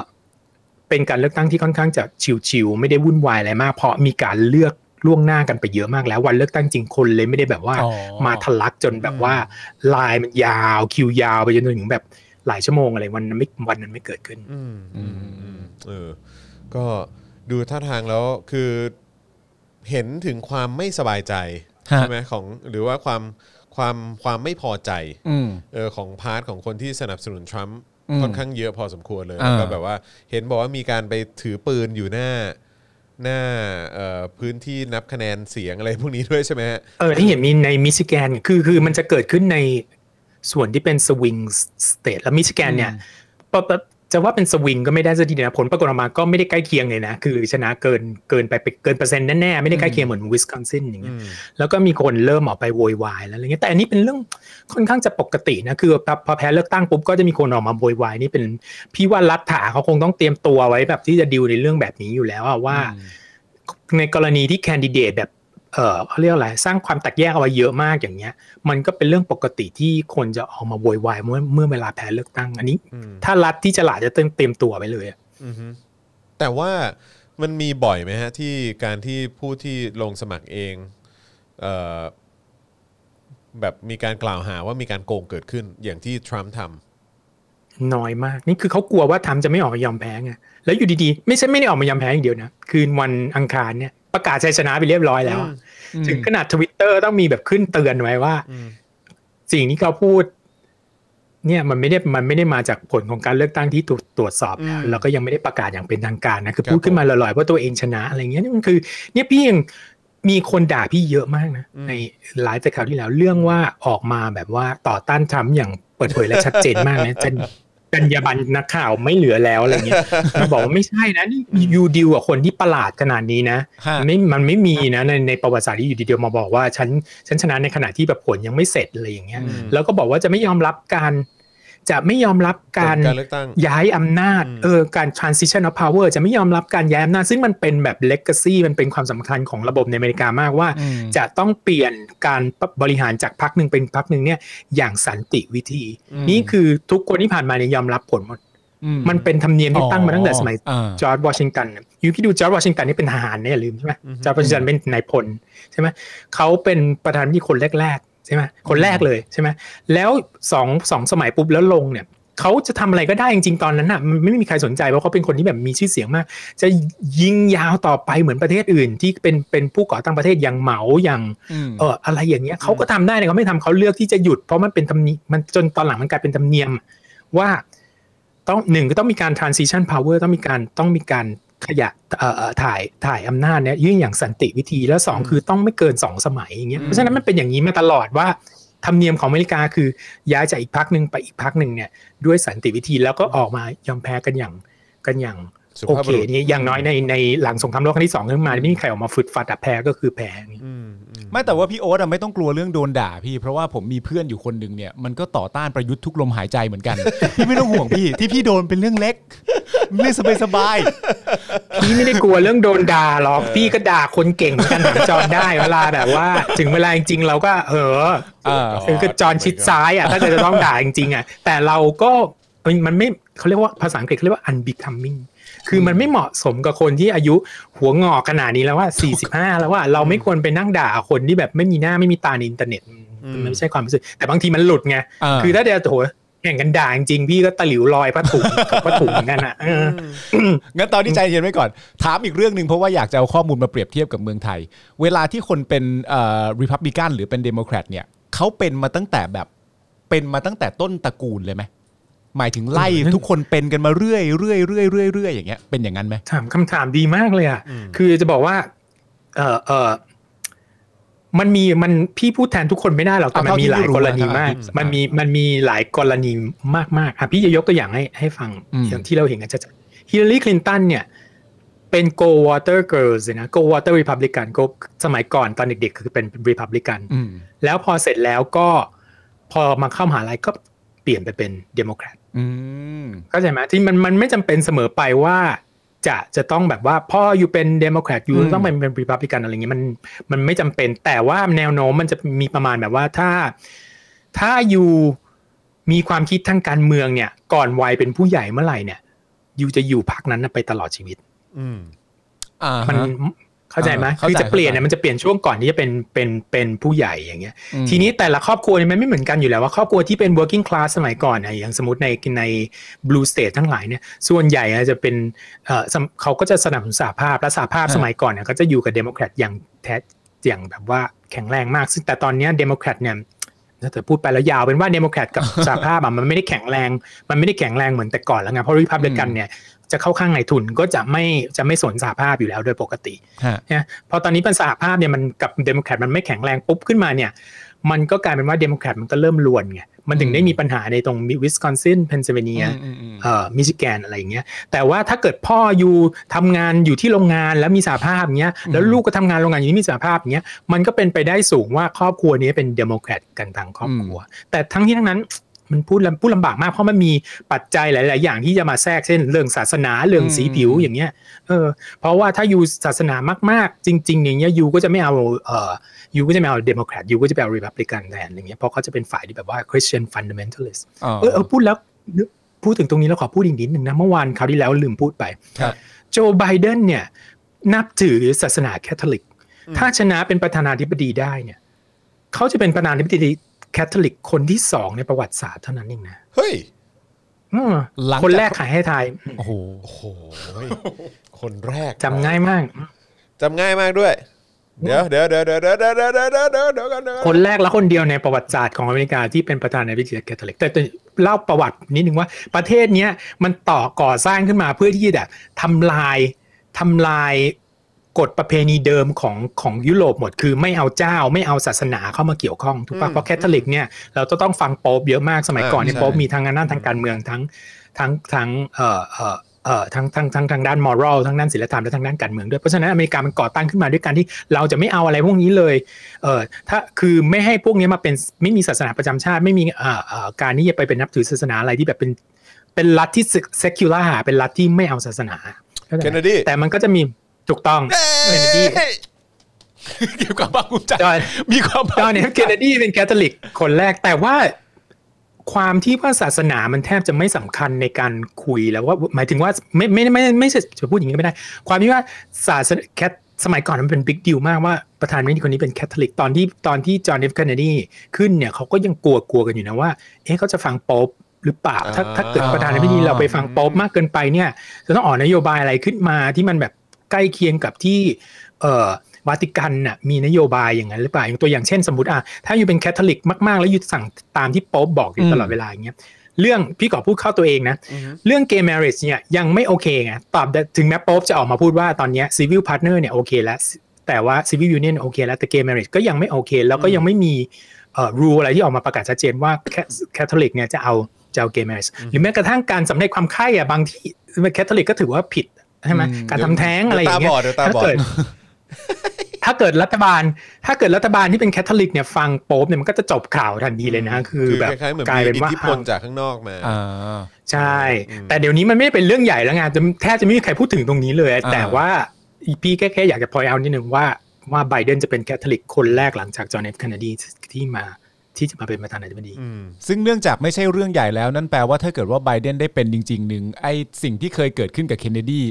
Speaker 5: เป็นการเลือกตั้งที่ค่อนข้างจะชิวๆไม่ได้วุ่นวายอะไรมาก เพราะมีการเลือกล่วงหน้ากันไปเยอะมากแล้ว วันเลือกตั้งจริงคนเลยไม่ได้แบบว่า
Speaker 3: อ๋อ
Speaker 5: มาทะลักจนแบบว่าลายมันยาวคิวยาวไปจนถึงแบบหลายชั่วโมงอะไรวันนั้นไม่วันนั้นไม่เกิดขึ้น
Speaker 2: อืมอืมอืมเออ ก็ดูท่าทางแล้วคือเห็นถึงความไม่สบายใจ
Speaker 3: ฮะ
Speaker 2: ใช่ไหมของหรือว่าความความความไม่พอใจ
Speaker 3: อืม
Speaker 2: เออของพาร์ทของคนที่สนับสนุนทรัมป์
Speaker 3: อืม
Speaker 2: ค่อนข้างเยอะพอสมควรเลย
Speaker 3: อ่า
Speaker 2: แล้วก็แบบว่าเห็นบอกว่ามีการไปถือปืนอยู่หน้าหน้าเอ่อพื้นที่นับคะแนนเสียงอะไรพวกนี้ด้วยใช่ไหมฮะ
Speaker 5: เออที่เห็นมีในมิชิแกนคือคือมันจะเกิดขึ้นในส่วนที่เป็นสวิงสเตทแล้วมิชิแกนเนี่ยปะปะจะว่าเป็นสวิงก็ไม่ได้สักทีเดียวนะผลปรากฏออกมาก็ไม่ได้ใกล้เคียงเลยนะ คือชนะเกินเกินไปไปเกินเปอร์เซ็นต์แน่ๆ ไม่ได้ใกล้เคียงเหมือนวิสคอนซินอย่างเงี้ยแล้วก็มีคนเริ่มออกไปโวยวายแล้วอะไรเงี้ยแต่อันนี้เป็นเรื่องค่อนข้างจะปกตินะ คือพอพอแพ้เลือกตั้งปุ๊บก็จะมีคนออกมาโวยวายนี่เป็นพี่ว่ารัฐถาเขาคงต้องเตรียมตัวไว้แบบที่จะดิวในเรื่องแบบนี้อยู่แล้วอะว่า ในกรณีที่แคนดิเดตแบบ เออเขาเรียกอะไรสร้างความแตกแยกเอาไว้เยอะมากอย่างเงี้ย มันก็เป็นเรื่องปกติที่คนจะออกมาโวยวายเมื่อเมื่อเวลาแพ้เลือกตั้ง อันนี้
Speaker 2: อืม
Speaker 5: ถ้ารัฐที่ฉลาดจะเตรียมเตรียมตัวไปเลยอะ
Speaker 2: อือฮึแต่ว่ามันมีบ่อยไหมฮะ ที่การที่ผู้ที่ลงสมัครเองเอ่อแบบมีการกล่าวหาว่ามีการโกงเกิดขึ้นอย่างที่ทรัมป์ท
Speaker 5: น้อยมาก นี่คือเขากลัวว่าทำจะไม่ออกมายอมแพ้ไงแล้วอยู่ดีๆ ไม่ใช่ไม่ได้ออกมายอมแพ้อย่างเดียวนะ คืนวันอังคารเนี่ยประกาศชัยชนะไปเรียบร้อยแล้วอะถึงขนาดทวิตเตอร์ต้องมีแบบขึ้นเตือนไว้ว่า
Speaker 2: ำอืม
Speaker 5: สิ่งที่เขาพูด เนี่ยมันไม่ได้มันไม่ได้มาจากผลของการเลือกตั้งที่ตรวจตรวจสอบแล้วแล้วก็ยังไม่ได้ประกาศอย่างเป็นทางการนะคือพูดขึ้นมาลอยๆว่าตัวเองชนะอะไรเงี้ยนี่มันคือ เนี่ยพี่ยังมีคนด่าพี่เยอะมากนะในหลายแต่คราวที่แล้วเรื่องว่าออกมาแบบว่าต่อต้านทรัมป์อย่างเปิดเผยและชัดเจนมากนะ จันจัญญาบันนักข่าวไม่เหลือแล้วอะไร เงี้ยมาบอกว่าไม่ใช่นะนี่ยูดิวกับคนที่ประหลาดขนาดนี้นะ
Speaker 3: ฮะ
Speaker 5: ไม่ มันไม่มีนะในในประวัติศาสตร์ที่อยู่ดีเดียวมาบอกว่าฉันฉันชนะในขณะที่แบบผลยังไม่เสร็จอะไรอย่างเงี้ย แล้วก็บอกว่าจะไม่ยอมรับการ จะไม่ยอมรับ
Speaker 2: ผล
Speaker 5: การ
Speaker 2: การเลือกตั้ง
Speaker 5: ย้ายอำนาจ
Speaker 2: อืม
Speaker 5: เออการ transition of power จะไม่ยอมรับการย้ายอำนาจ ซึ่งมันเป็นแบบ legacy มันเป็นความสำคัญของระบบในอเมริกามากว่า
Speaker 3: อืม
Speaker 5: จะต้องเปลี่ยนการบริหารจากพักหนึ่งเป็นพักหนึ่งเนี่ยอย่างสันติวิธี นี่คือทุกคนที่ผ่านมาเนี่ยยอมรับผลหมด
Speaker 3: อืม
Speaker 5: มันเป็นธรรมเนียมที่ตั้งมาตั้งแต่สมัย
Speaker 3: อ๋ออ่า
Speaker 5: จอร์จวอชิงตันน่ะอยู่ที่ดูจอร์จวอชิงตันนี่เป็นทหารเนี่ยอย่าลืมใช่ไหมจอร์จวอชิงตันเป็นนายพลใช่ไหมเขาเป็นประธานาธิบดีคนแรกๆใช่ไหมคนแรกเลยใช่ไหมแล้วสองสองสมัยปุ๊บแล้วลงเนี่ยเขาจะทำอะไรก็ได้จริงๆตอนนั้นน่ะมันไม่มีใครสนใจเพราะเขาเป็นคนที่แบบมีชื่อเสียงมาก จะยิงยาวต่อไปเหมือนประเทศอื่น ที่เป็นเป็นผู้ก่อตั้งประเทศอย่างเหมาอย่าง
Speaker 3: อืม
Speaker 5: เอออะไรอย่างเงี้ยเขาก็ทำได้แต่เขาไม่ทำเขาเลือกที่จะหยุดเพราะมันเป็นธรรมเนียมมันจนตอนหลังมันกลายเป็นธรรมเนียม ว่าต้องหนึ่งก็ต้องมีการ transition power ต้องมีการต้องมีการขยะเอ่อเอ่อถ่ายถ่ายอำนาจเนี่ยยื่นอย่างสันติวิธีแล้วสองคือต้องไม่เกินสองสมัยอย่างเงี้ยเพราะฉะนั้นมันเป็นอย่างนี้มาตลอดว่าธรรมเนียมของอเมริกาคือย้ายจากอีกพักหนึ่งไปอีกพักหนึ่งเนี่ยด้วยสันติวิธีแล้วก็ออกมายอมแพ้กันอย่างกันอย่าง
Speaker 2: สุ
Speaker 5: โอ
Speaker 2: ภาพ
Speaker 5: เค
Speaker 2: บุรุษ
Speaker 5: นี่อย่างน้อยในในหลังสงครามโลกครั้งที่สองขึ้นมาไม่มีใครออกมาฝึดฟัดอะแพ้ก็คือแพ้อย่างเงี้ย
Speaker 2: อืมอืม
Speaker 3: ไม่แต่ว่าพี่โอ๊ตอะไม่ต้องกลัวเรื่องโดนด่าพี่ เพราะว่าผมมีเพื่อนอยู่คนหนึ่งเนี่ยมันก็ต่อต้านประยุทธ์ทุกลมหายใจเหมือนกัน พี่ไม่ต้องห่วงพี่ที่พี่โดนเป็นเรื่องเล็ก เรื่องสบาย
Speaker 5: พี่ไม่ได้กลัวเรื่องโดนด่าหรอกพี่ก็ด่าคนเก่งเหมือนกันหางจอนได้เวลาแบบ ว่า ถึงเวลาจริงๆเราก็เออ
Speaker 3: ๆอ่า
Speaker 5: คือก็จอนชิดซ้ายอ่ะถ้าเกิดจะต้องด่าจริงๆอ่ะแต่เราก็มันมันไม่เขาเรียกว่าภาษาอังกฤษเขาเรียกว่า unbecoming คือมันไม่เหมาะสมกับคนที่อายุหัวงอกขนาดนี้แล้วว่า 45 แล้วว่าเราไม่ควรไปนั่งด่าคนที่แบบไม่มีหน้าไม่มีตาในอินเทอร์เน็ตมันไม่ใช่ความรู้สึก แต่บางทีมันหลุดไง
Speaker 3: อ่า
Speaker 5: คือถ้าเดี๋ยวโถแข่งกันด่าจริงๆพี่ก็ตะหลิวลอยผ้าถุง ถกผ้าถุงเหมือนกันอ่ะเออ
Speaker 3: งั้นตอนนี้ใจเย็นไว้ก่อน ถามอีกเรื่องหนึ่งเพราะว่าอยากจะเอาข้อมูลมาเปรียบเทียบกับเมืองไทย เวลาที่คนเป็นเอ่อริพับลิกันหรือเป็นเดโมแครตเนี่ยเขาเป็นมาตั้งแต่แบบเป็นมาตั้งแต่ต้นตระกูลเลยไหมหมายถึงไล่ทุกคนเป็นกันมาเรื่อยเรื่อยเรื่อยเรื่อยเรื่อยอย่างเงี้ยเป็นอย่างนั้นไหม
Speaker 5: ถามคำถามดีมากเลยอ่ะ คือจะบอกว่า เออเออมันมีมันพี่พูดแทนทุกคนไม่ได้หรอก แต่
Speaker 3: เอา
Speaker 5: มัน
Speaker 3: เท่า
Speaker 5: มีหลาย
Speaker 3: ที่รู้
Speaker 5: กรณีมาก
Speaker 3: นะครับ
Speaker 5: มันมีมันมีหลายกรณีมากมากๆอ่ะพี่จะยกตัวอย่างให้ให้ฟัง
Speaker 3: อืม
Speaker 5: อย่างที่เราเห็นกันชัดๆฮิลลารีคลินตันเนี่ย เป็น go water girls เลยนะ go water republican go สมัยก่อนตอนเด็กๆ คือเป็น republican
Speaker 3: อืม
Speaker 5: แล้วพอเสร็จแล้วก็พอมาเข้ามหาลัยก็เปลี่ยนไปเป็น democrat
Speaker 3: อืม
Speaker 5: เข้าใจไหมที่มันมันไม่จำเป็นเสมอไปว่า จะจะต้องแบบว่าพ่ออยู่เป็นเดโมแครตอยู่
Speaker 3: อืม
Speaker 5: ต้องเป็นเป็นริพับลิกันอะไรเงี้ยมันมันไม่จำเป็น แต่ว่าแนวโน้มมันจะมีประมาณแบบว่าถ้า ถ้าอยู่มีความคิดทางการเมืองเนี่ย ก่อนวัยเป็นผู้ใหญ่เมื่อไหร่เนี่ยอยู่จะอยู่พักนั้นนะไปตลอดชีวิต
Speaker 2: อืม
Speaker 3: อ่า
Speaker 5: มัน
Speaker 3: ฮะ
Speaker 5: เข้าใจไหม
Speaker 3: อ่าเข้าใจ
Speaker 5: คือจะเปลี่ยนเนี่ย
Speaker 3: เข้าใจ
Speaker 5: มันจะเปลี่ยนช่วงก่อนที่จะเป็นเป็นเป็นผู้ใหญ่อย่างเงี้ย
Speaker 3: อืม
Speaker 5: ทีนี้แต่ละครอบครัวเนี่ยมันไม่เหมือนกันอยู่แล้วว่าครอบครัวที่เป็น working class สมัยก่อนนะอย่างสมมติในใน blue state ทั้งหลายเนี่ยส่วนใหญ่อะจะเป็นเอ่อสำเขาก็จะสนับสนุนสหภาพและสหภาพสมัยก่อนเนี่ยก็จะอยู่กับเดโมแครตอย่างแท้อย่างแบบว่าแข็งแรงมาก ซึ่งแต่ตอนเนี้เดโมแครตเนี่ยถ้าเกิดพูดไปแล้วยาวเป็นว่าเดโมแครตกับ สหภาพอะมันไม่ได้แข็งแรง มันไม่ได้แข็งแรงเหมือนแต่ก่อนแล้วไงเพราะริพับลิกันเนี่ยจะเข้าข้างนายทุนก็จะไม่จะไม่สนสหภาพอยู่แล้วโดยปกติ
Speaker 3: ฮะ
Speaker 5: นะพอตอนนี้เป็นสหภาพเนี่ยมันกับเดโมแครตมันไม่แข็งแรงปุ๊บขึ้นมาเนี่ย มันก็กลายเป็นว่าเดโมแครตมันก็เริ่มลวนไงมันถึงได้มีปัญหาในตรงวิสคอนซินเพนซิลเวเนีย
Speaker 3: อืมอืมอืม
Speaker 5: เอ่อมิชิแกนอะไรอย่างเงี้ยแต่ว่าถ้าเกิดพ่ออยู่ทำงานอยู่ที่โรงงานแล้วมีสหภาพอย่างเงี้ยแล้วลูกก็ทำงานโรงงานอยู่ที่มีสหภาพอย่างเงี้ยมันก็เป็นไปได้สูงว่าครอบครัวนี้เป็นเดโมแครตกันทางครอบครัว แต่ทั้งที่ทั้งนั้นมันพูดลำพูดลำบากมากเพราะมันมีปัจจัยหลาย ๆ อย่างที่จะมาแทรกเช่น เรื่องศาสนาเรื่องสีผิวอย่างเงี้ย เออเพราะว่าถ้ายูศาสนามาก ๆ จริง ๆ อย่างเงี้ยยูก็จะไม่เอาเอ่อยูก็จะไม่เอาเดโมแครตยูก็จะไปเอาริพับลิกันแทนอย่างเงี้ยเพราะเขาจะเป็นฝ่ายที่แบบว่าคริสเตียนฟันเดเมนทัลิสต์
Speaker 3: อ๋อ
Speaker 5: เออเออพูดแล้วนึกพูดถึงตรงนี้แล้วขอพูดอีกนิดหนึ่งนะเมื่อวานคราวที่แล้วลืมพูดไป
Speaker 3: ครับ
Speaker 5: โจไบเดนเนี่ยนับถือศาสนาแคทอลิก ถ้าชนะเป็นประธานาธิบดีได้เนี่ยเขาจะเป็นประธานาธิบดีแคทอลิกคนที่สองในประวัติศาสตร์เท่านั้นเองนะ
Speaker 2: เฮ้ย
Speaker 5: อืม
Speaker 3: หลังจาก
Speaker 5: คนแรกขายให้ไทย
Speaker 3: โอ้โห
Speaker 2: โอ้โหคนแรก
Speaker 5: จำง่ายมาก
Speaker 2: จำง่ายมากด้วย เดี๋ยวเดี๋ยวเดี๋ยวเดี๋ยวเดี๋ยวเดี๋ยวเดี๋ยวเดี๋ยวเดี๋ยวเดี๋ยวเดี๋ยวกันเดี๋ยวก่อน
Speaker 5: คนแรกและคนเดียวในประวัติศาสตร์ของอเมริกาที่เป็นประธานาธิบดีแคทอลิกแต่แต่เล่าประวัตินิดนึงว่าประเทศเนี้ยมันต่อก่อสร้างขึ้นมาเพื่อที่จะแบบทำลายทำลายกฎประเพณีเดิมของของยุโรปหมดคือไม่เอาเจ้าไม่เอาศาสนาเข้ามาเกี่ยวข้องถูกปะเพราะแคทอลิกเนี่ยเราจะต้องฟังโป๊ปเยอะมากสมัยก่อนเนี่ยโป๊ปมีทางด้านทางการเมืองทั้งทั้งทั้งเอ่อเอ่อเอ่อทั้งทั้งทั้งทางด้านมอรัลทั้งด้านศีลธรรมและทางด้านการเมืองด้วยเพราะฉะนั้นอเมริกามันก่อตั้งขึ้นมาด้วยการที่เราจะไม่เอาอะไรพวกนี้เลย เออถ้าคือไม่ให้พวกนี้มาเป็นไม่มีศาสนาประจำชาติ ไม่มีเอ่อเอ่อการที่จะไปเป็นนับถือศาสนาอะไรที่แบบเป็นเป็นรัฐที่เซคิวล่าหาเป็นรัฐที่ไม่เอาศาสนาเข้าใจ
Speaker 2: เคน
Speaker 5: ไห
Speaker 2: เน
Speaker 5: ม
Speaker 2: ดี
Speaker 5: แต่มันก็จะมีถูกต้องเคนเนดี
Speaker 2: เฮ้ย
Speaker 3: เกี่ยวกับความภูมิใจ
Speaker 5: จอห์น
Speaker 3: มีความภาค
Speaker 5: จอ
Speaker 3: ภู
Speaker 5: ห์น
Speaker 3: มิใจ
Speaker 5: เอฟเคนเนดีเป็นแคทอลิกคนแรกแต่ว่าความที่ว่าศาสนามันแทบจะไม่สำคัญในการคุยแล้วว่าหมายถึงว่าไม่ไม่ไม่ไม่ใช่จะพูดอย่างนี้ก็ไม่ได้ ความที่ว่าศาสนาแคทสมัยก่อนมันเป็นบิ๊กดีลมากว่าประธานาธิบดีคนนี้เป็นแคทอลิกตอนที่ตอนที่จอห์นเอฟเคนเนดีขึ้นเนี่ยเขาก็ยังกลัวกลัวกันอยู่นะว่า เอ๊ะเขาจะฟังโป๊ปหรือเปล่าถ้าถ้าเกิดประธานาธิบดีเราไปฟังโป๊ปมากเกินไปเนี่ยจะต้องออกนโยบายอะไรขึ้นมาที่มันแบบใกล้เคียงกับที่เอ่อวาติกันน่ะมีนโยบายอย่างนั้นหรือเปล่าอย่างตัวอย่างเช่นสมมติอ่ะถ้าอยู่เป็นแคทอลิกมากๆ แล้วอยู่สั่งตามที่โป๊ปบอกอยู่ตลอดเวลาอย่างเงี้ยเรื่องพี่ขอพูดเข้าตัวเองนะ เรื่องเกย์แมริ e เนี่ยยังไม่โอเคไงตอบได้ถึงแม้โป๊ปจะออกมาพูดว่าตอนเนี้ซีวิลพาร์ t เนอร์เนี่ยโอเคแล้ว แต่ว่าซีวิลยูเนียนโอเคแล้ว แต่เกย์แมริ e ก็ยังไม่โอเค แล้วก็ยังไม่มีเอ่อรูอะไรที่ออกมาประกาศชัดเจนว่าแคทอลิกเนี่ยจะเอาจะเอาเกย์แมริ e หรือแม้กระทั่งการสำเร็จความใคร่อะบางที่แคทอลิกก็ถือว่าผิดใช่ไหมการทำแท้งอะไรอย่างเงี้ย
Speaker 2: เดี๋ยวตาบอดเดี๋ยวตาบอด
Speaker 5: ถ้าเกิดรั ฐบาล ถ้าเกิดรัฐบาลที่เป็นแคทอลิกเนี่ยฟังโป๊ปเนี่ยมันก็จะจบข่าวทันทีเลยนะ คือ
Speaker 2: คือ
Speaker 5: แบบ
Speaker 2: คล้ายๆเหมือน
Speaker 5: กลาย
Speaker 2: มี
Speaker 5: เป็น
Speaker 2: อิท
Speaker 5: ว่า
Speaker 2: ธิพลจากข้างนอกมา
Speaker 3: อ่า
Speaker 5: ใช่
Speaker 2: อืม
Speaker 5: แต่เดี๋ยวนี้มันไม่ได้เป็นเรื่องใหญ่แล้วไงจะแทบจะไม่มีใครพูดถึงตรงนี้เลย
Speaker 3: อ่า
Speaker 5: แต่ว่าพี่แค่แค่อยากจะพอยเอานิดนึงว่าว่าไบเดนจะเป็นแคทอลิกคนแรกหลังจากจอห์นเอฟเคนเนดีที่มาที่จะมาเป็นประธานาธิบดี
Speaker 3: ซึ่งเนื่องจากไม่ใช่เรื่องใหญ่แล้ว นั่นแปลว่าถ้าเกิดว่าไบเดนได้เป็นจริงๆหนึ่งไอสิ่งที่เคยเกิดขึ้นกับเคนเนดี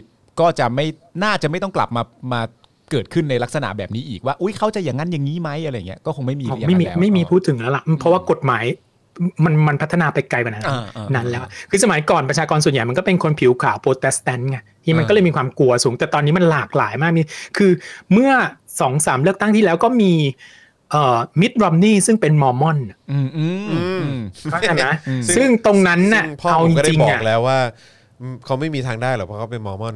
Speaker 3: ก็จะไม่น่าจะไม่ต้องกลับมามาเกิดขึ้นในลักษณะแบบนี้อีกว่า อุ้ยเขาจะอย่างนั้นอย่างนี้ไหมอะไรเงี้ยก็คงไม่มีอย่างนั้น
Speaker 5: ไม่มี
Speaker 3: แล้ว
Speaker 5: ไม่มีพูดถึงแล้วล่ะ เพราะว่ากฎหมายมันมันพัฒนาไปไกลกว่านั้น
Speaker 3: อ่าอ่า
Speaker 5: นั้นแล้ว คือสมัยก่อนประชากรส่วนใหญ่มันก็เป็นคนผิวขาวโปรเตสแตนต์ไงที่มัน
Speaker 3: อ่า
Speaker 5: ก็เลยมีความกลัวสูง แต่ตอนนี้มันหลากหลายมากมีคือเมื่อสองสามเลือกตั้งที่แล้วก็มีเอ่อมิดรอมนี่ซึ่งเป็นมอร์มอนน่ะ
Speaker 3: อืมอืมอืม
Speaker 5: เข้าใจไหม
Speaker 3: อืม
Speaker 5: ซึ่งตรงนั้นน่ะ
Speaker 2: ซึ่งพ่อ
Speaker 5: เอา
Speaker 2: ผม
Speaker 5: จ
Speaker 2: ก็ได้
Speaker 5: ริง
Speaker 2: บอ
Speaker 5: ๆ
Speaker 2: ก
Speaker 5: อ่ะ
Speaker 2: แล้วว่าอืมเขาไม่มีทางได้หรอกเพราะเขาเป็นมอร์มอน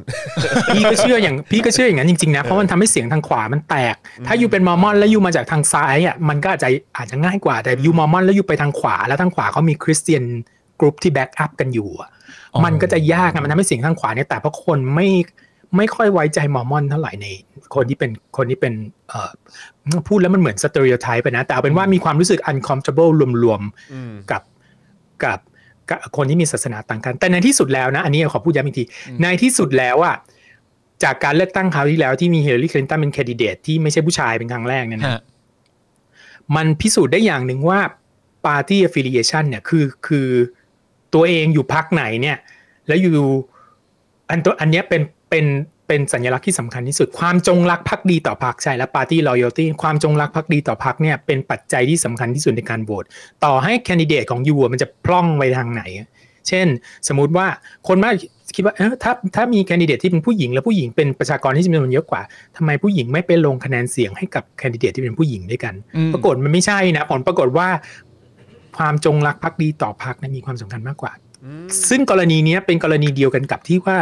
Speaker 5: พี่ก็เชื่ออย่างพี่ก็เชื่ออย่างนั้นจริงๆนะเพราะมันทำให้เสียงทางขวามันแตก ถ้าอยู่เป็นมอร์มอนแล้วอยู่มาจากทางซ้ายอ่ะมันก็อาจจะอาจจะง่ายกว่าแต่อยู่มอร์มอนแล้วอยู่ไปทางขวา แล้วทางขวาเขามีคริสเตียนกรุ๊ปที่แบ็กอัพกันอยู่อะ
Speaker 3: อ๋อ
Speaker 5: มันก็จะยากอะมันทำให้เสียงทางขวาเนี่ยแต่เพราะคนไม่ไม่ค่อยไว้ใจมอร์มอนเท่าไหร่ในคนที่เป็นคนที่เป็นเอ่อพูดแล้วมันเหมือนสเตอริโอไทป์ไปนะแต่เอาเป็นว่ามีความรู้สึก uncomfortable รวมๆ
Speaker 2: อืม
Speaker 5: กับกับกับคนที่มีศาสนาต่างกัน แต่ในที่สุดแล้วนะ อันนี้ขอพูดย้ำอีกที ในที่สุดแล้วอะจากการเลือกตั้งคราวที่แล้วที่มีเฮเลอรี่คลินตันเป็นแคนดิเดตที่ไม่ใช่ผู้ชายเป็นครั้งแรกเนี่ยนะ
Speaker 3: ฮะ
Speaker 5: มันพิสูจน์ได้อย่างหนึ่งว่า Party Affiliation เนี่ยคือคือตัวเองอยู่พักไหนเนี่ย แล้วอยู่อันตัวอันเนี้ยเป็นเป็นเป็นสัญลักษณ์ที่สำคัญที่สุด ความจงรักภักดีต่อพักใช่และ Party Loyalty ความจงรักภักดีต่อพักเนี่ยเป็นปัจจัยที่สำคัญที่สุดในการโหวตต่อให้แคนดิเดตของยูมันจะพล่องไปทางไหน เช่น สมมุติว่าคนมากคิดว่าเออถ้าถ้ามีแคนดิเดตที่เป็นผู้หญิง แล้วผู้หญิงเป็นประชากรที่จำนวนเยอะกว่าทำไมผู้หญิงไม่ไปลงคะแนนเสียงให้กับแคนดิเดตที่เป็นผู้หญิงด้วยกัน
Speaker 3: อืม
Speaker 5: ปรากฏมันไม่ใช่นะผลปรากฏว่าความจงรักภักดีต่อพักนะมีความสำคัญมากกว่า ซึ่งกรณีเนี้ยเป็นกรณีเดียวกันกับที่ว่า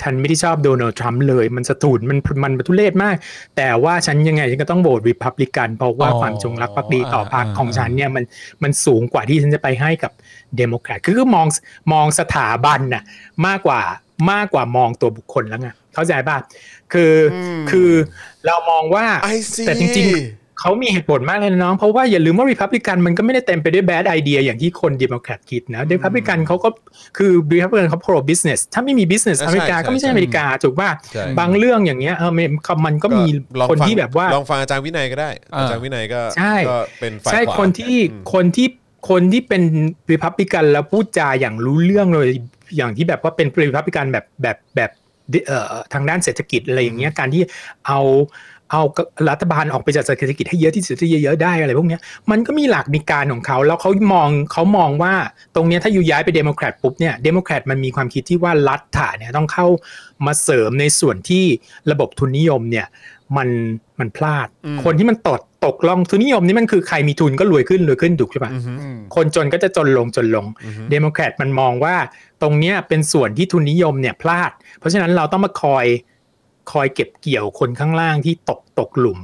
Speaker 5: ฉันไม่ได้ชอบโดนัลด์ทรัมป์เลย มันสะตูดมันมันทุเรศมาก แต่ว่าฉันยังไงฉันก็ต้องโหวตริพับลิกันเพราะว่าความจงรักภักดีต่อพักของฉันเนี่ยมันมันสูงกว่าที่ฉันจะไปให้กับเดโมแครตคือมองมองสถาบันน่ะมากกว่ามากกว่ามองตัวบุคคลแล้วไงเข้าใจป่ะคืออ
Speaker 2: ม
Speaker 5: คือเรามองว่า
Speaker 2: ไอซี
Speaker 5: แต่จริงๆ เขามีเหตุผลมากเลยนะน้อง เพราะว่าอย่าลืมว่าริพับลิกันมันก็ไม่ได้เต็มไปด้วยแบดไอเดียอย่างที่คนด e โมแครตคิดนะริพับลิกันเขาก็คือริพับลิกันเขา pro business ถ้าไม่มี business อเมริกาก็ไม่ใช่อเมริกาถูกป่ะ
Speaker 2: ใช่
Speaker 5: บางเรื่องอย่างเงี้ยเออมันมันก็มี
Speaker 2: ลอง
Speaker 5: คน
Speaker 2: ฟัง
Speaker 5: ที่แบบว่า
Speaker 2: ลองฟังอาจารย์วินัยก็ได้ อาจารย์วินัยก็
Speaker 5: ใช่
Speaker 2: ก็เป็นฝ่าย
Speaker 5: ใช่
Speaker 2: ขวา
Speaker 5: คนที่
Speaker 2: อืม
Speaker 5: คนที่คนที่เป็นริพับลิกันแล้วพูดจาอย่างรู้เรื่องเลยอย่างที่แบบว่าเป็นริพับลิกันแบบแบบแบบเอ่อทางด้านเศรษฐกิจอะไรอย่างเงี้ยการที่เอาเอารัฐบาลออกไปจากเศรษฐกิจให้เยอะที่สุดที่เยอะๆได้อะไรพวกเนี้ยมันก็มีหลักมีการของเขาแล้วเขามองเขามองว่าตรงเนี้ยถ้าอยู่ย้ายไปเดโมแครตปุ๊บเนี่ยเดโมแครตมันมีความคิดที่ว่ารัฐาเนี่ยต้องเข้ามาเสริมในส่วนที่ระบบทุนนิยมเนี่ย มันมันพลาด
Speaker 2: อืม
Speaker 5: คนที่มันตกตกล่องทุนนิยมนี่มันคือใครมีทุนก็รวยขึ้นรวยขึ้นถูกใช่ปะ
Speaker 2: อือฮึ
Speaker 3: อืม
Speaker 5: คนจนก็จะจนลงจนลง
Speaker 2: อือฮึ
Speaker 5: เดโมแครตมันมองว่าตรงเนี้ยเป็นส่วนที่ทุนนิยมเนี่ยพลาด เพราะฉะนั้นเราต้องมาคอยคอยเก็บเกี่ยวคนข้างล่างที่ตกตกหลุม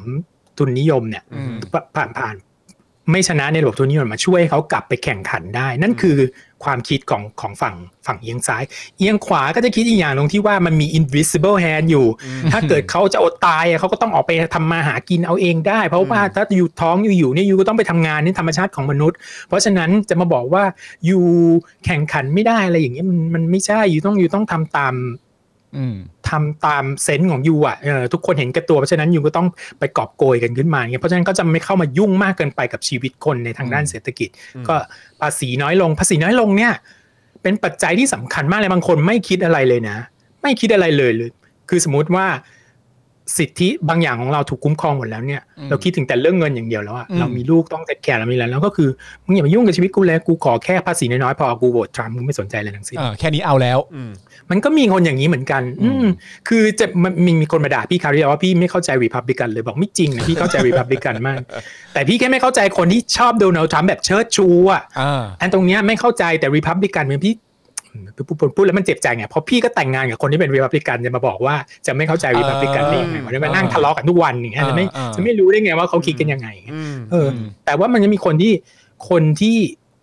Speaker 5: ทุนนิยมเนี่ย
Speaker 3: อืม
Speaker 5: ผ่านผ่านไม่ชนะในระบบทุนนิยมมาช่วยให้เขากลับไปแข่งขันได้ นั่นคือความคิดของของฝั่งฝั่งเอียงซ้าย เอียงขวาก็จะคิดอีกอย่างตรงที่ว่ามันมี invisible hand อยู่ ถ้าเกิดเขาจะอดตายอะเขาก็ต้องออกไปทำมาหากินเอาเองได้ เพราะว่าถ้าอยู่ท้องอยู่อยู่เนี่ยอยู่ก็ต้องไปทำงานนี่ธรรมชาติของมนุษย์ เพราะฉะนั้นจะมาบอกว่าอยู่แข่งขันไม่ได้อะไรอย่างเงี้ยมันมันไม่ใช่อยู่ต้องอยู่ต้องทำตาม
Speaker 3: อืม
Speaker 5: ทำตามเซนส์ของยูอ่ะเออทุกคนเห็นแก่ตัวเพราะฉะนั้นยูก็ต้องไปกอบโกยกันขึ้นมาเงี้ยเพราะฉะนั้นก็จะไม่เข้ามายุ่งมากเกินไปกับชีวิตคนในทางด้านเศรษฐกิจ ก็ภาษีน้อยลงภาษีน้อยลงเนี่ย เป็นปัจจัยที่สำคัญมากเลยบางคนไม่คิดอะไรเลยนะ ไม่คิดอะไรเลยเลย คือสมมติว่าสิทธิบางอย่างของเราถูกคุ้มครองหมดแล้วเนี่ย
Speaker 3: อืม
Speaker 5: เราคิดถึงแต่เรื่องเงินอย่างเดียวแล้วอะ
Speaker 3: อืม
Speaker 5: เรามีลูกต้องแต่แก่เรามีอะไรแล้วก็คือมึงอย่ามายุ่งกับชีวิตกูเลยกูขอแค่ภาษีน้อยๆพอกูโหวตทรัมป์กูไม่สนใจเลยทั้งสิ้น
Speaker 3: อ่าแค่นี้เอาแล้ว
Speaker 2: อืม
Speaker 5: มันก็มีคนอย่างนี้เหมือนกัน อืมคือจะมันมีมีคนมาด่าพี่คาริว่าพี่ไม่เข้าใจรีพับลิกันเลยบอกไม่จริงนะพี่เข้าใจรีพับลิกันมาก แต่พี่แค่ไม่เข้าใจคนที่ชอบโดนัลด์ทรัมป์แบบเชิดชูอ่ะ
Speaker 3: อ่า
Speaker 5: อันตรงเนี้ยไม่เข้าใจแต่รีพับลิกันเป็นพี่พูดพูดพูดแล้วมันเจ็บใจไงเพราะพี่ก็แต่งงานกับคนที่เป็นรีพับลิกันจะมาบอกว่าจะไม่เข้าใจรีพับลิกันได้ยังไงวะเนี่ยมานั่งทะเลาะกันทุกวันอย่างเงี้ยจะไม่
Speaker 3: อ่าอ่า
Speaker 5: จะไม่รู้ได้ไงว่าเขาคิดกันยังไง
Speaker 2: อืม
Speaker 5: เอออ
Speaker 3: ม
Speaker 5: แต่ว่ามันยังมีคนที่คนที่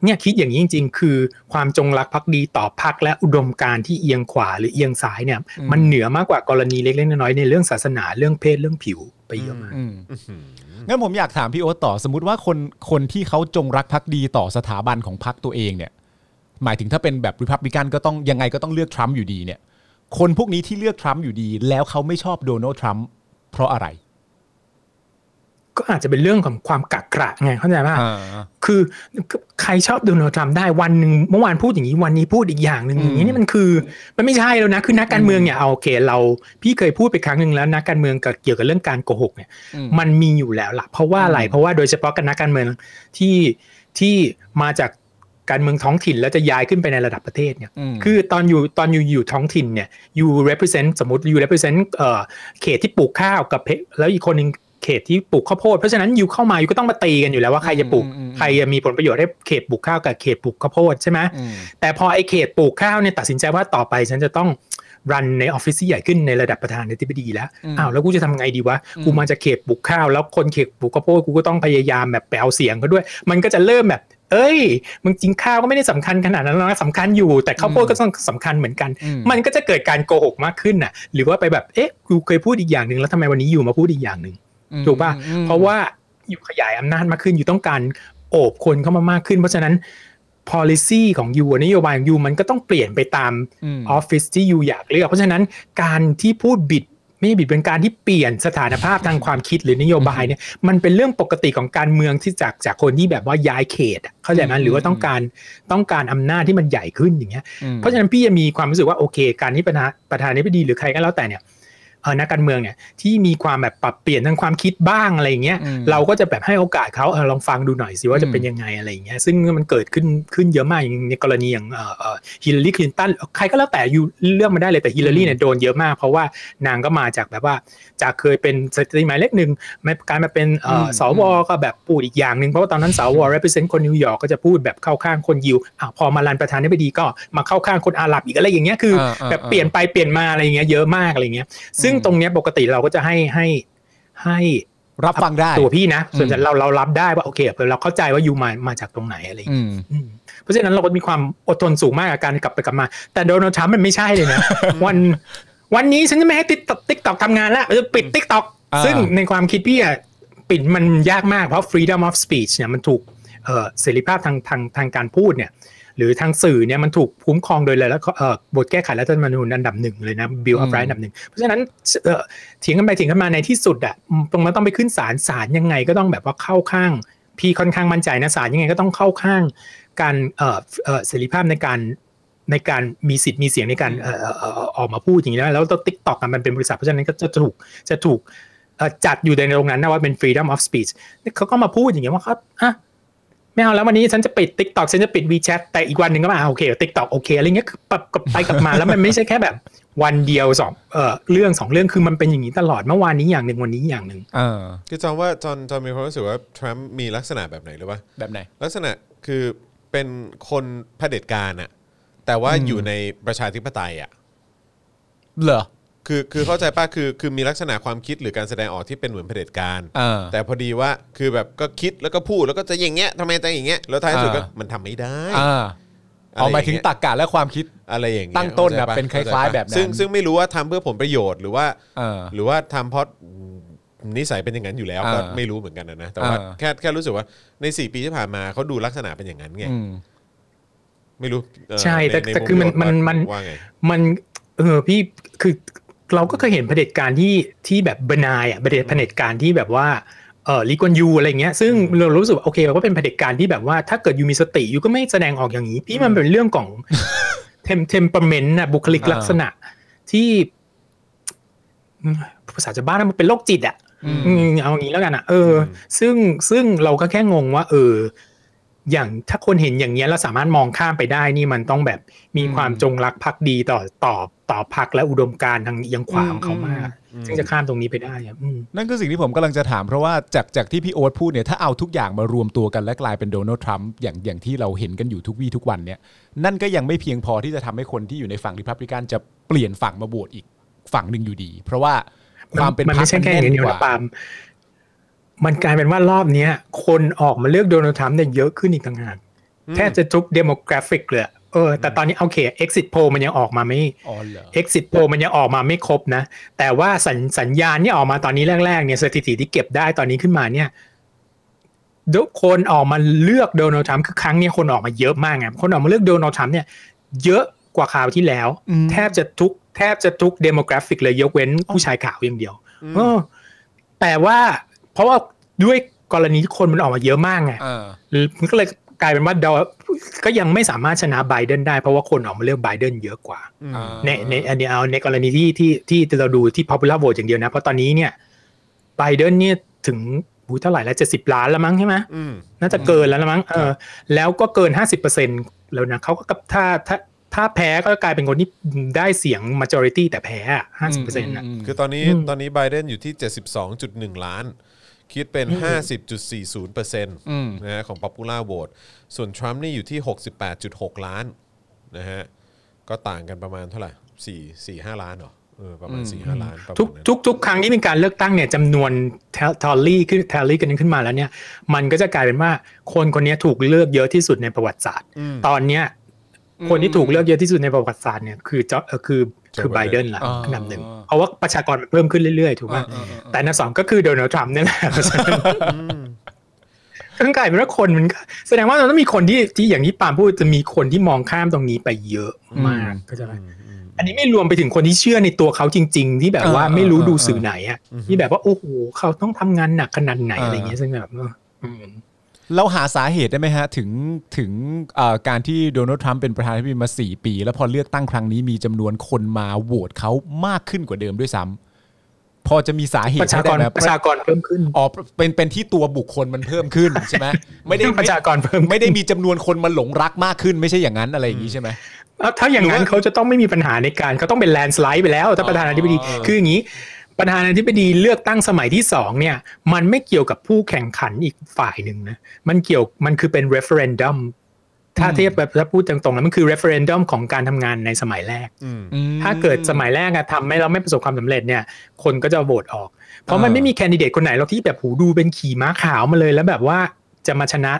Speaker 5: เนี่ยคิดอย่างนี้จริง ๆ คือความจงรักภักดีต่อพรรคและอุดมการณ์ที่เอียงขวาหรือเอียงซ้ายเนี่ย
Speaker 3: อืม
Speaker 5: มันเหนือมากกว่ากรณีเล็กๆน้อยๆในเรื่องศาสนาเรื่องเพศเรื่องผิวไปเยอะมาก
Speaker 3: อืมงั้นผมอยากถามพี่โอ๊ตต่อสมมติว่าคนคนที่เขาจงรักภักดีต่อสถาบันของพรรคตัวเองเนี่ย หมายถึงถ้าเป็นแบบริพับลิกันก็ต้องยังไงก็ต้องเลือกทรัมป์อยู่ดีเนี่ย คนพวกนี้ที่เลือกทรัมป์อยู่ดี แล้วเขาไม่ชอบโดนัลด์ทรัมป์เพราะอะไร
Speaker 5: ก็อาจจะเป็นเรื่องของความกักกระไงเข้าใจป่ะ คือใครชอบโดนัลด์ทรัมป์ได้วันหนึ่งเมื่อวานพูดอย่างนี้วันนี้พูดอีกอย่างหนึ่งอย่างนี้นี่มันคือ มันไม่ใช่แล้วนะคือนักการเมืองเนี่ยเอาโอเคเราพี่เคยพูดไปครั้งหนึ่งแล้วนักการเมืองกับเกี่ยวกับเรื่องการโกหกเนี่ย มันมีอยู่แล้วล่ะ เพราะว่าอะไรเพราะว่าโดยเฉพาะกับนักการเมืองที่ที่มาจากการเมืองท้องถิ่นแล้วจะย้ายขึ้นไปในระดับประเทศเนี่ย
Speaker 3: คื
Speaker 5: คือ อตอนอยู่ตอนอยู่อยู่ท้องถิ่นเนี่ย you represent สมมติ you represent เอ่อเขตที่ปลูกข้าวกับเพแล้วอีกคนหนึ่งเขตที่ปลูกข้าวโพดเพราะฉะนั้นอยู่เข้ามาอยู่ก็ต้องมาตีกันอยู่แล้วว่าใครจะปลูก
Speaker 3: อืมอืมอืม
Speaker 5: ใครจะมีผลประโยชน์ให้เขตปลูกข้าวกับเขตปลูกข้าวโพดใช่ไหม
Speaker 3: อืม
Speaker 5: แต่พอไอเขตปลูกข้าวเนี่ยตัดสินใจว่าต่อไปฉันจะต้องรันในออฟฟิศที่ใหญ่ขึ้นในระดับประธานาธิบดีแล้ว
Speaker 3: อืม
Speaker 5: อ้าวแล้วกูจะทำไงดีวะกูมาจากเขตปลูกข้าว แล้วคนเขตปลูกข้าวโพดกูก็ต้องพยายามแบบแปลเสียงเขาด้วย มันก็จะเริ่มแบบ เอ้ยมึงจริงข้าวก็ไม่ได้สำคัญขนาดนั้นหรอกนะสำคัญอยู่ แต่ข้าวโพด
Speaker 3: อืม
Speaker 5: ก็ต้องสำคัญเหมือนกัน
Speaker 3: อืม
Speaker 5: มันก็จะเกิดการโกหกมากขึ้นน่ะ หรือว่าไปแบบเอ๊ะกูเคยพูดอีกอย่างหนึ่งแล้วทำไมวันนี้อยู่มาพูดอีกอย่างหนึ่ง ถูกป่ะ เพราะว่าอยู่ขยายอำนาจมากขึ้น อยู่ต้องการโอบคนเข้ามามากขึ้น เพราะฉะนั้น policy ของยูนโยบายของยูมันก็ต้องเปลี่ยนไปตาม
Speaker 3: อืม
Speaker 5: ออฟฟิศที่ยูอยากเลือก เพราะฉะนั้นการที่พูดบิดไม่ใช่บิดเป็นการที่เปลี่ยนสถานภาพทางความคิดหรือนโยบายเนี่ยมันเป็นเรื่องปกติของการเมืองที่จากจากคนที่แบบว่าย้ายเขตอะเข้าใจไหมหรือว่าต้องการต้องการอำนาจที่มันใหญ่ขึ้นอย่างเงี้ย เพราะฉะนั้นพี่ยังมีความรู้สึกว่าโอเค การที่ประธานประธานาธิบดีหรือใครก็แล้วแต่เนี่ยเออนักการเมืองเนี่ยที่มีความแบบปรับเปลี่ยนทางความคิดบ้างอะไรอย่างเงี้ย
Speaker 3: อืม
Speaker 5: เราก็จะแบบให้โอกาสเขาเออลองฟังดูหน่อยสิว่าจะเป็น
Speaker 3: อืม
Speaker 5: ยังไงอะไรอย่างเงี้ยซึ่งมันเกิดขึ้นขึ้นเยอะมากอย่างในกรณีอย่างเออเออฮิลลารีคลินตันใครก็แล้วแต่อยู่เรื่องมาได้เลยแต่ฮิลลารีเนี่ยโดนเยอะมาก เพราะว่านางก็มาจากแบบว่าจากเคยเป็นสตรีหมายเลขหนึ่งมาการมาเป็นเอ่ออ
Speaker 3: ม
Speaker 5: สวก็แบบพูดอีกอย่างหนึ่งเพราะว่าตอนนั้นสว represent คนนิวยอร์กก็จะพูดแบบเข้าข้างคนยิวอ่ะพอมารันประธานาธิบดีก็มาเข้าข้างคนอาหรับอีกอะไรอย่างเงี้ยคือ
Speaker 3: อ่าอ่า
Speaker 5: แบบเปลี่ยนไปเปลี่ยนมาอะไรอย่างเงี้ยเยอะมากอะไรอย่างเงี้ย ซึ่ง
Speaker 3: อืม
Speaker 5: ตรงเนี้ยปกติเราก็จะให้ให้ให้
Speaker 3: รับฟังได้
Speaker 5: ตัวพี่นะ ส่วน
Speaker 3: อืม
Speaker 5: เราเรารับได้ว่าโอเคเราเข้าใจว่ายูมามาจากตรงไหนอะไรอย่างเงี้ย
Speaker 3: อืม
Speaker 5: อืมเพราะฉะนั้นเราก็มีความอดทนสูงมากกับการกลับไปกลับมา แต่โดนัลด์ทรัมป์มันไม่ใช่เลยนะ วันวันนี้ฉันจะไม่ให้ติ๊กต็อกติ๊กต็อกทำงานแล้วจะปิดติ๊กต็อก
Speaker 3: อ่า
Speaker 5: ซึ่งในความคิดพี่อะปิดมันยากมากเพราะ freedom of speech เนี่ยมันถูกเอ่อเสรีภาพทางทางทางการพูดเนี่ย หรือทางสื่อเนี่ยมันถูกคุ้มครองโดยเลยแล้วก็เอ่อบทแก้ไขรัฐธรรมนูญอันดับหนึ่งเลยนะบิลอัพไร
Speaker 3: อืม
Speaker 5: อันดับหนึ่งเพราะฉะนั้นเอ่อเถียงกันไปเถียงกันมาในที่สุดอ่ะอืมตรงนั้นต้องไปขึ้นศาลศาลยังไงก็ต้องแบบว่าเข้าข้าง พี่ค่อนข้างมั่นใจนะศาลยังไงก็ต้องเข้าข้าง การเอ่อเอ่อเสรีภาพในการในการมีสิทธิ์มีเสียงในการเอ่อเอ่อเอ่อออกมาพูดอย่างนี้นะแล้วติ๊กต็อกมันเป็นบริษัทเพราะฉะนั้นก็จะถูกจะถูกเอ่อจัดอยู่ในตรงนั้นนะว่าเป็น freedom of speech เขาก็มาพูดอย่างเงี้ยว่าครับอ่ะไม่เอาแล้ววันนี้ฉันจะปิด TikTok ฉันจะปิด WeChat แต่อีกวันหนึ่งก็มาอ่ะโอเค TikTok โอเคอะไรเงี้ยคือปรับกลับไปกลับมา แล้วมันไม่ใช่แค่แบบวันเดียวสองเอ่อเรื่องสองเรื่องคือมันเป็นอย่างนี้ตลอดเมื่อวานนี้อย่างหนึ่งวันนี้อย่างหนึ่ง
Speaker 3: อ่า
Speaker 2: คือจอมว่าจอนจอนมีความรู้สึกว่าทรัมป์มีลักษณะแบบไหนหรือปะ
Speaker 3: แบบไหน
Speaker 2: ลักษณะคือเป็นคนเผด็จการอะแต่ว่าอยู่ในประชาธิปไตยอะ
Speaker 3: เหรอ
Speaker 2: คือคือเข้าใจป่ะคือคือมีลักษณะความคิดหรือการแสดงออกที่เป็นเหมือนเผด็จการ
Speaker 3: เออ
Speaker 2: แต่พอดีว่าคือแบบก็คิดแล้วก็พูดแล้วก็จะอย่างเงี้ยทำไมจะอย่างเงี้ยแล้วท้ายสุดก็
Speaker 3: อ่ามั
Speaker 2: มันทำไม่ได้
Speaker 3: อ่าเอาหมายถึง
Speaker 2: ตั
Speaker 3: ตักกะและความคิด
Speaker 2: อะไรอย่างเงี้ย
Speaker 3: ตั้งต้นแบบ
Speaker 2: ข้ใจ
Speaker 3: เป็นคล้าย
Speaker 2: ข้
Speaker 3: ๆ
Speaker 2: ใจปะ
Speaker 3: แบบนั้น
Speaker 2: ซึ่งซึ่งไม่รู้ว่าทำเพื่อผลประโยชน์หรือว่า
Speaker 3: เออ
Speaker 2: หรือว่าทำเพราะนิสัยเป็นอย่างนั้นอยู่แล้ว
Speaker 3: เออ
Speaker 2: ก็ไม่รู้เหมือนกันนะนะแต่ว่า
Speaker 3: เออ
Speaker 2: แค่แค่รู้สึกว่าใน 4 ปีที่ผ่านมาเขาดูลักษณะเป็นอย่างนั้นไง
Speaker 3: อืม
Speaker 2: ไม่รู้เอ่อ
Speaker 5: ใช่แต่
Speaker 2: นน
Speaker 5: แต่คือมัน
Speaker 2: พี่โอ๊ต
Speaker 5: มันมัน
Speaker 2: ว่าไง
Speaker 5: มันเออพี่คือเราก็เคยเห็นเผด็จการที่ที่แบบบนายอ่ะเผด็จเผด็จการที่แบบว่าเออลีกวนยูอะไรเงี้ยซึ่งเรารู้สึกว่าโอเคเราก็เป็นเผด็จการที่แบบว่าถ้าเกิดยูมีสติยูก็ไม่แสดงออกอย่างนี้ พี่มันเป็นเรื่องของ เทมเทมเปอร์เมนต์นะบุคลิก
Speaker 3: อ่า
Speaker 5: ลักษณะที่อืมภาษาชาวบ้านนะมันเป็นโรคจิตอ่ะ
Speaker 3: อืม
Speaker 5: อืมเอางี้แล้วกันอ่ะเอออ
Speaker 2: ม
Speaker 5: ซึ่งซึ่งเราก็แค่งงว่า เออ อย่างถ้าคนเห็นอย่างเงี้ยแล้วสามารถมองข้ามไปได้นี่มันต้องแบบมี
Speaker 3: อืม
Speaker 5: ความจงรักภักดีต่อต่อต่อพักและอุดมการณ์ทางเอียังขวาของเขามาก
Speaker 2: อืม
Speaker 5: ซึ่งจะข้ามตรงนี้ไปได้อะอืม
Speaker 3: นั่นคือสิ่งที่ผมกำลังจะถามเพราะว่าจากจากที่พี่โอ๊ตพูดเนี่ยถ้าเอาทุกอย่างมารวมตัวกันและกลายเป็นโดนัลด์ทรัมป์อย่างอย่างที่เราเห็นกันอยู่ทุกวี่ทุกวันเนี่ยนั่นก็ยังไม่เพียงพอที่จะทำให้คนที่อยู่ในฝั่งริพับลิกันจะเปลี่ยนฝั่งมาโหวตอีกฝั่งหนึ่งอยู่ดี เพราะว่าความเป็น
Speaker 5: มัน
Speaker 3: พรร
Speaker 5: ไม่
Speaker 3: ค
Speaker 5: ใช่แค่
Speaker 3: มั
Speaker 5: เงิน
Speaker 3: น
Speaker 5: เดีย
Speaker 3: ก
Speaker 5: วนะ
Speaker 3: ว่า
Speaker 5: ปาล์มมันกลายเป็นว่ารอบเนี้ย คนออกมาเลือกโดนัลด์ทรัมป์เนี่ยเยอะขึ้นอีกต่างหาก แทบจะทุกเดโมกราฟิกเลยอะเออแต่ตอนนี้โอเค exit poll มันยังออกมาไม่
Speaker 3: อ๋อเหรอ
Speaker 5: exit poll มันยังออกมาไม่ครบนะ แต่ว่าสัญสัญญาณที่ออกมาตอนนี้แรกๆเนี่ยสถิติที่เก็บได้ตอนนี้ขึ้นมาเนี่ยทุกคนออกมาเลือกโดนัลด์ทรัมป์คือครั้งเนี้คนออกมาเยอะมากไงคนออกมาเลือกโดนัลด์ทรัมป์เนี่ย เยอะกว่าคราวที่แล้ว
Speaker 3: อืม
Speaker 5: แทบจะทุกแทบจะทุกเดโมกราฟิกเลยยกเว้นผู้ชายขาวอย่างเดียวเออแต่ว่าเพราะว่าด้วยกรณีที่คนมันออกมาเยอะมากไง
Speaker 3: อ่า
Speaker 5: มันก็เลยกลายเป็นว่าเดาก็ยังไม่สามารถชนะไบเดนได้เพราะว่าคนออกมาเลือกไบเดนเยอะกว่าในในอันนี้เอาในกรณีที่ที่ที่เราดูที่ popular vote อย่างเดียวนะ เพราะตอนนี้เนี่ยไบเดนเนี่ยถึงหูเท่าไหร่แล้วเจ็ดสิบล้านแล้วมั้งใช่ไหม
Speaker 2: อืม
Speaker 5: น่าจะเกินแล้วละมั้งเออแล้วก็เกินห้าสิบเปอร์เซ็นแล้วนะเขาก็กับถ้าถ้าถ้าแพ้ก็กลายเป็นคนที่ได้เสียง majority แต่แพ้ห้าสิบเปอร์เซ็นต์นะ
Speaker 2: คือตอนนี้
Speaker 5: อืม
Speaker 2: ตอนนี้ไบเดนอยู่ที่ 72.1 ล้าน คิดเป็น 50.40%น
Speaker 3: ม
Speaker 2: ะฮะของ popular vote ส่วนทรัมป์นี่อยู่ที่ 68.6 ล้านนะฮะก็ต่างกันประมาณเท่าไหร่4 4 5 ล้านเหรอเออประมาณ 4 5 ล้านประมาณ
Speaker 5: ทุก
Speaker 2: นั้น
Speaker 5: ทุกทุกครั้งที่มีการเลือกตั้งเนี่ยจำนวนทอลลี่ขึ้นทอลลี่กันขึ้นมาแล้วเนี่ย มันก็จะกลายเป็นว่าคนคนนี้ถูกเลือกเยอะที่สุดในประวัติศาสตร์
Speaker 2: อืม
Speaker 5: ตอนเนี้ยคนที่ถูกเลือกเยอะที่สุดในประวัติศาสตร์เนี่ยคือจอเอ่อคือคือ
Speaker 2: Joe
Speaker 5: ไบ
Speaker 2: Biden
Speaker 5: เดนละ
Speaker 3: อ่า
Speaker 5: อันดับหนึ่งเพราะว่าประชากรมันเพิ่มขึ้นเรื่อยๆ ถูกไหมแต่อันดับสองก็คือโดนัลด์ทรัมป์ นี่แหละก็กลายเป็นว่าคนมันก็แสดงว่ามันต้องมีคนที่ที่อย่างที่ปาล์มพูดจะมีคนที่มองข้ามตรงนี้ไปเยอะมากเข้าใจไหม อันนี้ไม่รวมไปถึงคนที่เชื่อในตัวเขาจริง ๆ ที่แบบว่า
Speaker 3: อ่า
Speaker 5: ไม่รู้ดู
Speaker 3: อ่า
Speaker 5: สื่อไหนอ่ะที่แบบว่าโอ้โหเขาต้องทำงานหนักขนาดไหนอะไรเงี้ยซึ่งแบบเอออืม
Speaker 3: เราหาสาเหตุได้ไหมฮะ ถึงถึงเอ่อการที่โดนัลด์ทรัมป์เป็นประธานาธิบดีมา 4 ปี แล้วพอเลือกตั้งครั้งนี้มีจำนวนคนมาโหวตเขามากขึ้นกว่าเดิมด้วยซ้ำพอจะมีสาเห
Speaker 5: ป
Speaker 3: ตุ
Speaker 5: ระชากร
Speaker 3: ได้ไหม
Speaker 5: ประชากรเพิ่มขึ้น
Speaker 3: อ๋อเป็นเป็นที่ตัวบุคคลมันเพิ่ม ขึ้นใช่ไหมไม่ได้
Speaker 5: ประชากรเพิ่ม
Speaker 3: ไม่ได้มีจำนวนคนมาหลงรักมากขึ้นไม่ใช่อย่างนั้นอะไรอย่างนี้ใช่ไหม
Speaker 5: เอาถ้าอย่างนั้นเขาจะต้องไม่มีปัญหาในการเขาต้องเป็นแลนด์สไลด์ไปแล้วถ้าประธานาธิบดี
Speaker 3: อ๋อ
Speaker 5: คืออย่างนี้ ประธานาธิบดีเลือกตั้งสมัยที่สองเนี่ย มันไม่เกี่ยวกับผู้แข่งขันอีกฝ่ายหนึ่งนะมันเกี่ยวมันคือเป็น referendum ถ้าเทียบแบบถ้าพูดตรงๆแล้วมันคือ referendum ของการทำงานในสมัยแรก
Speaker 2: อืม
Speaker 3: อืม
Speaker 5: ถ้าเกิดสมัยแรกอะทำไม่เราไม่ประสบความสำเร็จเนี่ย คนก็จะโหวตออก เพราะมัน
Speaker 3: อ่า
Speaker 5: ไม่มีแคนดิเดตคนไหนหรอกที่แบบหูดูเป็นขี่ม้าขาวมาเลยแล้วแบบว่าจะมาชนะ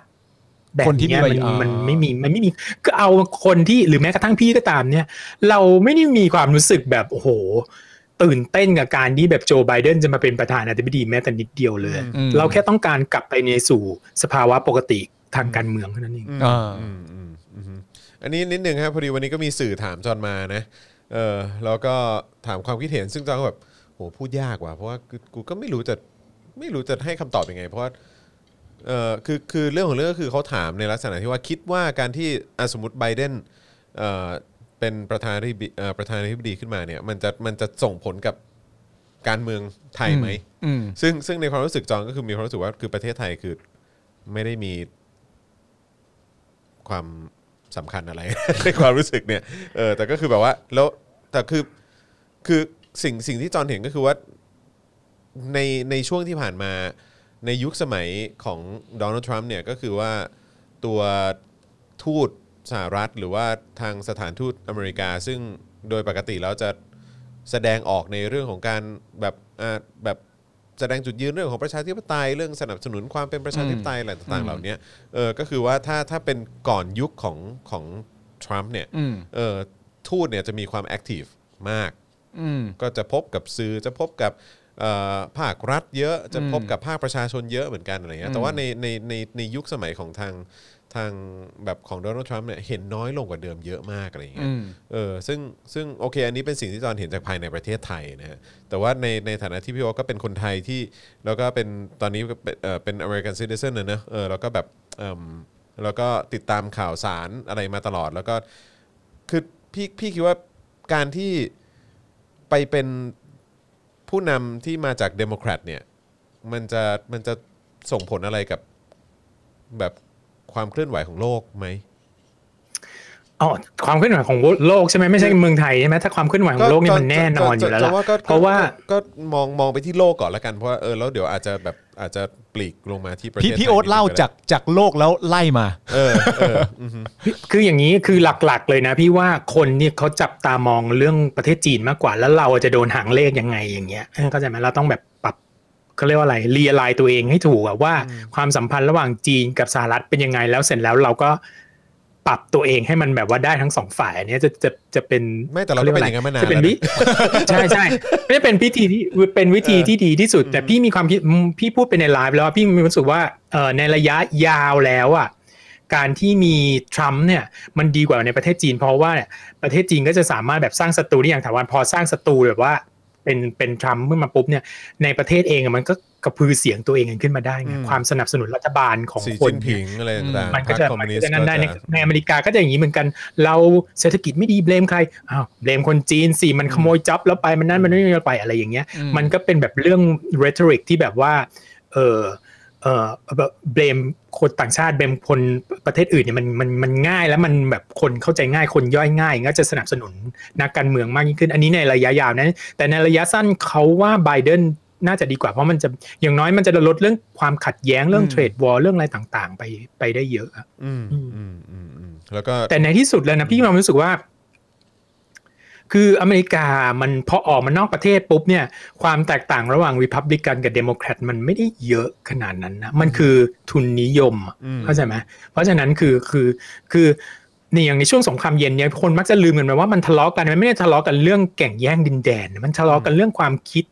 Speaker 5: แบบ
Speaker 3: คนที่มี
Speaker 5: เนี้ย
Speaker 3: ใบ
Speaker 5: มัน
Speaker 3: อ่ามั
Speaker 5: มันไม่มีมันไม่มีก็เอาคนที่หรือแม้กระทั่งพี่ก็ตามเนี่ย เราไม่ได้มีความรู้สึกแบบโอ้โห ตื่นเต้นกับการที่แบบโจไบเดนจะมาเป็นประธานาธิบดีแม้แต่นิดเดียวเลย
Speaker 3: อืม
Speaker 5: เราแค่ต้องการกลับไปในสู่สภาวะปกติทางการเมืองเท่านั้นเอง
Speaker 3: อ่า
Speaker 2: อืมอืมอืมอันนี้นิดหนึ่งครับพอดีวันนี้ก็มีสื่อถามจอนมานะเออแล้วก็ถามความคิดเห็นซึ่งจอนก็แบบโหพูดยากว่ะเพราะว่ากูกูก็ไม่รู้จะไม่รู้จะให้คำตอบยังไง เพราะว่าเออคือคือเรื่องของเรื่องก็คือเขาถามในลักษณะที่ว่าคิดว่าการที่อะสมมติไบเดนเออเป็นประธานาธิบดีเอ่อประธานาธิบดีขึ้นมาเนี่ยมันจะมันจะส่งผลกับการเมืองไทยไหม
Speaker 3: อืม
Speaker 2: ซึ่งซึ่งในความรู้สึกจองก็คือมีความรู้สึกว่าคือประเทศไทยคือไม่ได้มีความสำคัญอะไร ในความรู้สึกเนี่ยเออแต่ก็คือแบบว่าแล้วแต่คือคือสิ่งสิ่งที่จอนเห็นก็คือว่าในในช่วงที่ผ่านมาในยุคสมัยของโดนัลด์ทรัมป์เนี่ยก็คือว่าตัวทูตสหรัฐ หรือว่าทางสถานทูตอเมริกา ซึ่งโดยปกติแล้วจะ แสดงออกในเรื่องของการแบบอ่าแบบแสดงจุดยืนเรื่องของประชาธิปไตยเรื่องสนับสนุนความเป็นประชาธิปไตยอะไรต่างๆ เหล่านี้เออก็คือว่าถ้าถ้าเป็นก่อนยุคของของทรัมป์เนี่ย
Speaker 3: อืม
Speaker 2: เออทูตเนี่ยจะมีความแอคทีฟมาก
Speaker 3: อืม
Speaker 2: ก็จะพบกับสื่อจะพบกับเอ่อภาครัฐเยอะจะพบกับภาคประชาชนเยอะเหมือนกันอะไรเงี้ยแต่ว่าในในในในยุคสมัยของทางทางแบบของโดนัลด์ทรัมป์เนี่ยเห็นน้อยลงกว่าเดิมเยอะมากอะไรเงี้ย
Speaker 3: อืม
Speaker 2: เออซึ่งซึ่งโอเค อันนี้เป็นสิ่งที่จอนเห็นจากภายในประเทศไทยนะฮะแต่ว่าในในฐานะที่พี่โอคก็เป็นคนไทยที่แล้วก็เป็นตอนนี้ก็เป็นเอ่อเป็นอเมริกันซิติเซนนะเนอะเออแล้วก็แบบเอิ่มแล้วก็ติดตามข่าวสารอะไรมาตลอดแล้วก็ คือพี่พี่คิดว่าการที่ไปเป็นผู้นำที่มาจากเดโมแครตเนี่ยมันจะมันจะส่งผลอะไรกับแบบความเคลื่อนไหวของโลกไหม
Speaker 5: อ๋อความเคลื่อนไหวของโลกใช่ไหมไม่ใช่เมืองไทยใช่ไหมถ้าความเคลื่อนไหวของโลกนี่มันแน่นอนอยู่แล้วล่ะ
Speaker 2: จะก็
Speaker 5: เพราะว่า
Speaker 2: ก็มองมองไปที่โลกก่อนละกันเพราะว่าเออแล้วเดี๋ยวอาจจะแบบอาจจะปลีกลงมาที่ประเทศ
Speaker 3: พี่พี่
Speaker 2: ไทย
Speaker 3: โอ๊ตเล่า
Speaker 2: นิดนึง
Speaker 3: จากจากโลกแล้วไล่มา
Speaker 2: เออเอออืม
Speaker 5: คืออย่างนี้คือหลักๆเลยนะ พี่ว่าคนเนี่ยเขาจับตามองเรื่องประเทศจีนมากกว่า แล้วเราจะโดนหางเลขยังไงอย่างเงี้ยเออเข้าใจไหมเราต้องแบบปรับเขาเรียกว่าอะไรรีไลน์ตัวเองให้ถูกอะว่าความสัมพันธ์ระหว่างจีนกับสหรัฐเป็นยังไงแล้วเสร็จแล้วเราก็ ปรับตัวเองให้มันแบบว่าได้ทั้งสองฝ่ายอันเนี้ยจะจะจะเป็น
Speaker 2: ไม่แต่เราก็เป็นอย่างนั้นมานาน
Speaker 5: จะเป็นวิ ใช่ใช่ไม่เป็นพิธีที่เป็นวิธีที่ดีที่สุด แต่พี่มีความคิดอืมพี่พูดไปในไลฟ์แล้วว่าพี่มีความรู้สึกว่าเออในระยะยาวแล้วอ่ะการที่มีทรัมป์เนี่ยมันดีกว่าในประเทศจีน เพราะว่าเนี่ยประเทศจีนก็จะสามารถแบบสร้างศัตรูได้อย่างถาวรพอสร้างศัตรูแบบว่าเป็นเป็นทรัมป์ขึ้นมาปุ๊บเนี่ยในประเทศเองอะมันก็กระพือเสียงตัวเองกันขึ้นมาได้ไง
Speaker 2: อืม
Speaker 5: ความสนับสนุนรัฐบาลของ
Speaker 2: สี
Speaker 5: คน
Speaker 2: จิ้น
Speaker 5: เนี่ย
Speaker 2: ผิงอะไรต่างๆ
Speaker 5: มันก็จะ
Speaker 2: พรรคคอม
Speaker 5: มั
Speaker 2: มิวนนิส
Speaker 5: ก็
Speaker 2: ต์
Speaker 5: จะนั่นได้ใน
Speaker 2: ก็จะ
Speaker 5: ในอเมริกาก็จะอย่างนี้เหมือนกัน เราเศรษฐกิจไม่ดีเบลมใครอ้าวเบลมคนจีนสิมันขโมยจ็อบแล้วไปมันนั่นมันนี่เราไปอะไรอย่างเงี้ย
Speaker 3: อืม
Speaker 5: มันก็เป็นแบบเรื่อง rhetoric ที่แบบว่าเออเออแบบเบลมคนต่างชาติเบลมคนประเทศอื่นเนี่ยมันมันมันง่ายแล้วมันแบบคนเข้าใจง่ายคนย่อยง่ายก็จะสนับสนุนนักการเมืองมากยิ่งขึ้น อันนี้ในระยะยาวนะแต่ในระยะสั้นเขาว่าไบเดนน่าจะดีกว่าเพราะมันจะอย่างน้อยมันจะลดเรื่องความขัดแย้งเรื่อง
Speaker 2: อืม
Speaker 5: เทรดวอลเรื่องอะไรต่างๆ ไปไปได้เยอะอะ
Speaker 2: อืมอืมอืมอืมแล้วก็
Speaker 5: แต่ในที่สุดแล้วนะพี่มีความรู้สึกว่า คืออเมริกามันพอออกมานอกประเทศปุ๊บเนี่ย ความแตกต่างระหว่างริพับลิกันกับเดโมแครตมันไม่ได้เยอะขนาดนั้นนะ มันคือทุนนิยมอะ
Speaker 2: อืม
Speaker 5: เข้าใจไหมเพราะฉะนั้นคือคือคือในอย่างในช่วงสงครามเย็นเนี่ยคนมักจะลืมกันไปว่ามันทะเลาะกันมันไม่ได้ทะเลาะกันเรื่องแก่งแย่งดินแดน มันทะเลาะกันเรื่องความคิด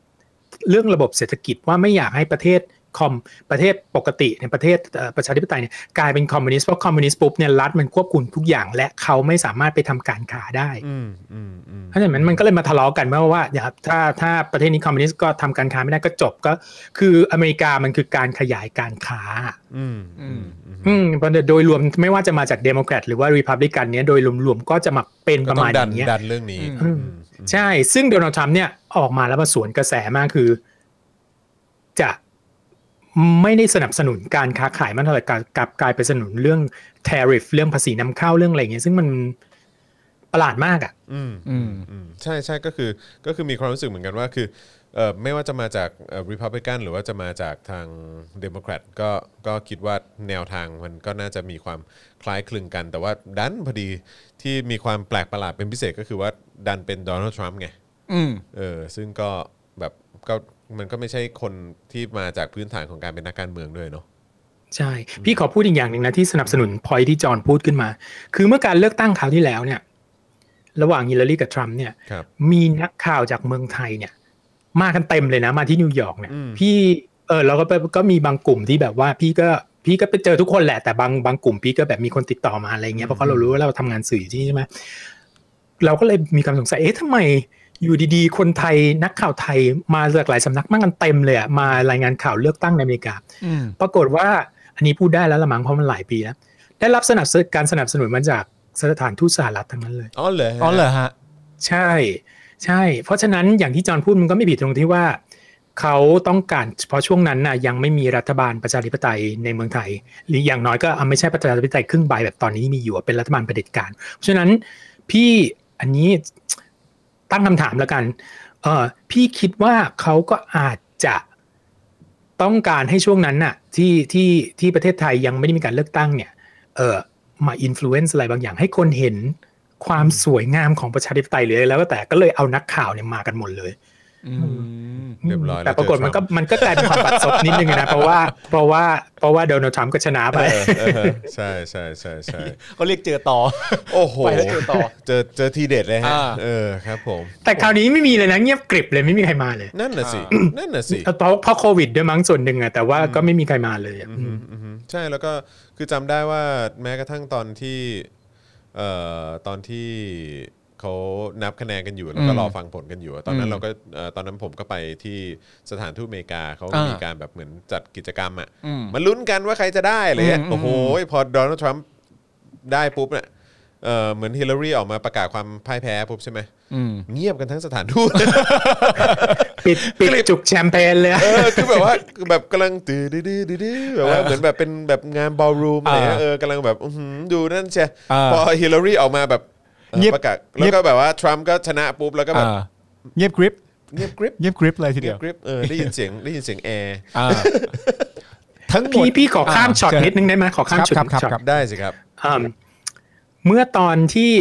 Speaker 5: เรื่องระบบเศรษฐกิจว่าไม่อยากให้ประเทศคอมประเทศปกติในยประเทศเอ่อประชาธิปไตยเนี่ยกลายเป็นคอมมิวนิสต์เพราะคอมมิวนิสต์ปุ๊บเนี่ยรัฐมันควบคุมทุกอย่างและเขาไม่สามารถไปทำการค้าได้
Speaker 2: อืมอืมอืม
Speaker 5: เพราะฉะนั้นมันก็เลยมาทะเลาะกันว่าว่าอย่าถ้าถ้าประเทศนี้คอมมิวนิสต์ก็ทำการค้าไม่ได้ก็จบก็คืออเมริกามันคือการขยายการค้า
Speaker 2: อืมอืมอืม
Speaker 5: อืมเพราะโดยรวมไม่ว่าจะมาจากเดโมแครตหรือว่ารีพับลิกันเนี่ยโดยรวมๆก็จะมาเป็นประมาณ
Speaker 2: ก็ต้
Speaker 5: อ
Speaker 2: องดั
Speaker 5: ย่างเงี้ย
Speaker 2: ดันเรื่องนี้
Speaker 5: อืม
Speaker 2: อืม
Speaker 5: ใช่ ซึ่งโดนัลด์ทรัมป์เนี่ยออกมาแล้วมาสวนกระแสมากคือ จะไม่ได้สนับสนุนการค้าขายมันเท่าไหร่กลับกลับกลายไปสนับสนุนเรื่อง tariff เรื่องภาษีนำเข้าเรื่องอะไรอย่างเงี้ยซึ่งมันประหลาดมากอ่ะ
Speaker 2: อืม
Speaker 3: อืม
Speaker 2: อืมใช่ใช่ก็คือก็คือมีความรู้สึกเหมือนกันว่าคือเอ่อไม่ว่าจะมาจากริพับลิกันหรือว่าจะมาจากทางเดโมแครตก็ก็คิดว่าแนวทางมันก็น่าจะมีความคล้ายคลึงกัน แต่ว่าดันพอดีที่มีความแปลกประหลาดเป็นพิเศษก็คือว่าดันเป็นโดนัลด์ทรัมป์ไง
Speaker 3: อืม
Speaker 2: เออซึ่งก็แบบก็มันก็ไม่ใช่คนที่มาจากพื้นฐานของการเป็นนักการเมืองด้วยเนาะ
Speaker 5: ใช่ พี่ขอพูดอีกอย่างหนึ่งนะที่สนับสนุนพอยที่จอห์นพูดขึ้นมา คือเมื่อการเลือกตั้งคราวที่แล้วเนี่ย ระหว่างฮิลลารีกับทรัมป์เนี่ย
Speaker 2: ครับ
Speaker 5: มีนักข่าวจากเมืองไทยเนี่ย มากันเต็มเลยนะมาที่นิวยอร์กเนี่ย
Speaker 2: อืม
Speaker 5: พี่เออเราก็ไปก็มีบางกลุ่มที่แบบว่าพี่ก็พี่ก็ไปเจอทุกคนแหละแต่บางบางกลุ่มพี่ก็แบบมีคนติดต่อมาอะไรเงี้ยเพราะเขาเรารู้ว่าเราทำงานสื่ออยู่ที่นี่ใช่ไหมเราก็เลยมีความสงสัยเอ๊ะทำไมอยู่ดีๆ คนไทยนักข่าวไทยมาจากหลายสำนักมากันเต็มเลยอะมารายงานข่าวเลือกตั้งในอเมริกา
Speaker 3: อืม
Speaker 5: ปรากฏว่าอันนี้พูดได้แล้วละมั้งเพราะมันหลายปีแล้วได้รับสนับสนุนการสนับสนุนมาจากสถานทูตสหรัฐทั้งนั้นเลย
Speaker 2: อ๋อเหรอ
Speaker 3: อ๋อ
Speaker 2: ฮะ
Speaker 3: เหรอฮะ
Speaker 5: ใช่ ใช่ เพราะฉะนั้นอย่างที่จอห์นพูดมันก็ไม่ผิดตรงที่ว่า เขาต้องการเพราะช่วงนั้นน่ะยังไม่มีรัฐบาลประชาธิปไตยในเมืองไทย หรืออย่างน้อยก็อ่ะไม่ใช่ประชาธิปไตยครึ่งใบแบบตอนนี้มีอยู่อ่ะเป็นรัฐบาลเผด็จการเพราะฉะนั้นพี่อันนี้ตั้งคำถามแล้วกันเออพี่คิดว่าเขาก็อาจจะต้องการให้ช่วงนั้นน่ะที่ที่ที่ประเทศไทยยังไม่ได้มีการเลือกตั้งเนี่ยเออมาอิม l u e n c e อะไรบางอย่างให้คนเห็นความสวยงามของประชาธิปไตยหรืออะไรแล้วก็แต่ก็เลยเอานักข่าวเนี่ยมากันหมดเลย
Speaker 3: อืม
Speaker 2: เรียบร้อยแล้ว
Speaker 5: แต่ปรากฏ
Speaker 2: เจอ
Speaker 5: มันก็
Speaker 2: ทรัมป์
Speaker 5: มันก็กลายเป็นความบัดซบนิดนึงนะ เพราะว่าเพราะว่าเพราะว่าโดนัลด์ทรัมป์ก็ชนะไป
Speaker 2: เออเออใช่ใช่ใช่ใช่
Speaker 3: ก็เรียกเจอ ต่อ
Speaker 2: โอ้โห
Speaker 3: ไปแล้วเจอต่อ
Speaker 2: เจอเจอทีเด็ดเลยฮะ
Speaker 3: อ่า
Speaker 2: เออครับผม
Speaker 5: แต่คราวนี้ไม่มีเลยนะเงียบกริบเลยไม่มีใครมาเลย
Speaker 2: นั่นน่ะสินั่นน่ะสิ
Speaker 5: เพราะเพราะโควิดด้วยมั้งส่วนหนึ่งอะแต่ว่าก็ไม่มีใครมาเลยอะ
Speaker 2: อืมอืมใช่แล้วก็คือจำได้ว่าแม้กระทั่งตอนที่เอ่อตอนที่เขานับคะแนนกันอยู่แล้วก็
Speaker 3: อืม
Speaker 2: รอฟังผลกันอยู่อะตอนนั้น
Speaker 3: อืม
Speaker 2: เราก็เอ่อตอนนั้นผมก็ไปที่สถานทูตอเมริกาเขา
Speaker 3: อ่ามี
Speaker 2: มีการแบบเหมือนจัดกิจกรรมอ่ะ
Speaker 3: อืม
Speaker 2: มาลุ้นกันว่าใครจะได้อะไรเลย
Speaker 3: อืม
Speaker 2: โอ้โหพอโดนัลด์ทรัมป์ได้ปุ๊บเนี่ยเอ่อเหมือนฮิลลารีออกมาประกาศความพ่ายแพ้ปุ๊บใช่ไหม
Speaker 3: อืม
Speaker 2: เงียบกันทั้งสถานทูต
Speaker 5: ปิดปิด
Speaker 2: กริบ
Speaker 5: จุกแชมเปญเลยอะ
Speaker 2: เออคือแบบว่าแบบกำลังตื่นดื้อดื้อดื้อดื้อแบบว่าเหมือนแบบเป็นแบบงานบอลรูมอะไรเงี้ย
Speaker 3: อ่า
Speaker 2: เออกำลังแบบอื้อหือดูนั่นเชีย
Speaker 3: อ่า
Speaker 2: พอฮิลลารีออกมาแบบเอ่อ
Speaker 3: เงียบ
Speaker 2: ประกาศ
Speaker 3: เงี
Speaker 2: แล้ว
Speaker 3: ยบ
Speaker 2: ก็แบบว่าทรัมป์ก็ชนะปุ๊บแล้วก็แบบ
Speaker 3: อ่าเงียบกริบ
Speaker 2: เงียบกริบ
Speaker 3: เงียบกริบเลยที
Speaker 2: เงีย
Speaker 3: เดีย
Speaker 2: บ
Speaker 3: ว
Speaker 2: กริบเออได้ยินเสียงได้ยินเสียงแอร์
Speaker 3: อ่าทั้งหมด
Speaker 5: พี่พี่ขอข้ามช็อต
Speaker 3: เชิญ
Speaker 5: นิดนึงได้ไหมขอข้าม
Speaker 3: ครับ
Speaker 5: ช็อต
Speaker 3: ครับ
Speaker 5: ช็อต
Speaker 3: ครับ
Speaker 2: ได้สิครับ
Speaker 5: อืมเมื่อตอนที่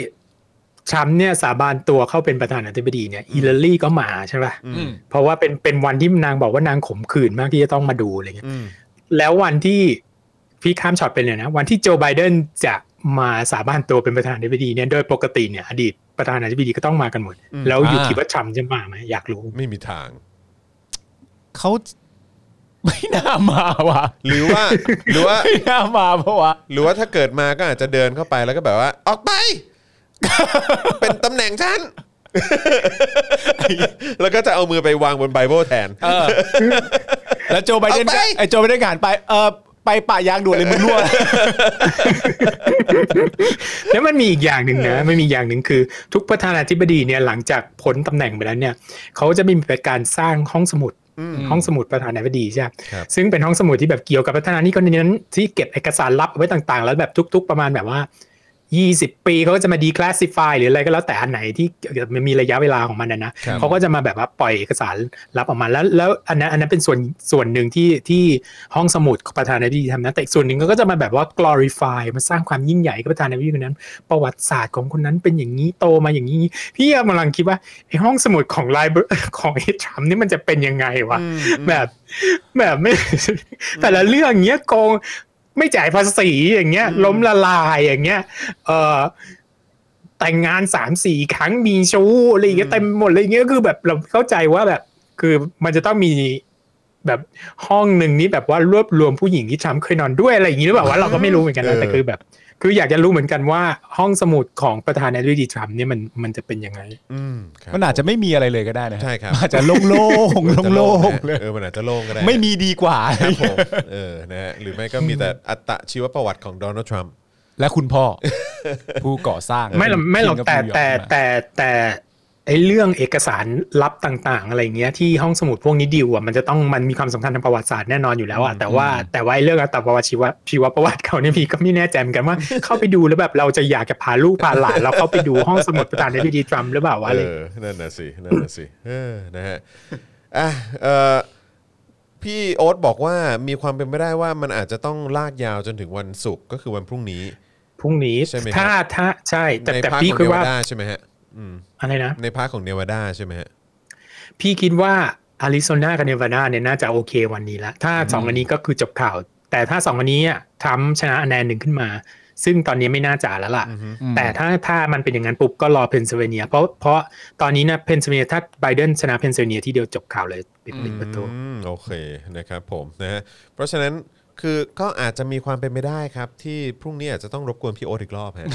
Speaker 5: ทรัมป์เนี่ยสาบานตัวเข้าเป็นประธานาธิบดีเนี่ยอิลลารีก็มาใช่ป่ะ
Speaker 3: อืม
Speaker 5: เพราะว่าเป็นเป็นวันที่นางบอกว่านางขมขื่นมากที่จะต้องมาดูอะไรเงี้ย
Speaker 2: อืม
Speaker 5: แล้ววันที่พี่ข้ามช็อตไปเลยนะ วันที่โจไบเดนจะ มาสาบานตัวเป็นประธานาธิบดีเนี่ยโดยปกติเนี่ยอดีตประธานาธิบดีก็ต้องมากันหมด
Speaker 2: อืม
Speaker 5: แล้วอยู่
Speaker 3: อ่า
Speaker 5: ที่ว่าทรัมป์จะมาไหมอยากรู้
Speaker 2: ไม่มีทาง
Speaker 3: เขา ไม่น่ามาวะ
Speaker 2: หรือว่า หรือว่า
Speaker 3: ไม่น่ามาเพราะวะ
Speaker 2: หรือว่าถ้าเกิดมาก็อาจจะเดินเข้าไปแล้วก็แบบว่า ออกไป เป็นตำแหน่งฉั น แล้วก็จะเอามือไปวางบนไบเบิลแทน
Speaker 3: เออ แล้วโจไบเดนก็
Speaker 2: เอาไป
Speaker 3: ไอโจไบเดนก็หันไปเออไปป่ายางด่วนเลยมึงรั่ว
Speaker 5: แล้วมันมีอีกอย่างหนึ่งนะมันมีอย่างหนึ่งคือ ทุกประธานาธิบดีเนี่ยหลังจากพ้นตำแหน่งไปแล้วเนี่ยเขาจะไม่มีการสร้างห้องสมุดห้องสมุดประธานาธิบดีใช่ไหม
Speaker 2: ครับ
Speaker 5: ซึ่งเป็นห้องสมุดที่แบบเกี่ยวกับประธานาธิบดีนั้นที่เก็บเอกสารลับเอาไว้ต่างๆ แล้วแบบทุก ๆ ประมาณแบบว่า 20 ปีเขาก็จะมาดีคลาสสิฟายหรืออะไรก็แล้วแต่อันไหนที่มันมีระยะเวลาของมันนะนะครับ เขาก็จะมาแบบว่าปล่อยเอกสารลับออกมาแล้วแล้วอันนั้นอันนั้นเป็นส่วนส่วนหนึ่งที่ที่ห้องสมุดประธานาธิบดีทำนะแต่อีกส่วนหนึ่งก็จะมาแบบว่า glorify มาสร้างความยิ่งใหญ่ให้กับประธานาธิบดีคนนั้น ประวัติศาสตร์ของคนนั้นเป็นอย่างนี้โตมาอย่างนี้ พี่กำลังคิดว่าไอห้องสมุดของไลบของไอ้ทรัมป์นี่มันจะเป็นยังไงวะ แบบแบบไม่ แต่ละเรื่องเงี้ยโกงไม่จ่ายภาษีอย่างเงี้ย ล้มละลายอย่างเงี้ย เออแต่งงานสามสี่ครั้งมีชู้อะไรอย่างเงี้ยเต็มหมดเลยอย่างเงี้ยคือแบบเราเข้าใจว่าแบบ คือมันจะต้องมีแบบห้องหนึ่งนี้แบบว่ารวบรวมผู้หญิงที่ทรัมป์เคยนอนด้วยอะไรอย่างงี้หรือเปล่าวะเราก็ไม่รู้เหมือนกันนะแต่คือแบบ คืออยากจะรู้เหมือนกันว่าห้องสมุดของประธานาธิบดีทรัมป์เนี่ยมันมันจะเป็นยังไง
Speaker 2: อืมครับ
Speaker 3: มันอาจจะไม่มีอะไรเลยก็ได้นะ
Speaker 2: ใช่ครับ
Speaker 3: มันอาจจะโล่งๆ
Speaker 2: มันอาจจะ
Speaker 3: โล่ง
Speaker 2: นะเออมันอาจจะโล่งก็ได้
Speaker 3: ๆไม่มีดีกว่า
Speaker 2: ครับผมเออนะฮะหรือไม่ก็มีแต่อัตชีวประวัติของโดนัลด์ทรัมป์
Speaker 3: และคุณพ่อ ผู้ก่อสร้าง
Speaker 5: ไม่หรอกไม่หรอก
Speaker 3: ที่
Speaker 5: แต่
Speaker 3: New York
Speaker 5: แต่
Speaker 3: มา
Speaker 5: แต่แต่ไอ้เรื่องเอกสารลับต่างๆ อะไรอย่างเงี้ยที่ห้องสมุดพวกนี้ดิวอ่ะมันจะต้องมันมีความสำคัญทางประวัติศาสตร์แน่นอนอยู่แล้วอ่ะแต่ว่าแต่ว่าไอ้เรื่องตับประวัติชีวะชีวประวัติเขาเนี่ยพี่ก็ไม่แน่ใจเหมือนกันว่า เข้าไปดูแล้วแบบเราจะอยากจะพาลูกพาหลานเราเข้าไปดูห้องสมุดประธานาธิบดีทรัมป์หรือเปล่าวะอะไร
Speaker 2: เออ นั่นน่ะสิ นั่นน่ะสิเออนะฮะ อ่ะเอ่อพี่โอ๊ตบอกว่ามีความเป็นไปได้ว่ามันอาจจะต้องลากยาวจนถึงวันศุกร์ก็คือวันพรุ่งนี้
Speaker 5: พรุ่งนี้
Speaker 2: ใช่ไหมครับ
Speaker 5: ถ้าถ้าใช่แต่
Speaker 2: ใน
Speaker 5: แต่
Speaker 2: พาร์ท
Speaker 5: พี่
Speaker 2: ของ
Speaker 5: คิ
Speaker 2: เน
Speaker 5: ด
Speaker 2: วา
Speaker 5: ว่า
Speaker 2: ดาใช่ไหมฮะอืม
Speaker 5: อะไรนะ
Speaker 2: ในพาร์ทของเนวาดาใช่ไหมฮะ
Speaker 5: พี่คิดว่าอาริโซนากับเนวาดาเนี่ยน่าจะโอเควันนี้ละถ้าสองอันนี้ก็คือจบข่าว แต่ถ้าสองอันนี้อ่ะทรัมป์ชนะคะแนนหนึ่งขึ้นมา ซึ่งตอนนี้ไม่น่าจะแล้วล่ะ แต่ถ้าถ้ามันเป็นอย่างนั้นปุ๊บก็รอเพนซิลเวเนีย เพราะเพราะตอนนี้นะเพนซิลเวเนียถ้าไบเดนชนะเพนซิลเวเนียที่เดียวจบข่าวเลยปิดปิดประตู
Speaker 2: อืมโอเคนะครับผมนะฮะเพราะฉะนั้นคือก็อาจจะมีความเป็นไปได้ครับ ที่พรุ่งนี้อาจจะต้องรบกวนพี่โอ๊ตอีกรอบฮะ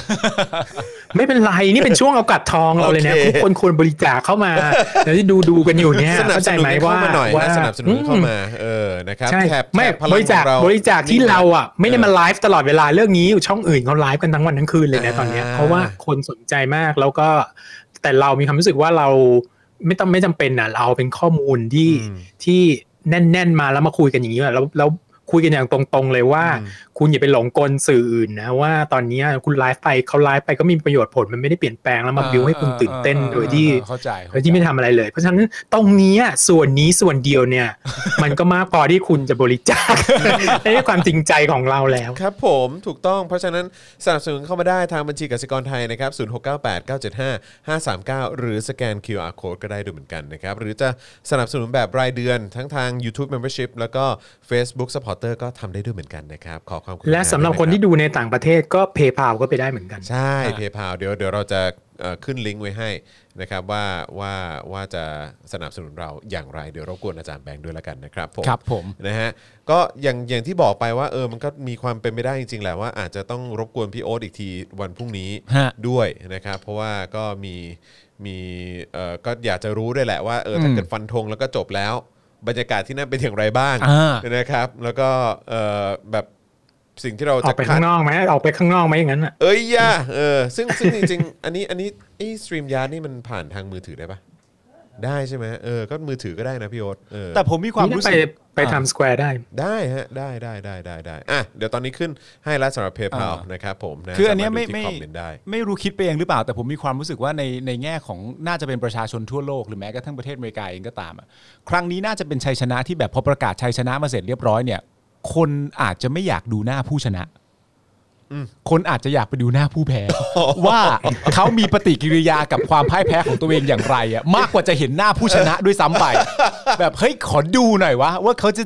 Speaker 5: ไม่เป็นไร นี่เป็นช่วงโอกาสทองเราเลยนะ
Speaker 2: โอเค
Speaker 5: ทุกคนควรบริจาคเข้ามาแล้วที่ดูดูกันอยู่เนี่ย
Speaker 2: สนับ
Speaker 5: เข้า
Speaker 2: ส
Speaker 5: ใจ
Speaker 2: นุน
Speaker 5: ไหม
Speaker 2: กัน
Speaker 5: ว่า
Speaker 2: เข้ามาหน่อย
Speaker 5: ว่า
Speaker 2: นะสนับสนุนเข้ามาเออนะครับ
Speaker 5: ใช่
Speaker 2: แถบ
Speaker 5: ไม่
Speaker 2: แถบพลัง
Speaker 5: บริจาค
Speaker 2: ของเ
Speaker 5: บริจาคที่เราอ่ะไม่ได้
Speaker 2: เออ
Speaker 5: มาไลฟ์ตลอดเวลาเรื่องนี้อยู่ช่องอื่นเขาไลฟ์กันทั้งวันทั้งคืนเลยนะตอนเนี้ย
Speaker 2: อ่า
Speaker 5: เพราะว่าคนสนใจมากแล้วก็แต่เรามีความรู้สึกว่าเราไม่ต้องไม่จำเป็นนะเราเอาเป็นข้อมูลที่
Speaker 2: อืม
Speaker 5: ที่แน่น ๆ มาแล้วมาคุยกันอย่างนี้อะแล้วแล้วคุยกันอย่างตรงๆเลยว่า
Speaker 2: อืม
Speaker 5: คุณอย่าไปหลงกลสื่ออื่นนะว่าตอนเนี้ยคุณไลฟ์ไปเขาไลฟ์ไปก็มีประโยชน์ผลมันไม่ได้เปลี่ยนแปลงแล้วมาบิวให้คุณตื่นเต้นโดยที่
Speaker 3: เข้าใจ
Speaker 5: โดยที่ไม่ทำอะไรเลย เพราะฉะนั้นตรงเนี้ยส่วนนี้ส่วนเดียวเนี่ย มันก็มากพอที่คุณจะบริจาค ในความจริงใจของเราแล้ว
Speaker 2: ครับผมถูกต้องเพราะฉะนั้นสนับสนุนเข้ามาได้ทางบัญชีกสิกรไทยนะครับ 0698 975 539 หรือสแกน QR Code ก็ได้ด้วยเหมือนกันนะครับ หรือจะสนับสนุนแบบรายเดือนทั้งทาง YouTube Membership แล้วก็ Facebook Supporter ก็ทำได้ด้วยเหมือนกันนะครับ ขอความกณา
Speaker 5: และสำหรับคนที่ดูในต่างประเทศก็เพย์พาก็ไปได้เหมือนกัน
Speaker 2: ใช่ PayPal เดี๋ยวเดี๋ยวเราจะเอ่อขึ้นลิงก์ไว้ให้นะครับว่าว่าว่าจะสนับสนุนเราอย่างไรเดี๋ยวรบกวนอาจารย์แบงค์ด้วยละกันนะครับผม
Speaker 3: ครับผม
Speaker 2: นะฮะก็อย่างอย่างที่บอกไปว่าเออมันก็มีความเป็นไปได้จริงๆแหละว่าอาจจะต้องรบกวนพี่โอ๊ตอีกทีวันพรุ่งนี้
Speaker 3: ฮะ
Speaker 2: ด้วยนะครับเพราะว่าก็มีมีเอ่อก็อยากจะรู้ด้วยแหละว่าเออถ้า
Speaker 3: อืม
Speaker 2: เกิดฟันธงแล้วก็จบแล้ว บรรยากาศที่นั่นเป็นอย่างไรบ้าง
Speaker 3: อ่า
Speaker 2: นะครับแล้วก็เออแบบสิ่งที่เรา
Speaker 5: ออ
Speaker 2: จะ
Speaker 5: กไป
Speaker 2: คา
Speaker 5: ข้า
Speaker 2: ด
Speaker 5: งนอกไหมออกไปข้างนอกไหมอย่างนั้นอ่ะ
Speaker 2: เอ้ยย่าเออซึ่งซึ่งจริงๆ อันนี้อันนี้ไอ้สตรีมยาร์นี่มันผ่านทางมือถือได้ปะได้ใช่ไหมเออก็มือถือก็ได้นะพี่โอ๊ตเออ
Speaker 3: แต่ผมมีความรู้สึก
Speaker 5: ไปไปทำสแควร์ได้
Speaker 2: ได้ฮะได้ได้ได้ได้ได้อ่ะเดี๋ยวตอนนี้ขึ้นให้แล้วสำหรับเพย์พา
Speaker 3: อ่าน
Speaker 2: นะครับผมะ
Speaker 3: คืออันเนี้ยไม่
Speaker 2: สาารถดูที่คอ
Speaker 3: ไม่
Speaker 2: มเมนต์ได้
Speaker 3: ไม่รู้คิดไปเองหรือเปล่า แต่ผมมีความรู้สึกว่าในในแง่ของน่าจะเป็นประชาชนทั่วโลกหรือแม้กระทั่งประเทศอเมริกาเองก็ตามอะครั้งนี้น่าจะเป็นชัยชนะที่แบบพอประกาศชัยชนะมาเสร็จเรียบร้อยเนี่ย คนอาจจะไม่อยากดูหน้าผู้ชนะ คนอาจจะอยากไปดูหน้าผู้ แพ้ ว่าเขามีปฏิกิริยากับความพ่ายแพ้ของตัวเองอย่างไรอะมากกว่าจะเห็นหน้าผู้ชนะด้วยซ้ำไป แบบเฮ้ยขอดูหน่อยวะว่าเขาจะ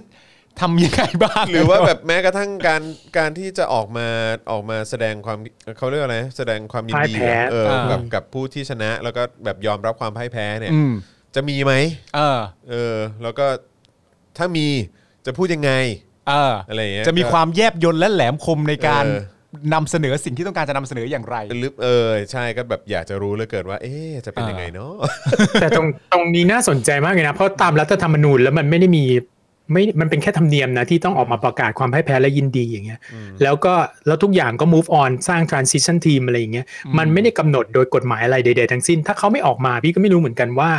Speaker 3: ทำยังไงบ้าง
Speaker 2: หรือว่าแบบแม้กระทั่งการการที่จะออกมาออกมาแสดงความเขาเรียกว่าอะไรแสดงความยินดี
Speaker 5: พ่ายแพ้
Speaker 2: เอออา กับกับผู้ที่ชนะแล้วก็แบบยอมรับความพ่ายแพ้เนี่ย
Speaker 3: อืม
Speaker 2: จะมีไหม
Speaker 3: เออ
Speaker 2: เออ แล้วก็ถ้ามีจะพูดยังไง
Speaker 3: เออ
Speaker 2: อะไรอย่างเงี้ย
Speaker 3: จะมีความแยบยนและแหลมคมในการ
Speaker 2: เออ
Speaker 3: นำเสนอสิ่งที่ต้องการจะนำเสนออย่างไร
Speaker 2: หรือเออใช่ก็แบบอยากจะรู้เหลือเกินว่า เอ๊ะจะเป็น
Speaker 3: อ่ายั
Speaker 2: ยังไงเนาะ
Speaker 5: แต่ตรงตรงนี้น่าสนใจมากเลยนะ เพราะตามรัฐธรรมนูญแล้วมันไม่ได้มีไม่มันเป็นแค่ธรรมเนียมนะ ที่ต้องออกมาประกาศความพ่ายแพ้และยินดีอย่างเงี้ยแล้วก็แล้วทุกอย่างก็ move on สร้าง transition team อะไรอย่างเงี้ยมันไม่ได้กำหนดโดยกฎหมายอะไรใดๆทั้งสิ้น ถ้าเขาไม่ออกมาพี่ก็ไม่รู้เหมือนกันว่า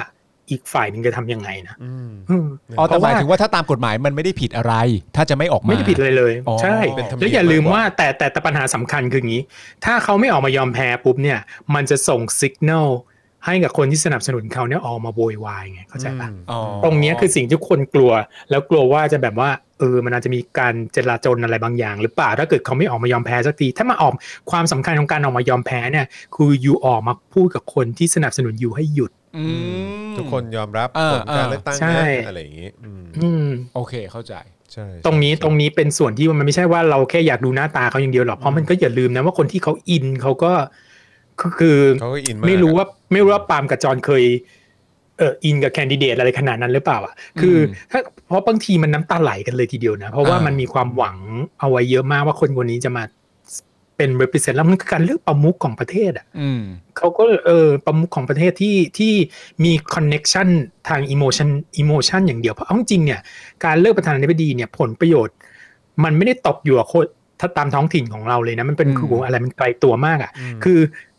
Speaker 5: อีกฝ่ายหนึ่งจะทำยังไงนะอืม
Speaker 3: อ๋อแต่ห
Speaker 5: เพระ
Speaker 3: มายถึงว่าถ้าตามกฎหมายมันไม่ได้ผิดอะไร ถ้าจะไม่ออกมา
Speaker 5: ไม่ได้ผิดเลยเลย
Speaker 3: อ๋อ
Speaker 5: ใช่
Speaker 2: เป็นธรรมเนียม
Speaker 5: แล้วอย่าลืมว่าแต่แต่แต่ปัญหาสำคัญคืออย่างนี้ ถ้าเขาไม่ออกมายอมแพ้ปุ๊บเนี่ย มันจะส่งสัญญาณให้กับคนที่สนับสนุนเขาเนี่ยออกมาโวยวายไงเข้าใจปะ
Speaker 3: อ๋อ
Speaker 5: ตรงเนี้ยคือสิ่งที่คนกลัว แล้วกลัวว่าจะแบบว่าเออมันอาจจะมีการเจลาจลอะไรบางอย่าง หรือเปล่าถ้าเกิดเขาไม่ออกมายอมแพ้สักทีถ้ามาออกความสำคัญของการออกมายอมแพ้เนี่ยคืออยู่ออกมาพูดกับคนที่สนับสนุนอยู่ให้หยุด
Speaker 3: อืม
Speaker 2: ทุกคนยอมรับ
Speaker 3: อ่า
Speaker 2: ผลการ
Speaker 3: อ่า
Speaker 2: เลือกตั้งน
Speaker 5: ใช่
Speaker 2: ะอะไรอย่างงี้อืม
Speaker 5: อืม
Speaker 3: โอเคเข้าใจ
Speaker 2: ใช่
Speaker 5: ตรงนี้ตรงนี้เป็นส่วนที่มันไม่ใช่ว่าเราแค่อยากดูหน้าตาเขาอย่างเดียวหรอกเพราะมันก็อย่าลืมนะว่าคนที่เขาอินเขาก็คือคือ
Speaker 2: เขาก็อินมาก
Speaker 5: ไม่รู้ว่าไม่รู้ว่าปาล์มกับจอนเคยเอออินกับแคนดิเดตอะไรขนาดนั้นหรือเปล่าอ่ะคืออถ้าเพราะบางทีมันน้ำตาไหลกันเลยทีเดียวนะ เพราะว่า
Speaker 3: อ่ามั
Speaker 5: มันมีความหวังเอาไว้เยอะมากว่าคนคนนี้จะมาเป็น represent แล้วมันคือการเลือกประมุขของประเทศอ่ะ
Speaker 3: อืม
Speaker 5: เขาก็เออประมุขของประเทศที่ที่มี connection ทาง emotion emotion อย่างเดียวเพราะเอาจริงๆเนี่ยการเลือกประธานาธิบดีเนี่ยผลประโยชน์ มันไม่ได้ตกอยู่กับคนถ้าตามท้องถิ่นของเราเลยนะมันเป็น
Speaker 3: อืม
Speaker 5: คืออะไรมันไกลตัวมากอ่ะ
Speaker 2: อืม
Speaker 5: คือ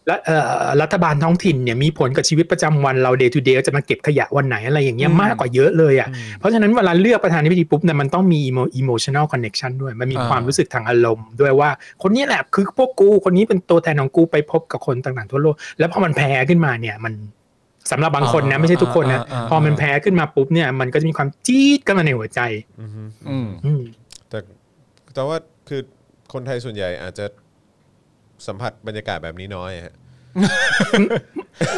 Speaker 5: รัฐเอ่อรัฐบาลท้องถิ่นเนี่ยมีผลกับชีวิตประจำวันเรา day to day จะมาเก็บขยะวันไหนอะไรอย่างเงี้ย
Speaker 3: อืม
Speaker 5: มากกว่าเยอะเลยอ่ะ
Speaker 2: อืม
Speaker 5: เพราะฉะนั้นเวลาเลือกประธานาธิบดีปุ๊บเนี่ยมันต้องมี emo- emotional connection ด้วยมันมีความรู้สึกทางอารมณ์ ด้วยว่าคนนี้แหละคือพวกกูคนนี้เป็นตัวแทนของกูไปพบกับคนต่างๆทั่วโลก แล้วพอมันแพ้ขึ้นมาเนี่ยมันสำหรับบางคนนะไม่ใช่ทุกคนนะ
Speaker 3: อ่าอ่าอ่า
Speaker 5: พอมันแพ้ขึ้นมาปุ๊บเนี่ยมันก็จะมีความจี๊ดกันมาในหัวใจ
Speaker 2: อือฮึ
Speaker 3: อืม
Speaker 5: อืม
Speaker 2: แต่แต่ว่าคือคนไทยส่วนใหญ่อาจจะสัมผัสบรรยากาศแบบนี้น้อยฮะ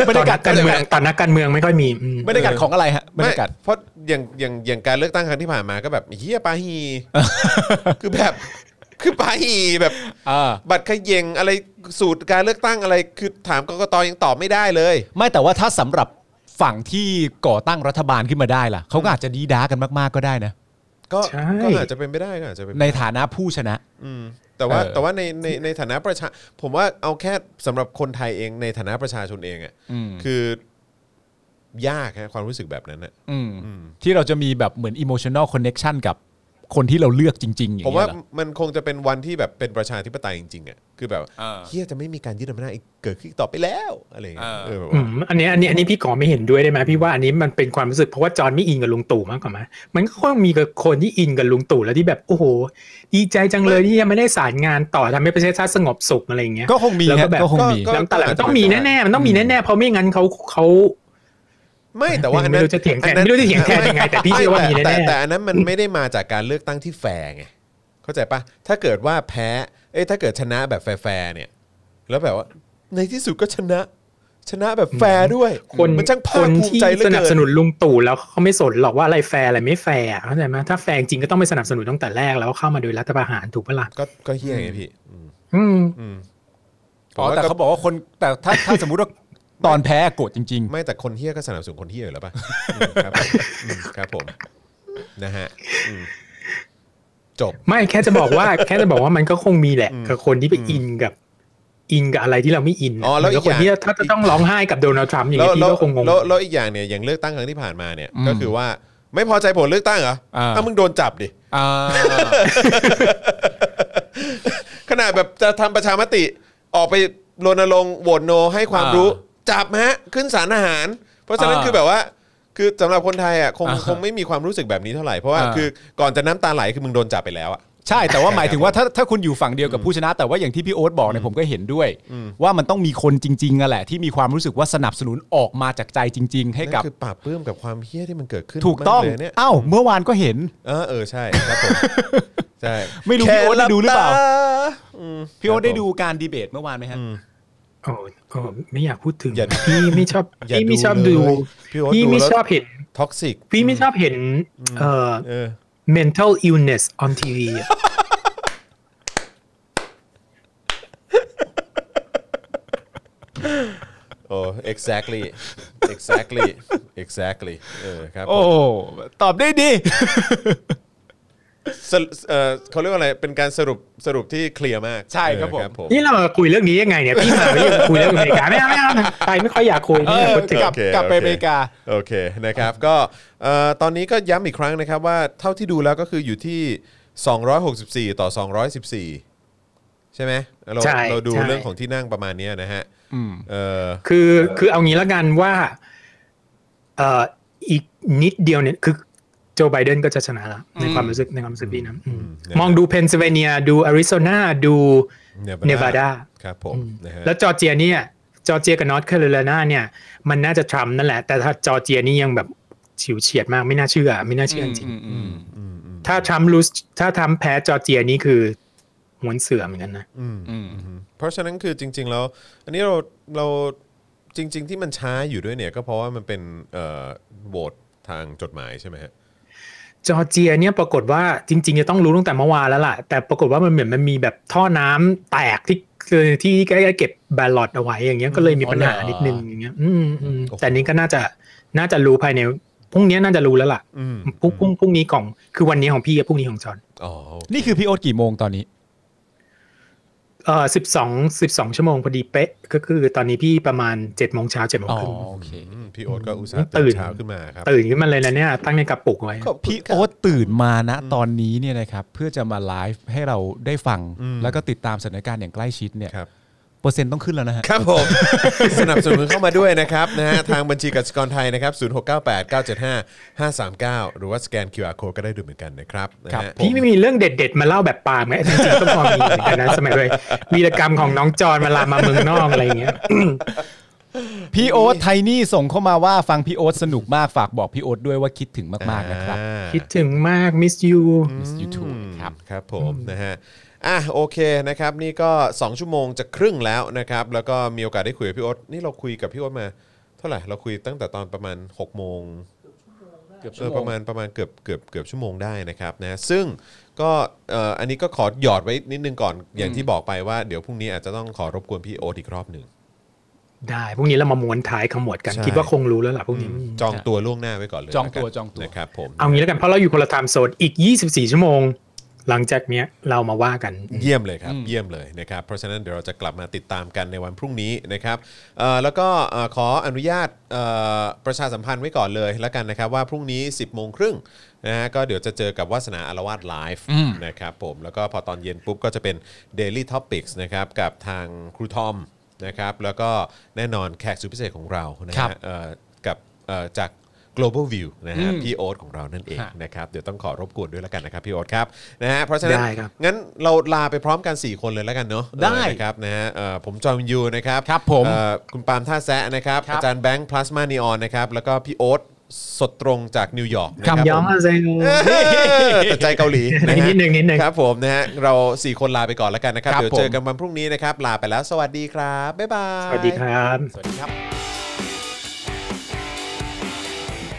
Speaker 3: บรรยากาศ
Speaker 5: ตอนนักการเมือง
Speaker 3: บรรยากาศ
Speaker 5: ตอนนักการเมืองไม่ค่อยมีอืม
Speaker 3: บรรยากาศของอะไรฮะบรรยากาศ
Speaker 2: ไม่เพราะอย่างอย่างอย่างการเลือกตั้งครั้งที่ผ่านมาก็แบบเฮียปา ฮี คือแบบ คือปาฮีแบบ
Speaker 3: เออ
Speaker 2: บัตรเขยงอะไรสูตรการเลือกตั้งอะไร คือถามกกตยังตอบไม่ได้เลย
Speaker 3: ไม่แต่ว่าถ้าสำหรับฝั่งที่ก่อตั้งรัฐบาลขึ้นมาได้ล่ะเขาก็อาจจะดีด้ากันมาก ๆ ก็ได้นะ
Speaker 2: ก็
Speaker 5: ใช่
Speaker 2: ก็อาจจะเป็นไปได้ก็อาจจะเป็นไป
Speaker 3: ใน
Speaker 2: ได้
Speaker 3: ฐานะผู้ชนะ
Speaker 2: อืมแต่ว่า
Speaker 3: เออ
Speaker 2: แต่ว่าในในในฐานะประชา ผมว่าเอาแค่สำหรับคนไทยเองในฐานะประชาชนเองอ่ะ
Speaker 3: อืม
Speaker 2: คือ ยากฮะความรู้สึกแบบนั้นอ่ะ
Speaker 3: อืม
Speaker 2: อืม
Speaker 3: ที่เราจะมีแบบเหมือน emotional connection กับคนที่เราเลือกจริง ๆ อย่า
Speaker 2: ผม
Speaker 3: งเงี้
Speaker 2: ว่าย
Speaker 3: เหรอ
Speaker 2: มันคงจะเป็นวันที่แบบเป็นประชาธิปไตยจริงๆอ่ะคือแบบ
Speaker 3: เออ
Speaker 2: เฮียจะไม่มีการยึดอำนาจอีกเกิดขึ้นอีกต่อไปแล้วอะไรอย่างเงี้ย
Speaker 3: เออ
Speaker 2: เออแบบ
Speaker 5: อื
Speaker 2: ว่าม
Speaker 5: อันเนี้ยอันนี้อันนี้พี่ขอไม่เห็นด้วยได้ไหมพี่ว่าอันนี้มันเป็นความรู้สึกเพราะว่าจอห์นไม่อินกับลุงตู่มากกว่าไหมมันก็คงมีกับคนที่อินกับลุงตู่แล้วที่แบบโอ้โห ดีใจจังเลยที่ยังไม่ได้สารงานต่อทำให้ประเทศชาติสงบสุขอะไรอย่างเงี้ย
Speaker 3: ก็คงมี
Speaker 5: แล้วก็
Speaker 3: ฮะ
Speaker 5: แบบ
Speaker 3: ก็คงมี
Speaker 5: แล้วแต่ละมันต้องมีแน่ๆมันต้องมีแน่ๆเพราะไม่งั้นเขาเขา
Speaker 2: ไม่แต่ว่าอัน
Speaker 5: ไม่
Speaker 2: นั้น
Speaker 5: รู้จะเถียงแทน
Speaker 2: อั
Speaker 5: ไม่รู้จะเถียงแทนยังไง แต่พี่เชื่อว่ามี
Speaker 2: แต่
Speaker 5: แน่
Speaker 2: แต่แต่อันนั้นมันไม่ได้มาจากการเลือกตั้งที่แฟร์ไงเข้าใจปะถ้าเกิดว่าแพ้เอ้ยถ้าเกิดชนะแบบแฟร์ๆเนี่ย แล้วแบบว่าในที่สุดก็ชนะ ชนะแบบแฟร์ด้วย
Speaker 5: ๆคน
Speaker 2: มันช่างภา
Speaker 5: ค
Speaker 2: คน ภูมิ
Speaker 5: ที่
Speaker 2: ใจเหลื
Speaker 5: ส
Speaker 2: อ
Speaker 5: นับ
Speaker 2: เกิ
Speaker 5: ส
Speaker 2: น
Speaker 5: นุนลุงตู่แล้วเขาไม่สนหรอกว่าอะไรแฟร์อะไรไม่แฟร์อะเข้าใจไหมถ้าแฟร์จริงก็ต้องไปสนับสนุนตั้งแต่แรกแล้วเข้ามาโดยรัฐประหารถูกปะล่ะ
Speaker 2: ก็ก็เฮียไงพี่อืม
Speaker 5: อืม
Speaker 2: อืม
Speaker 3: อ๋อแต่เขาบอกว่าคนแต่ถ้าถ้าสมมุติว่าตอนแพ้โกรธจริง
Speaker 2: ไม่แต่คนเฮียก็สนับสนุนคนเฮียอยู่แล้วป่ะอืมครับผมอืมครับผมนะฮะอืมจบ
Speaker 5: ไม่แค่จะบอกว่า แค่จะบอกว่ามันก็คงมีแหละกับคนที่ไปอินกับ อินกับอะไรที่เราไม่อิน
Speaker 2: อ๋อแล้วอีก
Speaker 5: คนที่
Speaker 2: อย่าง
Speaker 5: ถ้าจะต้องร้องไห้กับโดนัลด์ทรัมป์อย่าง
Speaker 2: แล้ว
Speaker 5: เงี้ยพี่
Speaker 2: แล้ว
Speaker 5: ก็คงงง
Speaker 2: แล้วแล้วอีกอย่างเนี่ยอย่างเลือกตั้งครั้งที่ผ่านมาเนี่ย
Speaker 3: อืม
Speaker 2: ก็คือว่าไม่พอใจผลเลือกตั้งเหรอ
Speaker 3: อ่า
Speaker 2: ถ้ามึงโดนจับดิ
Speaker 3: ๆอ่า
Speaker 2: ขนาดแบบจะทำประชามติออกไปรณรงค์โหวตโนให้ความ
Speaker 3: อ่า
Speaker 2: ร
Speaker 3: รู้
Speaker 2: ู้ จับฮะขึ้นสารอาหาร เพราะฉะนั้น
Speaker 3: อ่า
Speaker 2: คือแบบว่า คือสำหรับคนไทยอ่ะคง
Speaker 3: อ่า
Speaker 2: คงไม่มีความรู้สึกแบบนี้เท่าไหร่เพราะว่า
Speaker 3: อ่า
Speaker 2: คือก่อนจะน้ำตาไหลคือมึงโดนจับไปแล้วอ่ะ
Speaker 3: ใช่แต่ว่าหมายถึงว่าถ้าถ้าคุณอยู่ฝั่งเดียวกับผู้ชนะ แต่ว่าอย่างที่พี่โอ๊ตบอกเนี่ยผมก็เห็นด้วย ว่ามันต้องมีคนจริงๆอะแหละ ที่มีความรู้สึกว่าสนับสนุนออกมาจากใจจริง ๆ ให้
Speaker 2: นั่น
Speaker 3: กับ
Speaker 2: คือปราบปลื้มกับความเฮี้ยที่มันเกิดขึ้น
Speaker 3: ถูกต้อง
Speaker 2: มาเลยเนี่ย
Speaker 3: เอ้าเมื่อวานก็เห็น
Speaker 2: เออเออใช่ครับผมใช่
Speaker 3: ไม่รู้พี่โอ๊ตได้ดูหรือ เปล่า
Speaker 2: แค่บตาอืม
Speaker 3: พี่โอ๊ตได้
Speaker 2: ครับผม
Speaker 3: ดูการดีเบตเมื่อวานไหมฮะ
Speaker 5: โอ้โอ้ไม่อยากพูดถึง
Speaker 2: อย่า
Speaker 5: พี่ไม่ชอบ
Speaker 2: อย่า
Speaker 5: พี่ไม่ชอบ
Speaker 2: ดู
Speaker 5: ดู
Speaker 2: เลยพี่โอ๊ต
Speaker 5: พี่
Speaker 2: ดู
Speaker 5: ไม่
Speaker 2: แล้ว
Speaker 5: ชอบเห็น
Speaker 2: ท็อกซิก
Speaker 5: พี่ไม่ชอบเห็น เอ่อ
Speaker 2: เออ
Speaker 5: mental illness on TV อะ
Speaker 2: โอ้ exactly exactly exactly เออครับผม
Speaker 3: โอ้ตอบได้ดี
Speaker 2: สรุปเออเขาเรียกว่าอะไร เป็นการสรุปสรุปที่เคลียร์มาก
Speaker 3: ใช่ครับผม
Speaker 2: เออผม
Speaker 5: นี่เราคุยเรื่องนี้ยังไงเนี่ยพี่มาเรื่องคุยเรื่องอเมริกาไม่เอาไม่เอานะไปไม่ค่อยอยากคุย
Speaker 3: เอ
Speaker 5: เนี่ย
Speaker 3: อ
Speaker 5: พูดถึง
Speaker 3: กลับ
Speaker 2: โอเค
Speaker 3: กลับไป
Speaker 2: โอ
Speaker 3: อ
Speaker 2: เค
Speaker 3: เมริกา
Speaker 2: โอเคนะครับก็เอ่อตอนนี้ก็ย้ำอีกครั้งนะครับว่าเท่าที่ดูแล้วก็คืออยู่ที่ 264 ต่อ 214 ใช่ไหมเรา
Speaker 5: ใช่
Speaker 2: เราดู
Speaker 5: ใช่
Speaker 2: เรื่องของที่นั่งประมาณเนี้ยนะฮะเออ
Speaker 5: คือคือเอางี้ละกันว่าเอ่ออีกนิดเดียวเนี่ยคือโจไบเดนก็จะชนะแล้วในความรู้สึกในความรู้สึกพี่นะอืมมองดูเพนซิลเวเนีย ดูอาริโซนาดู
Speaker 2: เน
Speaker 5: Nevada
Speaker 2: ครับผมนะฮะ
Speaker 5: แล้วจอร์เจียเนี่ยจอร์เจียกับนอร์ทแคโรไลนาเนี่ย มันน่าจะทรัมป์นั่นแหละ แต่ถ้าจอร์เจียนี่ยังแบบฉิวเฉียดมากไม่น่าเชื่อ ไม่น่าเชื่อจริงๆถ้าทรัมป์รู้ถ้าทรัมป์แพ้จอร์เจียนี่คือหวนเสือเหมือนกันนะ
Speaker 2: เพราะฉะนั้นคือจริง ๆ แล้ว อันนี้เราเราจริง ๆ ที่มันช้าอยู่ด้วยเนี่ย ก็เพราะว่ามันเป็นเอ่อโหวตทางจดหมายใช่ไหมฮะ
Speaker 5: จอร์เจียเนี่ยปรากฏว่าจริง ๆ จะต้องรู้ตั้งแต่เมื่อวานแล้วล่ะ แต่ปรากฏว่ามันเหมือนมันมีแบบท่อน้ำแตกที่คือที่ใกล้ๆเก็บบาลอตเอาไว้อย่างเงี้ยก็เลยมีปัญหา
Speaker 4: อ๋อเหรอ
Speaker 5: นิดนึงอย่างเงี้ยอืมอืมแต่นี้ก็น่าจะน่าจะรู้ภายในพรุ่งนี้น่าจะรู้แล้วล่ะ
Speaker 2: อืม
Speaker 5: พรุ่งพรุ่งพรุ่งนี้ของคือวันนี้ของพี่กับพรุ่งนี้ของจอน
Speaker 2: อ๋อ
Speaker 3: นี่คือพี่โอ๊ตกี่โมงตอนนี้
Speaker 5: เอ่อสิบสองสิบสองชั่วโมงพอดีเป๊ะก็คือตอนนี้พี่ประมาณเจ็ดโมงเช้าเจ็ดโมง
Speaker 3: อ๋อ
Speaker 5: ครึ่ง
Speaker 3: โอเค
Speaker 2: อืมพี่โอ๊ตก็อุตส่าห์ตื่
Speaker 5: ตื่
Speaker 2: น
Speaker 5: น
Speaker 2: เช้าขึ้นมาครับ
Speaker 5: ตื่นขึ้นมาเลยนะเนี่ยตั้งในกระปุกไว้
Speaker 2: ขบคุณ
Speaker 3: พี่
Speaker 2: ครับ
Speaker 3: โอ๊ตตื่นมานะตอนนี้เนี่ยนะครับเพื่อจะมาไลฟ์ให้เราได้ฟัง
Speaker 2: อืม
Speaker 3: แล้วก็ติดตามสถานการณ์อย่างใกล้ชิดเนี่ย
Speaker 2: ครับ
Speaker 3: เปอร์เซ็นต์ต้องขึ้นแล้วนะฮะ
Speaker 2: ครับผม สนับสนุนเข้ามาด้วยนะครับนะฮะทางบัญชีกสิกรไทยนะครับ 0698 975 539 หรือว่าสแกน QR code ก็ได้ดูเหมือนกันนะครับนะฮะ
Speaker 5: พี่ไม่มีเรื่องเด็ด ๆ มาเล่าแบบปาล์มไหมจริงๆก็พอมีเหมือนกัน นะสมัยเลยวีรกรรมของน้องจอนเวลามาเมืองนอกอะไรอย่างเงี้ย
Speaker 3: พี่โอ๊ตไทนี่ส่งเข้ามาว่าฟังพี่โอ๊ตสนุกมากฝากบอกพี่โอ๊ตด้วยว่าคิดถึงมากๆนะครับ
Speaker 2: อ่า
Speaker 5: คิดถึงมากมิสยู
Speaker 3: Miss you too นะครับ
Speaker 2: ครับผมนะฮะอ่ะโอเคนะครับ นี่ก็ 2 ชั่วโมงจะครึ่งแล้วนะครับ แล้วก็มีโอกาสได้คุยกับพี่โอ๊ตนี่เราคุยกับพี่โอ๊ตมาเท่าไหร่เราคุยตั้งแต่ตอนประมาณ 6 โมง
Speaker 4: เกือบ
Speaker 2: เอ
Speaker 4: ชั่
Speaker 2: อ
Speaker 4: วโม
Speaker 2: ป
Speaker 4: ง
Speaker 2: ระมาณประมาณเกือบเกือบเกือบชั่วโมงได้นะครับนะซึ่งก็เอ่ออันนี้ก็ขอหยอดไว้นิดนึงก่อนอย่างที่บอกไปว่าเดี๋ยวพรุ่งนี้อาจจะต้องขอรบกวนพี่โอ๊ตอีกรอบหนึ่ง
Speaker 5: ได้พรุ่งนี้เรามาม้วนท้ายขมวดกัน
Speaker 2: ใช่
Speaker 5: คิดว่าคงรู้แล้วล่ะพรุ่งนี้
Speaker 2: จองตัวล่วงหน้าไว้ก่อนเลย
Speaker 3: จองตัว
Speaker 2: แล้วกัน
Speaker 3: จองตัว
Speaker 2: นะครับผม
Speaker 5: เอางี้แล้วกันเพราะเราอยู่คนละไทม์โซนอีก 24 ชั่วโมง หลังจากเนี้ยเรามาว่ากัน
Speaker 2: เยี่ยมเลยครับเยี่ยมเลยนะครับเพราะฉะนั้นเดี๋ยวเราจะกลับมาติดตามกันในวันพรุ่งนี้นะครับเอ่อแล้วก็เอ่อขออนุญาตเอ่อประชาสัมพันธ์ไว้ก่อนเลยแล้วกันนะครับว่าพรุ่งนี้ 10บโมงครึ่งนะฮะก็เดี๋ยวจะเจอกับวาสนาอารวาสไลฟ์นะครับผมแล้วก็พอตอนเย็นปุ๊บก็จะเป็น Daily Topics นะครับกับทางครูทอมนะครับแล้วก็แน่นอนแขกสุดพิเศษของเรานะ
Speaker 3: ครั
Speaker 2: ฮะ
Speaker 3: บ
Speaker 2: เอ่อกับเอ่อจาก global view นะฮะพี่โอ๊ตของเรานั่นเอง
Speaker 3: ฮะ
Speaker 2: นะครับเดี๋ยวต้องขอรบกวนด้วยแล้วกันนะครับพี่โอ๊ตครับนะฮะเพราะฉะนั้น
Speaker 5: ได้ครับ
Speaker 2: งั้นเราลาไปพร้อมกัน 4 คนเลยแล้วกันเนาะ
Speaker 3: ได้
Speaker 2: เออนะครับนะฮะเอ่อผมจอห์นวินยูนะครับ
Speaker 3: ครับผม
Speaker 2: เอ่อคุณปาล์มท่าแซะนะครับ
Speaker 3: ครับ
Speaker 2: อาจารย์แบงค์พลาสมานีออนนะครับ แล้วก็พี่โอ๊ตสดตรงจากนิวยอร์กนะครั
Speaker 5: ย้อม
Speaker 2: ผม
Speaker 5: อาเซ น
Speaker 2: เฮ้ยแต่ใจเกาหลีะฮะ
Speaker 5: นิดนึงนิดนึง
Speaker 2: ครับผมนะฮะเรา 4 คนลาไปก่อนแล้วกันนะครับ
Speaker 3: ครับ
Speaker 2: เดี๋ยวเจอ
Speaker 3: ผม
Speaker 2: กันวันพรุ่งนี้นะครับลาไปแล้วสวัสดีครับ บ๊ายบาย
Speaker 5: สวัสดีครับ
Speaker 3: สวัสดีครับ